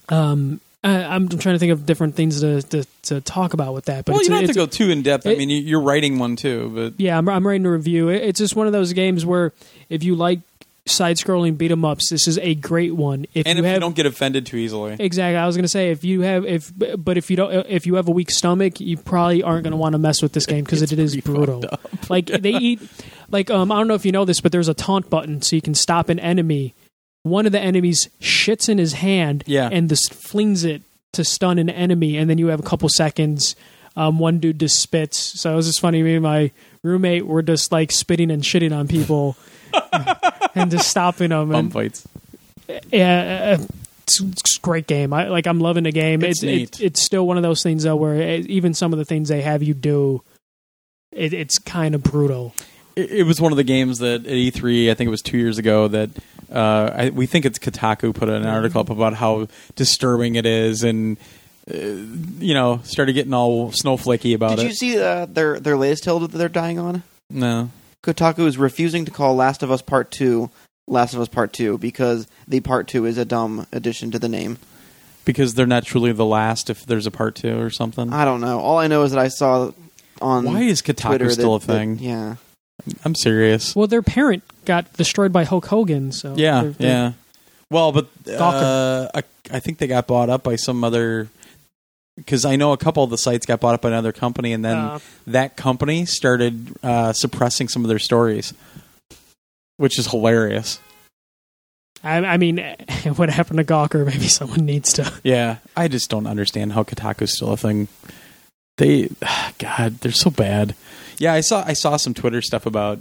C: um, I, I'm trying to think of different things to, to, to talk about with that. But
A: Well,
C: it's,
A: you don't have
C: it's,
A: to go too in depth. I
C: it-
A: mean, you- you're writing one too, but
C: yeah, I'm, I'm writing a review. It- It's just one of those games where if you like side-scrolling beat 'em ups, this is a great one. If
A: and
C: you
A: if
C: have
A: you don't get offended too easily,
C: Exactly. I was going to say if you have if but if you don't if you have a weak stomach, you probably aren't going to want to mess with this game because it is brutal. Like they eat like um I don't know if you know this, but there's a taunt button so you can stop an enemy. One of the enemies shits in his hand
A: Yeah.
C: and just flings it to stun an enemy and then you have a couple seconds um, one dude just spits. So it was just funny. Me and my roommate were just like spitting and shitting on people and just stopping them.
A: bum
C: And,
A: fights.
C: yeah, uh, it's, it's a great game. I like. I'm loving the game.
A: It's
C: It's
A: neat.
C: it's, it's still one of those things though where it, even some of the things they have you do, it, it's kind of brutal.
A: E It, it was one of the games that at E3, I think it was two years ago, that uh, I, we think it's Kotaku put an article up about how disturbing it is, and uh, you know, started getting all snowflakey about
B: Did
A: it.
B: you see uh, their their latest hill that they're dying on?
A: no,
B: Kotaku is refusing to call Last of Us Part Two Last of Us Part Two because the Part Two is a dumb addition to the name.
A: because they're not truly the last if there's a part two or something.
B: I don't know. All I know is that I saw on
A: Why is Kotaku
B: Twitter that-
A: still a
B: that-
A: thing?
B: yeah,
A: I'm serious.
C: Well, their parent got destroyed by Hulk Hogan, so
A: yeah,
C: they're- they're-
A: yeah. Well, but uh,
C: Gawker.
A: I, I think they got bought up by some other. Because I know a couple of the sites got bought up by another company, and then
B: Oh.
C: Uh,
A: that company started uh, suppressing some of their stories, which is hilarious.
C: I, I mean, what happened to Gawker? Maybe someone needs to.
A: Yeah, I just don't understand how Kotaku's still a thing. They, God, they're so bad. Yeah, I saw I saw some Twitter stuff about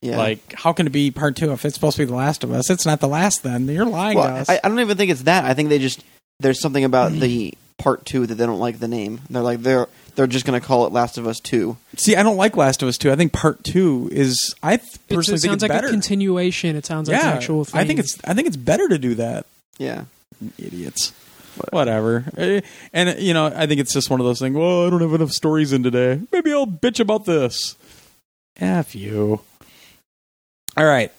B: yeah.
A: like how can it be part two if it's supposed to be the Last of Us? It's not the last. Then you're lying to
B: well,
A: us.
B: I, I don't even think it's that. I think they just there's something about the Part Two that they don't like the name. They're like they're they're just going to call it Last of Us Two.
A: See, I don't like Last of Us two. I think part two is I th-
C: It
A: personally think
C: sounds
A: it's
C: like
A: better.
C: a continuation. It sounds like
A: yeah,
C: an actual thing.
A: I think it's I think it's better to do that.
B: Yeah,
A: idiots. Whatever. Eh, And, uh, you know, I think it's just one of those things, well, I don't have enough stories in today. Maybe I'll bitch about this. F you. All right.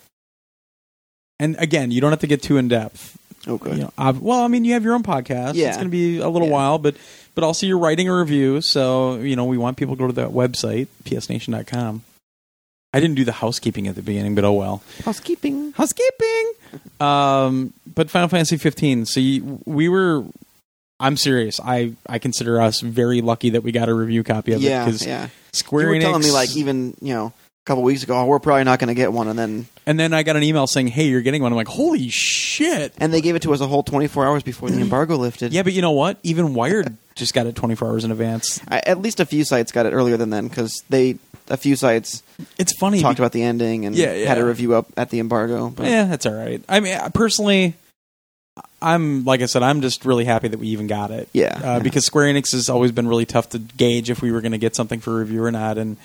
A: And again, you don't have to get too in depth.
B: okay.
A: You know, ob- well, I mean, you have your own podcast.
B: Yeah.
A: It's going to be a little
B: Yeah.
A: while, but but also you're writing a review, so you know we want people to go to that website, psnation.com. I didn't do the housekeeping at the beginning, but oh well
B: Housekeeping.
A: housekeeping. Um, but Final Fantasy 15. So you, we were. I'm serious. I I consider us very lucky that we got a review copy of it
B: Yeah,
A: because
B: yeah.
A: Square
B: you were
A: Enix.
B: telling me like e- even you know a couple weeks ago, oh, we're probably not going to get one, and then
A: and then I got an email saying, "Hey, you're getting one." I'm like, "Holy shit!"
B: and they gave it to us a whole 24 hours before the embargo lifted.
A: Yeah, but you know what? Even Wired just got it 24 hours in advance.
B: I, at least a few sites got it earlier than then because they a few sites
A: It's funny.
B: talked about the ending and
A: Yeah, yeah.
B: had a review up at the embargo. But
A: Yeah, that's all right. I mean, I- personally, I'm like I said, I'm just really happy that we even got it.
B: Yeah.
A: uh,
B: Yeah.
A: because Square Enix has always been really tough to gauge if we were going to get something for review or not, and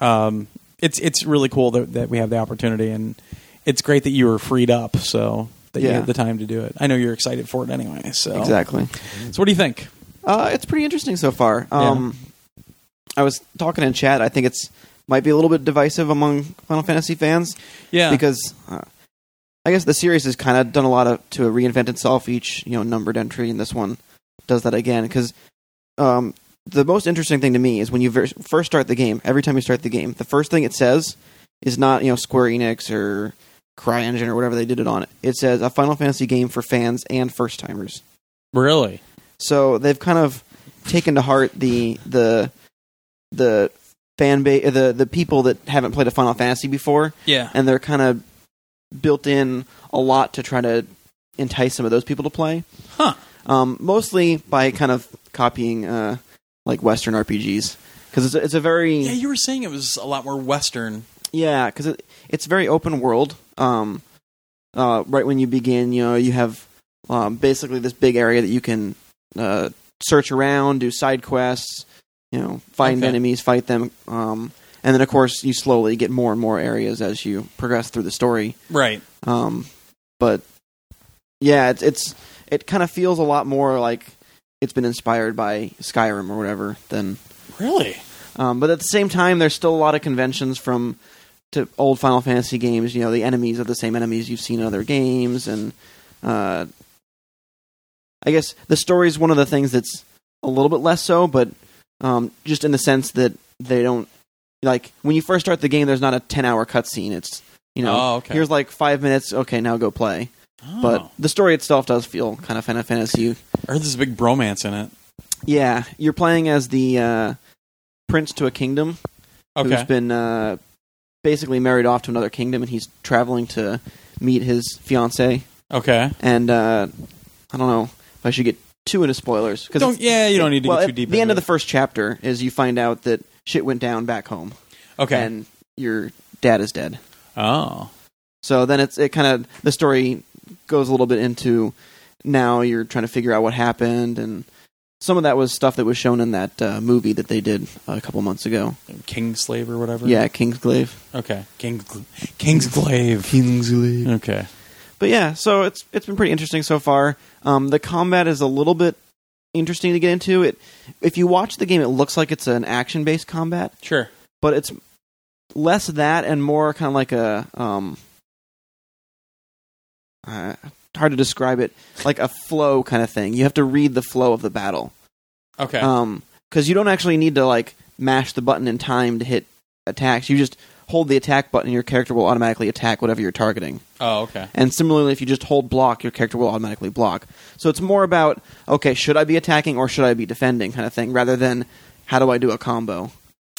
A: um, it's it's really cool that, that we have the opportunity, and it's great that you were freed up, so that you
B: Yeah.
A: had the time to do it. I know you're excited for it anyway. So
B: exactly.
A: So what do you think?
B: Uh, it's pretty interesting so far. Um, I was talking in chat. I think it's might be a little bit divisive among Final Fantasy fans
A: Yeah,
B: because uh, I guess the series has kind of done a lot of to reinvent itself each you know numbered entry, and this one does that again because um, the most interesting thing to me is when you ver- first start the game. Every time you start the game, the first thing it says is not you know Square Enix or CryEngine or whatever they did it on. It says a Final Fantasy game for fans and first timers.
A: really.
B: So they've kind of taken to heart the the the fan base, the the people that haven't played a Final Fantasy before,
A: Yeah,
B: and they're kind of built in a lot to try to entice some of those people to play.
A: Huh.
B: Um, mostly by kind of copying uh, like Western RPGs because it's a, it's a very
A: yeah. You were saying it was a lot more Western.
B: yeah, because it, it's very open world. Um, uh, right when you begin, you know, you have um, basically this big area that you can uh, search around, do side quests, you know, find
A: Okay.
B: enemies, fight them, um, and then of course you slowly get more and more areas as you progress through the story.
A: Right.
B: Um, but yeah, it's, it's it kind of feels a lot more like it's been inspired by Skyrim or whatever than
A: Really.
B: um, but at the same time, there's still a lot of conventions from to old Final Fantasy games. You know, the enemies are the same enemies you've seen in other games, and uh, I guess the story is one of the things that's a little bit less so, but um, just in the sense that they don't like when you first start the game. There's not a ten hour cutscene. It's you know,
A: Oh, okay.
B: here's like five minutes. Okay, now go play. But
A: Oh.
B: the story itself does feel kind of Final Fantasy.
A: I heard there's a big bromance in it.
B: Yeah, you're playing as the uh, prince to a kingdom who's
A: Okay.
B: been uh, basically married off to another kingdom, and he's traveling to meet his fiancee.
A: Okay.
B: And uh, I don't know if I should get too into spoilers because
A: Don't. Yeah, you don't need to
B: well,
A: get too
B: at
A: deep.
B: The
A: into
B: end of
A: it.
B: the first chapter is you find out that shit went down back home,
A: Okay.
B: and your dad is dead.
A: oh.
B: So then it's it kind of the story goes a little bit into now you're trying to figure out what happened and. Some of that was stuff that was shown in that uh, movie that they did a couple months ago.
A: Kingslave or whatever?
B: Yeah, Kingsglaive.
A: Okay. Kings Kingsglaive. Kingsglaive. Okay.
B: But yeah, so it's it's been pretty interesting so far. Um, the combat is a little bit interesting to get into. It if you watch the game, it looks like it's an action based combat,
A: Sure.
B: but it's less that and more kind of like a um, uh, hard to describe it, like a flow kind of thing. You have to read the flow of the battle
A: Okay.
B: um because you don't actually need to like mash the button in time to hit attacks you just hold the attack button and your character will automatically attack whatever you're targeting
A: oh, okay.
B: and similarly if you just hold block your character will automatically block so it's more about okay should i be attacking or should i be defending kind of thing rather than how do i do a combo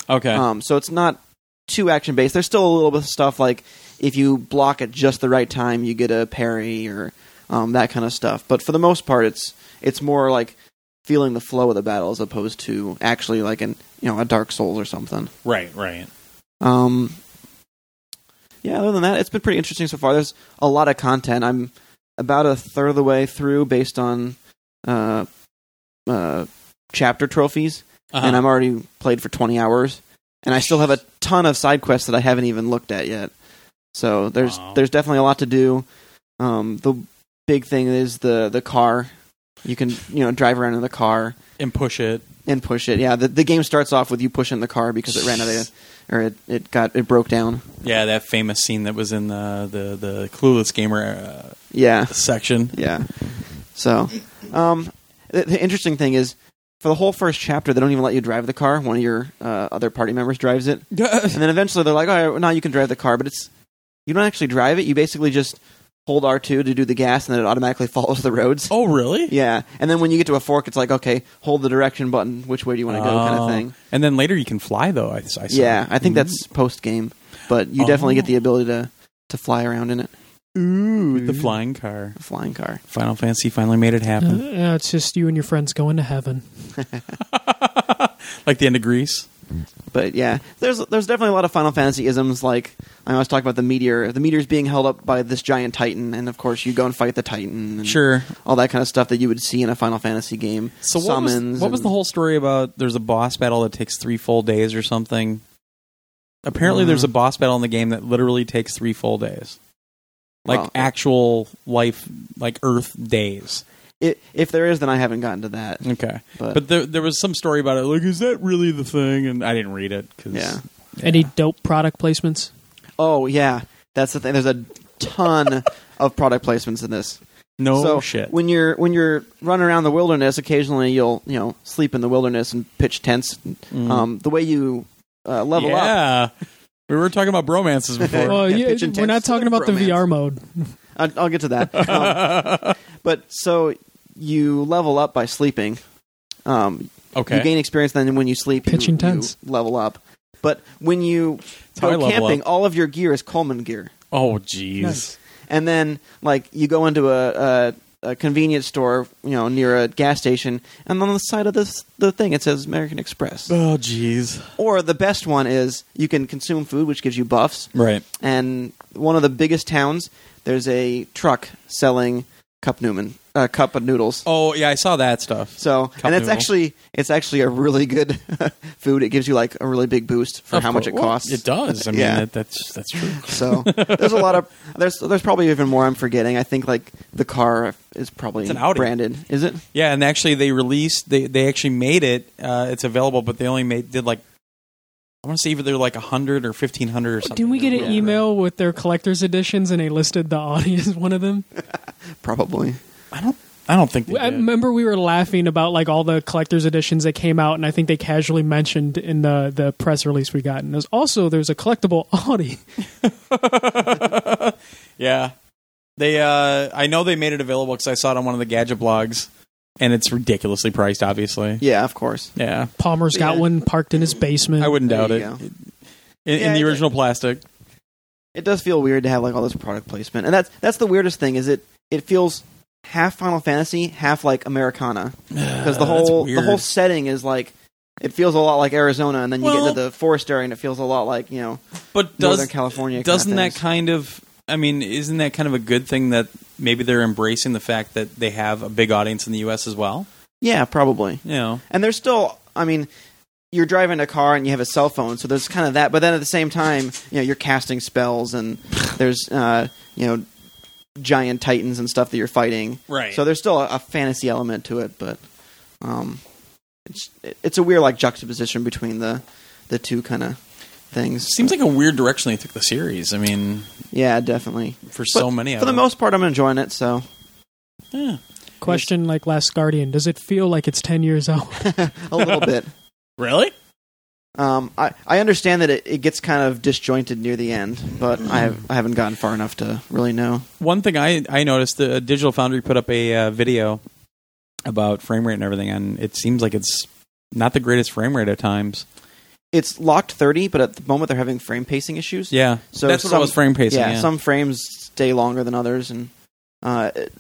A: Okay.
B: um so it's not too action based there's still a little bit of stuff like if you block at just the right time you get a parry or um, that kind of stuff but for the most part it's it's more like feeling the flow of the battle as opposed to actually like an you know a Dark Souls or something.
A: right. Right.
B: Um, yeah, other than that, it's been pretty interesting so far. There's a lot of content. I'm about a third of the way through based on uh, uh, chapter trophies,
A: Uh-huh.
B: and I'm already played for 20 hours, and I still have a ton of side quests that I haven't even looked at yet. So there's
A: Wow.
B: there's definitely a lot to do. Um, the big thing is the the car. You can you know drive around in the car
A: and push it.
B: and push it. Yeah, the, the game starts off with you pushing the car because it ran out of or it, it got it broke down.
A: Yeah, that famous scene that was in the the, the clueless gamer
B: Yeah,
A: uh, section.
B: yeah. So, um, the, the interesting thing is for the whole first chapter, they don't even let you drive the car. One of your uh, other party members drives it, and then eventually they're like, "All right, well, now you can drive the car," but it's you don't actually drive it. You basically just hold R two to do the gas, and then it automatically follows the roads.
A: oh, really?
B: Yeah, and then when you get to a fork, it's like, okay, hold the direction button. Which way do you want to go? Kind
A: Oh.
B: of thing.
A: And then later you can fly though. I, I Mm-hmm. saw.
B: Yeah, I think that's post game, but you definitely get the ability to to fly around in it.
A: Ooh, Mm-hmm. the flying car.
B: A flying car.
A: Final Fantasy finally made it
C: Uh,
A: happen.
C: yeah, it's just you and your friends going to heaven.
A: like the end of Greece.
B: But yeah, there's there's definitely a lot of Final Fantasy isms. Like I always talk about the meteor. The meteor's being held up by this giant titan, and of course you go and fight the titan. And
A: Sure.
B: All that kind of stuff that you would see in a Final Fantasy game.
A: So what
B: Summons.
A: was what was
B: and-
A: the whole story about? There's a boss battle that takes three full days or something. Apparently, there's a
B: Mm-hmm.
A: boss battle in the game that literally takes three full days, like
B: Wow.
A: actual life, like Earth days.
B: I- if there is, then I haven't gotten to that.
A: Okay,
B: But,
A: but, there there was some story about it. Like, is that really the thing? And I didn't read it because
B: Yeah.
C: Any dope product placements?
B: oh yeah, that's the thing. There's a ton of product placements in this.
A: no
B: so
A: Oh, shit.
B: when you're when you're running around the wilderness, occasionally you'll you know sleep in the wilderness and pitch tents. Um, the way you uh, level up,
A: Mm-hmm. yeah, we were talking about bromances before.
C: Oh,
B: Yeah,
C: yeah,
B: pitch and
C: we're not
B: text.
C: talking about the
B: Romance.
C: VR mode.
B: I'll, I'll get to that. Um, but so you level up by sleeping. Um, You
A: okay,
B: gain experience. Then when you sleep, you-
C: Pitching
B: you,
C: tents.
B: level up. But when you
A: how I
B: go
A: level
B: camping, all of your gear is Coleman gear,
A: oh jeez,
B: and then like you go into a. a a convenience store, you know, near a gas station, and on the side of this the thing it says American Express.
A: oh jeez,
B: Or the best one is you can consume food, which gives you buffs.
A: right?
B: And one of the biggest towns, there's a truck selling cup Newman, uh, cup of noodles.
A: Oh yeah, I saw that stuff.
B: So, and it's
A: noodle.
B: actually it's actually a really good food. It gives you like a really big boost for
A: Of
B: how much
A: cour-
B: it
A: well,
B: costs.
A: It does. I mean,
B: Yeah.
A: that, that's that's true.
B: So there's a lot of there's there's probably even more I'm forgetting. I think like the car is probably
A: It's an Audi.
B: branded. Is it?
A: Yeah, and actually, they released they they actually made it. Uh, it's available, but they only made did like I want to say either they're like hundred or fifteen hundred or something.
C: Didn't we get
A: Yeah.
C: an email with their collector's editions and they listed the Audi as one of them?
B: Probably.
A: I don't. I don't think they
C: I
A: did.
C: remember we were laughing about like all the collector's editions that came out, and I think they casually mentioned in the the press release we got. And there's also there's a collectible Audi.
A: yeah, they. Uh, I know they made it available because I saw it on one of the gadget blogs, and it's ridiculously priced. Obviously,
B: Yeah, of course.
A: yeah,
C: Palmer's got
B: Yeah.
C: one parked in his basement.
A: I wouldn't
B: There
A: doubt
B: you
A: it.
B: go.
A: In,
B: Yeah,
A: in the
B: it-
A: original plastic,
B: It does feel weird to have like all this product placement, and that's that's the weirdest thing. Is it it feels half Final Fantasy, half like Americana, because the
A: that's
B: whole the
A: weird.
B: whole setting is like it feels a lot like Arizona, and then you
A: Well-
B: get into the forest area, and it feels a lot like you know
A: but
B: Northern
A: does
B: California. kinda
A: doesn't that
B: things.
A: kind of i mean isn't that kind of a good thing that maybe they're embracing the fact that they have a big audience in the us as well
B: yeah, probably.
A: you know
B: And there's still, I mean, you're driving a car and you have a cell phone, so there's kind of that. But then at the same time, you know, you're casting spells, and there's uh, you know giant titans and stuff that you're fighting.
A: Right.
B: So there's still a, a fantasy element to it, but um, it's it- it's a weird like juxtaposition between the the two kind of things.
A: Seems like a weird direction they took the series. I mean,
B: yeah, definitely.
A: for so
B: But
A: many of
B: For the
A: them.
B: most part, I'm enjoying it. So
A: Yeah.
C: Question like Last Guardian: Does it feel like it's ten years old?
B: a little bit.
A: Really?
B: Um, I, I understand that it, it gets kind of disjointed near the end, but I, have, I haven't gotten far enough to really know.
A: One thing I, I noticed, the uh, Digital Foundry put up a uh, video about frame rate and everything, and it seems like it's not the greatest frame rate at times.
B: It's locked 30, but at the moment they're having frame pacing issues.
A: Yeah.
B: So
A: That's what I
B: some-
A: was frame pacing.
B: yeah,
A: Yeah.
B: some frames stay longer than others, and uh, it-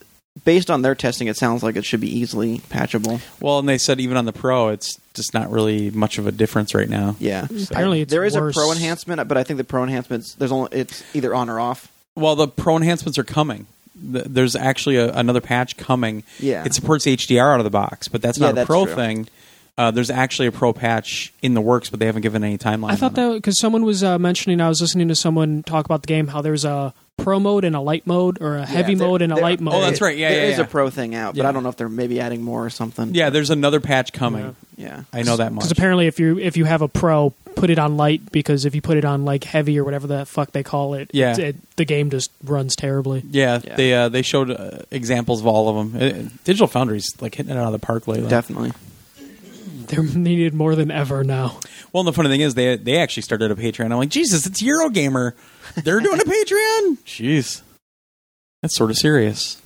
B: based on their testing, it sounds like it should be easily patchable.
A: well, and they said even on the Pro, it's just not really much of a difference right now.
B: Yeah,
C: Apparently, it's
B: there is
C: worse.
B: a pro enhancement, but I think the pro enhancements there's only it's either on or off.
A: Well, the Pro enhancements are coming. Th- There's actually a, another patch coming.
B: Yeah,
A: It supports HDR out of the box, but that's
B: Yeah,
A: not a
B: that's
A: Pro
B: true.
A: thing. Uh, there's actually a Pro patch in the works, but they haven't given any timeline.
C: I thought
A: on it.
C: that because someone was uh, mentioning, I was listening to someone talk about the game how there's a pro mode and a light mode, or a heavy
B: there-
C: mode and a
B: there-
C: light mode.
A: Oh, that's right. Yeah,
B: there
A: yeah,
B: is
A: yeah.
B: a pro thing out, but
A: Yeah.
B: I don't know if they're maybe adding more or something.
A: Yeah, there's another patch coming.
C: Yeah.
B: yeah.
A: I know that much.
C: Because apparently, if you if you have a pro, put it on light because if you put it on like heavy or whatever the fuck they call it,
A: Yeah.
C: it, it- the game just runs terribly.
A: Yeah,
B: Yeah.
A: they uh, they showed uh, examples of all of them. Uh, Digital Foundry's like hitting it out of the park lately.
B: Definitely.
C: They're needed more than ever now.
A: Well, and the funny thing is, they they actually started a Patreon. I'm like, Jesus, it's Eurogamer. They're doing a Patreon. Jeez, that's sort of serious.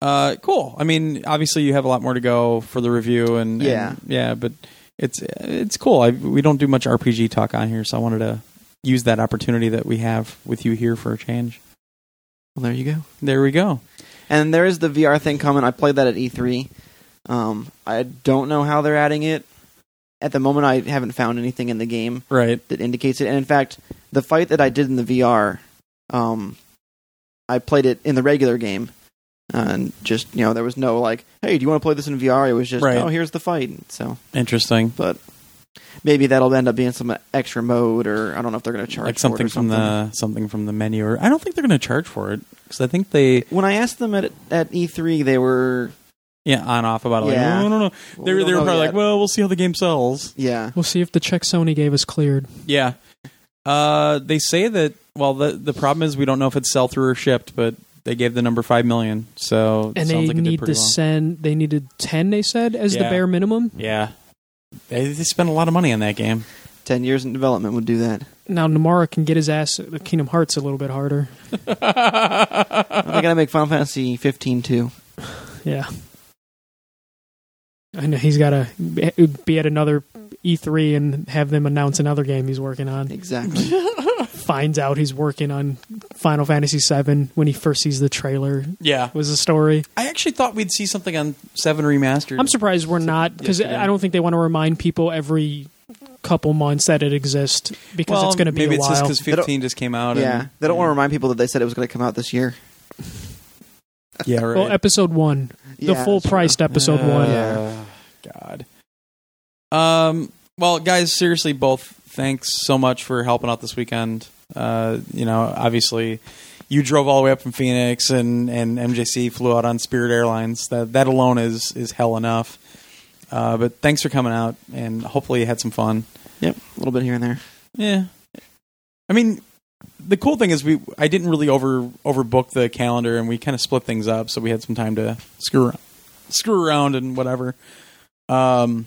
A: Uh, cool. I mean, obviously, you have a lot more to go for the review, and and-
B: Yeah.
A: yeah, but it's it's cool. I, we don't do much RPG talk on here, so I wanted to use that opportunity that we have with you here for a change.
B: Well, there you go.
A: There we go.
B: And there is the VR thing coming. I played that at E3. Um, I don't know how they're adding it. At the moment, I haven't found anything in the game
A: Right.
B: that indicates it. And in fact, the fight that I did in the VR, um, I played it in the regular game, and just you know there was no like, hey, do you want to play this in VR? It was just,
A: Right.
B: oh, here's the fight. So
A: Interesting.
B: maybe that'll end up being some extra mode, or I don't know if they're going to charge
A: like
B: for it
A: something
B: or
A: from the something from the menu or i don't think they're going to charge for it because i think they
B: When I asked them at at E3, they were
A: yeah on off about it like
B: Yeah.
A: no no no
B: well,
A: they were
B: we don't
A: they were
B: know
A: probably like
B: yet."
A: well we'll see how the game sells
B: yeah.
C: We'll see if the check Sony gave us cleared.
A: yeah uh they say that well the the problem is we don't know if it's sell through or shipped but they gave the number five million so it
C: And they
A: sounds like it did
C: need
A: pretty
C: to send. They needed ten. They said as
A: Yeah.
C: the bare minimum.
A: well yeah they, they spent a lot of money on that game
B: Ten years in development would do that.
C: Now Namara can get his ass at the Kingdom Hearts a little bit harder.
B: They gotta make Final Fantasy 15 too.
C: Yeah. I know he's got to be at another E3 and have them announce another game he's working on.
B: Exactly.
C: Finds out he's working on Final Fantasy VII when he first sees the trailer.
A: yeah
C: Was the story?
A: i actually thought we'd see something on seven remastered
C: I'm surprised we're not because
A: Yesterday.
C: I don't think they want to remind people every couple months that it exists because
A: well,
C: it's going to be
A: maybe
C: a
A: it's
C: while.
A: just because 15 just came out
B: yeah,
A: and,
B: they don't want to remind people that they said it was gonna come out this year.
A: yeah right
C: Well, episode one, the
B: Yeah,
C: full
B: that's
C: priced episode
A: Uh,
C: one.
B: Yeah.
A: God. Um. Well, guys, seriously, both thanks so much for helping out this weekend. Uh, you know, obviously, you drove all the way up from Phoenix, and and MJC flew out on Spirit Airlines. That that alone is is hell enough. Uh, but thanks for coming out, and hopefully you had some fun.
B: Yep, a little bit here and there.
A: Yeah. I mean, the cool thing is we I didn't really over overbook the calendar and we kind of split things up so we had some time to screw ar- screw around and whatever. Um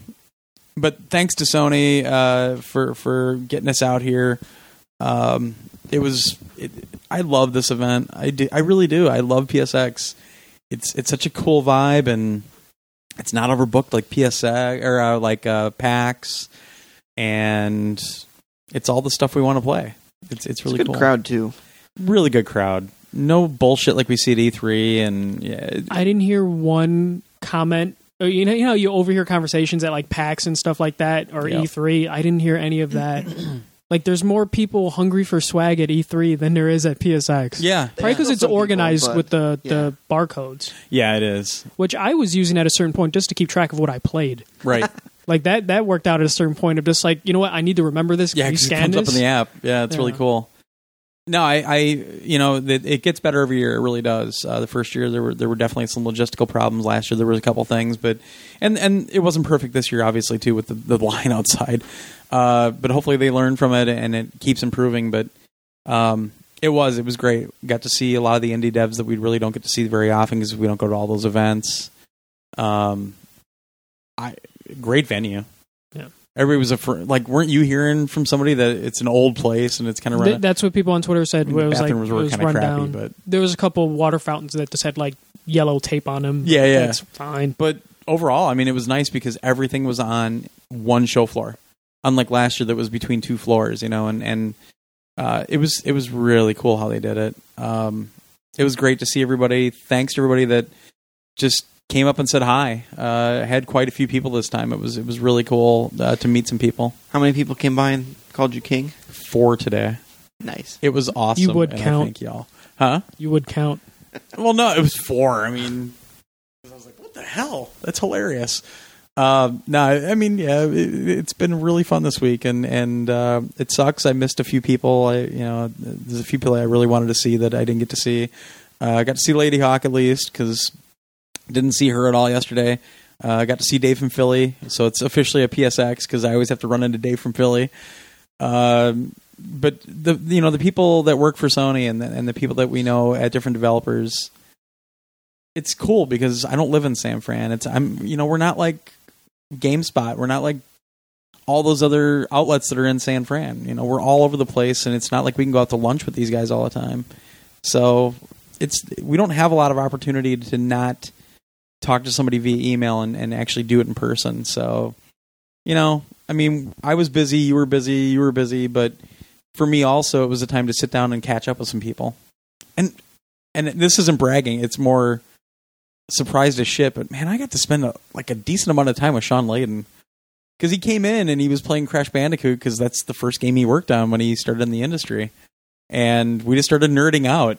A: but thanks to Sony uh for for getting us out here. Um it was it, I love this event. I do, I really do. I love PSX. It's it's such a cool vibe and it's not overbooked like PSX or uh, like uh PAX and it's all the stuff we want to play. It's it's
B: It's
A: really
B: a good
A: cool.
B: crowd too.
A: Really good crowd. No bullshit like we see at E3 and yeah. it-
C: I didn't hear one comment. Oh, You know, you know, you overhear conversations at like PAX and stuff like that, or
A: Yeah.
C: E3. I didn't hear any of that. like, there's more people hungry for swag at E3 than there is at PSX.
A: yeah.
C: Probably because
B: Still
C: it's
B: some people,
C: organized
B: but-
C: with the,
B: yeah.
C: the barcodes,
A: Yeah, it is.
C: which I was using at a certain point just to keep track of what I played.
A: Right.
C: Like that that worked out at a certain point of just like you know what I need to remember this.
A: Yeah,
C: Can you
A: because it
C: scan
A: comes
C: this?
A: up in the app. Yeah, it's really
C: Yeah.
A: cool. No, I, I you know, it, it gets better every year. It really does. Uh, the first year there were there were definitely some logistical problems. Last year there was a couple things, but and and it wasn't perfect this year, obviously too, with the, the line outside. Uh, but hopefully they learn from it and it keeps improving. But um, it was it was great. Got to see a lot of the indie devs that we really don't get to see very often because we don't go to all those events. Um, I great venue.
C: Yeah.
A: Everybody was a fr- like. Weren't you hearing from somebody that it's an old place and it's kind of
C: Th-
A: running?
C: that's what people on Twitter said.
A: I mean,
C: where it was like
A: bathrooms
C: it
A: were
C: was
A: kinda
C: run
A: crappy,
C: down.
A: but-
C: there was a couple water fountains that just had like yellow tape on them.
A: Yeah, yeah.
C: That's fine.
A: but overall, I mean, it was nice because everything was on one show floor, unlike last year that was between two floors. You know, and and uh, it was it was really cool how they did it. Um, it was great to see everybody. Thanks to everybody that just came up and said hi. Uh, I had quite a few people this time. It was it was really cool uh, to meet some people.
B: How many people came by and called you king?
A: Four today.
B: Nice.
A: It was awesome.
C: would
A: and I
C: count.
A: thank y'all, huh?
C: You would count.
A: Well, no, it was four. I mean, I was like, what the hell? That's hilarious. Um, no, I mean, yeah, it, it's been really fun this week, and and uh, it sucks. I missed a few people. I, you know, there's a few people I really wanted to see that I didn't get to see. Uh, I got to see Lady Hawk at least because didn't see her at all yesterday. Uh, I got to see Dave from Philly, so it's officially a PSX because I always have to run into Dave from Philly. Um, but the you know the people that work for Sony and the, and the people that we know at different developers, it's cool because I don't live in San Fran. It's I'm you know we're not like GameSpot. We're not like all those other outlets that are in San Fran. You know we're all over the place, and it's not like we can go out to lunch with these guys all the time. So it's we don't have a lot of opportunity to not talk to somebody via email and, and actually do it in person. So you know I mean I was busy, you were busy, you were busy, but for me also it was a time to sit down and catch up with some people and and this isn't bragging it's more surprised as shit but man i got to spend a, like a decent amount of time with sean layden because he came in and he was playing crash bandicoot because that's the first game he worked on when he started in the industry and we just started nerding out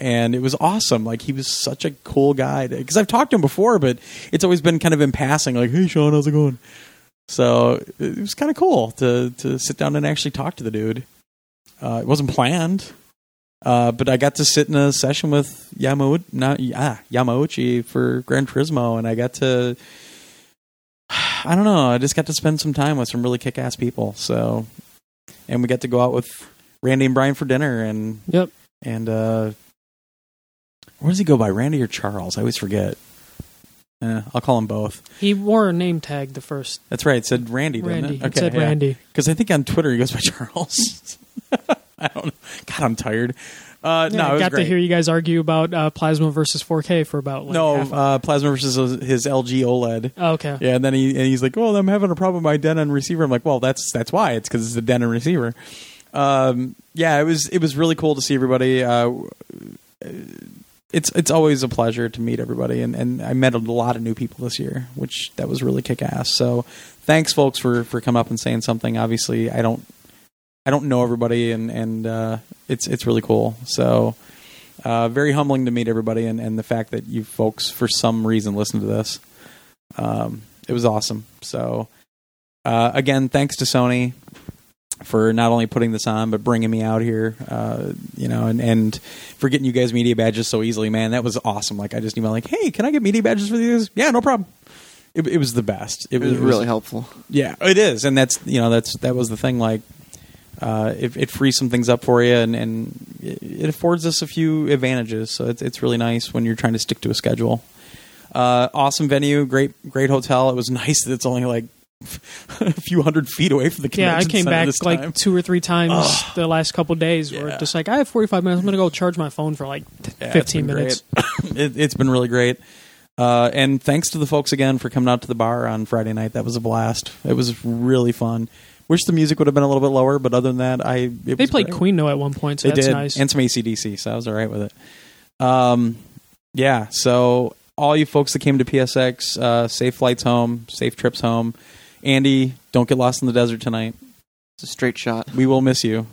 A: and it was awesome like he was such a cool guy because i've talked to him before but it's always been kind of in passing like hey sean how's it going so it was kind of cool to to sit down and actually talk to the dude uh, it wasn't planned, uh, but I got to sit in a session with Yamauchi, not yeah, Yamauchi for Gran Turismo, and I got to. I don't know. I just got to spend some time with some really kick-ass people. So, and we got to go out with Randy and Brian for dinner, and
C: Yep.
A: and uh, where does he go by, Randy or Charles? I always forget. Eh, I'll call them both.
C: He wore a name tag the first
A: That's right. It said Randy, didn't
C: Randy.
A: it?
C: it said
A: yeah.
C: Randy.
A: Because I think on Twitter he goes by Charles. I don't know. God, I'm tired. Uh,
C: Yeah,
A: no, it was
C: got
A: great.
C: to hear you guys argue about uh, plasma versus 4K for about like
A: no,
C: half
A: uh, Plasma versus his LG OLED.
C: oh, okay.
A: Yeah, and then he and he's like, "Well, I'm having a problem with my Denon receiver." I'm like, "Well, that's that's why. It's because it's a Denon receiver." Um, yeah, it was it was really cool to see everybody. Uh, it's it's always a pleasure to meet everybody, and, and I met a lot of new people this year, which that was really kick ass. So thanks, folks, for for coming up and saying something. Obviously, I don't I don't know everybody, and and uh, it's it's really cool. So. Uh, very humbling to meet everybody, and, and the fact that you folks, for some reason, listen to this um, it was awesome. So, uh, again, thanks to Sony for not only putting this on but bringing me out here, uh, you know, and, and for getting you guys media badges so easily. Man, that was awesome. Like I just emailed like, hey, can I get media badges for these? Yeah, no problem. It, it was the best.
B: It was really helpful.
A: Yeah, it is, and that's you know that's that was the thing. Like, uh, it, it frees some things up for you, and, and it it affords us a few advantages. So it's it's really nice when you're trying to stick to a schedule. Uh, awesome venue, great great hotel. It was nice that it's only like a few hundred feet away from the convention
C: Yeah, I came
A: center
C: back
A: this
C: like
A: time.
C: two or three times the last couple days. Where
A: Yeah.
C: just like I have forty five minutes, I'm gonna go charge my phone for like t-
A: Yeah, it's
C: fifteen
A: been
C: minutes.
A: great. it, it's been really great. Uh, and thanks to the folks again for coming out to the bar on Friday night. That was a blast. It was really fun. Wish the music would have been a little bit lower, but other than that, I it
C: They
A: was
C: played
A: great.
C: Queen though at one point, so
A: they
C: that's
A: did,
C: nice.
A: and some ACDC, so I was all right with it. Um, yeah. So all you folks that came to PSX, uh, safe flights home, safe trips home. Andy, don't get lost in the desert tonight.
B: It's a straight shot.
A: We will miss you.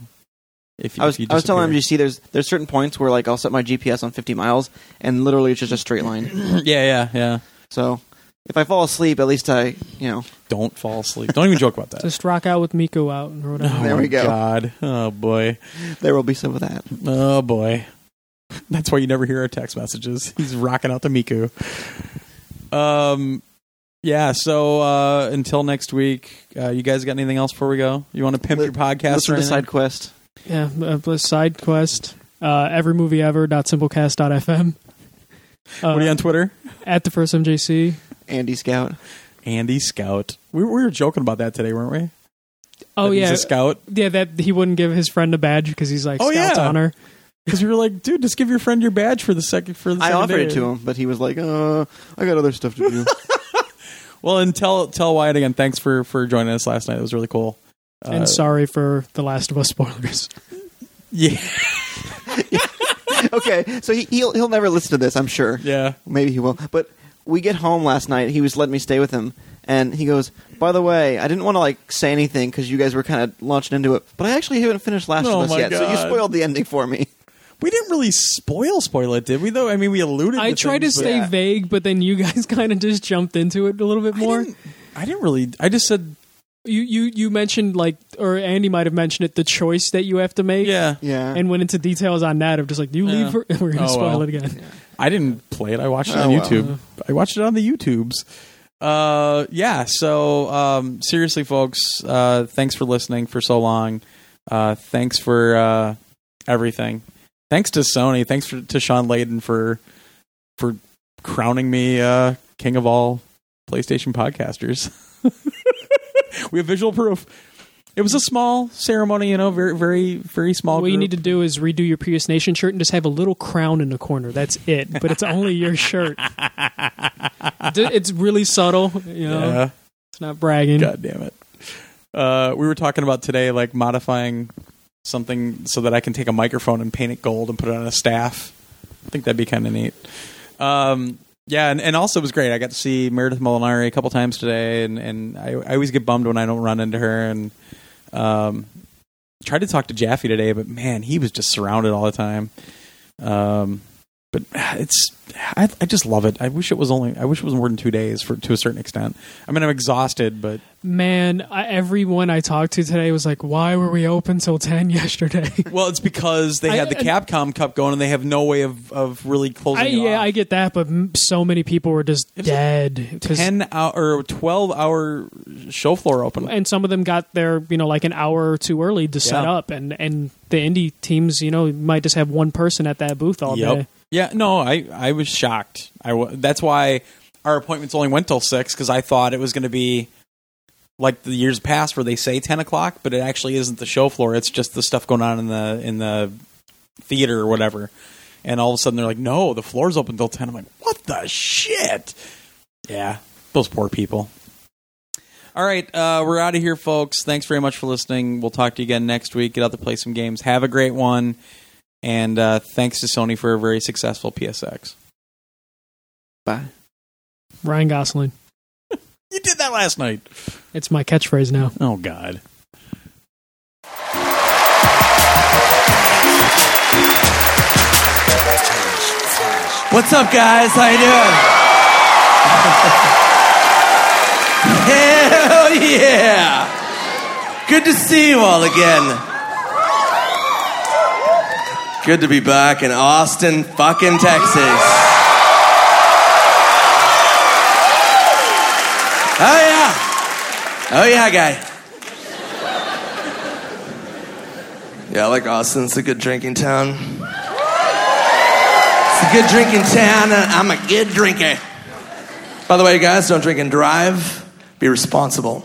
A: If
B: I was
A: if you
B: I was telling
A: disappear.
B: MGC there's there's certain points where like I'll set my GPS on 50 miles and literally it's just a straight line.
A: yeah, yeah, yeah.
B: So if I fall asleep, at least I, you know,
A: Don't fall asleep. Don't even joke about that.
C: Just rock out with Miko out and whatever.
B: There
A: oh
B: we
A: my
B: go.
A: God. Oh boy.
B: there will be some of that.
A: Oh boy. That's why you never hear our text messages. He's rocking out to Miku. Um yeah, so uh until next week, uh you guys got anything else before we go? You want to pimp
B: Li-
A: your podcast
B: Listen
A: or
B: to
A: anything?
B: side quest.
C: Yeah, uh, plus side quest. Uh, every movie ever. Dot simplecast.fm. Uh,
A: What are you on Twitter?
C: at the first MJC.
B: Andy Scout.
A: Andy Scout. We, we were joking about that today, weren't we?
C: Oh
A: That
C: yeah,
A: He's a scout.
C: yeah. That he wouldn't give his friend a badge because he's like
A: Oh,
C: Scout's
A: yeah.
C: honor.
A: Because we were like, dude, just give your friend your badge for the second for the
B: I
A: second
B: offered it
A: day.
B: to him, but he was like, "Uh, I got other stuff to do."
A: Well and tell tell Wyatt again, thanks for for joining us last night. It was really cool. Uh,
C: and sorry for the Last of Us spoilers.
A: Yeah.
B: okay, so he, he'll he'll never listen to this, I'm sure.
A: Yeah.
B: Maybe he will. But we get home last night. He was letting me stay with him, and he goes, "By the way, I didn't want to like say anything because you guys were kind of launching into it, but I actually haven't finished Last
A: Oh
B: of Us
A: my
B: yet, so you
A: God.
B: spoiled the ending for me."
A: We didn't really spoil spoil it, did we? Though I mean, we alluded.
C: I
A: to
C: tried to
A: things, but-
C: stay vague, but then you guys kind of just jumped into it a little bit
A: I
C: more.
A: didn't, I didn't really. I just said
C: You you you mentioned like, or Andy might have mentioned it, the choice that you have to make.
A: yeah.
B: Yeah,
C: And went into details on that of just like, do you
A: Yeah.
C: leave her? We're gonna
A: Oh,
C: spoil
A: well.
C: it again.
A: I didn't play it. I watched it
B: Oh,
A: on
B: wow.
A: YouTube. I watched it on the YouTubes. Uh, yeah. So um, seriously, folks, uh, thanks for listening for so long. Uh, thanks for uh, everything. Thanks to Sony. Thanks for, to Sean Layden for for crowning me uh, king of all PlayStation podcasters. we have visual proof. It was a small ceremony, you know, very, very, very small.
C: What you
A: group.
C: need to do is redo your PS Nation shirt and just have a little crown in the corner. That's it. But it's only your shirt. D- it's really subtle. You know,
A: Yeah.
C: it's not bragging.
A: God damn it. Uh, we were talking about today, like modifying something so that I can take a microphone and paint it gold and put it on a staff. I think that'd be kind of neat. Um, yeah, and, and also it was great. I got to see Meredith Molinari a couple times today, and, and I, I always get bummed when I don't run into her. And um, tried to talk to Jaffe today, but man, he was just surrounded all the time. Um, but it's I, I just love it. I wish it was only I wish it was more than two days for to a certain extent. I mean, I'm exhausted, but
C: Man, I, everyone I talked to today was like, "Why were we open till ten yesterday?"
A: Well, it's because they
C: I-
A: had the
C: I-
A: Capcom Cup going, and they have no way of, of really closing.
C: I,
A: it
C: yeah,
A: off.
C: I get that, but m- so many people were just
A: It was like
C: dead. 'cause-
A: ten hour or twelve hour show floor open.
C: and some of them got there, you know, like an hour or two early to set
A: Yeah.
C: up, and and the indie teams, you know, might just have one person at that booth all
A: Yep.
C: day.
A: Yeah, no, I I was shocked. I wa- that's why our appointments only went till six because I thought it was going to be like the years past where they say ten o'clock, but it actually isn't the show floor. It's just the stuff going on in the in the theater or whatever. And all of a sudden they're like, "No, the floor's open till 10. I'm like, "What the shit?" Yeah, those poor people. All right, uh, we're out of here, folks. Thanks very much for listening. We'll talk to you again next week. Get out to play some games. Have a great one. And uh, thanks to Sony for a very successful PSX.
B: bye.
C: Ryan Gosling,
A: You did that last night.
C: it's my catchphrase now.
A: Oh, God.
E: What's up, guys? How you doing? Hell yeah! Good to see you all again. Good to be back in Austin, fucking Texas. Oh yeah! Oh yeah, guy. Yeah, I like Austin. It's a good drinking town. It's a good drinking town, and I'm a good drinker. By the way, guys, don't drink and drive. Be responsible.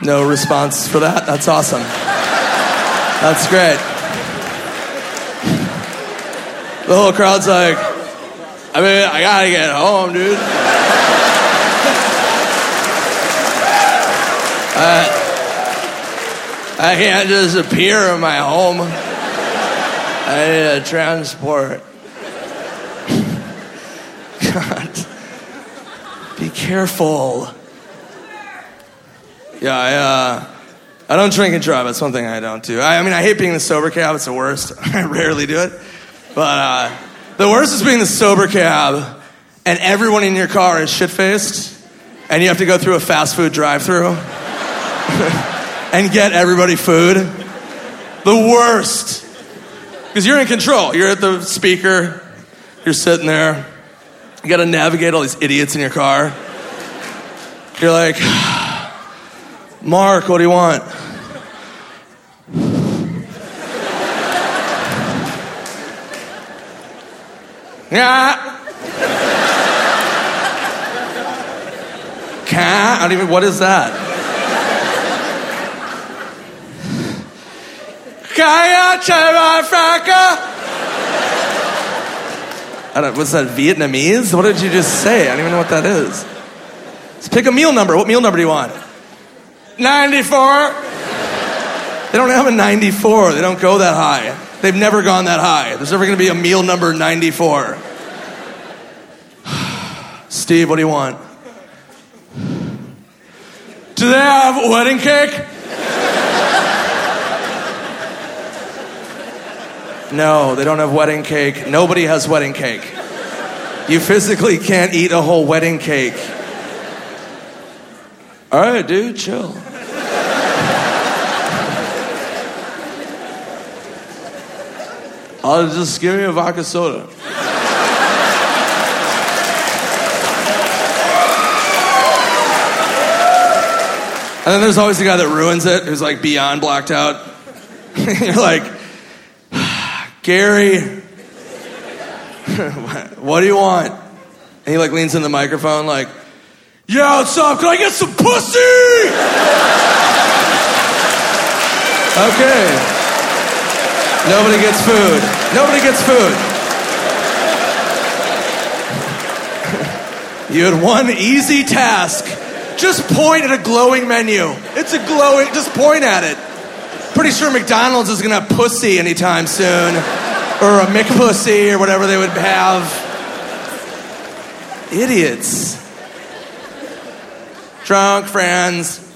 E: No response for that? That's awesome. That's great. The whole crowd's like, I mean, I gotta get home, dude. Uh, I can't just appear in my home. I need a transport. God. Be careful. Yeah, I, uh, I don't drink and drive. That's one thing I don't do. I, I mean, I hate being the sober cab. It's the worst. I rarely do it. But uh, the worst is being the sober cab and everyone in your car is shit faced, and you have to go through a fast food drive through and get everybody food. The worst. Because you're in control. You're at the speaker, you're sitting there, you gotta navigate all these idiots in your car. You're like, Mark, what do you want? Yeah. Can I don't even. What is that? Kaya Chai Fraka. I don't. What's that? Vietnamese? What did you just say? I don't even know what that is. Let's pick a meal number. What meal number do you want? Ninety-four. They don't have a 94. They don't go that high. They've never gone that high. There's never going to be a meal number 94. Steve, what do you want? Do they have wedding cake? No, they don't have wedding cake. Nobody has wedding cake. You physically can't eat a whole wedding cake. All right, dude, chill. I'll just give you a vodka soda. and then there's always the guy that ruins it, who's like beyond blacked out. You're like, Gary, what do you want? And he like leans in the microphone, like, Yo, what's up? Can I get some pussy? okay. Nobody gets food. Nobody gets food. you had one easy task. Just point at a glowing menu. It's a glowing, just point at it. Pretty sure McDonald's is gonna have pussy anytime soon, or a McPussy, or whatever they would have. Idiots. Drunk friends,